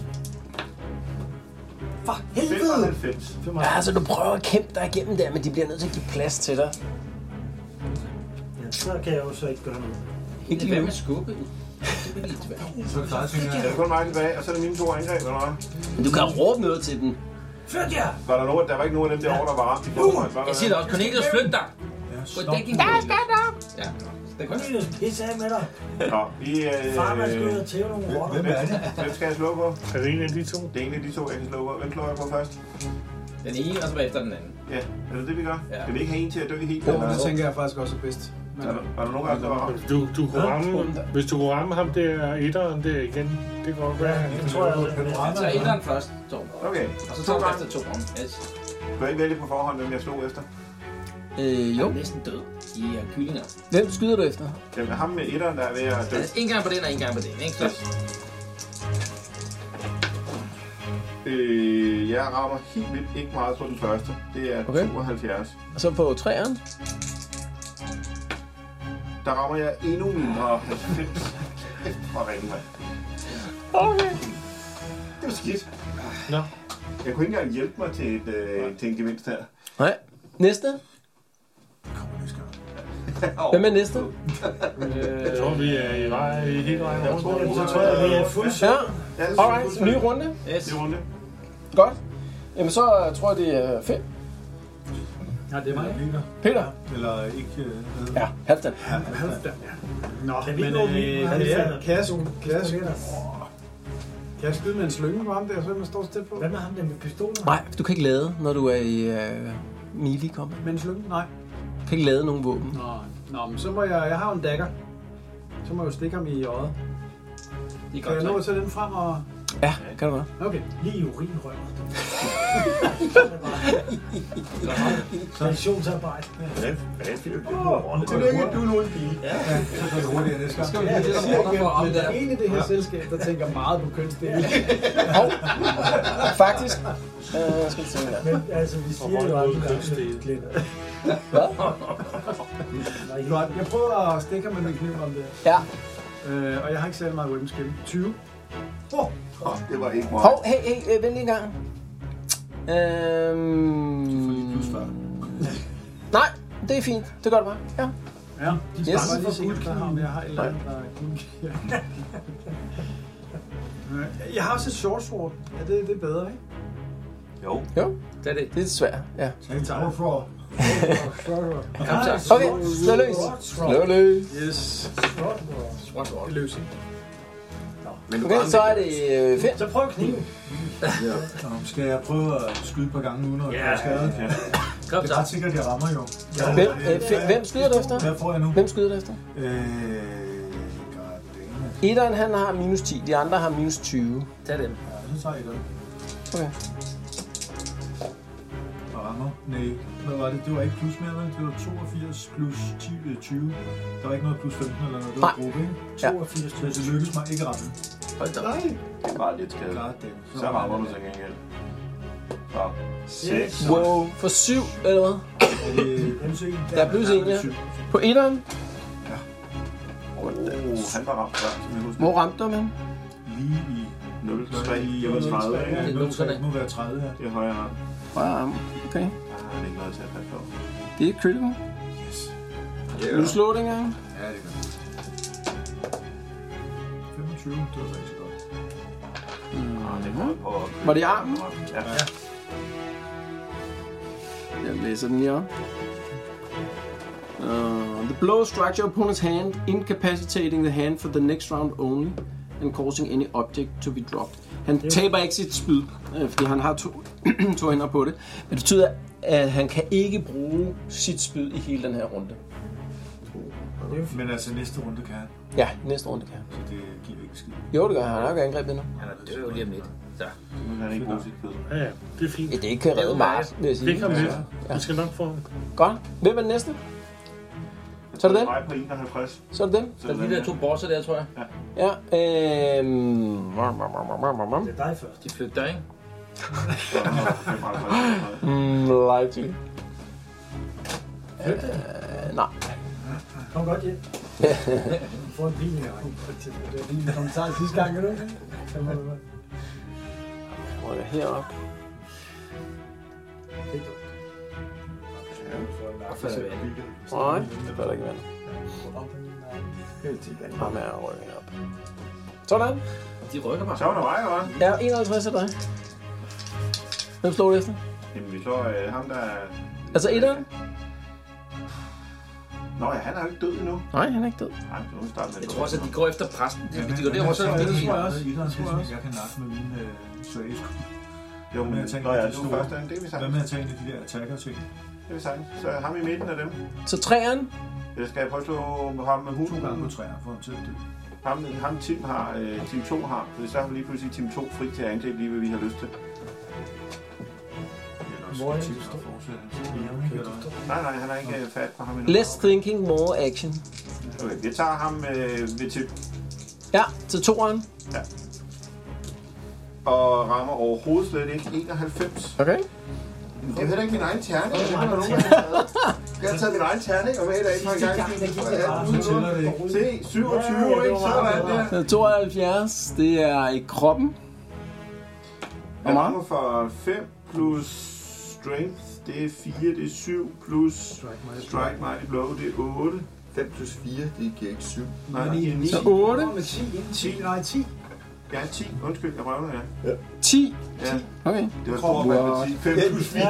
Speaker 6: For helvede!
Speaker 2: 95.
Speaker 6: Ja, altså du prøver at kæmpe dig igennem der, men de bliver nødt til at give plads til dig.
Speaker 5: Ja, så kan jeg jo så ikke gøre noget.
Speaker 3: Ikke lige med skubbet. Det er lige tilbage.
Speaker 10: Så er det dig, tænker
Speaker 2: Så er det kun mig tilbage, og så er det mine to angreb, eller hvad?
Speaker 6: Men du kan råbe noget til den.
Speaker 5: Flyt jer!
Speaker 2: Var der nogen, der var ikke nogen af dem derovre, der var ramt i forvejen? var der
Speaker 3: Jeg siger
Speaker 2: det?
Speaker 3: da også, Cornelius, flyt dig. Gå i dækning. Der skal der. Ja. Det
Speaker 5: Kom
Speaker 3: kan
Speaker 5: nu, pisse af med dig.
Speaker 2: Nå, vi...
Speaker 5: Far, man skal ud
Speaker 2: Øh,
Speaker 5: og tæve nogle rotter.
Speaker 10: Hvem er det?
Speaker 2: hvem skal jeg slå på?
Speaker 9: Er det en af de to?
Speaker 2: Det er en af de to, jeg kan slå på. Hvem slår jeg på først?
Speaker 3: Den ene, og så bagefter den anden.
Speaker 2: Ja, er det det, vi gør?
Speaker 3: Ja.
Speaker 2: Skal vi ikke have en til at dø helt?
Speaker 3: Jo,
Speaker 2: Eller?
Speaker 3: men
Speaker 2: Er
Speaker 3: så-
Speaker 11: tænker jeg faktisk også er bedst.
Speaker 2: der, var der nogen af os, der var ramt?
Speaker 9: Altså, Du, du kunne ramme, hvis du kunne ramme ham der etteren der igen, det kan godt være.
Speaker 5: Det tror jeg,
Speaker 10: Kan du
Speaker 5: jeg
Speaker 10: ramme
Speaker 3: Så
Speaker 10: ham?
Speaker 3: ændrer den først, to.
Speaker 2: Okay,
Speaker 3: Og så
Speaker 2: to
Speaker 3: tager den
Speaker 2: gange.
Speaker 3: efter to om. Yes.
Speaker 2: Kan jeg ikke vælge på forhånd, hvem jeg slog efter?
Speaker 6: Øh,
Speaker 3: Jo.
Speaker 6: jo.
Speaker 3: er næsten død. I er kyllinger.
Speaker 6: Hvem skyder du efter?
Speaker 2: Jamen, ham med etteren, der er ved at dø.
Speaker 3: Altså, en gang på den, og en gang på den, ikke? Så,
Speaker 2: Øh, jeg rammer helt vildt ikke meget på den første. Det er
Speaker 6: Okay.
Speaker 2: 72.
Speaker 6: Og så på træeren.
Speaker 2: Der rammer jeg endnu mindre. 90. Kæft, Hvor ringe, mand.
Speaker 6: Okay.
Speaker 2: Det var skidt.
Speaker 9: Nå.
Speaker 2: Jeg kunne ikke engang hjælpe mig til, et, øh, til en gevinst her.
Speaker 6: Nej. Næste. Hvem er næste?
Speaker 9: Jeg
Speaker 6: øh,
Speaker 9: tror, vi er i vej i hele vejen rundt.
Speaker 10: Så tror jeg,
Speaker 5: er fuld
Speaker 6: Ja.
Speaker 2: Ja, det er
Speaker 6: Alright, ny runde.
Speaker 3: yes.
Speaker 2: Ny runde.
Speaker 6: Godt. Jamen så øh, tror jeg, det er fedt.
Speaker 8: Nej, det er mig.
Speaker 10: Peter.
Speaker 6: Peter.
Speaker 10: Eller ikke... Øh, hvad hedder
Speaker 6: Ja, Halvdan.
Speaker 8: Nå,
Speaker 5: Kan vi
Speaker 8: men
Speaker 5: ikke nå min?
Speaker 8: øh,
Speaker 5: Han
Speaker 8: det
Speaker 5: falder.
Speaker 8: er kassen.
Speaker 11: Klasse. Kan jeg skyde med en slynge på ham der, så man står stille på?
Speaker 5: Hvad med ham der med pistolen?
Speaker 6: Nej, du kan ikke lade, når du er i øh, melee combat.
Speaker 8: Med en slynge? Nej.
Speaker 6: Du kan ikke lade nogen våben.
Speaker 8: Nå, nå, men så må jeg... Jeg har jo en dagger. Så må jeg jo stikke ham i øjet.
Speaker 3: Det er
Speaker 8: Kan
Speaker 3: godt
Speaker 8: jeg nå
Speaker 3: så.
Speaker 8: at tage den frem og...
Speaker 6: Ja, kan du godt.
Speaker 8: Okay.
Speaker 5: Lige i urinrøret. Traditionsarbejde.
Speaker 7: Hvad er det, du gør?
Speaker 10: Kunne du ikke, du er nogen pige? Ja. Så går det hurtigere næste gang.
Speaker 3: Skal vi lige lidt om ordre for om
Speaker 8: Men
Speaker 3: der.
Speaker 8: der er en i det her selskab, der tænker meget på kønsdeling.
Speaker 6: Hov. Faktisk. Øh, skal vi se her.
Speaker 5: Men altså, vi siger jo aldrig, at det er glemt.
Speaker 8: Godt, jeg prøver at stikke ham med min kniv om det.
Speaker 6: Ja.
Speaker 8: Øh, og jeg har ikke særlig meget weapon skill. 20.
Speaker 2: Åh, det var ikke meget.
Speaker 6: Hov, hey, hey, øh, vent lige en gang. Øhm... Du får lige plus Nej, det er fint. Det gør du bare. Ja.
Speaker 8: Ja, de
Speaker 6: Yes.
Speaker 8: yes. bare lige se, om der har, om jeg har et eller andet, der er guldkniv. Jeg har også et short sword. Ja, det, det er bedre, ikke?
Speaker 3: Det er det.
Speaker 6: Det er svært. Ja.
Speaker 10: Jeg tager for.
Speaker 3: Kom så.
Speaker 6: Okay, slå løs. Slå løs.
Speaker 8: Yes.
Speaker 3: Swat, swat.
Speaker 8: Løsning.
Speaker 7: Men du
Speaker 6: Okay, så er det øh, fedt.
Speaker 5: Så prøv kniven.
Speaker 10: Nå, skal jeg prøve at skyde et par gange nu, når jeg er skadet? Ja.
Speaker 3: Kom
Speaker 10: Det
Speaker 3: så.
Speaker 10: er ret sikkert, jeg rammer jo.
Speaker 6: Hvem, øh, fe- hvem skyder du efter?
Speaker 10: Hvad får jeg nu?
Speaker 6: Hvem skyder du efter?
Speaker 10: Øh... Goddamn.
Speaker 6: Etteren han har minus 10, de andre har minus 20.
Speaker 3: Tag dem.
Speaker 10: Ja, så tager jeg det.
Speaker 6: Okay.
Speaker 10: Og rammer. Nej, hvad var det? Det var ikke plus mere, vel? Det var 82 plus 10, øh, 20. Der var ikke noget plus 15 eller noget. Det var
Speaker 6: Nej.
Speaker 10: gruppe, ikke?
Speaker 5: 82
Speaker 10: Så det lykkedes mig ikke at ramme.
Speaker 3: Hold da. op.
Speaker 2: Det er bare lidt skadet.
Speaker 10: Goddamn.
Speaker 2: Så rammer du til gengæld. Så. 6.
Speaker 6: Wow, for 7 eller hvad?
Speaker 10: Øh,
Speaker 5: Hvem søger
Speaker 6: Der er plus 1, ja. På etteren,
Speaker 2: Oh, han var ramt før, som jeg husker.
Speaker 6: hvor ramte du ham?
Speaker 10: Lige i...
Speaker 2: 0, 3, jeg var 30.
Speaker 10: Ja,
Speaker 2: ikke?
Speaker 3: Det er
Speaker 10: nul tre.
Speaker 3: noterne.
Speaker 10: Det må være 30, ja.
Speaker 2: Det er højre arm.
Speaker 6: Wow, okay.
Speaker 2: Ah, det er ikke noget til at passe på.
Speaker 6: Det er critical. Vil du slå den gang?
Speaker 10: Ja, det gør det. 25, det var rigtig godt.
Speaker 2: Ah, det er godt på at købe
Speaker 6: Mm. Var det i armen?
Speaker 2: Ja.
Speaker 6: Jeg læser den lige op. Uh, the blow strikes your opponent's hand, incapacitating the hand for the next round only, and causing any object to be dropped. Han taber ikke sit spyd, øh, fordi han har to, to hænder på det. Men det betyder, at han kan ikke bruge sit spyd i hele den her runde.
Speaker 10: Men altså næste runde kan han,
Speaker 6: Ja, næste runde kan han.
Speaker 10: så det giver ikke skid.
Speaker 6: Jo, det gør han. Han har ikke angrebet endnu.
Speaker 3: Han er død lige om lidt. Så.
Speaker 2: Nu kan han ikke bruge sit kød.
Speaker 9: Ja, ja, det er fint.
Speaker 6: Ja, det kan redde Mars, vil jeg
Speaker 9: Det
Speaker 6: sige.
Speaker 9: kan vi. Vi skal nok få ham.
Speaker 6: Godt. Hvem er den næste? Så er det den.
Speaker 2: Mig på 51.
Speaker 6: Så er det dem.
Speaker 3: Så er det de der to bosser der, tror jeg.
Speaker 6: Ja, øhm... vum, vum, vum, vum, vum, vum.
Speaker 5: Det er dig først.
Speaker 3: De flytter dig, ikke?
Speaker 6: Mm, Lively. Øh, nej.
Speaker 4: Kom godt hjem. Du får en bil. Ja. Det var din kommentar sidste gang, kan du ikke? Så må du-
Speaker 6: Hvor er jeg heroppe?
Speaker 4: Det er dumt.
Speaker 6: Nej, det bør der ikke være. Bare med at rykke op. Sådan.
Speaker 3: De rykker bare.
Speaker 2: Så var der mig, hva'?
Speaker 6: Ja, 51 af dig. Hvem slår du efter?
Speaker 2: Jamen, vi slår øh, ham, der... er-
Speaker 6: Altså etteren?
Speaker 2: Nå ja, han er jo ikke død endnu.
Speaker 6: Nej, han er ikke død.
Speaker 2: Nej, nu starter med
Speaker 3: Jeg tror også, at de går efter præsten. Ja, hvis de går derover, så er det
Speaker 10: det tror jeg
Speaker 3: helt...
Speaker 10: også. Det tror jeg også.
Speaker 2: Jeg
Speaker 10: kan nakke med mine øh, sage.
Speaker 2: Jo, men jeg tænker, at de store... Første, det er vi
Speaker 10: Hvad
Speaker 2: sagtens.
Speaker 10: med at tage en af de der attacker-ting?
Speaker 2: Det er vi sagtens. Så ham i midten af dem.
Speaker 6: Så træeren?
Speaker 2: Jeg skal jeg prøve at slå med ham med hunden. To
Speaker 10: gange på træer, for ham til at dø.
Speaker 2: Ham, ham Tim har, øh, Team 2 har, for så har vi lige pludselig Team 2 fri til at angribe lige, hvad vi har lyst til.
Speaker 10: Hvor er det, du
Speaker 2: Nej, nej, han har ikke øh, fat på ham endnu.
Speaker 6: Less thinking, more action.
Speaker 2: Okay, jeg tager ham øh, ved Tim
Speaker 6: Ja, til toeren.
Speaker 2: og rammer overhovedet slet ikke 91.
Speaker 6: Okay.
Speaker 2: Det er heller ikke min egen terning, det er der nogen, der har taget. Jeg har taget min egen terning og med i dag på en gang. Se, 27, ikke? Sådan
Speaker 6: Så
Speaker 2: der.
Speaker 6: 72, det er i kroppen.
Speaker 2: Jeg rammer for 5 plus strength, det er 4, det er 7, plus strike mighty blow, det er 8.
Speaker 7: 5 plus 4, det giver ikke 7.
Speaker 2: Nej, det er 9.
Speaker 6: Så 8.
Speaker 2: Med 10, 10, nej 10. Ja, 10. Undskyld, jeg røvner jer. Ja.
Speaker 6: 10?
Speaker 2: Ja.
Speaker 6: Okay.
Speaker 2: Det var stor matematik. 5 plus 4.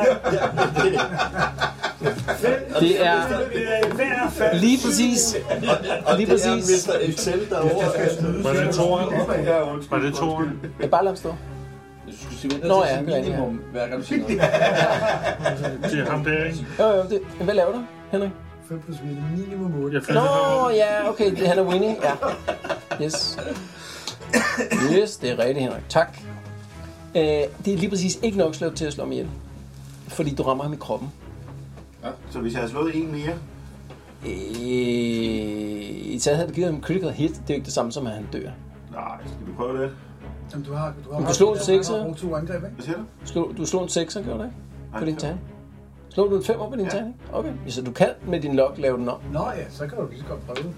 Speaker 6: Det er lige præcis.
Speaker 7: Og
Speaker 6: Lige
Speaker 7: det er
Speaker 6: præcis.
Speaker 7: Mr. Excel derovre.
Speaker 9: Var det toeren?
Speaker 2: Ja, undskyld.
Speaker 9: Var det toeren?
Speaker 6: Jeg bare lader ham stå.
Speaker 3: Du skal vente
Speaker 6: Nå
Speaker 3: til
Speaker 6: ja,
Speaker 3: sådan
Speaker 6: ja, ja.
Speaker 3: minimum, hver gang du siger noget.
Speaker 9: Det er ham der, ikke?
Speaker 6: Jo, jo, det. Hvad laver du, Henrik?
Speaker 4: 5 plus minimum, minimum 8.
Speaker 9: Jeg flytter ham
Speaker 6: Nå,
Speaker 9: over.
Speaker 6: ja, okay, det, han er winning, ja. Yes. Yes, det er rigtigt, Henrik. Tak. Øh, det er lige præcis ikke nok slået til at slå ham ihjel. Fordi du rammer ham i kroppen.
Speaker 2: Så hvis jeg havde slået en mere,
Speaker 6: Øh, så havde du givet ham critical hit. Det er jo ikke det samme som, at han dør.
Speaker 2: nej, skal vi prøve det?
Speaker 4: Jamen, du har... Du har
Speaker 6: Men du slog en
Speaker 4: du har
Speaker 6: sekser.
Speaker 4: brugt to angreb, ikke?
Speaker 2: Hvad siger du?
Speaker 6: Slå, du slog en 6'er, gjorde du ikke? På
Speaker 2: Nej, en
Speaker 6: din
Speaker 2: femmer.
Speaker 6: terning. Slog du en 5'er på din
Speaker 2: Ja.
Speaker 6: terning? Okay, så du kan med din lok lave den om.
Speaker 4: Nå ja, så kan du lige så godt prøve.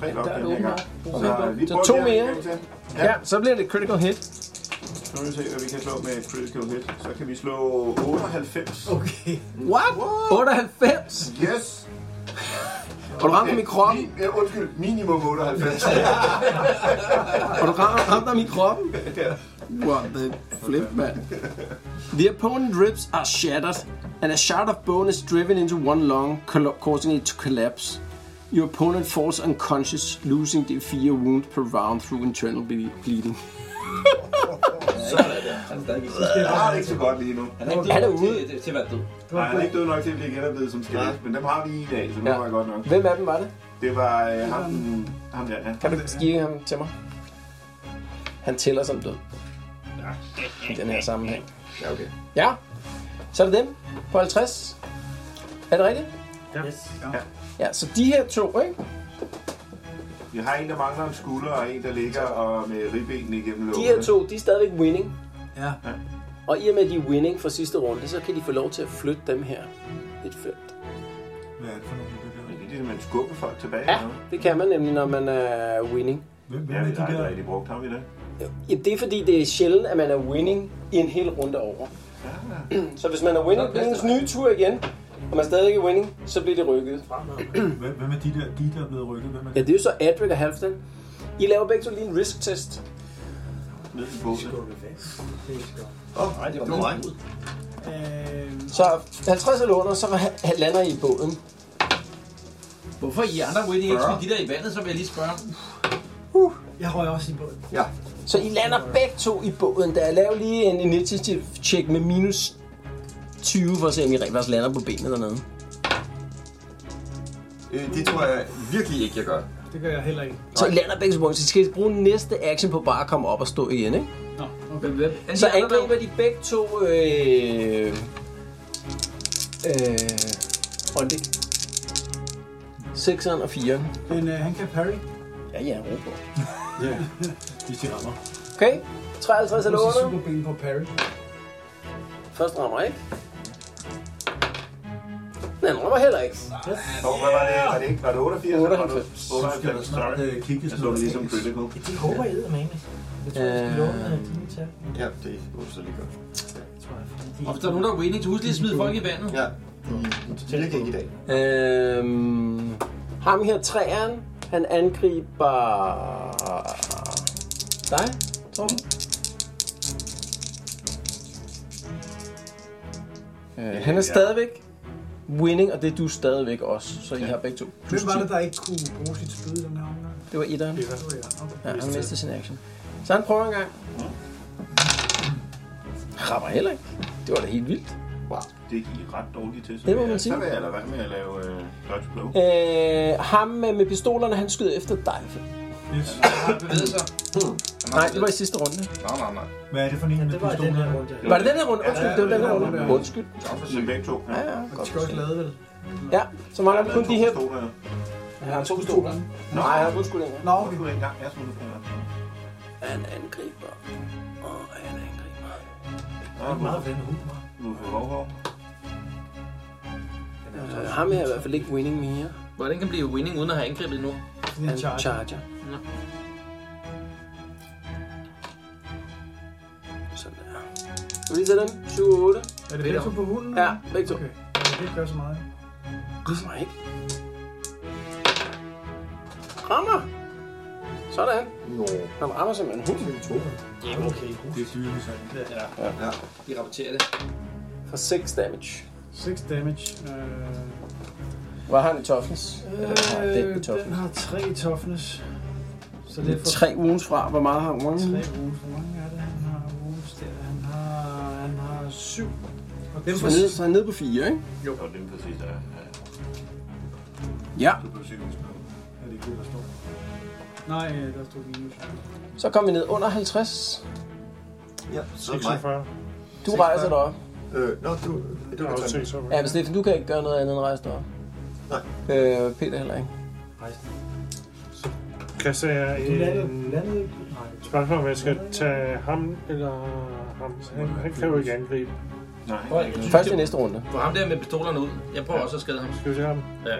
Speaker 2: Tre nok
Speaker 6: der er
Speaker 2: den
Speaker 6: det
Speaker 2: her gang.
Speaker 6: åbenbart.
Speaker 2: Så, vi
Speaker 6: Så
Speaker 2: prøver
Speaker 6: to
Speaker 2: det her en
Speaker 6: mere.
Speaker 2: gang til. Ja.
Speaker 6: Ja, så bliver det critical hit.
Speaker 2: Nu vil vi se, hvad vi kan slå med critical hit. Så kan vi slå 98.
Speaker 4: Okay.
Speaker 6: What? 98?
Speaker 2: Yes!
Speaker 6: Og du ramte ham i kroppen?
Speaker 2: Min, ja, undskyld, minimum 98.
Speaker 6: Og du rammer ramte ham i kroppen? What the flip, man. The opponent ribs are shattered, and a shard of bone is driven into one lung, coll- causing it to collapse. Your opponent falls unconscious, losing the 4 wounds per round through internal ble- bleeding.
Speaker 3: Han er stadig ikke
Speaker 2: Jeg har det ikke så godt lige nu.
Speaker 3: Han er ikke
Speaker 6: Han er
Speaker 3: død til- til- til at være død.
Speaker 2: Nej, han er ikke død nok til at blive genoplevet som skelet, men dem har vi i dag, så nu
Speaker 6: Ja.
Speaker 2: var jeg godt nok.
Speaker 6: Hvem af dem var det?
Speaker 2: Det var øh, ham, ham der, ja.
Speaker 6: Kan du give ham til mig? Han tæller som død. I den her sammenhæng.
Speaker 7: Ja, okay.
Speaker 6: Ja, så er det dem på 50. Er det rigtigt?
Speaker 9: Ja.
Speaker 6: Ja, så de her to, ikke?
Speaker 2: Vi har en, der mangler en skulder, og en, der ligger og med ribbenene igennem
Speaker 6: De
Speaker 2: lårene.
Speaker 6: her to, de er stadigvæk winning.
Speaker 4: Ja.
Speaker 6: Og i og med, at de er winning fra sidste runde, så kan de få lov til at flytte dem her lidt felt.
Speaker 10: Hvad er det for nogle, det der?
Speaker 2: Men Det er ligesom, at man skubber folk tilbage.
Speaker 6: Ja,
Speaker 2: eller hvad?
Speaker 6: det kan man nemlig, når man er winning.
Speaker 10: Hvem, hvem
Speaker 2: Ja,
Speaker 10: er
Speaker 2: vi
Speaker 10: de
Speaker 2: har ikke
Speaker 10: der?
Speaker 2: rigtig brugt ham i dag.
Speaker 6: Ja, det er fordi, det er sjældent, at man er winning i en hel runde over. Så hvis man er winning på ens nye tur igen, og man stadig er winning, så bliver det rykket.
Speaker 10: Hvem, hvem er de der, de der er blevet rykket? Hvem er
Speaker 6: Ja,
Speaker 10: det?
Speaker 6: det er jo så Adric og Halfdan. I laver begge to lige en risk-test.
Speaker 2: Ned i båden.
Speaker 7: Nej, det var mig.
Speaker 4: Øhm.
Speaker 6: Så 50 eller under, så ha- lander I i båden.
Speaker 3: Hvorfor I andre vil ikke smide de der i vandet, så vil jeg lige spørge.
Speaker 4: Jeg røg også i båd.
Speaker 6: Så I lander begge to i båden. Der er lavet lige en initiative check med minus 20, for at se, om I rent faktisk lander på benet dernede.
Speaker 7: Øh, det tror jeg virkelig ikke, jeg gør.
Speaker 4: Det gør jeg heller ikke.
Speaker 6: Så I lander begge to på båden, så I skal bruge næste action på bare at komme op og stå igen, ikke? Så angriber de begge to... Øh... Øh... Hold det. 6'eren og 4'eren.
Speaker 4: Men øh, han kan parry.
Speaker 6: Ja, ja, ro på.
Speaker 10: Hvis de rammer.
Speaker 6: Okay, 53 eller
Speaker 4: Plus
Speaker 6: 8.
Speaker 4: superben på parry.
Speaker 6: Først rammer, ikke? Ja, den rammer heller ikke.
Speaker 2: Hvor hvad var det? Var det ikke? Var det 88? eller var det
Speaker 10: 98?
Speaker 2: 98, sorry.
Speaker 3: øh,
Speaker 2: Jeg så det ligesom critical.
Speaker 5: Det håber jeg edder med mig. Jeg tror, jeg skal
Speaker 7: Øh,
Speaker 5: låne øh, dine tal.
Speaker 7: Ja, det må du så lige godt.
Speaker 3: Og hvis der er nogen, der er winning, så husk lige at smide folk i vandet.
Speaker 7: Ja. Det ligger ikke i dag.
Speaker 6: Øhm, ham her, træeren, han angriber dig, Torben. Øh, han er stadigvæk winning, og det er du stadigvæk også, så I har begge to.
Speaker 11: Hvem var
Speaker 6: 10.
Speaker 11: det, der ikke kunne bruge sit spyd i den her omgang?
Speaker 6: Det var etteren.
Speaker 11: Det var etteren, okay.
Speaker 6: Ja, han mistede sin action. Så han prøver en gang. Rammer heller ikke. Det var da helt vildt.
Speaker 2: Wow. Det gik I ret dårligt til. så
Speaker 6: Det må
Speaker 2: vil jeg-
Speaker 6: man sige.
Speaker 2: Så vil jeg lade være med at lave øh, dodge blow.
Speaker 6: Øh, ham med, med pistolerne, han skyder efter dig. Finn.
Speaker 2: Yes.
Speaker 6: Nej, det var i sidste runde.
Speaker 2: Nej, nej, nej.
Speaker 10: Hvad er det for en med pistolerne?
Speaker 6: Var det den her runde? Undskyld, det var den her runde. Undskyld.
Speaker 2: Så begge to. Ja,
Speaker 6: ja.
Speaker 2: Godt. skal også lade vel?
Speaker 6: Ja, så mangler vi
Speaker 2: Ja,
Speaker 6: kun
Speaker 2: to
Speaker 6: de her.
Speaker 2: pistoler.
Speaker 6: Han har to pistoler. Nej, han har kun skudt en gang.
Speaker 2: Nå, okay. Kun en gang. Jeg skulle en gang.
Speaker 6: Han angriber. Åh, han angriber.
Speaker 2: Det er meget fedt hund, Nu får lov over.
Speaker 6: Øh, ham her er i hvert fald ikke winning mere.
Speaker 3: Hvordan kan blive winning uden at have angrebet nu?
Speaker 6: Han charger.
Speaker 3: Nå.
Speaker 6: Sådan der. Skal vi lige tage dem? 7 og 8.
Speaker 11: Er det begge to på hunden?
Speaker 6: Ja, begge to.
Speaker 11: Okay. Ja, det ikke gør så meget.
Speaker 6: Rammer ikke. Rammer! Sådan.
Speaker 7: Jo.
Speaker 6: Han rammer simpelthen hunden.
Speaker 3: Jamen, okay.
Speaker 10: Det er dyrt, så.
Speaker 3: Ja.
Speaker 7: Ja.
Speaker 3: De rapporterer det.
Speaker 6: For 6 damage.
Speaker 11: 6 damage. Øh,
Speaker 6: Hvad har han i toughness? Eller har den i
Speaker 11: den
Speaker 6: toughness?
Speaker 11: har 3 i toughness. Så
Speaker 6: Det er tre wounds fra. Hvor meget har han wounds?
Speaker 11: 3 wounds. Hvor mange er det, han har wounds der? Han har, han har 7. Og
Speaker 6: Så han er nede- så han er nede på 4, ikke?
Speaker 2: Jo. Og dem præcis der. Ja.
Speaker 6: Ja.
Speaker 2: Du blev psykisk Er det ikke det, der står?
Speaker 11: Nej, øh, der stod minus.
Speaker 6: Så kom vi ned under 50.
Speaker 7: Ja, så er det mig.
Speaker 9: 46.
Speaker 6: Du rejser dig op.
Speaker 7: Øh, nå, du... Det var
Speaker 9: også
Speaker 7: sådan.
Speaker 6: Ja, men Steffen, du kan ikke gøre noget andet end rejse dig op.
Speaker 7: Nej.
Speaker 6: Øh, Peter heller ikke.
Speaker 9: Kaster jeg
Speaker 6: Du landede-
Speaker 9: en... Spørgsmål, om jeg skal tage ham eller ham. Han, han kan jo ikke angribe.
Speaker 3: Nej.
Speaker 6: Først i næste runde.
Speaker 3: Få ham der med pistolerne ud. Jeg prøver også at skade ham.
Speaker 9: Skal vi se ham?
Speaker 3: Ja.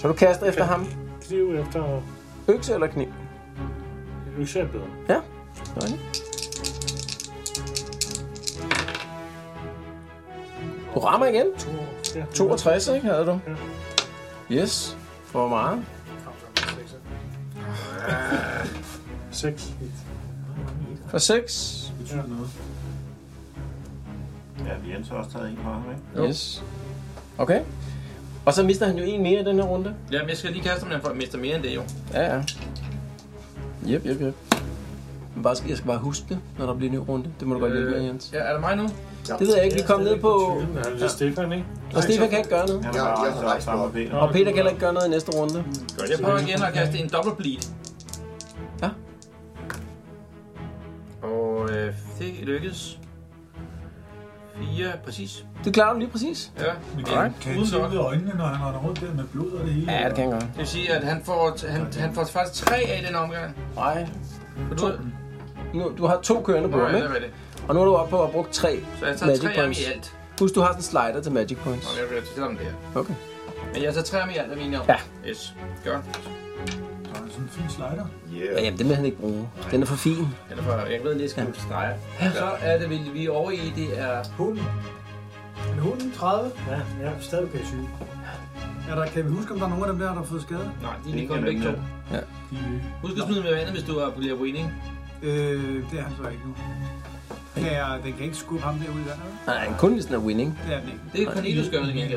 Speaker 6: Så du kaster efter ham.
Speaker 9: Kniv efter...
Speaker 6: Økse eller kniv?
Speaker 9: Økse er bedre.
Speaker 6: Ja. Nøjligt. Du rammer igen.
Speaker 9: Ja.
Speaker 6: 62, ikke, havde du? Yes. For meget.
Speaker 9: 6.
Speaker 6: For 6.
Speaker 2: Betyder det noget? Ja, vi har så også taget en fra ham, ikke?
Speaker 6: Yes. Okay. Og så mister han jo en mere i den her runde.
Speaker 3: Jamen, jeg skal lige kaste ham, for jeg mister mere end det jo.
Speaker 6: Ja, ja. Jep, jep, jep. Men bare, jeg skal bare huske det, når der bliver en ny runde. Det må du godt hjælpe med, Jens.
Speaker 3: Øh, Ja, er det mig nu?
Speaker 6: Det ved jeg ikke. Vi kom ned på...
Speaker 9: Ja, det er Stefan, ikke?
Speaker 6: Og Stefan kan ikke gøre noget.
Speaker 2: Han har rejst sig op sammen med Peter.
Speaker 6: Og Peter kan heller ikke gøre noget i næste runde.
Speaker 9: Mm.
Speaker 3: Jeg prøver igen at kaste en double bleed.
Speaker 6: Ja.
Speaker 3: Og øh, det lykkedes. Fire, præcis.
Speaker 6: Det klarer du lige præcis.
Speaker 3: Ja,
Speaker 10: Men
Speaker 3: Alright.
Speaker 10: Kan han se ud af øjnene, når han render rundt der med blod og det hele?
Speaker 6: Ja, det kan han gøre.
Speaker 3: Det vil sige, at han får, han, han får faktisk tre af i den omgang.
Speaker 6: Nej.
Speaker 3: For du,
Speaker 6: Nu, du har to kørende på
Speaker 3: Nå,
Speaker 6: ham,
Speaker 3: ja, det
Speaker 6: ikke?
Speaker 3: var det.
Speaker 6: Og nu er du oppe på at have brugt tre
Speaker 3: Så jeg tager
Speaker 6: magic
Speaker 3: tre af dem
Speaker 6: points.
Speaker 3: i alt.
Speaker 6: Husk, du har sådan en slider til magic points.
Speaker 3: Og jeg vil til om det her.
Speaker 6: Okay.
Speaker 3: Men jeg tager tre af dem i alt af mine
Speaker 6: Ja.
Speaker 3: Yes. Godt.
Speaker 10: Der er sådan en fin slider.
Speaker 6: Ja, jamen, den vil han ikke bruge. Den er for fin.
Speaker 3: Eller for, jeg ved, det skal ja. streger. Så er det, vi- vi er over i, det er...
Speaker 8: Hunden. Er det hunden 30? Ja, jeg er stadig pæsyg.
Speaker 11: Er der, kan vi huske, om der er nogen af dem der, der har fået skade?
Speaker 3: Nej, de er lige kommet begge to.
Speaker 6: Ja.
Speaker 3: Husk at smide med vandet, hvis du er på winning.
Speaker 11: Øh, det er han så ikke nu. Kan jeg, den kan ikke skubbe ham derud i vandet?
Speaker 6: Nej, han kun hvis den er winning.
Speaker 11: Det er den ikke.
Speaker 3: Det er Cornelius gør det igen.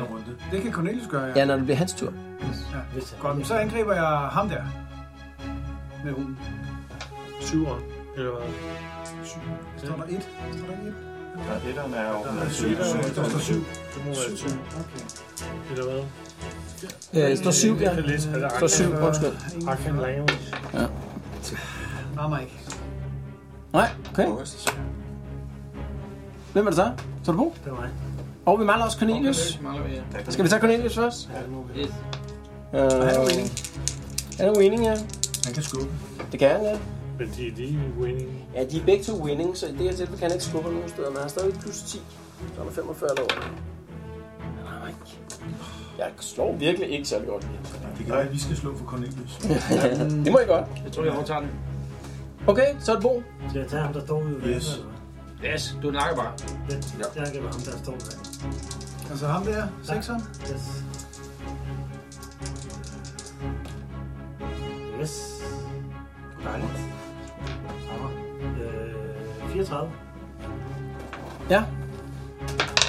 Speaker 11: Det kan Cornelius gøre, ja.
Speaker 6: Ja, når det bliver hans tur.
Speaker 11: ja. Godt, men så angriber jeg ham der. Med hunden.
Speaker 9: 7 Eller hvad?
Speaker 11: Står der et? Står der ikke et?
Speaker 2: Og etteren er jo...
Speaker 10: Der er syv, der er syv, der er syv.
Speaker 9: Det må være 7. Eller hvad?
Speaker 6: Ja, det står syv, ja.
Speaker 9: Jeg kan læse, eller
Speaker 6: Står syv, undskyld.
Speaker 9: Arkan Lange.
Speaker 11: Rammer ikke.
Speaker 6: Nej, okay. Hvem er det så? Så er det Bo?
Speaker 5: Det var mig.
Speaker 6: Og vi mangler også Cornelius. Skal vi tage Cornelius først?
Speaker 3: Yes.
Speaker 6: Øh, han er winning. Han er winning, ja.
Speaker 10: Han kan skubbe.
Speaker 6: Det kan han, ja.
Speaker 9: Men de er lige winning.
Speaker 6: Ja, de er begge to winning, så i det her tilfælde kan han ikke skubbe ham nogen steder, men han har stadig plus 10. Så er der 45 eller over. Han rammer ikke.
Speaker 12: Jeg slår virkelig ikke særlig godt.
Speaker 10: Det kan være, at vi skal slå for Cornelius.
Speaker 12: det må I godt.
Speaker 3: Jeg tror, jeg overtager den.
Speaker 12: Okay, så er det Bo.
Speaker 5: Skal jeg tage ham, der står ude? ved
Speaker 10: Yes.
Speaker 5: vandet, eller
Speaker 3: Yes, du nakker bare.
Speaker 5: hvad? Jeg jeg snakker med ham, der står der.
Speaker 10: Altså ham der, sekseren?
Speaker 5: Yes. Yes. Dejligt. Hammer. Øh, 34.
Speaker 6: Ja.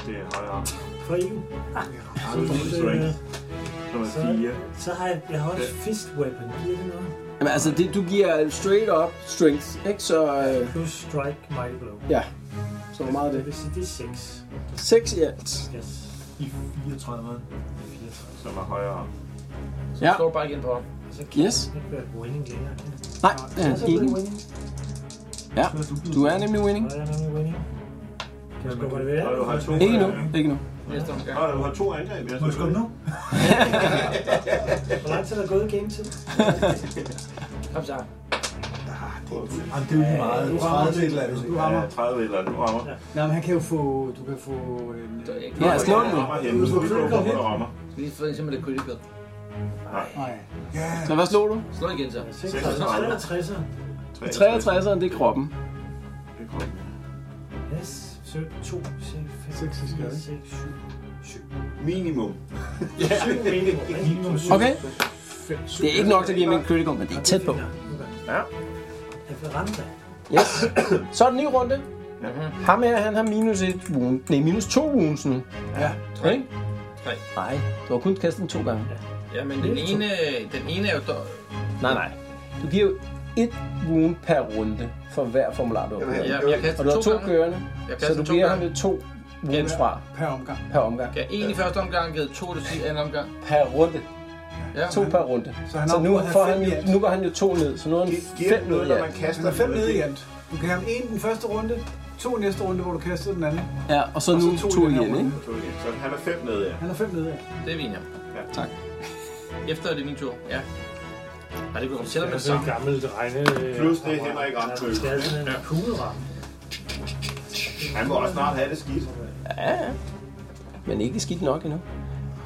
Speaker 2: Det er højere.
Speaker 5: For en. Ah, så,
Speaker 2: det
Speaker 5: så,
Speaker 2: er strength.
Speaker 5: så, så, så har jeg, jeg har også fist weapon. Giver det noget?
Speaker 6: Jamen, altså, det, du giver straight up strength, ikke? Så... Øh,
Speaker 5: Plus strike, mighty blow.
Speaker 6: ja. Så hvor meget er
Speaker 5: Det vil
Speaker 6: det?
Speaker 5: sige, det er 6.
Speaker 6: 6 i alt.
Speaker 5: Yes.
Speaker 10: I 34.
Speaker 2: Som er højere.
Speaker 3: Så
Speaker 6: Ja.
Speaker 3: står du bare igen på ham.
Speaker 5: Så
Speaker 6: kan Yes.
Speaker 5: jeg ikke være winning længere.
Speaker 6: Nej, det
Speaker 5: Ja,
Speaker 6: er
Speaker 5: så
Speaker 6: han
Speaker 5: er
Speaker 6: ikke.
Speaker 5: winning.
Speaker 6: Ja, du er nemlig winning.
Speaker 5: Så er jeg nemlig winning. Kan jeg skubbe det ved?
Speaker 2: Og du har to
Speaker 6: Ikke nu, ikke nu.
Speaker 3: Næste omgang.
Speaker 2: Og du har to angreb.
Speaker 10: Må jeg skubbe nu?
Speaker 5: Hvor lang tid er der gået i game til?
Speaker 3: Kom så.
Speaker 10: Jamen, det er jo lige meget. 30 et eller andet.
Speaker 2: Du rammer. 30 eller andet. Du rammer.
Speaker 8: Nej, men han kan jo få... Du kan få... En,
Speaker 6: Ja, slå
Speaker 2: Du
Speaker 6: nu.
Speaker 2: rammer henne. Du skal slå på, hvor du rammer.
Speaker 3: Vi får simpelthen lidt critical.
Speaker 8: Nej.
Speaker 6: Så hvad slog du?
Speaker 3: Slå igen så.
Speaker 2: 36.
Speaker 5: 63.
Speaker 6: 63'eren, det er kroppen.
Speaker 5: Yes. Så 2, 6, 5, 6, 7, 7.
Speaker 2: Minimum.
Speaker 5: minimum.
Speaker 6: Okay. Det er ikke nok, der giver mig en critical, men det er tæt på.
Speaker 2: Ja.
Speaker 5: Jeg får ramt dig.
Speaker 6: Yes. Så er den nye runde. Ham her, han har minus 1 wound. Nej, minus 2 wounds nu. Ja. Ikke?
Speaker 3: Tre.
Speaker 6: Nej, du har kun kastet den to gange.
Speaker 3: Ja, men den ene, den ene er jo død.
Speaker 6: Nej, nej. Du giver jo et wound per runde for hver formular, du har kørt.
Speaker 3: Ja, men jeg kaster
Speaker 6: Og du har
Speaker 3: to
Speaker 6: to
Speaker 3: gange.
Speaker 6: kørende,
Speaker 3: Jeg
Speaker 6: så
Speaker 3: kaster
Speaker 6: du
Speaker 3: to
Speaker 6: giver ham
Speaker 3: gange.
Speaker 6: jo to wounds fra
Speaker 8: Per omgang.
Speaker 6: per omgang.
Speaker 3: Jeg har en i første omgang, givet to til sidste anden omgang.
Speaker 6: Per runde.
Speaker 3: Ja.
Speaker 6: To per runde.
Speaker 8: Så han
Speaker 6: Så
Speaker 8: har
Speaker 6: nu,
Speaker 8: nu han
Speaker 6: får
Speaker 8: fem
Speaker 6: han,
Speaker 8: i alt.
Speaker 6: jo- nu går han jo to ned, så nu er han
Speaker 2: Giver
Speaker 6: fem
Speaker 2: den
Speaker 6: ned
Speaker 2: noget,
Speaker 6: i
Speaker 2: når man
Speaker 6: alt.
Speaker 8: Han
Speaker 2: kaster
Speaker 8: har fem
Speaker 2: noget
Speaker 8: nede i
Speaker 2: til.
Speaker 8: alt. Du kan have en den første runde, to næste runde, hvor du kastede den anden.
Speaker 6: Ja, og så nu
Speaker 8: to i
Speaker 6: to
Speaker 8: den her
Speaker 6: igen, ikke?
Speaker 8: runde.
Speaker 2: Så han er fem nede, ja.
Speaker 8: Han har fem nede af.
Speaker 3: Det viner.
Speaker 2: Ja.
Speaker 6: Tak.
Speaker 3: Efter er det min tur. Ja. Nej, det bliver sætter
Speaker 9: Det er
Speaker 3: man
Speaker 9: sådan en
Speaker 3: sammen.
Speaker 9: gammel regne...
Speaker 2: Plus det, Henrik Ramsø.
Speaker 5: Det er sådan en kugleramme.
Speaker 2: Han må også snart have det skidt.
Speaker 6: Ja, men ikke skidt nok endnu.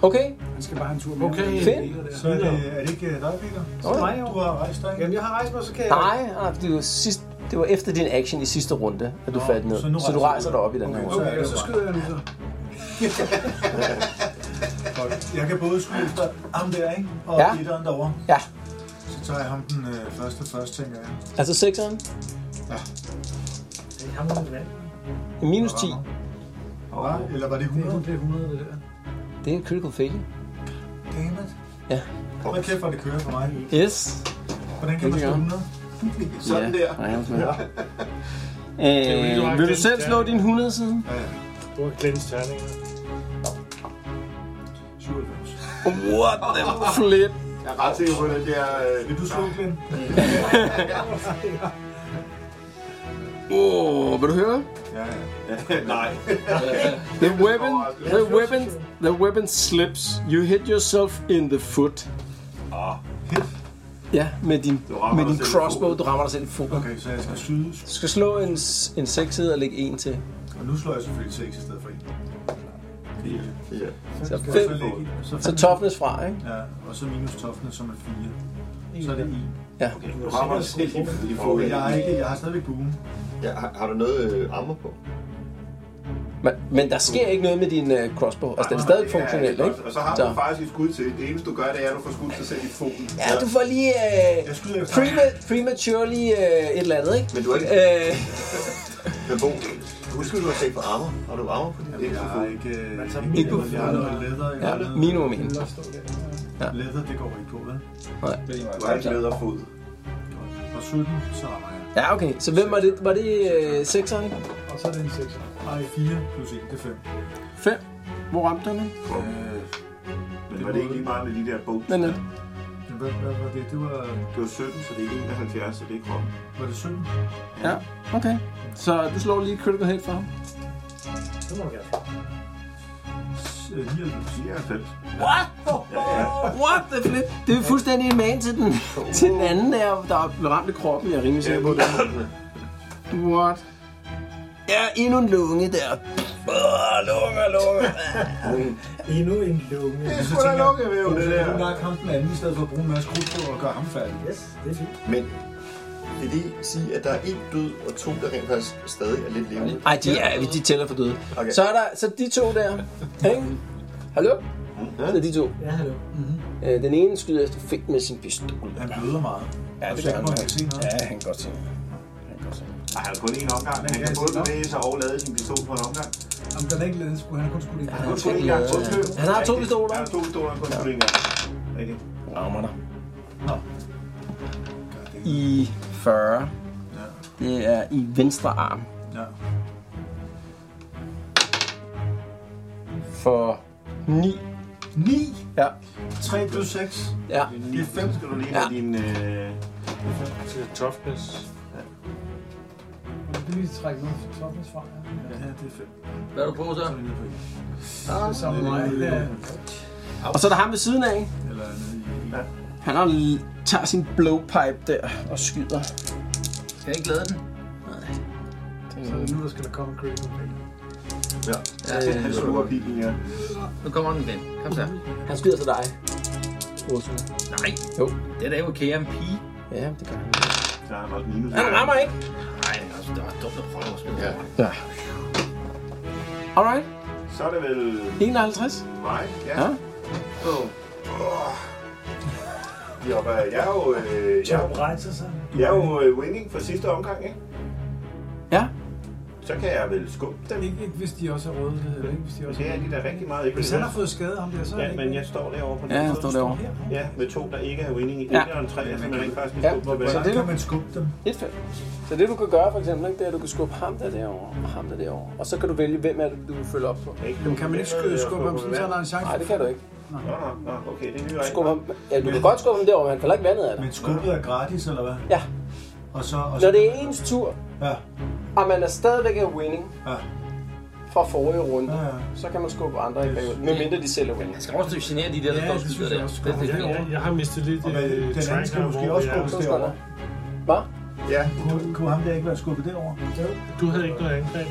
Speaker 6: Okay,
Speaker 8: Han skal bare have en tur mere.
Speaker 9: Okay.
Speaker 6: fedt.
Speaker 10: Så er det, er det ikke øh, dig, Peter?
Speaker 6: Nå, ja.
Speaker 8: jo.
Speaker 10: Du har rejst dig.
Speaker 8: Jamen, jeg har rejst mig, så kan jeg...
Speaker 6: Nej, nej, det var, sidst, det var efter din action i sidste runde, at du faldt ned.
Speaker 10: så nu
Speaker 6: Så, du
Speaker 10: rejser
Speaker 6: rejser dig op i den her runde.
Speaker 10: Okay,
Speaker 8: Okay,
Speaker 10: det
Speaker 8: så
Speaker 10: var
Speaker 8: skyder jeg nu så.
Speaker 10: Godt. Jeg kan både skyde efter ham der, ikke? Og
Speaker 6: Ja.
Speaker 10: etteren derovre.
Speaker 6: Ja,
Speaker 10: Så tager jeg ham den øh, første først, tænker jeg.
Speaker 6: altså sekseren.
Speaker 5: Det er ham med vand.
Speaker 6: Minus 10.
Speaker 10: Hva? Eller var det 100?
Speaker 8: Det er 100, det der.
Speaker 6: Det er en critical failure.
Speaker 10: Damn it.
Speaker 6: Ja.
Speaker 10: Hvad kæft, hvor det kører for mig.
Speaker 6: Yes.
Speaker 10: Hvordan kan man
Speaker 6: Det
Speaker 10: slå
Speaker 6: gør
Speaker 10: 100?
Speaker 2: Sådan
Speaker 6: ja.
Speaker 2: der.
Speaker 9: fordi, du har
Speaker 6: Ja. Øh, vil du
Speaker 9: glemt
Speaker 6: selv
Speaker 9: det.
Speaker 6: slå din 100 siden?
Speaker 9: Du har glemt terninger.
Speaker 10: 97.
Speaker 6: What the flip?
Speaker 2: Jeg er ret sikker på, at det er... øh,
Speaker 10: Vil du slå, Glenn?
Speaker 6: Åh, oh, vil du høre?
Speaker 10: Ja, ja.
Speaker 2: Nej.
Speaker 6: The weapon, the weapon, the weapon slips. You hit yourself in the foot.
Speaker 2: Åh,
Speaker 6: Ja, med din,
Speaker 2: Ah, Du rammer
Speaker 6: med
Speaker 2: dig
Speaker 6: din
Speaker 2: selv i
Speaker 6: crossbow,
Speaker 2: foden.
Speaker 6: du rammer dig selv i foden.
Speaker 10: Okay, så jeg skal skyde.
Speaker 6: Du skal slå en, en 6 og lægge en til.
Speaker 10: Og nu slår jeg selvfølgelig 6 i stedet for 1.
Speaker 7: Ja.
Speaker 6: Så
Speaker 10: Skal jeg
Speaker 6: 5.
Speaker 10: så lægge i? Så
Speaker 6: Så
Speaker 10: fem.
Speaker 6: toughness fra, ikke?
Speaker 10: Ja, og så minus toffene, som er 4. Så er det 1.
Speaker 6: Ja.
Speaker 2: Du rammer dig selv i- i
Speaker 10: Okay,
Speaker 2: foden.
Speaker 10: jeg, har ikke, jeg har stadigvæk buen.
Speaker 7: Ja, har, har du noget øh, armor på?
Speaker 6: Men, men der sker ikke noget med din uh, crossbow. Altså, den er stadig funktionel,
Speaker 2: Ja,
Speaker 6: ikke?
Speaker 2: Og så har du faktisk et skud til. Det eneste, du gør, det er, at du får skudt dig selv i foden.
Speaker 6: Ja, du får lige uh,
Speaker 10: Jeg skyder efter.
Speaker 6: prema- prematurely uh, et eller andet, ikke?
Speaker 7: Men du har ikke...
Speaker 6: Uh,
Speaker 7: Men Bo, husk, at du har set på armor. Har du armor på din
Speaker 10: Jamen, jeg har ikke... øh,
Speaker 5: tager
Speaker 10: ikke
Speaker 6: minimum.
Speaker 10: noget- Jeg har noget læder. Jeg
Speaker 6: ja,
Speaker 10: har noget-
Speaker 6: minimum en.
Speaker 10: Læder, det går ikke på, vel?
Speaker 2: Du har ikke lederfod.
Speaker 10: Og 17, så rammer jeg.
Speaker 6: Ja, okay. Så hvem var det? Var det uh, 6'eren?
Speaker 8: Og så er det en 6.
Speaker 10: Ej, 4 plus 1, det er 5.
Speaker 6: 5. Hvor ramte den?
Speaker 10: Øh,
Speaker 2: Men var det ikke lige meget med de der bog?
Speaker 6: Men, uh,
Speaker 10: hvad, hvad var det? Det var...
Speaker 2: Det var 17, så det er 71, så det er kroppen.
Speaker 10: Var det 17?
Speaker 6: ja, okay. Så du slår lige critical hit for ham.
Speaker 5: Det må du gerne.
Speaker 10: S- øh, 99.
Speaker 2: 94.
Speaker 6: What? What the flip? Det er fuldstændig en man til den, til den anden der, der blev ramt i kroppen. Jeg er rimelig sikker på det. What? Ja, endnu en lunge der.
Speaker 12: Åh, lunger, lunger.
Speaker 4: Endnu en lunge.
Speaker 10: Det er
Speaker 4: Så
Speaker 10: sgu da
Speaker 4: tænker-
Speaker 10: lungevæv, det
Speaker 4: Så
Speaker 10: der.
Speaker 4: tænker jeg,
Speaker 10: nok ham den anden, i stedet for at bruge en masse krudt på og gøre ham færdig.
Speaker 4: Yes, det er fint.
Speaker 7: Men vil det sige, at der er en død og to, der rent faktisk stadig er lidt levende?
Speaker 6: Nej, de, er, de tæller for døde.
Speaker 7: Okay.
Speaker 6: Så er der så de to der. Ikke? Hallo?
Speaker 7: Ja.
Speaker 6: Det er de to.
Speaker 4: Ja, hallo.
Speaker 6: Øh, den ene skyder efter fint med sin pistol.
Speaker 10: Han bløder meget.
Speaker 6: Ja, det
Speaker 10: Så
Speaker 6: gør han.
Speaker 10: må han se noget.
Speaker 6: Ja, han kan godt se.
Speaker 2: Ej, han har kun én omgang. Han kan både bevæge sig og lade sin pistol på en omgang.
Speaker 10: Om den er ikke lavet, han har kun skudt en
Speaker 2: Han har kun skudt en gang. Undskyld.
Speaker 6: Han har to pistoler.
Speaker 2: Han har to pistoler, han kun skudt en gang. Rigtigt.
Speaker 6: Rammer dig. I 40. Det er i venstre arm.
Speaker 10: Ja.
Speaker 6: For 9.
Speaker 10: 9?
Speaker 6: Ja.
Speaker 10: 3 plus 6?
Speaker 6: Ja.
Speaker 2: Det er 5, skal du lige have din... Øh...
Speaker 9: Til toughness.
Speaker 8: Det vil trække noget for toppens fra. Ja.
Speaker 10: ja, det er fedt.
Speaker 3: Hvad er du på så? Ah.
Speaker 8: Det er sammen med mig. Ja.
Speaker 6: Og så er der ham ved siden af.
Speaker 10: Eller nede i...
Speaker 2: Ja.
Speaker 6: Han har, l- tager sin blowpipe der og skyder.
Speaker 3: Skal jeg ikke glæde den?
Speaker 8: Så nu der skal der komme en critical fail.
Speaker 2: Ja.
Speaker 6: Øh,
Speaker 2: Han sluger pilen, ja.
Speaker 3: Nu kommer den igen. Kom så.
Speaker 6: Han skyder til dig. Ursula.
Speaker 3: Nej,
Speaker 6: Jo.
Speaker 3: det er jo okay, jeg er en pige.
Speaker 6: Ja, det gør han.
Speaker 2: Så har han også minus.
Speaker 6: Han rammer ikke.
Speaker 3: Nej, altså, det var dumt at prøve at spille.
Speaker 7: Ja.
Speaker 6: Ja. Alright.
Speaker 2: Så er det vel
Speaker 6: 51.
Speaker 2: mig. Ja.
Speaker 6: Ja.
Speaker 2: Åh. Åh. Vi hopper- Jeg er jo, øh, jeg,
Speaker 5: Tom rejser sig.
Speaker 2: jeg er jo øh, winning for sidste omgang, ikke?
Speaker 6: Ja.
Speaker 2: Så kan jeg vel skubbe dem.
Speaker 8: Ikke, ikke hvis de også er røde, det hedder ikke, hvis de
Speaker 2: Men
Speaker 8: også
Speaker 2: Det
Speaker 8: er
Speaker 2: er de der rigtig meget ikke.
Speaker 8: Hvis han har fået skade ham der, så er det
Speaker 2: Ja,
Speaker 8: ikke...
Speaker 2: men jeg står derovre på den
Speaker 6: Ja,
Speaker 2: anden
Speaker 6: han
Speaker 2: side.
Speaker 6: står derovre.
Speaker 2: Ja, med to, der ikke er winning. En
Speaker 6: Ja.
Speaker 2: og en tre, som jeg rent faktisk
Speaker 6: Ja.
Speaker 2: kan skubbe på.
Speaker 6: Så
Speaker 2: Ja.
Speaker 6: det, du,
Speaker 10: Kan man skubbe dem?
Speaker 6: et felt. Så det du kan gøre for eksempel, ikke, det er, at du kan skubbe ham der derovre og ham der derovre. Og så kan du vælge, hvem er det, du vil følge op på.
Speaker 8: Jamen, kan man ikke skyde skubbe ham, sådan, så han har en chance?
Speaker 6: Nej, det kan du ikke.
Speaker 2: Nå, nå, nå, okay, det er nye
Speaker 6: Skubbe ham. Ja, du kan godt skubbe ham derovre, men han falder ikke vandet af dig.
Speaker 10: Men skubbet er gratis, eller hvad?
Speaker 6: Ja.
Speaker 10: Og så... Og så
Speaker 6: Når det er ens tur,
Speaker 10: Ja,
Speaker 6: og man er stadigvæk er winning
Speaker 10: ja,
Speaker 6: fra forrige runde,
Speaker 10: ja. ja.
Speaker 6: så kan man skubbe andre i bagud, medmindre de selv er winning.
Speaker 3: Jeg skal også genere de der, der
Speaker 8: Ja,
Speaker 3: står og
Speaker 8: det
Speaker 3: skyder
Speaker 8: synes jeg
Speaker 3: der.
Speaker 8: også.
Speaker 3: Det er det,
Speaker 9: Jeg, jeg, jeg har mistet lidt
Speaker 10: Og hvad,
Speaker 9: øh,
Speaker 10: den anden
Speaker 9: track
Speaker 10: skal
Speaker 9: her,
Speaker 10: måske
Speaker 9: hvor
Speaker 10: også
Speaker 9: vi er.
Speaker 10: gå
Speaker 6: Så skal der.
Speaker 10: derovre.
Speaker 6: Hvad?
Speaker 7: Ja,
Speaker 10: Kunne, kunne ham der ikke være skubbet derover?
Speaker 9: Du havde ikke noget angreb.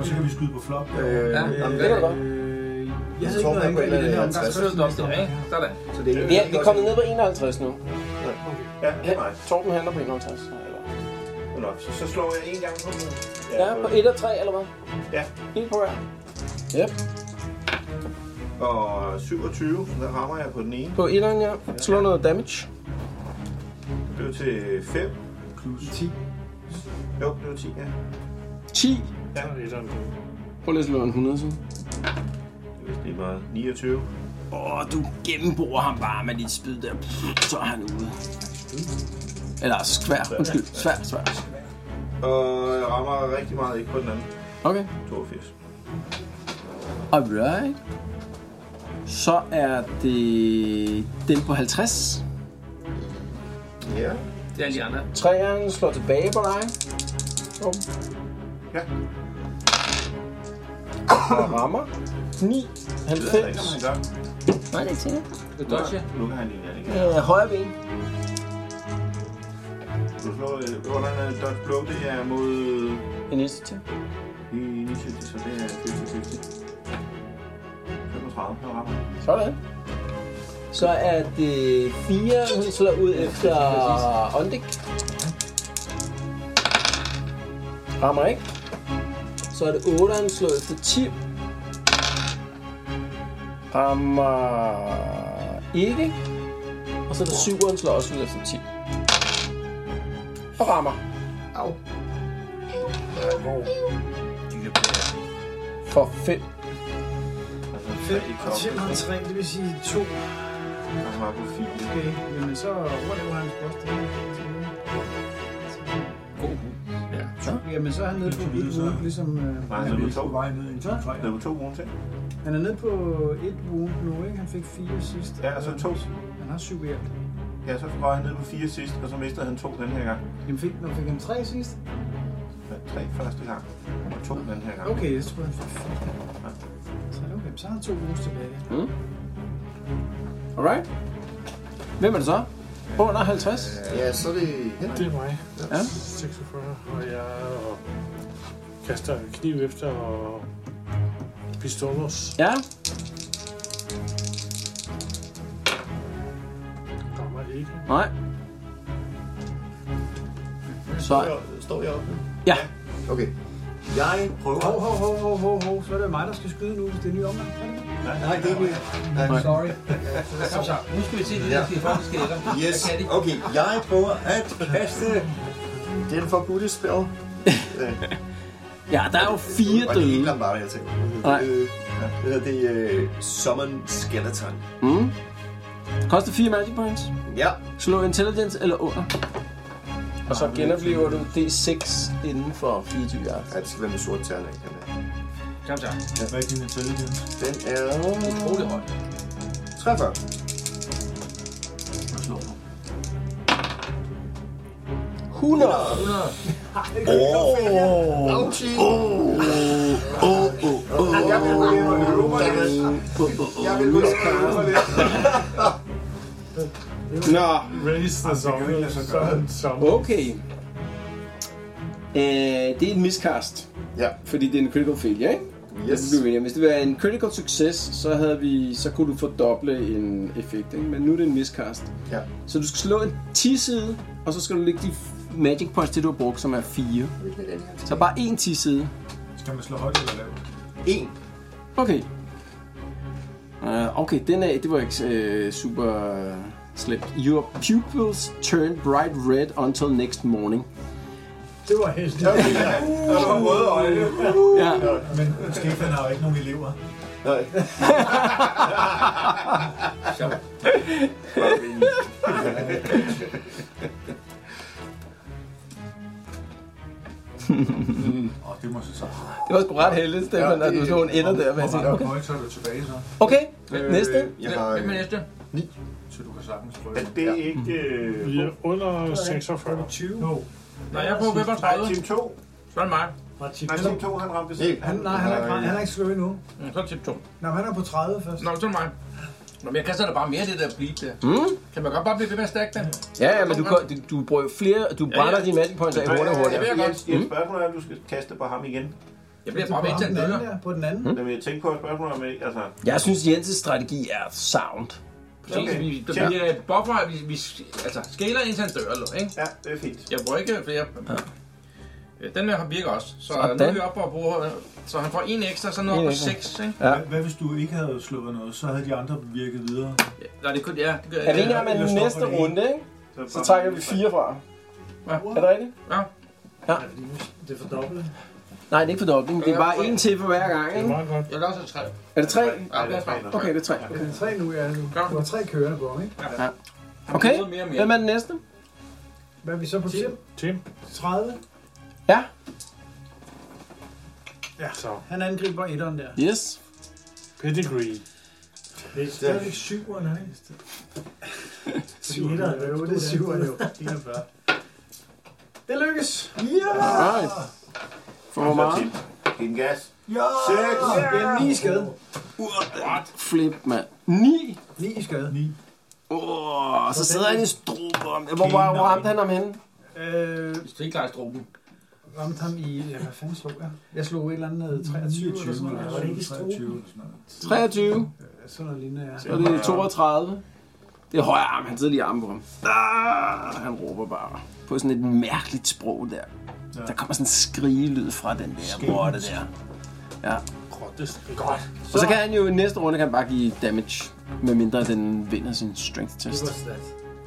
Speaker 10: Og så kan vi skyde på flop derovre.
Speaker 7: øh,
Speaker 3: Ja,
Speaker 6: Jamen,
Speaker 3: jamen,
Speaker 6: det
Speaker 3: det
Speaker 6: kan
Speaker 3: er
Speaker 6: du godt.
Speaker 8: Øh, jeg
Speaker 7: Jeg
Speaker 8: havde
Speaker 7: tror,
Speaker 8: ikke noget
Speaker 7: man går
Speaker 8: angreb i
Speaker 7: ind
Speaker 8: den her
Speaker 7: og laver
Speaker 8: omgang.
Speaker 7: en
Speaker 3: Så er det op
Speaker 8: Første
Speaker 3: der, ikke? Sådan.
Speaker 7: så det er
Speaker 6: Vi er, vi er kommet ned på 51 nu.
Speaker 2: Ja, det er mig.
Speaker 6: Torben handler på 51. Eller?
Speaker 2: Nå, så, så slår jeg en gang på den.
Speaker 6: Ja, på 1 og 3, eller hvad?
Speaker 2: Ja.
Speaker 6: Helt på hver. Yep.
Speaker 2: Og 27, så der rammer jeg på den ene.
Speaker 6: På 1'eren, ja. Slå noget damage.
Speaker 2: Det blev til 5. Plus 10. Jo, det blev 10, ja.
Speaker 6: 10.
Speaker 9: Ja. Så er det den.
Speaker 6: Prøv lige at slå en 100, så.
Speaker 2: Det er vist lige meget. 29.
Speaker 6: Åh, du gennemborer ham bare med dit spyd der. Pff, Så er han ude. Eller altså, svær, undskyld. Svær, svær.
Speaker 2: Og jeg rammer rigtig meget ikke på den anden.
Speaker 6: Okay.
Speaker 2: 82.
Speaker 6: Alright. Så er det dem på 50.
Speaker 7: Ja.
Speaker 3: Det er alle de andre.
Speaker 6: Træerne slår tilbage på dig. Bum.
Speaker 2: Ja.
Speaker 6: Og rammer. 9,
Speaker 2: Det ved jeg ikke, om
Speaker 6: 90.
Speaker 2: han gør.
Speaker 6: Nej, det er ikke
Speaker 3: Det er dodge.
Speaker 2: Nu kan han lige ja, det kan.
Speaker 6: Øh, højre ben.
Speaker 2: Du slår, øh, hvordan er dodge blow, det er mod
Speaker 6: Initiativ.
Speaker 2: i initiativ, så det er 50-50. 35, der rammer.
Speaker 6: Sådan. Så er det 4, hun slår ud efter Ondik. Rammer ikke. Så er det 8, han slår efter 10. Rammer ikke. Og så er det 7, han slår også ud efter 10. Og rammer.
Speaker 7: Au.
Speaker 6: For 5.
Speaker 2: Altså 3 i
Speaker 8: Tim har
Speaker 2: kroppen.
Speaker 8: tre, det vil sige to.
Speaker 2: Han rammer på 4.
Speaker 8: Okay, jamen så overlever han spørgsmålet. Ja. Jamen så er han nede på et wound, ligesom... Øh,
Speaker 2: Nej, han
Speaker 10: Han
Speaker 2: er
Speaker 10: er
Speaker 2: på
Speaker 10: lige
Speaker 2: 2.
Speaker 10: på vej ned i en
Speaker 8: Hvad?
Speaker 10: træ.
Speaker 2: Han er på 2 ugen til.
Speaker 8: han er nede på et wound nu, ikke? Han fik fire sidst.
Speaker 2: Ja, og så 2.
Speaker 8: Han har syv i alt.
Speaker 2: Ja, så går han ned på 4 sidst, og så mister han 2 den her gang.
Speaker 8: Jamen fik, når fik han tre sidst?
Speaker 2: Ja, 3 første gang, og 2 den her gang.
Speaker 8: Okay, jeg tror han fik fire.
Speaker 2: Ja.
Speaker 8: Så er det okay, så har han to wounds tilbage.
Speaker 6: Mm. Alright. Hvem er det så? Under 50.
Speaker 7: Øh, Ja, så er det Henrik.
Speaker 9: Det er mig.
Speaker 6: Ja.
Speaker 9: 46. Og jeg og kaster kniv efter og Pistolos.
Speaker 6: Ja.
Speaker 9: Rammer ikke.
Speaker 6: Nej.
Speaker 7: Så står jeg oppe.
Speaker 6: Ja.
Speaker 7: Okay. Jeg prøver...
Speaker 8: Hov, hov, hov, hov, hov, hov. Så er det mig, der skal skyde nu, hvis det er en ny omgang.
Speaker 7: Nej, det er ikke mere. Nej.
Speaker 8: Sorry.
Speaker 3: Kom så, nu skal vi se de
Speaker 7: Ja.
Speaker 3: der skeletter.
Speaker 7: Yes, okay. Jeg prøver at kaste den forbudte spil.
Speaker 6: ja, der er jo fire
Speaker 7: døde. Og det er ikke Lombardo, jeg tænker.
Speaker 6: Nej.
Speaker 7: Øh, ja, Det hedder det øh, Summon Skeleton.
Speaker 6: Mm. Koster 4 magic points.
Speaker 7: Ja.
Speaker 6: Slå intelligence eller under. Og så genopliver du D6 inden for 24 yards.
Speaker 7: Ja, det skal være med sort terning. Den
Speaker 3: Kom så.
Speaker 7: Hvad er din intelligence? Den er...
Speaker 3: Utrolig høj.
Speaker 7: 43.
Speaker 3: Hvad slår du?
Speaker 6: 100.
Speaker 3: 100.
Speaker 6: Åh.
Speaker 7: Jeg vil huske
Speaker 6: Nå.
Speaker 9: Raise the song.
Speaker 6: Okay. Øh, det er et miscast.
Speaker 7: Ja.
Speaker 6: Fordi det er en critical failure, ikke?
Speaker 7: Yes.
Speaker 6: Det blev vi enige om. Hvis det var en critical success, så, havde vi, så kunne du fordoble en effekt, ikke? Men nu er det en miscast.
Speaker 7: Ja.
Speaker 6: Så du skal slå en 10-side, og så skal du lægge de f- magic points til, du har brugt, som er 4. Så bare en 10-side.
Speaker 10: Skal man slå højt eller lavt?
Speaker 7: En.
Speaker 6: Okay. Uh, okay, den er, det var ikke uh, super øh, slemt. Your pupils turn bright red until next morning.
Speaker 4: Det var helst.
Speaker 7: Ja, der var røde øjne.
Speaker 6: Ja.
Speaker 10: Men Stefan har jo ikke nogen elever.
Speaker 7: Nej.
Speaker 10: Åh, det må så sige.
Speaker 6: Det var sgu ret heldigt, Stefan, at du slog en ender der. Hvad jeg
Speaker 10: Hvor
Speaker 6: tænker.
Speaker 10: mange points har du tilbage så?
Speaker 6: Okay, næste.
Speaker 7: Jeg har, øh,
Speaker 3: næste?
Speaker 7: 9.
Speaker 10: Så du kan sagtens prøve.
Speaker 2: Men det er ikke... Øh,
Speaker 9: Vi er under 46.
Speaker 10: 20. No.
Speaker 3: Nej, jeg er på 35.
Speaker 2: Team 2.
Speaker 3: Så er det mig.
Speaker 2: Nej, team 2, han ramte
Speaker 7: selv.
Speaker 8: Han, nej, han er, ikke, han er ikke slået endnu.
Speaker 3: Mm, Så er det tip 2.
Speaker 8: Nå, han er på 30 først.
Speaker 3: Nå, så er det mig. Nå, men jeg kaster da bare mere af det der bleed der.
Speaker 6: Mm.
Speaker 3: Kan man godt bare blive ved med at stærke den?
Speaker 6: Ja, ja, men du, går- du, du bruger flere, du
Speaker 3: Ja, ja.
Speaker 6: brænder dine magic points af hurtigere og
Speaker 2: Jeg
Speaker 6: hurtigere.
Speaker 2: vil godt.
Speaker 6: Mm.
Speaker 2: Et spørgsmål er, om du skal kaste på ham igen.
Speaker 3: Jeg
Speaker 8: Det er på ham, den anden der, på den anden.
Speaker 2: Jamen, jeg tænker på et spørgsmål om, ikke? altså...
Speaker 6: Hmm? Jeg synes, Jenses strategi er sound.
Speaker 3: Præcis,
Speaker 2: Okay.
Speaker 3: vi,
Speaker 2: Ja.
Speaker 3: der bliver buffer, vi, vi altså, skaler indtil han dør, eller, ikke?
Speaker 2: Ja, det er fint.
Speaker 3: Jeg bruger ikke flere. Ja. Den her virker også, så
Speaker 6: Sådan.
Speaker 3: nu er vi oppe og bruger, så han får en ekstra, så er han
Speaker 6: En
Speaker 3: oppe på
Speaker 6: ekstra.
Speaker 3: seks, ikke?
Speaker 10: Ja. Hvad hvis du ikke havde slået noget, så havde de andre virket videre?
Speaker 3: Nej, det kunne, ja, det gør
Speaker 6: Er vi
Speaker 3: jeg.
Speaker 6: enige om, at
Speaker 10: Eller stopper
Speaker 6: næste
Speaker 10: det ikke?
Speaker 6: runde, ikke?
Speaker 2: Så
Speaker 6: så trækker vi fire fra?
Speaker 3: Ja.
Speaker 6: Er det rigtigt?
Speaker 3: Ja.
Speaker 6: Ja.
Speaker 4: Det er fordoblet.
Speaker 6: Nej, det er ikke fordobling. Det er bare en til for hver gang, ikke?
Speaker 3: Jeg vil også have tre.
Speaker 6: Er det tre?
Speaker 3: Ja, det er tre.
Speaker 6: Okay, det er tre.
Speaker 8: Okay, den er tre nu, ja. nu. Du har tre kørende på ham, ikke?
Speaker 6: Ja. Okay,
Speaker 3: Han mere og mere.
Speaker 6: hvem er den næste?
Speaker 8: Hvad er vi så på Tim?
Speaker 9: Tim.
Speaker 8: 30.
Speaker 6: Ja.
Speaker 8: Ja,
Speaker 9: så.
Speaker 8: Han angriber etteren der.
Speaker 6: Yes.
Speaker 9: Pedigree.
Speaker 4: Det er stadigvæk syveren, er det ikke? Fordi
Speaker 8: Etteren,
Speaker 4: etteren
Speaker 8: det
Speaker 4: er
Speaker 8: er
Speaker 4: jo
Speaker 8: jo
Speaker 4: det
Speaker 8: det syver
Speaker 4: syveren
Speaker 8: jo.
Speaker 4: jo.
Speaker 8: 41. Det lykkes!
Speaker 6: Alright. For hvor meget?
Speaker 2: Giv den gas.
Speaker 8: Ja!
Speaker 2: 6.
Speaker 8: Det er 9 skade.
Speaker 6: Flip, mand. Ni?
Speaker 8: 9 skade.
Speaker 10: 9.
Speaker 6: Åh, oh, så sidder han i strobom. Hvor, hvor, hvor ramte han ham henne?
Speaker 8: Øh,
Speaker 3: Hvis du ikke klarer struben.
Speaker 8: ramte ham i... Ja, hvad fanden slog jeg? Jeg slog et eller andet 23 eller sådan noget.
Speaker 10: Var det ikke 23 eller sådan noget?
Speaker 6: 23.
Speaker 8: Ja, Sådan noget lignende, ja.
Speaker 6: Så er det 32. Det er højre arm. Han sidder lige i armen på ham. Ah, han råber bare på sådan et mærkeligt sprog der. Der kommer sådan en skrigelyd fra den der rotte der. Ja.
Speaker 9: Godt.
Speaker 6: Og så kan han jo i næste runde kan han bare give damage, medmindre den vinder sin strength
Speaker 4: Det
Speaker 6: test.
Speaker 4: var slat.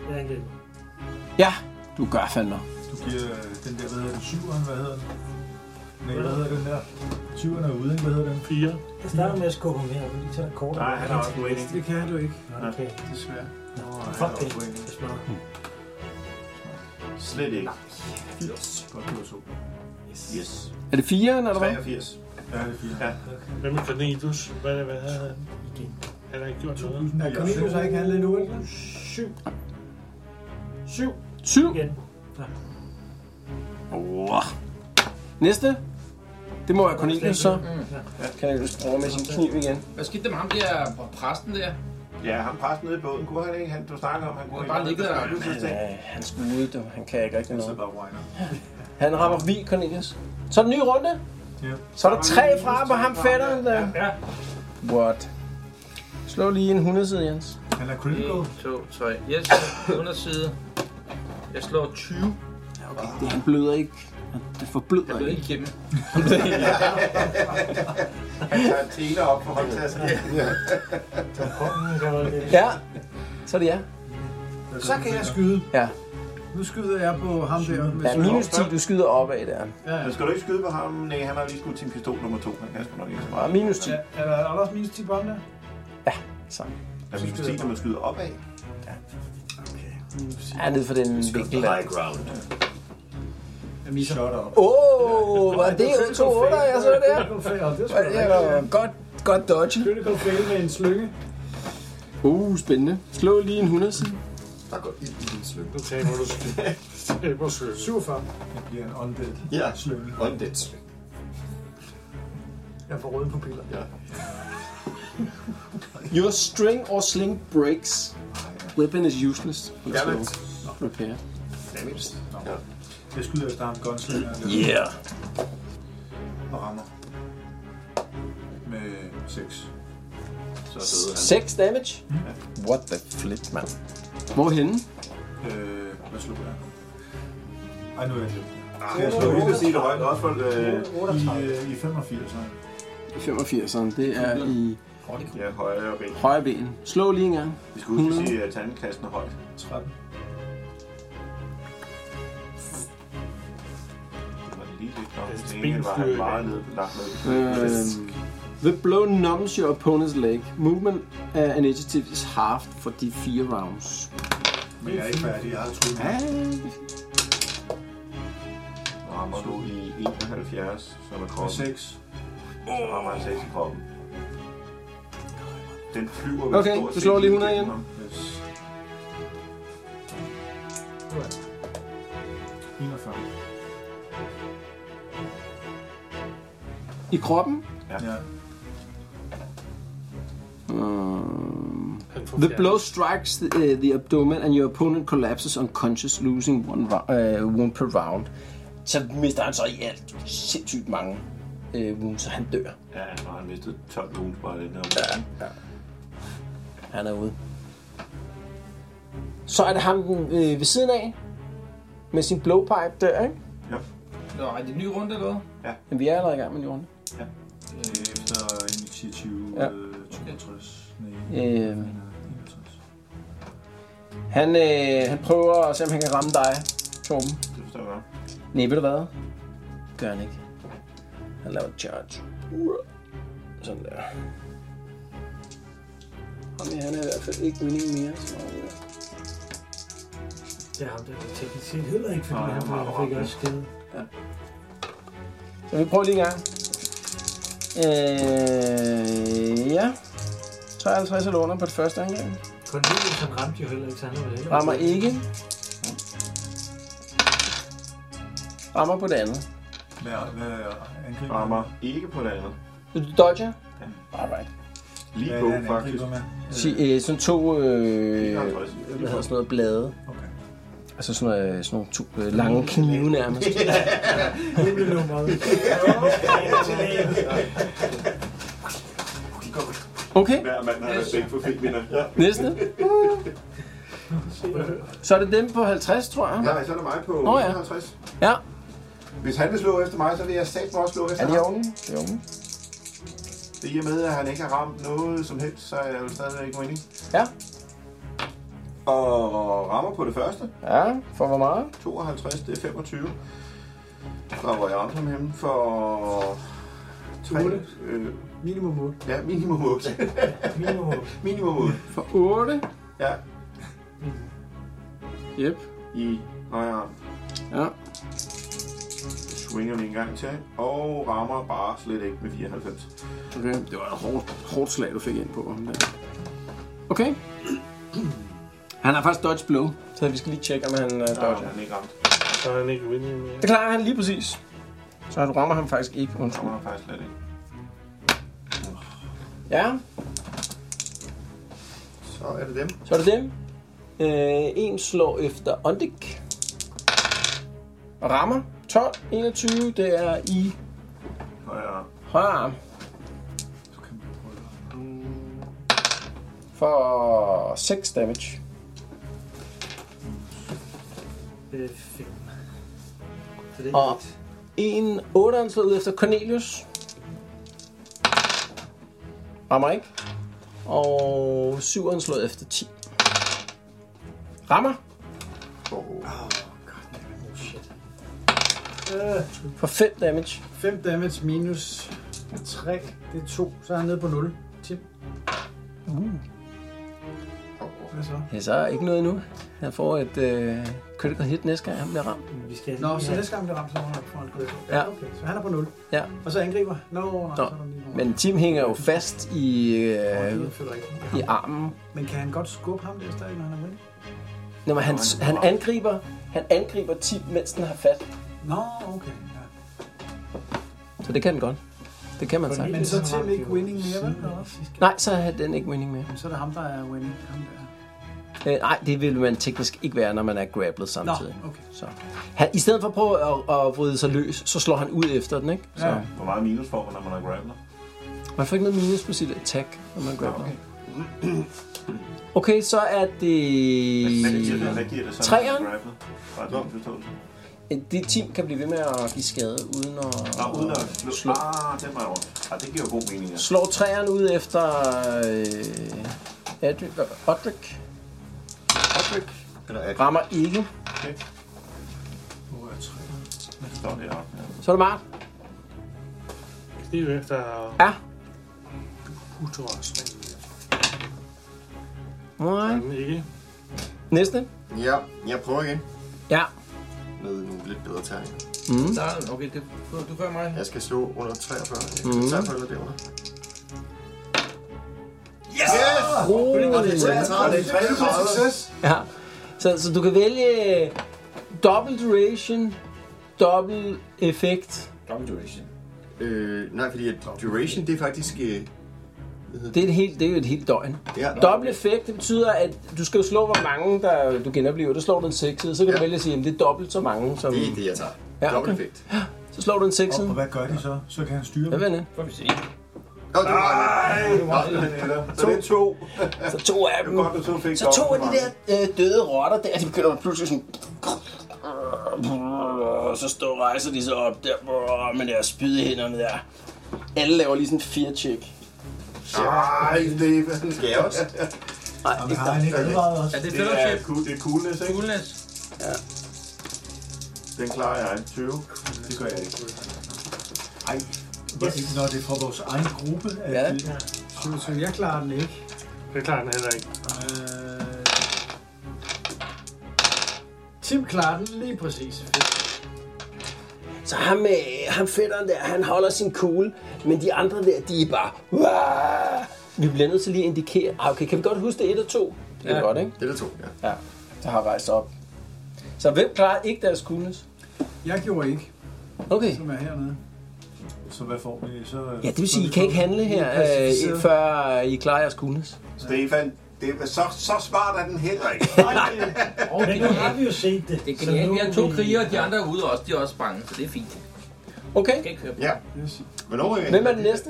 Speaker 4: Jeg angriber.
Speaker 6: Ja, du gør fandme.
Speaker 10: Du giver øh, den der, hvad hedder den, syveren, hvad hedder den? Nej, hvad hedder den der? Syveren er ude, ikke? Hvad hedder den?
Speaker 9: 4.
Speaker 5: Jeg starter med at skubbe ham her, fordi de tager kort.
Speaker 2: Nej, han har også winning.
Speaker 8: Det kan du ikke,
Speaker 5: Okay,
Speaker 8: desværre.
Speaker 5: fuck det.
Speaker 10: winning.
Speaker 5: Det smager.
Speaker 2: Slet ikke.
Speaker 10: Godt, du var så.
Speaker 2: Yes.
Speaker 6: Er det 4'eren, eller hvad?
Speaker 2: 83.
Speaker 10: Ja, det er fire.
Speaker 2: Ja.
Speaker 9: Hvem er Cornelius? Hvad er det, hvad havde han? Han har ikke gjort noget.
Speaker 8: Ja, Cornelius har ikke handlet endnu, ikke?
Speaker 6: 7. 7?
Speaker 5: Igen.
Speaker 6: Oh. Næste. Det må være Cornelius så.
Speaker 3: Mm.
Speaker 6: Kan jeg jo sprøve med sin kniv igen.
Speaker 3: Hvad skete der med ham der på præsten der?
Speaker 2: Ja, han præst ned i båden. Kunne han ikke? Han, du snakker om, han kunne
Speaker 3: Han
Speaker 2: ikke.
Speaker 3: bare ligger der.
Speaker 2: Han skulle
Speaker 6: Han, øh, han skulle ud, du. han kan ikke rigtig
Speaker 10: Så
Speaker 6: noget.
Speaker 10: bare whiner.
Speaker 6: Han rammer vi, Cornelius. Så er den nye runde.
Speaker 10: Ja.
Speaker 6: Så er der tre fra på ham fætteren der.
Speaker 3: Ja.
Speaker 6: What? Slå lige en 100 side, Jens.
Speaker 10: Han er
Speaker 3: 1, 2, 3. Yes, underside. Jeg slår 20.
Speaker 6: Okay, det, han bløder ikke. Han- Det forbløder
Speaker 3: Jeg er
Speaker 6: ikke.
Speaker 3: ikke hjemme.
Speaker 2: Han tager en teler op på håndtasken.
Speaker 6: Ja, så er det jeg.
Speaker 11: Så kan jeg skyde.
Speaker 6: Ja.
Speaker 11: Nu skyder jeg på ham der. med
Speaker 6: Ja, minus
Speaker 11: sølv.
Speaker 6: 10, du skyder opad der.
Speaker 11: Ja.
Speaker 2: Men skal du ikke skyde på ham? Nej, han har lige skudt sin pistol nummer to. Han kaster nok ikke så meget.
Speaker 6: Og minus 10.
Speaker 11: Ja, Er der, er der også minus 10 på ham der?
Speaker 6: Så.
Speaker 2: Der er minus 10, når man skyder opad.
Speaker 6: Ja, ned for den vinkel. der.
Speaker 2: ground.
Speaker 8: Jeg misser.
Speaker 2: Shut up.
Speaker 6: Åh, oh, var det jo to otter, jeg så der?
Speaker 8: Critical fail, det er sgu da
Speaker 6: Det var godt, godt dodge.
Speaker 8: Critical fail med en slynge.
Speaker 6: Uh, spændende. Slå lige en 100 side.
Speaker 7: Der går ild i din slynge.
Speaker 9: Nu taber du taber slynge.
Speaker 8: 47.
Speaker 10: Det bliver en undead
Speaker 7: Ja,
Speaker 10: slynge.
Speaker 7: undead slynge.
Speaker 8: Jeg får røde pupiller.
Speaker 7: Ja.
Speaker 6: Your string or sling breaks. Weapon is useless.
Speaker 7: Damn it.
Speaker 6: Repair.
Speaker 7: Damage. Ja.
Speaker 10: Jeg skyder efter ham gunslinger.
Speaker 6: Yeah.
Speaker 10: Og rammer. Med 6.
Speaker 7: Så døde han.
Speaker 6: 6 damage? What the flip, mand. Hvorhenne?
Speaker 10: Øh, hvad slog jeg? Ej, nu er jeg glemt.
Speaker 2: Ah, jeg slår lige at sige det højt. Også for øh,
Speaker 10: I, øh, i 85.
Speaker 6: 85'eren, det er i
Speaker 2: ja, højre ben.
Speaker 6: højre ben. Slå lige en gang.
Speaker 2: Vi skal huske
Speaker 6: Mm.
Speaker 2: at sige, at tandkasten er højt.
Speaker 10: 13.
Speaker 2: Det var lige lidt nok.
Speaker 9: Altså,
Speaker 2: Den ene var han
Speaker 9: benfyr,
Speaker 2: meget
Speaker 9: ja.
Speaker 2: nede på lagt med.
Speaker 6: Øhm, the blow numbs your opponent's leg. Movement uh, initiative is halved for de fire rounds.
Speaker 10: Men jeg er ikke færdig. Jeg har troet mig.
Speaker 6: Ja,
Speaker 2: Nu rammer du i 71, som er
Speaker 10: Med
Speaker 2: kroppen.
Speaker 10: 6.
Speaker 2: Så rammer han 6 i kroppen. Den flyver vel
Speaker 6: Okay,
Speaker 2: stort
Speaker 6: du
Speaker 2: set
Speaker 6: slår lige 100
Speaker 2: igennem
Speaker 6: igen.
Speaker 2: ham. Yes.
Speaker 10: 41.
Speaker 6: I kroppen.
Speaker 10: Ja.
Speaker 6: Mm.
Speaker 9: Han får
Speaker 6: Øh, The
Speaker 9: fjernet.
Speaker 6: blow strikes the, uh, the abdomen and your opponent collapses unconscious, losing one, rou- uh, one per round. Så mister han så i alt sindssygt mange uh, wounds, så han dør.
Speaker 2: Ja, han har mistet 12 wounds bare i den her.
Speaker 6: Han er ude. Så er det ham den, øh, ved siden af, med sin blowpipe der, ikke?
Speaker 3: Nå, er det en ny runde eller hvad?
Speaker 6: Men vi er allerede i gang med jorden.
Speaker 10: Øh, Efter initiativ
Speaker 6: Ja.
Speaker 10: øh, 62. Nej,
Speaker 6: Øh,
Speaker 10: 61.
Speaker 6: han, øh, han prøver at se, om han kan ramme dig, Torben.
Speaker 2: Det forstår jeg godt.
Speaker 6: Nej, ved du hvad? Gør han ikke. Han laver et charge. Sådan der. Ham her, han er i hvert fald ikke winning mere. Så
Speaker 5: Det har det teknisk set heller ikke, fordi
Speaker 2: Nej,
Speaker 5: han
Speaker 2: han har
Speaker 5: fik- fik
Speaker 2: ramt.
Speaker 5: også skade.
Speaker 6: Så vi prøver lige en gang. Øh, ja. 53 eller under på det første angreb.
Speaker 5: Cornelius, han ramte jo heller ikke, så han var heller
Speaker 6: Rammer ikke. Rammer på det andet.
Speaker 10: Hvad er, hvad er angriber?
Speaker 2: Rammer ikke på det andet.
Speaker 6: Så du dodger? Alright.
Speaker 2: Lige
Speaker 10: Hvad
Speaker 2: på,
Speaker 10: er han
Speaker 2: faktisk.
Speaker 10: angriber med?
Speaker 6: Sig, øh, sådan to, øh, hvad
Speaker 2: 51.
Speaker 6: hedder sådan noget, blade.
Speaker 10: Okay.
Speaker 6: Altså sådan, noget, sådan nogle to øh, lange knive nærmest. Okay,
Speaker 2: Hver mand har respekt for filmminder. Ja.
Speaker 6: næste. Så er det dem på 50, tror jeg.
Speaker 2: Nej, så er det mig på
Speaker 6: Nå ja.
Speaker 2: 51.
Speaker 6: Ja,
Speaker 2: Hvis han vil slå efter mig, så vil jeg satme også slå efter
Speaker 6: er
Speaker 2: ham.
Speaker 6: de oven? Det er oven.
Speaker 2: Det er i og med, at han ikke har ramt noget som helst, så er jeg jo stadigvæk winning.
Speaker 6: Ja.
Speaker 2: Og rammer på det første.
Speaker 6: Ja, for hvor meget?
Speaker 2: 52, det er 25. Der hvor jeg ramte ham henne for... 3,
Speaker 8: Otte.
Speaker 2: øh,
Speaker 8: Minimum 8.
Speaker 2: ja, minimum 8.
Speaker 5: Minimum
Speaker 2: minimum 8.
Speaker 6: For 8.
Speaker 2: Ja,
Speaker 6: Yep.
Speaker 2: i højre arm.
Speaker 6: Ja.
Speaker 2: Swinger vi en gang til, og rammer bare slet ikke med 94.
Speaker 6: Okay, det var et hårdt, hårdt slag, du fik ind på ham der. Okay. Han har faktisk dodge blow, så vi skal lige tjekke, om han uh,
Speaker 2: Der
Speaker 6: dodger.
Speaker 2: er han ikke ramt.
Speaker 9: Så er han ikke vinde mere.
Speaker 6: Det klarer han lige præcis. Så du rammer ham faktisk ikke, undskyld.
Speaker 2: Rammer han faktisk slet ikke.
Speaker 6: Ja,
Speaker 7: Så er det dem.
Speaker 6: så er det dem. Øh, en slår efter Ondik. Og rammer. 12, 21, det er i
Speaker 2: højre arm.
Speaker 6: Højre arm. For 6 damage.
Speaker 5: Øh, fem. Så det er
Speaker 6: Og en 8'eren slår ud efter Cornelius. Rammer ikke. Og 7'eren slår efter 10. Rammer.
Speaker 8: Oh,
Speaker 6: For 5 damage.
Speaker 8: 5 Øh, damage minus 3, det er 2. Så er han nede på 0. Tim.
Speaker 6: Uh.
Speaker 8: Hvad så?
Speaker 6: Ja, så er ikke noget endnu. Han får et øh, critical hit næste gang, han bliver ramt.
Speaker 5: Vi skal
Speaker 8: Nå, så næste gang bliver ramt, så får han- får han kritisk.
Speaker 6: Ja.
Speaker 8: Okay, så han er på 0.
Speaker 6: Ja.
Speaker 8: Og så angriber. Nå, nej, så
Speaker 6: Nå.
Speaker 8: er der lige
Speaker 6: Men Tim hænger jo fast i, øh,
Speaker 8: følger ikke.
Speaker 6: i armen.
Speaker 8: Men kan han godt skubbe ham der stadig, når han er win?
Speaker 6: Nå, men han, han, angriber, han angriber Tim, mens den har fat.
Speaker 8: Nå, okay. Ja.
Speaker 6: Så det kan den godt. Det kan man sagtens.
Speaker 8: Men så Tim ikke winning mere, vel? eller hvad?
Speaker 6: Nej, så er den ikke winning mere.
Speaker 8: Så er det ham, der er winning. Ham der.
Speaker 6: Øh, nej, det vil man teknisk ikke være, når man er grapplet samtidig.
Speaker 8: Nå, okay.
Speaker 6: Så. Han, I stedet for at prøve at, at vride sig løs, så slår han ud efter den, ikke? Så.
Speaker 2: Ja. Hvor meget minus får man, når man er grappler?
Speaker 6: Man får ikke noget minus på sit attack, når man grappler. Okay, så er det...
Speaker 2: Hvad giver det, hvad giver det så, når man
Speaker 6: Træeren.
Speaker 2: er grappler? Bare din forståelse.
Speaker 6: Det team kan blive ved med at give skade, uden at...
Speaker 2: Nå, uden at slå. Ah, den var jo Ah, det giver jo god mening, ja.
Speaker 6: Slår træerne ud efter... Øh, Adric, øh, Odrik. Odrik. Rammer ikke.
Speaker 2: Okay.
Speaker 10: Nu er jeg tre.
Speaker 2: Jeg står deroppe. ja.
Speaker 6: Så er det Mart.
Speaker 9: Lige efter...
Speaker 6: Ja.
Speaker 9: Utoverspringen.
Speaker 6: Nej.
Speaker 9: Den ikke.
Speaker 6: Næste.
Speaker 7: Ja, jeg prøver igen.
Speaker 6: Ja.
Speaker 7: Med nogle lidt bedre terninger.
Speaker 6: Mm.
Speaker 3: Så, okay, det, du gør mig.
Speaker 7: Jeg skal slå under 43. Jeg skal
Speaker 6: Mm.
Speaker 3: Mhm.
Speaker 7: 43 eller derunder.
Speaker 6: Yes! yes! Oh, det
Speaker 7: er 33, det er 33.
Speaker 10: Succes.
Speaker 6: Ja. Så, så du kan vælge øh, dobbelt duration, dobbelt effekt.
Speaker 7: Dobbelt duration. Øh, nej, fordi at duration, det er faktisk... Øh,
Speaker 6: Det er, et helt, det er jo et helt døgn.
Speaker 7: Ja.
Speaker 6: Dobbelt effekt, det betyder, at du skal jo slå, hvor mange der, du genoplever. Der slår du en 6, så kan ja. du vælge at sige, at det er dobbelt så mange. Som...
Speaker 7: Det er det, jeg tager.
Speaker 6: Ja,
Speaker 7: Dobbelt
Speaker 6: okay.
Speaker 7: effekt.
Speaker 6: Så slår du en 6.
Speaker 10: Og, og hvad gør de så? Så kan han styre
Speaker 6: Hvad
Speaker 10: dem.
Speaker 6: ved det?
Speaker 3: Får vi se.
Speaker 7: Nå, det var
Speaker 2: Så det er to.
Speaker 6: Så to af dem.
Speaker 2: Godt, du så fik
Speaker 6: Så to af de der øh, døde rotter der, de begynder pludselig sådan... Og så står rejser de så op der med deres spydehænderne der. Alle laver lige sådan en fear-check.
Speaker 2: Ej, det
Speaker 7: skal jeg også.
Speaker 6: Nej,
Speaker 2: det er ikke
Speaker 10: advaret os.
Speaker 3: Ja, det er
Speaker 2: Det er,
Speaker 3: fellowship.
Speaker 2: cool, det er coolness, ikke?
Speaker 3: Coolness.
Speaker 6: Ja.
Speaker 2: Den klarer jeg. 20. Det gør jeg ikke.
Speaker 10: Ej, det er ikke, når det er fra vores egen gruppe. At
Speaker 6: Ja.
Speaker 10: Det,
Speaker 8: Så, så jeg klarer den ikke.
Speaker 9: Det klarer den heller ikke.
Speaker 8: Øh... Tim klarer den lige præcis.
Speaker 6: Så ham, øh, ham fætteren der, han holder sin kugle, men de andre der, de er bare... "Uah!" Vi bliver nødt til lige at indikere... Ah, okay, kan vi godt huske det 1 og 2? Det er
Speaker 7: Ja.
Speaker 6: godt, ikke?
Speaker 7: Det er to, ja.
Speaker 6: Ja, der har rejst op. Så hvem klarer ikke deres coolness?
Speaker 8: Jeg gjorde ikke.
Speaker 6: Okay.
Speaker 8: Som er hernede.
Speaker 10: så hvad får vi så?
Speaker 6: Ja, det vil sige, I kan ikke handle her, øh, før I klarer jeres coolness.
Speaker 2: Stefan, det er, så, så smart er den heller ikke.
Speaker 5: Og det nu har vi jo set det.
Speaker 3: Det er
Speaker 5: så
Speaker 3: genialt.
Speaker 5: nu
Speaker 3: Vi har to
Speaker 5: vi-
Speaker 3: krigere, og de andre er ude også. De er også bange, så det er fint.
Speaker 6: Okay.
Speaker 3: Skal ikke køre på.
Speaker 7: Ja. Hvornår er
Speaker 6: Hvem er den næste?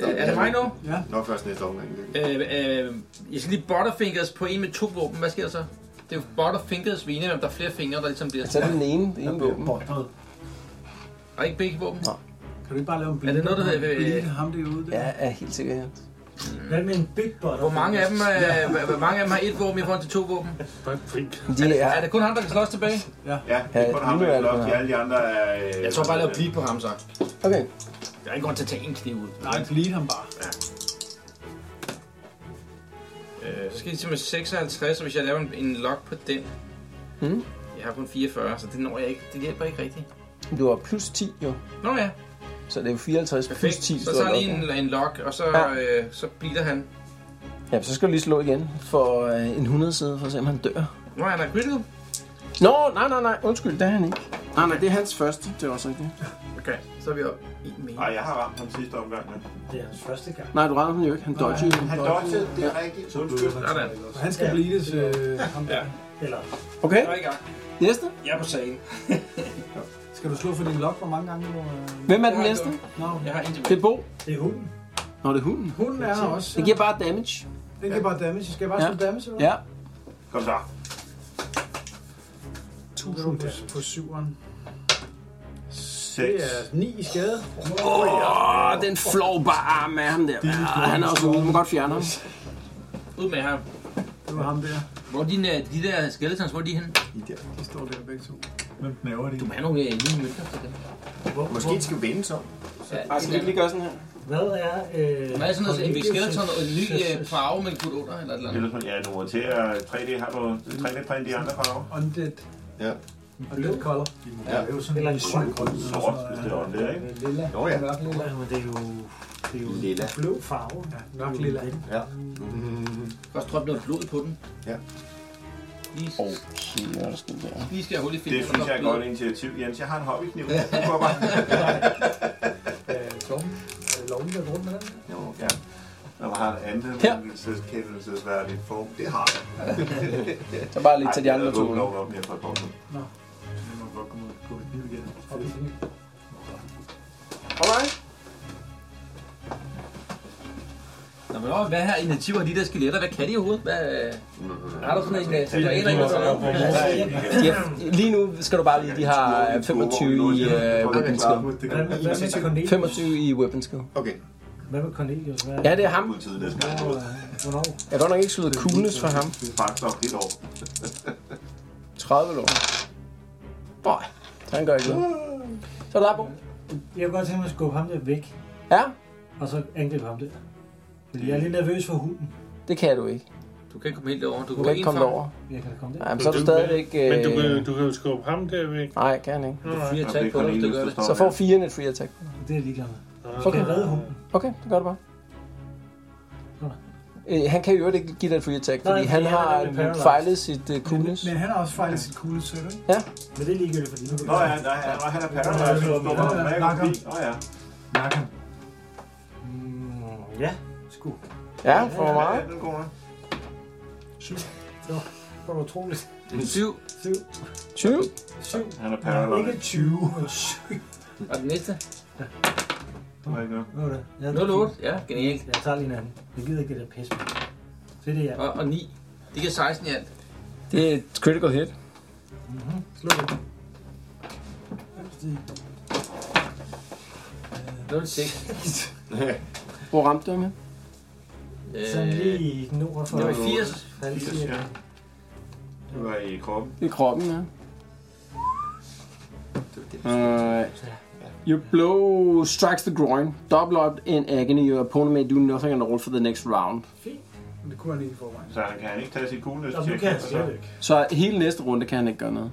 Speaker 3: Øh, er det mig nu?
Speaker 8: Ja.
Speaker 7: Nå, først næste omgang.
Speaker 3: Øh, øh, jeg skal lige butterfingers på en med to våben. Hvad sker der så? Det er jo butterfingers, vi er enige om, der er flere fingre, der ligesom bliver...
Speaker 6: Så Altså, er det den ene, den ene våben.
Speaker 3: Og ikke begge våben?
Speaker 6: Nej.
Speaker 8: Kan du ikke bare lave en
Speaker 3: Er det noget, der hedder...
Speaker 8: blinde
Speaker 3: Øh,
Speaker 8: ham derude? Der?
Speaker 6: Ja, er helt sikkert. ja.
Speaker 5: Hvad med en big butter?
Speaker 3: hvor mange af dem, øh, hvor- hvor mange af dem har et våben i forhold til to våben?
Speaker 6: De er,
Speaker 3: Er det kun ham, der kan slås tilbage?
Speaker 2: Ja, det er kun ham, der
Speaker 6: nu er
Speaker 2: er
Speaker 6: det kun
Speaker 2: blot. De
Speaker 6: ham.
Speaker 2: alle de andre er... øh,
Speaker 3: Jeg tror bare, jeg laver bleed på ham, så.
Speaker 6: okay.
Speaker 3: Der er ingen grund til at tage en kniv ud.
Speaker 8: Nej, bleed ham bare.
Speaker 3: Øh, så skal jeg til med 56, og hvis jeg laver en, en log på den...
Speaker 6: Mm.
Speaker 3: Jeg har kun 44, så det når jeg ikke. Det hjælper ikke rigtigt.
Speaker 6: Du har plus 10 jo,
Speaker 3: Nå ja,
Speaker 6: så det er jo 54 plus
Speaker 3: perfekt.
Speaker 6: 10.
Speaker 3: Så
Speaker 6: du
Speaker 3: tager
Speaker 6: har
Speaker 3: jeg lige
Speaker 6: lukket.
Speaker 3: en, en log, og så,
Speaker 6: Ja.
Speaker 3: øh, så bliver han.
Speaker 6: Ja, så skal du lige slå igen for øh, en 100 side, for at se om han dør.
Speaker 3: Nu er han er critical.
Speaker 6: Nå, nej, nej, nej, undskyld, det er han ikke. Nej, nej, det er hans første, det er også rigtigt.
Speaker 3: Okay, så er vi oppe i mere.
Speaker 2: Ej, jeg har ramt ham sidste omgang. men-
Speaker 5: Det er hans første gang.
Speaker 6: Nej, du rammer ham jo ikke, han dodger jo.
Speaker 2: Han dodgede, det er rigtigt. Undskyld.
Speaker 3: Sådan.
Speaker 8: Og han skal ja. blive det. Øh, ham der.
Speaker 5: Eller
Speaker 6: Okay,
Speaker 3: Jeg er i gang.
Speaker 6: næste.
Speaker 3: Jeg er på sagen.
Speaker 8: Skal du slå for din lok, hvor mange gange du... Øh...
Speaker 6: Hvem er den næste?
Speaker 8: Nå,
Speaker 3: jeg har en
Speaker 6: Det er Bo.
Speaker 8: Det er hunden.
Speaker 6: Nå, det er hunden.
Speaker 8: Hunden er her også.
Speaker 6: Den giver bare damage.
Speaker 8: Den giver bare damage. Skal jeg bare
Speaker 6: Ja.
Speaker 8: slå damage, eller hvad?
Speaker 6: Ja.
Speaker 2: Kom så.
Speaker 8: 1000 på, på syveren.
Speaker 2: 6.
Speaker 8: Det er 9 i skade.
Speaker 6: Åh, oh, den flår bare arm af ham der. Ja, han er også ude. Man må godt fjerne ham.
Speaker 3: Ud med ham.
Speaker 8: Det var ham der.
Speaker 3: Hvor er dine, de der skeletons, hvor er de henne?
Speaker 7: De der.
Speaker 8: De står der begge to.
Speaker 10: Hvem knæver det?
Speaker 3: Du må have nogle øh, lille mønter til dem.
Speaker 7: Måske de skal vende så.
Speaker 3: Ja, skal vi ikke lige
Speaker 6: gøre sådan her?
Speaker 5: Hvad er... Øh,
Speaker 3: Hvad er sådan noget, en
Speaker 5: Cornelius'
Speaker 3: skeleton og en ny øh, farve med kut under, eller et eller
Speaker 2: Det er
Speaker 3: andet?
Speaker 2: sådan, ja, du roterer 3D, øh, har du
Speaker 6: Mm.
Speaker 2: 3D-print i andre farver?
Speaker 8: Undead.
Speaker 7: Ja.
Speaker 8: Undead color.
Speaker 2: Ja. Eller en syv grøn sort, hvis det er om det, ikke?
Speaker 8: Lilla.
Speaker 2: Jo, ja.
Speaker 8: Mørk lilla.
Speaker 5: Ja, men det er jo... Det er jo
Speaker 7: Lilla.
Speaker 5: blå farve. Ja,
Speaker 8: mørk lilla.
Speaker 7: Ja.
Speaker 3: Først drøb noget blod på den.
Speaker 7: Ja.
Speaker 3: Lige, lige skal jeg hul i fingeren.
Speaker 2: Det synes jeg er et godt initiativ, Jens. Jeg har en hobbykniv. Du går bare.
Speaker 8: Torben, Øh, er det lovligt at gå rundt med den?
Speaker 2: Jo, ja. Når man har en anden kendelsesværdig form, det har jeg.
Speaker 6: Så bare lidt til de andre to.
Speaker 2: Jeg har om her fra kortet.
Speaker 8: Nå.
Speaker 10: Det må godt komme ud og gå med kniv igen.
Speaker 6: Alright.
Speaker 3: Nå, men åh, hvad her initiativer de der skeletter? Hvad kan de overhovedet? Hvad, øh, har du sådan en øh, sådan en regel eller sådan noget?
Speaker 6: Ja, lige nu skal du bare lige, de har øh, 25 i øh, weapon skill.
Speaker 5: Hvad med, hvad med Cornelius?
Speaker 6: 25 i weapon skill.
Speaker 7: Okay.
Speaker 5: Hvad med Cornelius? Hvad
Speaker 6: Ja, det er ham.
Speaker 2: Politiet næste gang. Hvornår?
Speaker 6: Jeg har godt nok ikke slået coolness for ham.
Speaker 2: Faktisk op et år.
Speaker 6: 30 lån. Bøj, så han gør ikke noget. Så er der på.
Speaker 5: Jeg kunne godt tænke mig at skubbe ham der væk.
Speaker 6: Ja.
Speaker 5: Og så angribe ham der. Fordi jeg er lidt nervøs for hunden.
Speaker 6: Det kan du ikke.
Speaker 3: Du kan ikke komme helt derover. Du,
Speaker 6: Du kan ikke komme derover.
Speaker 5: Jeg kan da komme der.
Speaker 6: Nej, men så er du stadigvæk...
Speaker 9: Men du kan,
Speaker 6: Øh...
Speaker 9: du kan jo skubbe ham der væk.
Speaker 6: Nej, kan han ikke.
Speaker 9: Nå, nej.
Speaker 3: Fire tag på dig, hvis du gør det.
Speaker 6: Så får 4 et free attack.
Speaker 5: Det er jeg ligeglad med.
Speaker 9: Nå,
Speaker 5: Så kan jeg redde hunden.
Speaker 6: Okay, det gør du bare. Øh, han kan jo ikke give dig et free attack,
Speaker 5: Nej,
Speaker 6: fordi han
Speaker 5: fordi han er
Speaker 6: har
Speaker 5: nemlig paralyzed.
Speaker 6: fejlet sit uh, coolness.
Speaker 10: Men han har også fejlet sit kugle sødt, ikke?
Speaker 6: Ja.
Speaker 5: Men det er ligegyldigt, fordi nu kan
Speaker 2: Nå ja, nej, han er han er patter, der er sådan stor. Hvad er det? Nå ja.
Speaker 10: Nakken.
Speaker 5: Mm, ja, sgu.
Speaker 6: Ja, for hvor meget?
Speaker 2: Den går nok.
Speaker 5: Det var, det var utroligt.
Speaker 3: Syv.
Speaker 6: 20.
Speaker 5: Syv.
Speaker 2: Han er patter.
Speaker 5: Ikke 20, men syv.
Speaker 3: Og den næste?
Speaker 2: Det var ikke noget.
Speaker 5: Hvad var det? Ja, det var
Speaker 3: 0 8. Ja, genialt.
Speaker 5: fint. Jeg tager lige en anden. Jeg gider ikke det der pis. Det er det, jeg
Speaker 3: Og, og 9. Det giver 16 i alt.
Speaker 6: Det er et critical hit.
Speaker 5: slår Mhm. det.
Speaker 3: 0 6.
Speaker 6: Hvor ramte du ham? henne?
Speaker 5: Sådan
Speaker 3: Øh,
Speaker 5: lige den nord for
Speaker 3: det var 80.
Speaker 5: halsen.
Speaker 2: Ja. Det var i kroppen.
Speaker 6: Det er kroppen, ja. Alright. Uh, Your blow strikes the groin. Double up in agony. Your opponent may do nothing and roll for the next round.
Speaker 8: Men det kunne han ikke i forvejen.
Speaker 2: Så han kan ikke tage sit coolness
Speaker 5: Og nu kan jeg slet ikke.
Speaker 6: Så hele næste runde kan han ikke gøre noget.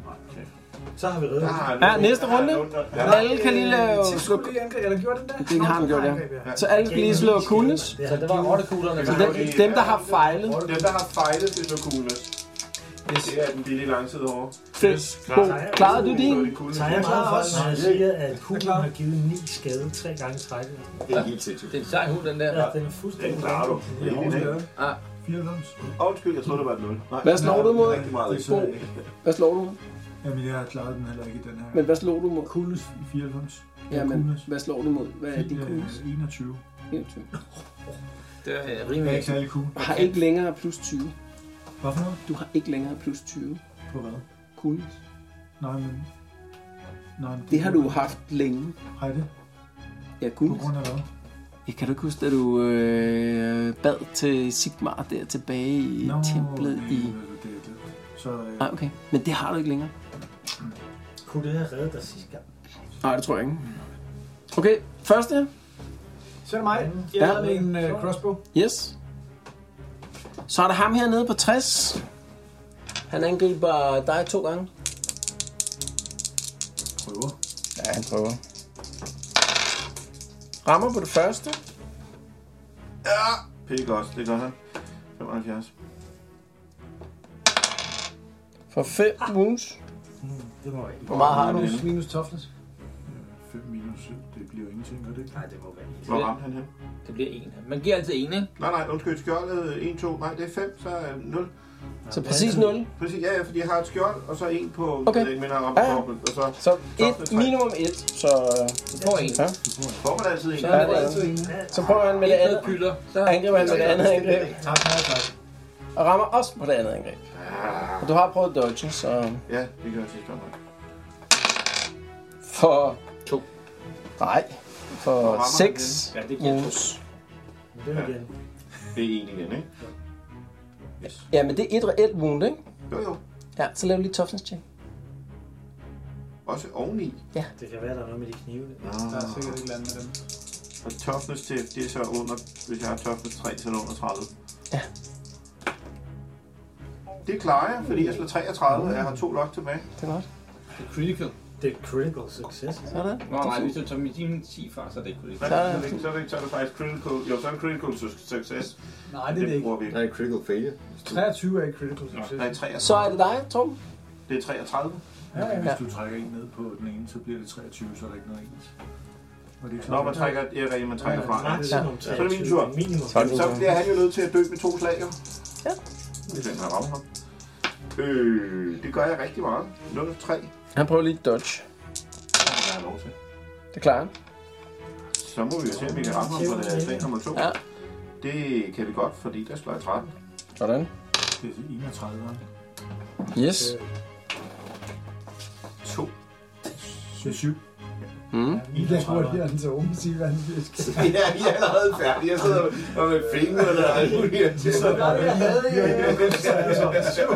Speaker 5: Så har vi reddet.
Speaker 2: Ah,
Speaker 5: ham.
Speaker 6: Ja, næste runde. Alle kan lige lave... slå-
Speaker 8: Skulle de angreb, eller gjorde den der?
Speaker 6: Det har han gjort, ja. Så alle skal lige slå coolness.
Speaker 3: Så det var rottekulerne.
Speaker 6: Så dem, dem, der har fejlet...
Speaker 2: Dem, der har fejlet, det er så coolness. Det er den billige langside hårde.
Speaker 6: Bo, klarede du din?
Speaker 5: Så er jeg glad for, at når jeg siger, at hunden
Speaker 8: klar.
Speaker 5: har givet ni skade tre gange i træk.
Speaker 7: Det er helt sindssygt.
Speaker 3: Det er en sej hund, den der.
Speaker 5: Ja, den er
Speaker 2: Den
Speaker 5: fuldstændig
Speaker 2: klarer du. Det er din, ikke?
Speaker 3: Ah,
Speaker 10: 94.
Speaker 2: Undskyld, jeg troede, det var et 0. Nej,
Speaker 6: Hvad slår du mod?
Speaker 2: Rigtig meget. ikke.
Speaker 6: Bo, hvad slår du?
Speaker 10: Jamen, jeg har klaret den heller ikke i den her.
Speaker 6: Men hvad slår du mod?
Speaker 10: Kules i 94.
Speaker 6: Ja, men hvad slår du mod? Hvad er din coolness?
Speaker 10: Øh, 21.
Speaker 6: 21.
Speaker 3: det er
Speaker 10: Det er
Speaker 3: rimelig.
Speaker 10: ikke særlig cool.
Speaker 6: Har ikke længere plus 20.
Speaker 10: Hvad for noget?
Speaker 6: Du har ikke længere plus 20
Speaker 10: På hvad?
Speaker 6: coolness.
Speaker 10: Nej, men... Nej, men
Speaker 6: Det har du haft længe.
Speaker 10: Har jeg det?
Speaker 6: Ja,
Speaker 10: På
Speaker 6: coolness.
Speaker 10: grund af hvad?
Speaker 6: Jeg kan du ikke huske, at du øh, bad til Sigmar der tilbage i
Speaker 10: Nå,
Speaker 6: templet
Speaker 10: nej,
Speaker 6: i...
Speaker 10: det er det. Så øh,
Speaker 6: Nej, okay. Men det har du ikke længere.
Speaker 5: Kunne det have reddet dig sidste gang?
Speaker 6: Nej, det tror jeg ikke. Okay, første.
Speaker 8: Så er det mig. Jeg
Speaker 6: Ja.
Speaker 8: har en øh, crossbow.
Speaker 6: Yes. Så er der ham hernede på 60. Han angriber dig to gange.
Speaker 10: prøver.
Speaker 6: Ja, han prøver. Rammer på det første.
Speaker 2: Pik også, det gør han. 75.
Speaker 6: For 5 wounds.
Speaker 5: Det må jeg ikke.
Speaker 6: Hvor meget har du?
Speaker 8: Minus toughness.
Speaker 10: 5 minus
Speaker 2: plus 7, det bliver ingenting, gør det?
Speaker 3: Nej, det må være en.
Speaker 2: Hvor ramte han hen?
Speaker 3: Det bliver en. Man giver altid en, ikke?
Speaker 2: Nej, nej, undskyld, skjoldet 1, 2, nej, det er 5, så er 0.
Speaker 6: Så præcis 0?
Speaker 2: Præcis, ja, ja, fordi jeg har et skjold, og så en på,
Speaker 6: Okay.
Speaker 2: okay. jeg ikke, men jeg har ramt
Speaker 6: Ja, ja.
Speaker 2: dobbelt, og så...
Speaker 6: Så et, minimum et, så... øh, Du
Speaker 3: får en.
Speaker 6: Ja.
Speaker 2: Får man altid en.
Speaker 6: Så, er det altid en. så prøver han med det andet.
Speaker 3: Pylder.
Speaker 6: Så angriber han med det andet angreb.
Speaker 2: Tak, tak, tak.
Speaker 6: Og rammer også på det andet angreb. Og du har prøvet dodge, så...
Speaker 2: Ja, det gør jeg sidste omgang.
Speaker 6: For... To. Nej.
Speaker 2: Hvor
Speaker 6: For
Speaker 2: rammer han
Speaker 6: seks.
Speaker 2: henne? Ja, det giver to.
Speaker 6: bonus.
Speaker 2: Det er igen. Det er en igen, ikke?
Speaker 6: Ja, men det er et reelt wound, ikke?
Speaker 2: Jo, jo.
Speaker 6: Ja, så lav lige toughness check.
Speaker 2: Også oveni.
Speaker 6: Ja.
Speaker 5: Det kan være, der er noget med de knive. Der,
Speaker 2: Der er sikkert et
Speaker 5: eller andet med dem.
Speaker 2: Og toughness til, det er så under, hvis jeg har toughness 3, så er det under 30.
Speaker 6: Ja.
Speaker 2: Det klarer jeg, fordi jeg slår 33, og jeg har to lok tilbage.
Speaker 6: Det er godt.
Speaker 3: Det er critical.
Speaker 5: Det er critical success.
Speaker 6: Sådan.
Speaker 3: Nå, nej, hvis du tager med dine 10 fra, så er det ikke
Speaker 2: Så
Speaker 3: critical.
Speaker 2: er det, ikke- så er det, ikke- så er det faktisk critical, jo, så er det critical su- success.
Speaker 8: Nej, det er det ikke.
Speaker 2: bruger vi.
Speaker 7: Nej, critical failure.
Speaker 8: 23 er ikke critical
Speaker 2: Nå,
Speaker 8: success.
Speaker 2: nej, 33.
Speaker 6: Så er det dig, Torben.
Speaker 2: Det er 33.
Speaker 8: Ja, ja.
Speaker 2: Hvis
Speaker 10: Hvis du trækker en ned på den ene, så bliver det 23, så er der ikke noget ens. Og det er
Speaker 2: Nå, man trækker, ja, rigtigt, man trækker
Speaker 10: Ja,
Speaker 2: fra.
Speaker 10: ja.
Speaker 2: Så er det min tur.
Speaker 10: Minimum.
Speaker 2: Jamen, Så bliver han jo nødt til at dø med to slag, jo.
Speaker 6: Ja.
Speaker 2: Hvis den har ramt ham. Øh, det gør jeg rigtig meget. 0 3. Det
Speaker 6: Han prøver lige dodge.
Speaker 2: har jeg lov til.
Speaker 6: Det klarer han.
Speaker 2: Så må vi jo se, om vi kan ramme ham på det her slag nummer 2.
Speaker 6: Ja.
Speaker 2: Det kan vi godt, fordi der slår jeg 13.
Speaker 6: Sådan.
Speaker 2: Det er 31.
Speaker 6: Yes.
Speaker 2: 2. Det er 7.
Speaker 6: Mm.
Speaker 4: Jeg tror, at han til Omen sige, hvad han vil ske.
Speaker 2: Ja, vi er allerede færdige. Jeg sidder og med fingrene og alt muligt. Så
Speaker 4: der er det havde
Speaker 2: jeg.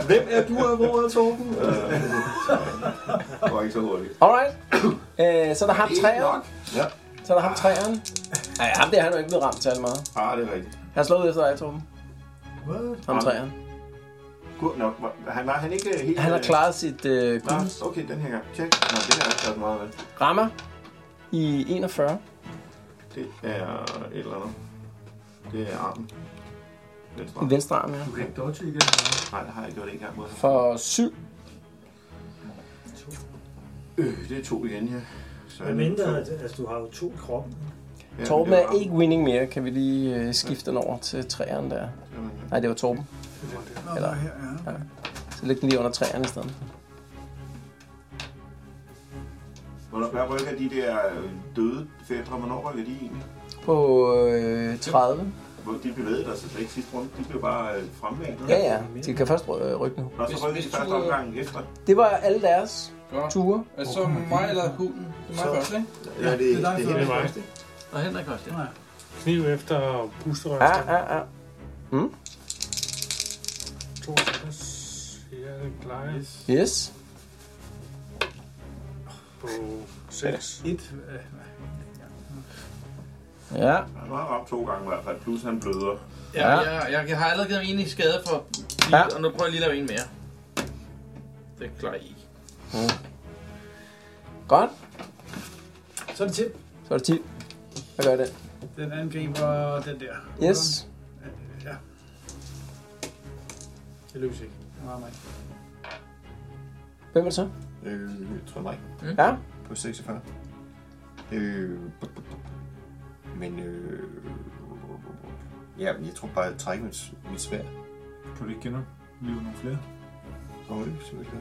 Speaker 2: Hvem er du af bordet, Torben? Øh, Det var ikke så hurtigt.
Speaker 6: Alright. Øh, så er der ham træeren.
Speaker 2: Ja.
Speaker 6: Så er der ham træeren. Nej, ham der, han er jo ikke blevet ramt særlig meget.
Speaker 2: Ah, det er rigtigt.
Speaker 6: Han er slået ud efter dig, Torben. Ham træeren.
Speaker 2: Gud, nå, hvor- han var han ikke helt...
Speaker 6: Han har
Speaker 2: øh,
Speaker 6: klaret sit øh,
Speaker 2: Nå,
Speaker 6: guld.
Speaker 2: okay, den her gang. Tjek. Nå, det har jeg ikke klaret meget vel.
Speaker 6: Rammer i 41.
Speaker 2: Det er et eller andet. Det er armen. Venstre
Speaker 6: I venstre arm, ja.
Speaker 2: Du kan ikke dodge igen? Nej, det har jeg gjort en gang mod ham.
Speaker 6: For 7.
Speaker 2: Øh, det er to igen, ja. Så er
Speaker 5: Hvad
Speaker 2: det
Speaker 5: mindre, at
Speaker 2: to.
Speaker 5: altså, du har jo to i kroppen.
Speaker 2: Ja,
Speaker 6: Torben
Speaker 2: men det
Speaker 6: er
Speaker 2: var-
Speaker 6: ikke winning mere. Kan vi lige øh, skifte den over til træeren der? Nej, det var Torben. Eller, ja. Så læg den lige under træerne i stedet.
Speaker 2: Hvornår- Hvad rykker de der øh, døde fædre? Hvornår rykker de egentlig?
Speaker 6: På øh, 30.
Speaker 2: Hvor de bevægede der sig slet ikke sidste runde. De blev bare øh, fremmanet.
Speaker 6: Ja, ja. De kan først ry- rykke nu.
Speaker 2: Og så rykker de første omgang efter.
Speaker 6: Det var alle deres
Speaker 3: Godt.
Speaker 6: ture.
Speaker 3: Er så mig eller hunden? Det er mig først, ikke?
Speaker 2: Ja, det,
Speaker 9: det er dig
Speaker 2: Henrik
Speaker 9: først.
Speaker 2: først, ikke?
Speaker 3: Og Henrik også, ja.
Speaker 9: Kniv efter pusterøster.
Speaker 6: Ja, ja, ja. Mm.
Speaker 9: 62. Ja, den plejer. Yes.
Speaker 6: Yes.
Speaker 9: På 6. 1.
Speaker 3: øh,
Speaker 6: Ja.
Speaker 2: Han har ramt to gange i hvert fald, plus han bløder.
Speaker 3: Ja, jeg, jeg, jeg har allerede givet mig en i skade for ja. og nu prøver jeg lige at lave en mere. Det klarer I ikke.
Speaker 6: Mm. Godt.
Speaker 8: Så er det til.
Speaker 6: Så er det 10. Hvad gør det?
Speaker 8: Den angriber den der.
Speaker 6: Yes.
Speaker 8: Ja. Det lykkes ikke. Den rammer ikke.
Speaker 6: Hvem er det så?
Speaker 7: Øh, jeg tror mig.
Speaker 6: Mm. Ja.
Speaker 7: På 46. Øh, bup, bup, bup. men øh, ja, men jeg tror bare, at jeg trækker mit, mit svær.
Speaker 10: Kan du ikke genopleve nogle flere?
Speaker 7: Åh, det er selvfølgelig.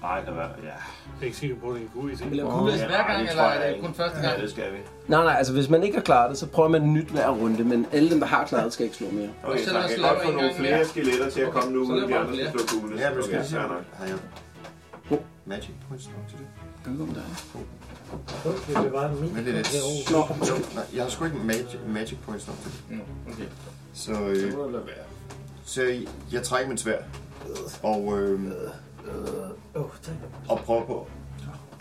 Speaker 2: Nej, det var, ja.
Speaker 9: Jeg er ikke sikker på, at det er en god idé.
Speaker 3: Vi laver cool hver gang, eller er det kun første gang?
Speaker 2: Ja, det skal vi.
Speaker 6: Nej, nej, altså hvis man ikke har klaret det, så prøver man nyt hver runde, men alle dem, der har klaret det, skal ikke slå mere.
Speaker 2: Okay, så
Speaker 3: så lad
Speaker 2: jeg
Speaker 3: os
Speaker 2: kan
Speaker 3: lave
Speaker 2: godt få
Speaker 3: en
Speaker 2: nogle
Speaker 3: gang
Speaker 2: flere
Speaker 3: mere.
Speaker 2: skeletter til at
Speaker 3: Okay,
Speaker 2: komme nu,
Speaker 3: så
Speaker 2: uden
Speaker 3: lad
Speaker 2: de
Speaker 3: bare
Speaker 2: andre skal
Speaker 3: flere.
Speaker 2: slå kuglene.
Speaker 7: Ja, men skal jeg
Speaker 2: Okay,
Speaker 7: se,
Speaker 2: fair nok.
Speaker 7: har jeg magic points nok til det?
Speaker 6: Kan du om dig?
Speaker 5: Det var min.
Speaker 7: Men det er lidt...
Speaker 6: Nå.
Speaker 7: Nej, jeg har sgu ikke magic, magic points nok til det.
Speaker 3: Nå, okay.
Speaker 7: Så, øh, så jeg, jeg trækker mit svær. Og, øh, og prøver på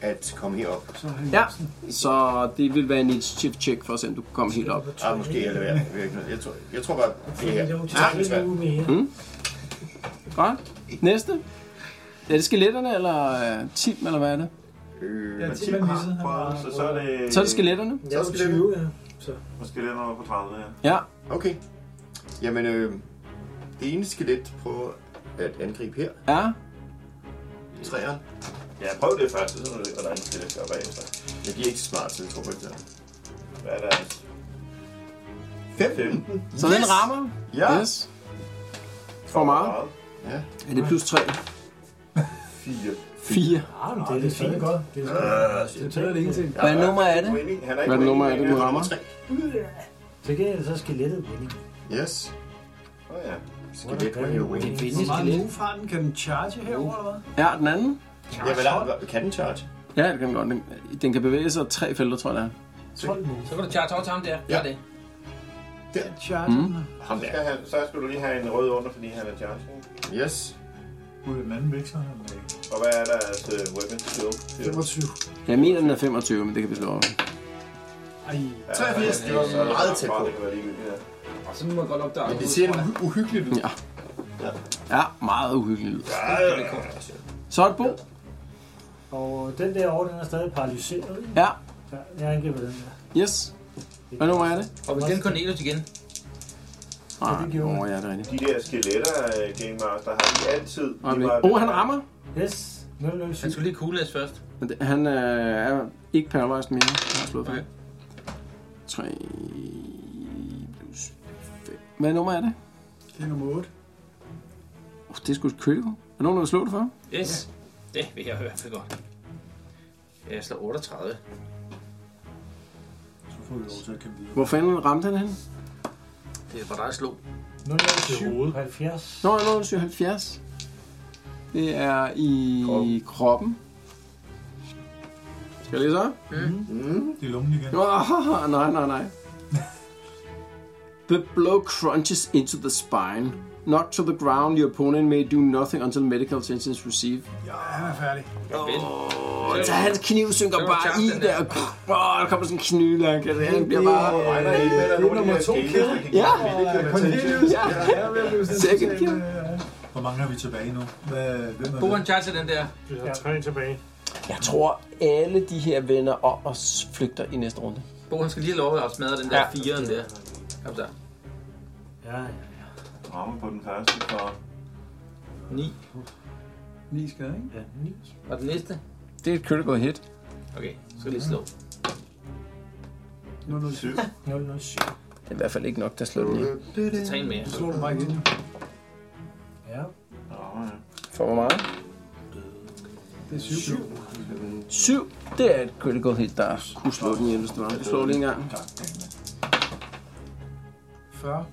Speaker 7: at komme herop.
Speaker 6: Ja, så det vil være en initiative check for at se, om du kan komme helt op.
Speaker 7: Ah, måske jeg leverer. Jeg, ved ikke noget. jeg, tror, jeg tror bare, det er her. Jeg trækker mit svær.
Speaker 6: Mm. Godt. Næste. Er det skeletterne, eller øh, Tim, eller hvad er det?
Speaker 7: Øh,
Speaker 2: Men Tim har prøvet, så så er det...
Speaker 6: Så er det skeletterne.
Speaker 7: Jeg var 20,
Speaker 5: ja.
Speaker 2: Og skeletterne var på 30, ja.
Speaker 6: Ja.
Speaker 7: Okay. Jamen, øh, det ene skelet prøver at angribe her.
Speaker 6: Ja.
Speaker 7: Træeren.
Speaker 2: Ja, prøv det først, så ved du, hvordan det skal bagefter.
Speaker 7: Ja, de er ikke så smart til, tror jeg ikke.
Speaker 2: Hvad er det?
Speaker 7: 15.
Speaker 6: Så den rammer?
Speaker 7: Ja.
Speaker 6: Yes. For meget?
Speaker 7: Ja.
Speaker 6: Er det plus 3?
Speaker 2: 4.
Speaker 6: 4.
Speaker 2: Ah,
Speaker 5: men det er lidt fint. Øh. Det
Speaker 2: er
Speaker 5: Det tæller det ingenting.
Speaker 6: Hvad nummer er det? Hvad nummer er det, du rammer?
Speaker 5: Så kan jeg så skelettet vinde.
Speaker 7: Yes. Åh oh, ja.
Speaker 5: Skal vi ikke have winning?
Speaker 8: Hvor meget move har den? Kan den charge herover eller hvad?
Speaker 6: Ja, den anden?
Speaker 7: Ja, hvad er, kan den charge?
Speaker 6: Ja, det kan den godt. Den, den kan bevæge sig tre felter, tror jeg, det er.
Speaker 3: 12 nu. Så kan du charge over til ham der. Ja. det.
Speaker 7: Der.
Speaker 6: Charge. Mm.
Speaker 2: Så skal, han, så skal du lige have en rød under, fordi han er charging.
Speaker 7: Yes.
Speaker 10: Ud af den anden mixer, han er ikke.
Speaker 2: Og hvad er deres uh, weapon skill?
Speaker 10: 25.
Speaker 6: Jeg mener, den er 25, men det kan vi slå over.
Speaker 8: Ej.
Speaker 7: 83, det var meget tæt på.
Speaker 3: Og så må jeg godt opdage.
Speaker 7: Men det ser uhy- uhyggeligt ud.
Speaker 6: Ja. Ja, meget uhyggeligt. Så er det Bo.
Speaker 5: Og den der over, den er stadig paralyseret. ikke?
Speaker 6: Ja.
Speaker 5: Ja, jeg angriber den der.
Speaker 6: Yes. Hvad nummer er det?
Speaker 3: Og hvis den Cornelius igen.
Speaker 6: Nej, åh, ja, det er rigtigt.
Speaker 2: De der skeletter, uh, Game Master, har de altid... de
Speaker 6: Øjeblik.
Speaker 2: var-
Speaker 6: Åh, han rammer.
Speaker 5: Yes. 007.
Speaker 3: Han skulle lige kuglas først.
Speaker 6: Men det- Han øh, er ikke paralyzed mere. Han har slået okay. 3 plus 5. Hvad nummer er det?
Speaker 8: Det er nummer 8.
Speaker 6: Oh, det er sgu et critical. Er der nogen, der vil slå det for?
Speaker 3: Yes. Det vil jeg i hvert fald godt. Ja, Jeg slår 38.
Speaker 10: Så får vi lov til at kæmpe videre.
Speaker 6: Hvor fanden ramte han henne?
Speaker 3: Det er for dig at slå.
Speaker 5: 070.
Speaker 6: Nå, jeg nåede 70. Det er i kroppen. kroppen. Skal jeg lige så?
Speaker 10: Mm. Det er lungen igen.
Speaker 6: Oh, nej, nej, nej. The blow crunches into the spine. Knocked to the ground, your opponent may do nothing until medical attention is received.
Speaker 8: Ja, han er færdig.
Speaker 6: Åh, oh, så hans kniv synker bare i der. Åh, oh, der kommer sådan en knivlak. Altså, han bliver bare...
Speaker 2: Regner I med, at der er nogen af de her skeletter, der kan give
Speaker 6: Ja.
Speaker 2: medical
Speaker 10: Cornelius.
Speaker 6: Ja. Second kill.
Speaker 10: øh, Hvor mange har vi tilbage nu? Hvad, hvem er
Speaker 3: Bo
Speaker 10: det?
Speaker 3: en charge den der.
Speaker 13: Vi har tre tilbage.
Speaker 6: Jeg tror, alle de her vender om og flygter i næste runde.
Speaker 3: Bo, han skal lige have lov at smadre den der
Speaker 6: Ja.
Speaker 3: firen der. Kom så.
Speaker 5: Ja, ja.
Speaker 2: Rammer på den første for...
Speaker 3: 9.
Speaker 8: 9 skade, ikke?
Speaker 5: Ja, 9.
Speaker 3: Og den næste?
Speaker 6: Det er et critical hit.
Speaker 3: Okay, så skal jeg lige slå.
Speaker 8: 007.
Speaker 5: 007.
Speaker 6: Det er i hvert fald ikke nok, der slår den i.
Speaker 3: Så tag en mere.
Speaker 8: Så slår du mig igen.
Speaker 5: Ja.
Speaker 6: For hvor meget?
Speaker 8: Det er 7.
Speaker 6: 7. Det er et critical hit, der kunne slå den ihjel, hvis det var. Du slår lige en gang.
Speaker 8: 40.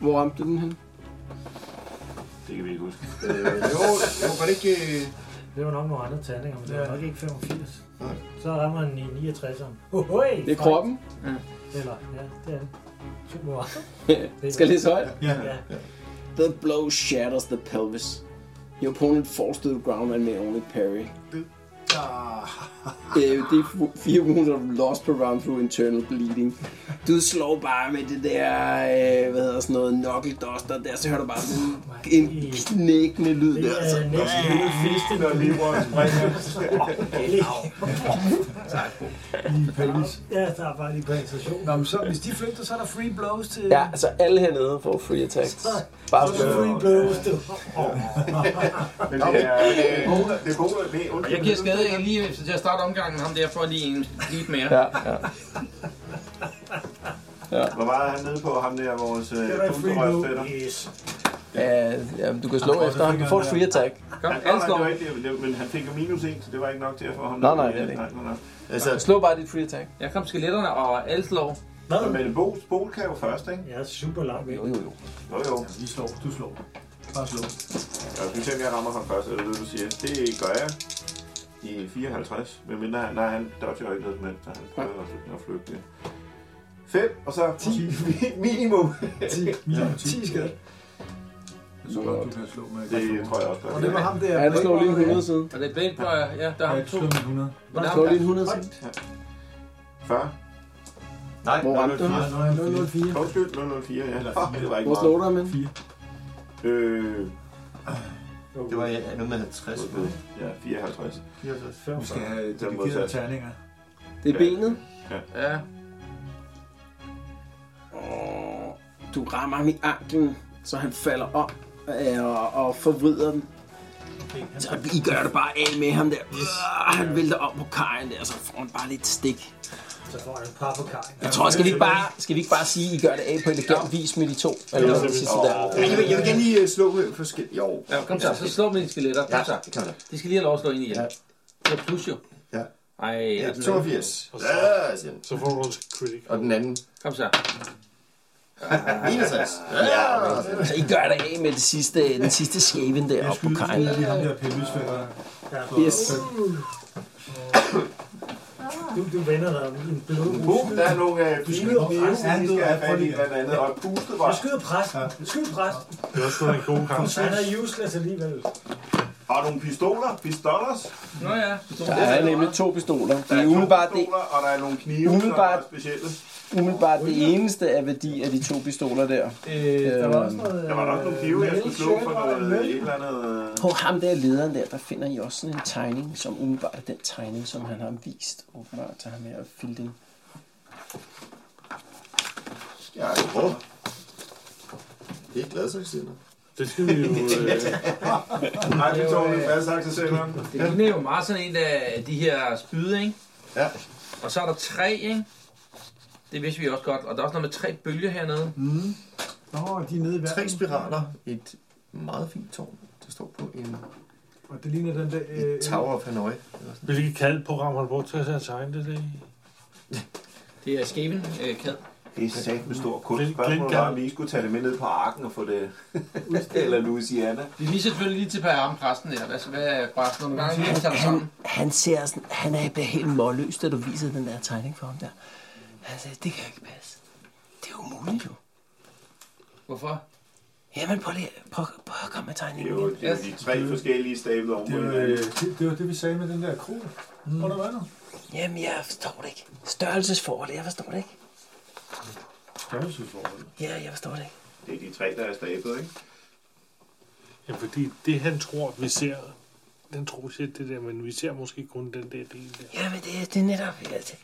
Speaker 6: Hvor ramte den hen? Øh,
Speaker 2: Det kan vi ikke huske.
Speaker 7: Jo, jeg var ikke... øh?
Speaker 5: Det var nok nogle andre terninger, men det var nok ikke 85.
Speaker 7: Nej.
Speaker 5: Så rammer han i 69'eren. Hohoi!
Speaker 6: Det er kroppen.
Speaker 3: Ja.
Speaker 5: Eller, ja, det er den. Super meget.
Speaker 6: Skal jeg læse højt?
Speaker 10: Ja.
Speaker 6: The blow shatters the pelvis. Your opponent falls to the ground and may only parry.
Speaker 5: Ah.
Speaker 6: Øh, det er 4 wounds of loss per round through internal bleeding. Du slår bare med det der, øh, hvad hedder sådan noget, knuckle duster der, så hører du bare sådan en knækkende lyd der.
Speaker 5: Oh Det
Speaker 6: Så.
Speaker 5: er næsten hele festen, når leveren
Speaker 10: I pelvis.
Speaker 5: Ja, der er bare lige på station.
Speaker 8: Nå, men så, hvis de flygter, så er der free blows til...
Speaker 6: Ja, altså alle hernede får free attacks. Bare
Speaker 8: Så er der free blows til...
Speaker 2: Men det er... Det er Bo, det er Bo, der- nej,
Speaker 3: Og
Speaker 2: undskyld.
Speaker 3: jeg giver skade jeg lige til at starte omgangen ham der, for lige en lidt mere.
Speaker 6: Ja, ja.
Speaker 2: Hvor meget er han nede på ham der, vores øh,
Speaker 5: Det var en free blow.
Speaker 2: dunkerøjsfætter?
Speaker 5: Yes.
Speaker 6: Øh, ja, du kan slå efter ham. Du får et free attack.
Speaker 3: Kom,
Speaker 2: Han,
Speaker 3: han
Speaker 2: nej, det
Speaker 3: slår.
Speaker 2: var ikke det, det- men han fik jo minus 1, så det var ikke nok til at få ham.
Speaker 6: Nej,
Speaker 2: ned.
Speaker 6: nej, det er det ikke.
Speaker 2: Nej, nej, nej.
Speaker 7: Altså,
Speaker 6: Slå bare dit free attack.
Speaker 3: Jeg kom skeletterne og alle slår.
Speaker 2: Så, Men Bo, Bo kan jo først, ikke?
Speaker 5: Jeg er super langt væk.
Speaker 6: Jo, jo, jo.
Speaker 2: Jo, jo.
Speaker 10: Vi slår, du slår. Bare slå.
Speaker 2: Jeg synes, jeg, jeg rammer ham først, eller det, du siger. Det gør jeg i 54, medmindre han, nej, han dodger jo ikke noget som helst, så han prøver at- at flygte. 5, og så 10 minimum.
Speaker 10: 10, minimum 10 skade. Så godt, du kan slå med.
Speaker 2: Det tror jeg også godt.
Speaker 8: Og det var ham der.
Speaker 6: Ja, du slår lige 100 siden.
Speaker 3: Og det er Blade Player. Ja, der er
Speaker 10: Ja,
Speaker 3: ham
Speaker 10: du
Speaker 3: to.
Speaker 10: slår med 100.
Speaker 3: Men der er
Speaker 6: Slå
Speaker 3: ham
Speaker 6: lige 100 siden.
Speaker 2: 40.
Speaker 7: Nej,
Speaker 6: Hvor ramte du?
Speaker 8: 004.
Speaker 2: Undskyld, 004, ja. Fuck, det var ikke
Speaker 6: Hvor slår
Speaker 2: meget.
Speaker 6: du ham hen?
Speaker 2: Øh,
Speaker 7: det var ja, noget med 50.
Speaker 2: ja, 54.
Speaker 10: Vi skal have
Speaker 2: Den modsatte.
Speaker 10: dedikerede terninger.
Speaker 6: Det er
Speaker 2: Ja.
Speaker 6: benet.
Speaker 3: Ja,
Speaker 6: Åh, Du rammer ham i anklen, så han falder om øh, og, og forvrider den. Så I gør det bare af med ham der. Øh, han vælter op på kajen der, så får han bare lidt stik.
Speaker 5: Så får han et par på kajen.
Speaker 6: Jeg tror, skal vi ikke bare, skal vi ikke bare sige, at I gør det af på elegant vis med de to? Eller
Speaker 7: Jo.
Speaker 6: hvad sidste der?
Speaker 7: Men jeg vil- jeg vil gerne lige øh, slå med forskel. Jo.
Speaker 3: Ja, kom så. Så slå med dine skeletter. Kom så. De skal lige have lov at slå ind i jer. Det er plus jo.
Speaker 7: Ja.
Speaker 3: Ej, er
Speaker 7: Ja,
Speaker 3: den-
Speaker 7: 82.
Speaker 3: Og så-
Speaker 7: Ja, siger den.
Speaker 9: Så får du en critic.
Speaker 7: Og den anden.
Speaker 3: Kom så.
Speaker 7: 61.
Speaker 6: Ja, så I gør det af med det sidste, den sidste skæven der oppe på kajen.
Speaker 10: Det er ham der pillesfælder.
Speaker 6: Yes.
Speaker 5: Du, du vender dig om en blod.
Speaker 14: Boom, der er nogle øh, pile, og de skal have fat i blandt andet, og pustet var...
Speaker 5: Og skyder præsten. Skyd præsten.
Speaker 9: Det var sgu da en god kamp.
Speaker 5: Han er useless alligevel.
Speaker 14: Og nogle pistoler, pistolers.
Speaker 3: Nå ja,
Speaker 6: Der er nemlig to pistoler. Det er umiddelbart det,
Speaker 14: Pistoler, og der er nogle knive,
Speaker 6: Umiddelbart-
Speaker 14: som er specielle.
Speaker 6: umiddelbart det eneste af værdi af de to pistoler der.
Speaker 2: Øh,
Speaker 6: Øhm,
Speaker 14: Der var nok nogle knive, jeg skulle slå for noget et eller andet... øh,
Speaker 6: På ham der, lederen der, der finder I også sådan en tegning, som umiddelbart er den tegning, som han har vist åbenbart til ham her Fielding.
Speaker 7: Ja, hvor? Det er glad, så siger noget.
Speaker 9: Det skal vi jo... Øh...
Speaker 14: Nej, vi tog en fast selv.
Speaker 3: Det ligner jo meget sådan en af de her spyde, ikke?
Speaker 7: Ja.
Speaker 3: Og så er der tre, ikke? Det vidste vi også godt. Og der er også noget med tre bølger hernede.
Speaker 7: Mm.
Speaker 8: Nå, de er nede i verden.
Speaker 7: Tre spiraler. Et meget fint tårn, der står på en
Speaker 8: Og det ligner den der... Øh,
Speaker 7: Tower of Hanoi.
Speaker 9: Hvilket kaldprogram har du brugt til at tegne det der i?
Speaker 3: Det er skæven øh, kæd.
Speaker 14: Det er sat med stor kunst.
Speaker 9: Glenn-
Speaker 14: Spørgsmålet
Speaker 9: Glenn-
Speaker 14: var, om vi ikke skulle tage det med ned på arken og få det... eller Louisiana.
Speaker 3: Vi viser selvfølgelig lige til Per Arme præsten der. Hvad, hvad er præsten? Nogle gange vi tager det sammen.
Speaker 6: Han, han ser sådan, han er bliver helt målløs, da du viser den der tegning for ham der. Han siger, det kan ikke passe. Det er umuligt jo.
Speaker 3: Hvorfor?
Speaker 6: Jamen prøv lige, prøv, prøv at komme med tegningen.
Speaker 14: Det er jo- det er jo de tre forskellige stabler oven
Speaker 10: Det,
Speaker 14: på
Speaker 10: var,
Speaker 14: hinanden.
Speaker 10: øh, det, det var det, vi sagde med den der krog. Mm. Under vandet.
Speaker 6: Jamen jeg forstår det ikke. Størrelsesforhold, jeg forstår det ikke.
Speaker 10: Størrelsesforhold.
Speaker 6: Ja, jeg forstår det ikke.
Speaker 14: Det er de tre, der er stablet, ikke?
Speaker 9: Ja, fordi det han tror, vi ser, den tror vi ser det der, men vi ser måske kun den der del der.
Speaker 6: Jamen det, er- det er netop, jeg, det,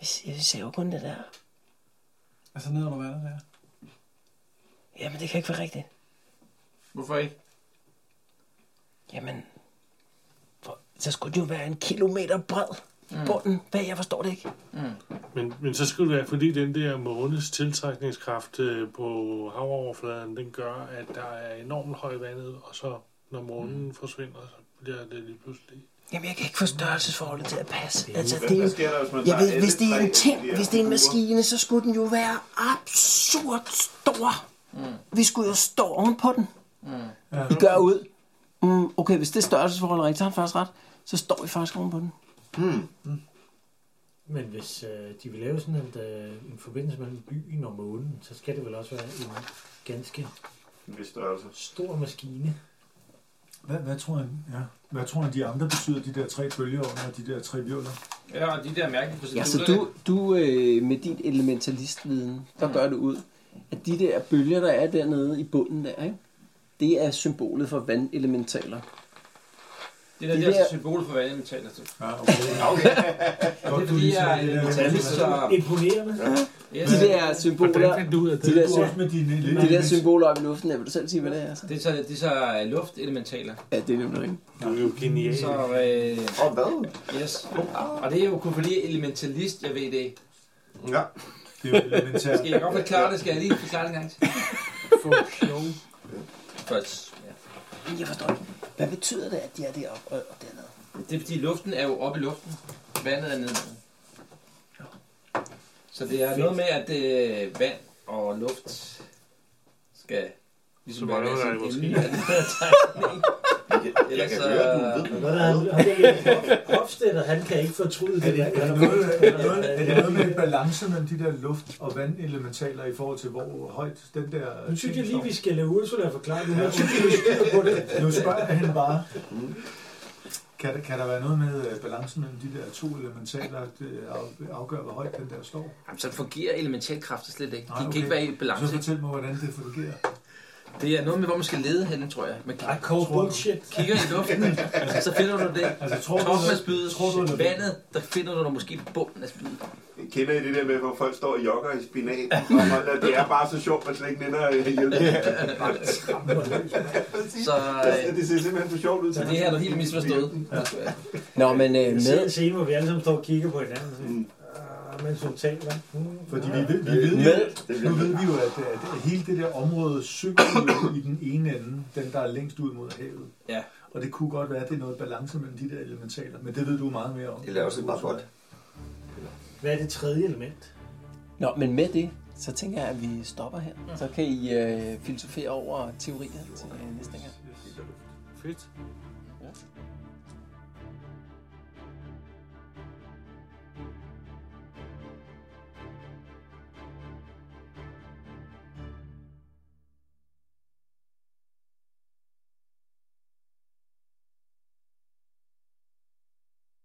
Speaker 6: vi, ser- vi ser jo kun det der.
Speaker 8: Altså ned under vandet der.
Speaker 6: Jamen det kan ikke være rigtigt.
Speaker 3: Hvorfor ikke?
Speaker 6: Jamen, for, så skulle det jo være en kilometer bred mm. bunden. Hvad, jeg forstår det ikke.
Speaker 9: Men, men så skulle det være, fordi den der månes tiltrækningskraft øh, på havoverfladen, den gør, at der er enormt høj vandet, og så når månen mm. forsvinder, så bliver det lige pludselig...
Speaker 6: Jamen, jeg kan ikke få størrelsesforholdet til at passe. Altså,
Speaker 9: Hvad-
Speaker 6: det er
Speaker 9: hvad
Speaker 6: jo,
Speaker 9: sker der, hvis man
Speaker 6: jeg
Speaker 9: tager
Speaker 6: ved,
Speaker 9: alle
Speaker 6: hvis det er
Speaker 9: tre
Speaker 6: en
Speaker 9: af de
Speaker 6: ting,
Speaker 9: der
Speaker 6: hvis det er en
Speaker 9: kuber?
Speaker 6: maskine, så skulle den jo være absurd stor. Mm. Vi skulle jo stå ovenpå den.
Speaker 3: Mm.
Speaker 6: Vi gør ud. Mm, okay, hvis det størrelsesforhold er rigtigt, så har han faktisk ret. Så står vi faktisk ovenpå den. Mm.
Speaker 5: Men hvis øh, de vil lave sådan en, øh, en forbindelse mellem byen og månen, så skal det vel også være en ganske
Speaker 14: En vis størrelse.
Speaker 5: stor maskine.
Speaker 10: Hvad, hvad, tror han, ja. hvad tror han, de andre betyder, de der tre bølger under de der tre virvler?
Speaker 3: Ja, og de der mærkelige
Speaker 6: Ja,
Speaker 3: procedurer.
Speaker 6: så du, du øh, med din elementalistviden, der gør det ud, at de der bølger, der er dernede i bunden der, ikke? det er symbolet for vandelementaler.
Speaker 3: Det der,
Speaker 6: De
Speaker 3: det er altså
Speaker 6: der-
Speaker 3: symbolet for vandet, vi taler til.
Speaker 10: Ja, okay.
Speaker 3: Ah, okay.
Speaker 10: Godt,
Speaker 3: det er
Speaker 10: du
Speaker 3: fordi,
Speaker 10: lige
Speaker 3: jeg er
Speaker 10: siger det.
Speaker 3: metallisk, så...
Speaker 5: Imponerende.
Speaker 3: Ja.
Speaker 6: De der symboler,
Speaker 9: fandt du ud af
Speaker 6: de
Speaker 9: det?
Speaker 6: der,
Speaker 9: Du er også med dine
Speaker 6: sy- de der
Speaker 9: elementer.
Speaker 6: symboler op i luften, der, vil du selv sige, hvad det er? Så?
Speaker 3: Det er så, det er så øh, luftelementaler.
Speaker 6: Ja, det er nemlig rigtigt.
Speaker 9: Du er jo genial.
Speaker 3: Så, øh,
Speaker 7: Og hvad?
Speaker 3: yes. Og det er jo kun fordi jeg er elementalist, jeg ved det.
Speaker 7: Ja.
Speaker 10: Det er jo elementært.
Speaker 3: Skal jeg godt forklare det? Skal jeg lige forklare det en gang til? Først. Ja.
Speaker 6: Jeg forstår ikke. Hvad betyder det, at de er deroppe og, og dernede?
Speaker 3: Det er fordi luften er jo oppe i luften. Vandet er nede. Så det er noget med, at øh, vand og luft skal ligesom
Speaker 9: Så mangler
Speaker 3: være
Speaker 9: der
Speaker 3: sådan
Speaker 9: måske.
Speaker 3: inde i den her tegning. Ellers så...
Speaker 5: Hvad er han, han, han, Hofstetter, han kan ikke fortryde
Speaker 10: Er
Speaker 5: det.
Speaker 10: det, er, det noget, er, det noget, er det noget med en balance mellem de der luft- og vandelementaler i forhold til, hvor højt den der...
Speaker 5: Nu synes jeg lige, vi skal lade Ursula forklare det.
Speaker 10: Jeg
Speaker 5: Jeg
Speaker 10: synes,
Speaker 5: synes,
Speaker 10: vi skal på det. Nu spørger jeg hende bare. Kan der, kan der være noget med øh, balancen mellem de der to elementaler, at øh, af- afgør, hvor højt den der står?
Speaker 3: Jamen, så fungerer elemental kræfter slet ikke. De
Speaker 10: Nej,
Speaker 3: kan ikke være i
Speaker 10: Så
Speaker 3: balance.
Speaker 10: fortæl mig, hvordan det fungerer.
Speaker 3: Det er noget med, hvor man skal lede henne, tror jeg. Man kigger, I
Speaker 5: call bullshit.
Speaker 3: Kigger i luften, så finder du det. Altså, tror Toppen af spydet, tror
Speaker 2: du, det er-
Speaker 3: vandet, der finder du måske bunden af spydet.
Speaker 2: Kender I det der med, hvor folk står og jogger i spinat? Og man- det er bare så sjovt, man slet ikke nænder at hjælpe. Bare tramper løs, mand.
Speaker 3: Så,
Speaker 2: Altså, det ser simpelthen for sjovt ud.
Speaker 3: Så det her er du helt misforstået. Ja.
Speaker 6: Nå, men øh,
Speaker 5: Jeg ser en
Speaker 6: med,
Speaker 5: scene, hvor vi alle sammen står og kigger på hinanden, sådan, mm. mens hun taler. Mm.
Speaker 10: Fordi vi, ved, vi ved, jo, nu ved vi jo, at, at hele det der område synker jo i den ene ende, den der er længst ud mod havet.
Speaker 3: Ja.
Speaker 10: Og det kunne godt være, at det er noget balance mellem de der elementaler, men det ved du meget mere om.
Speaker 7: Eller også bare godt.
Speaker 5: Hvad er det tredje element?
Speaker 6: nå, men med det, så tænker jeg, at vi stopper her. Så kan I øh, filosofere over teorier til øh, næste gang.
Speaker 9: Fedt.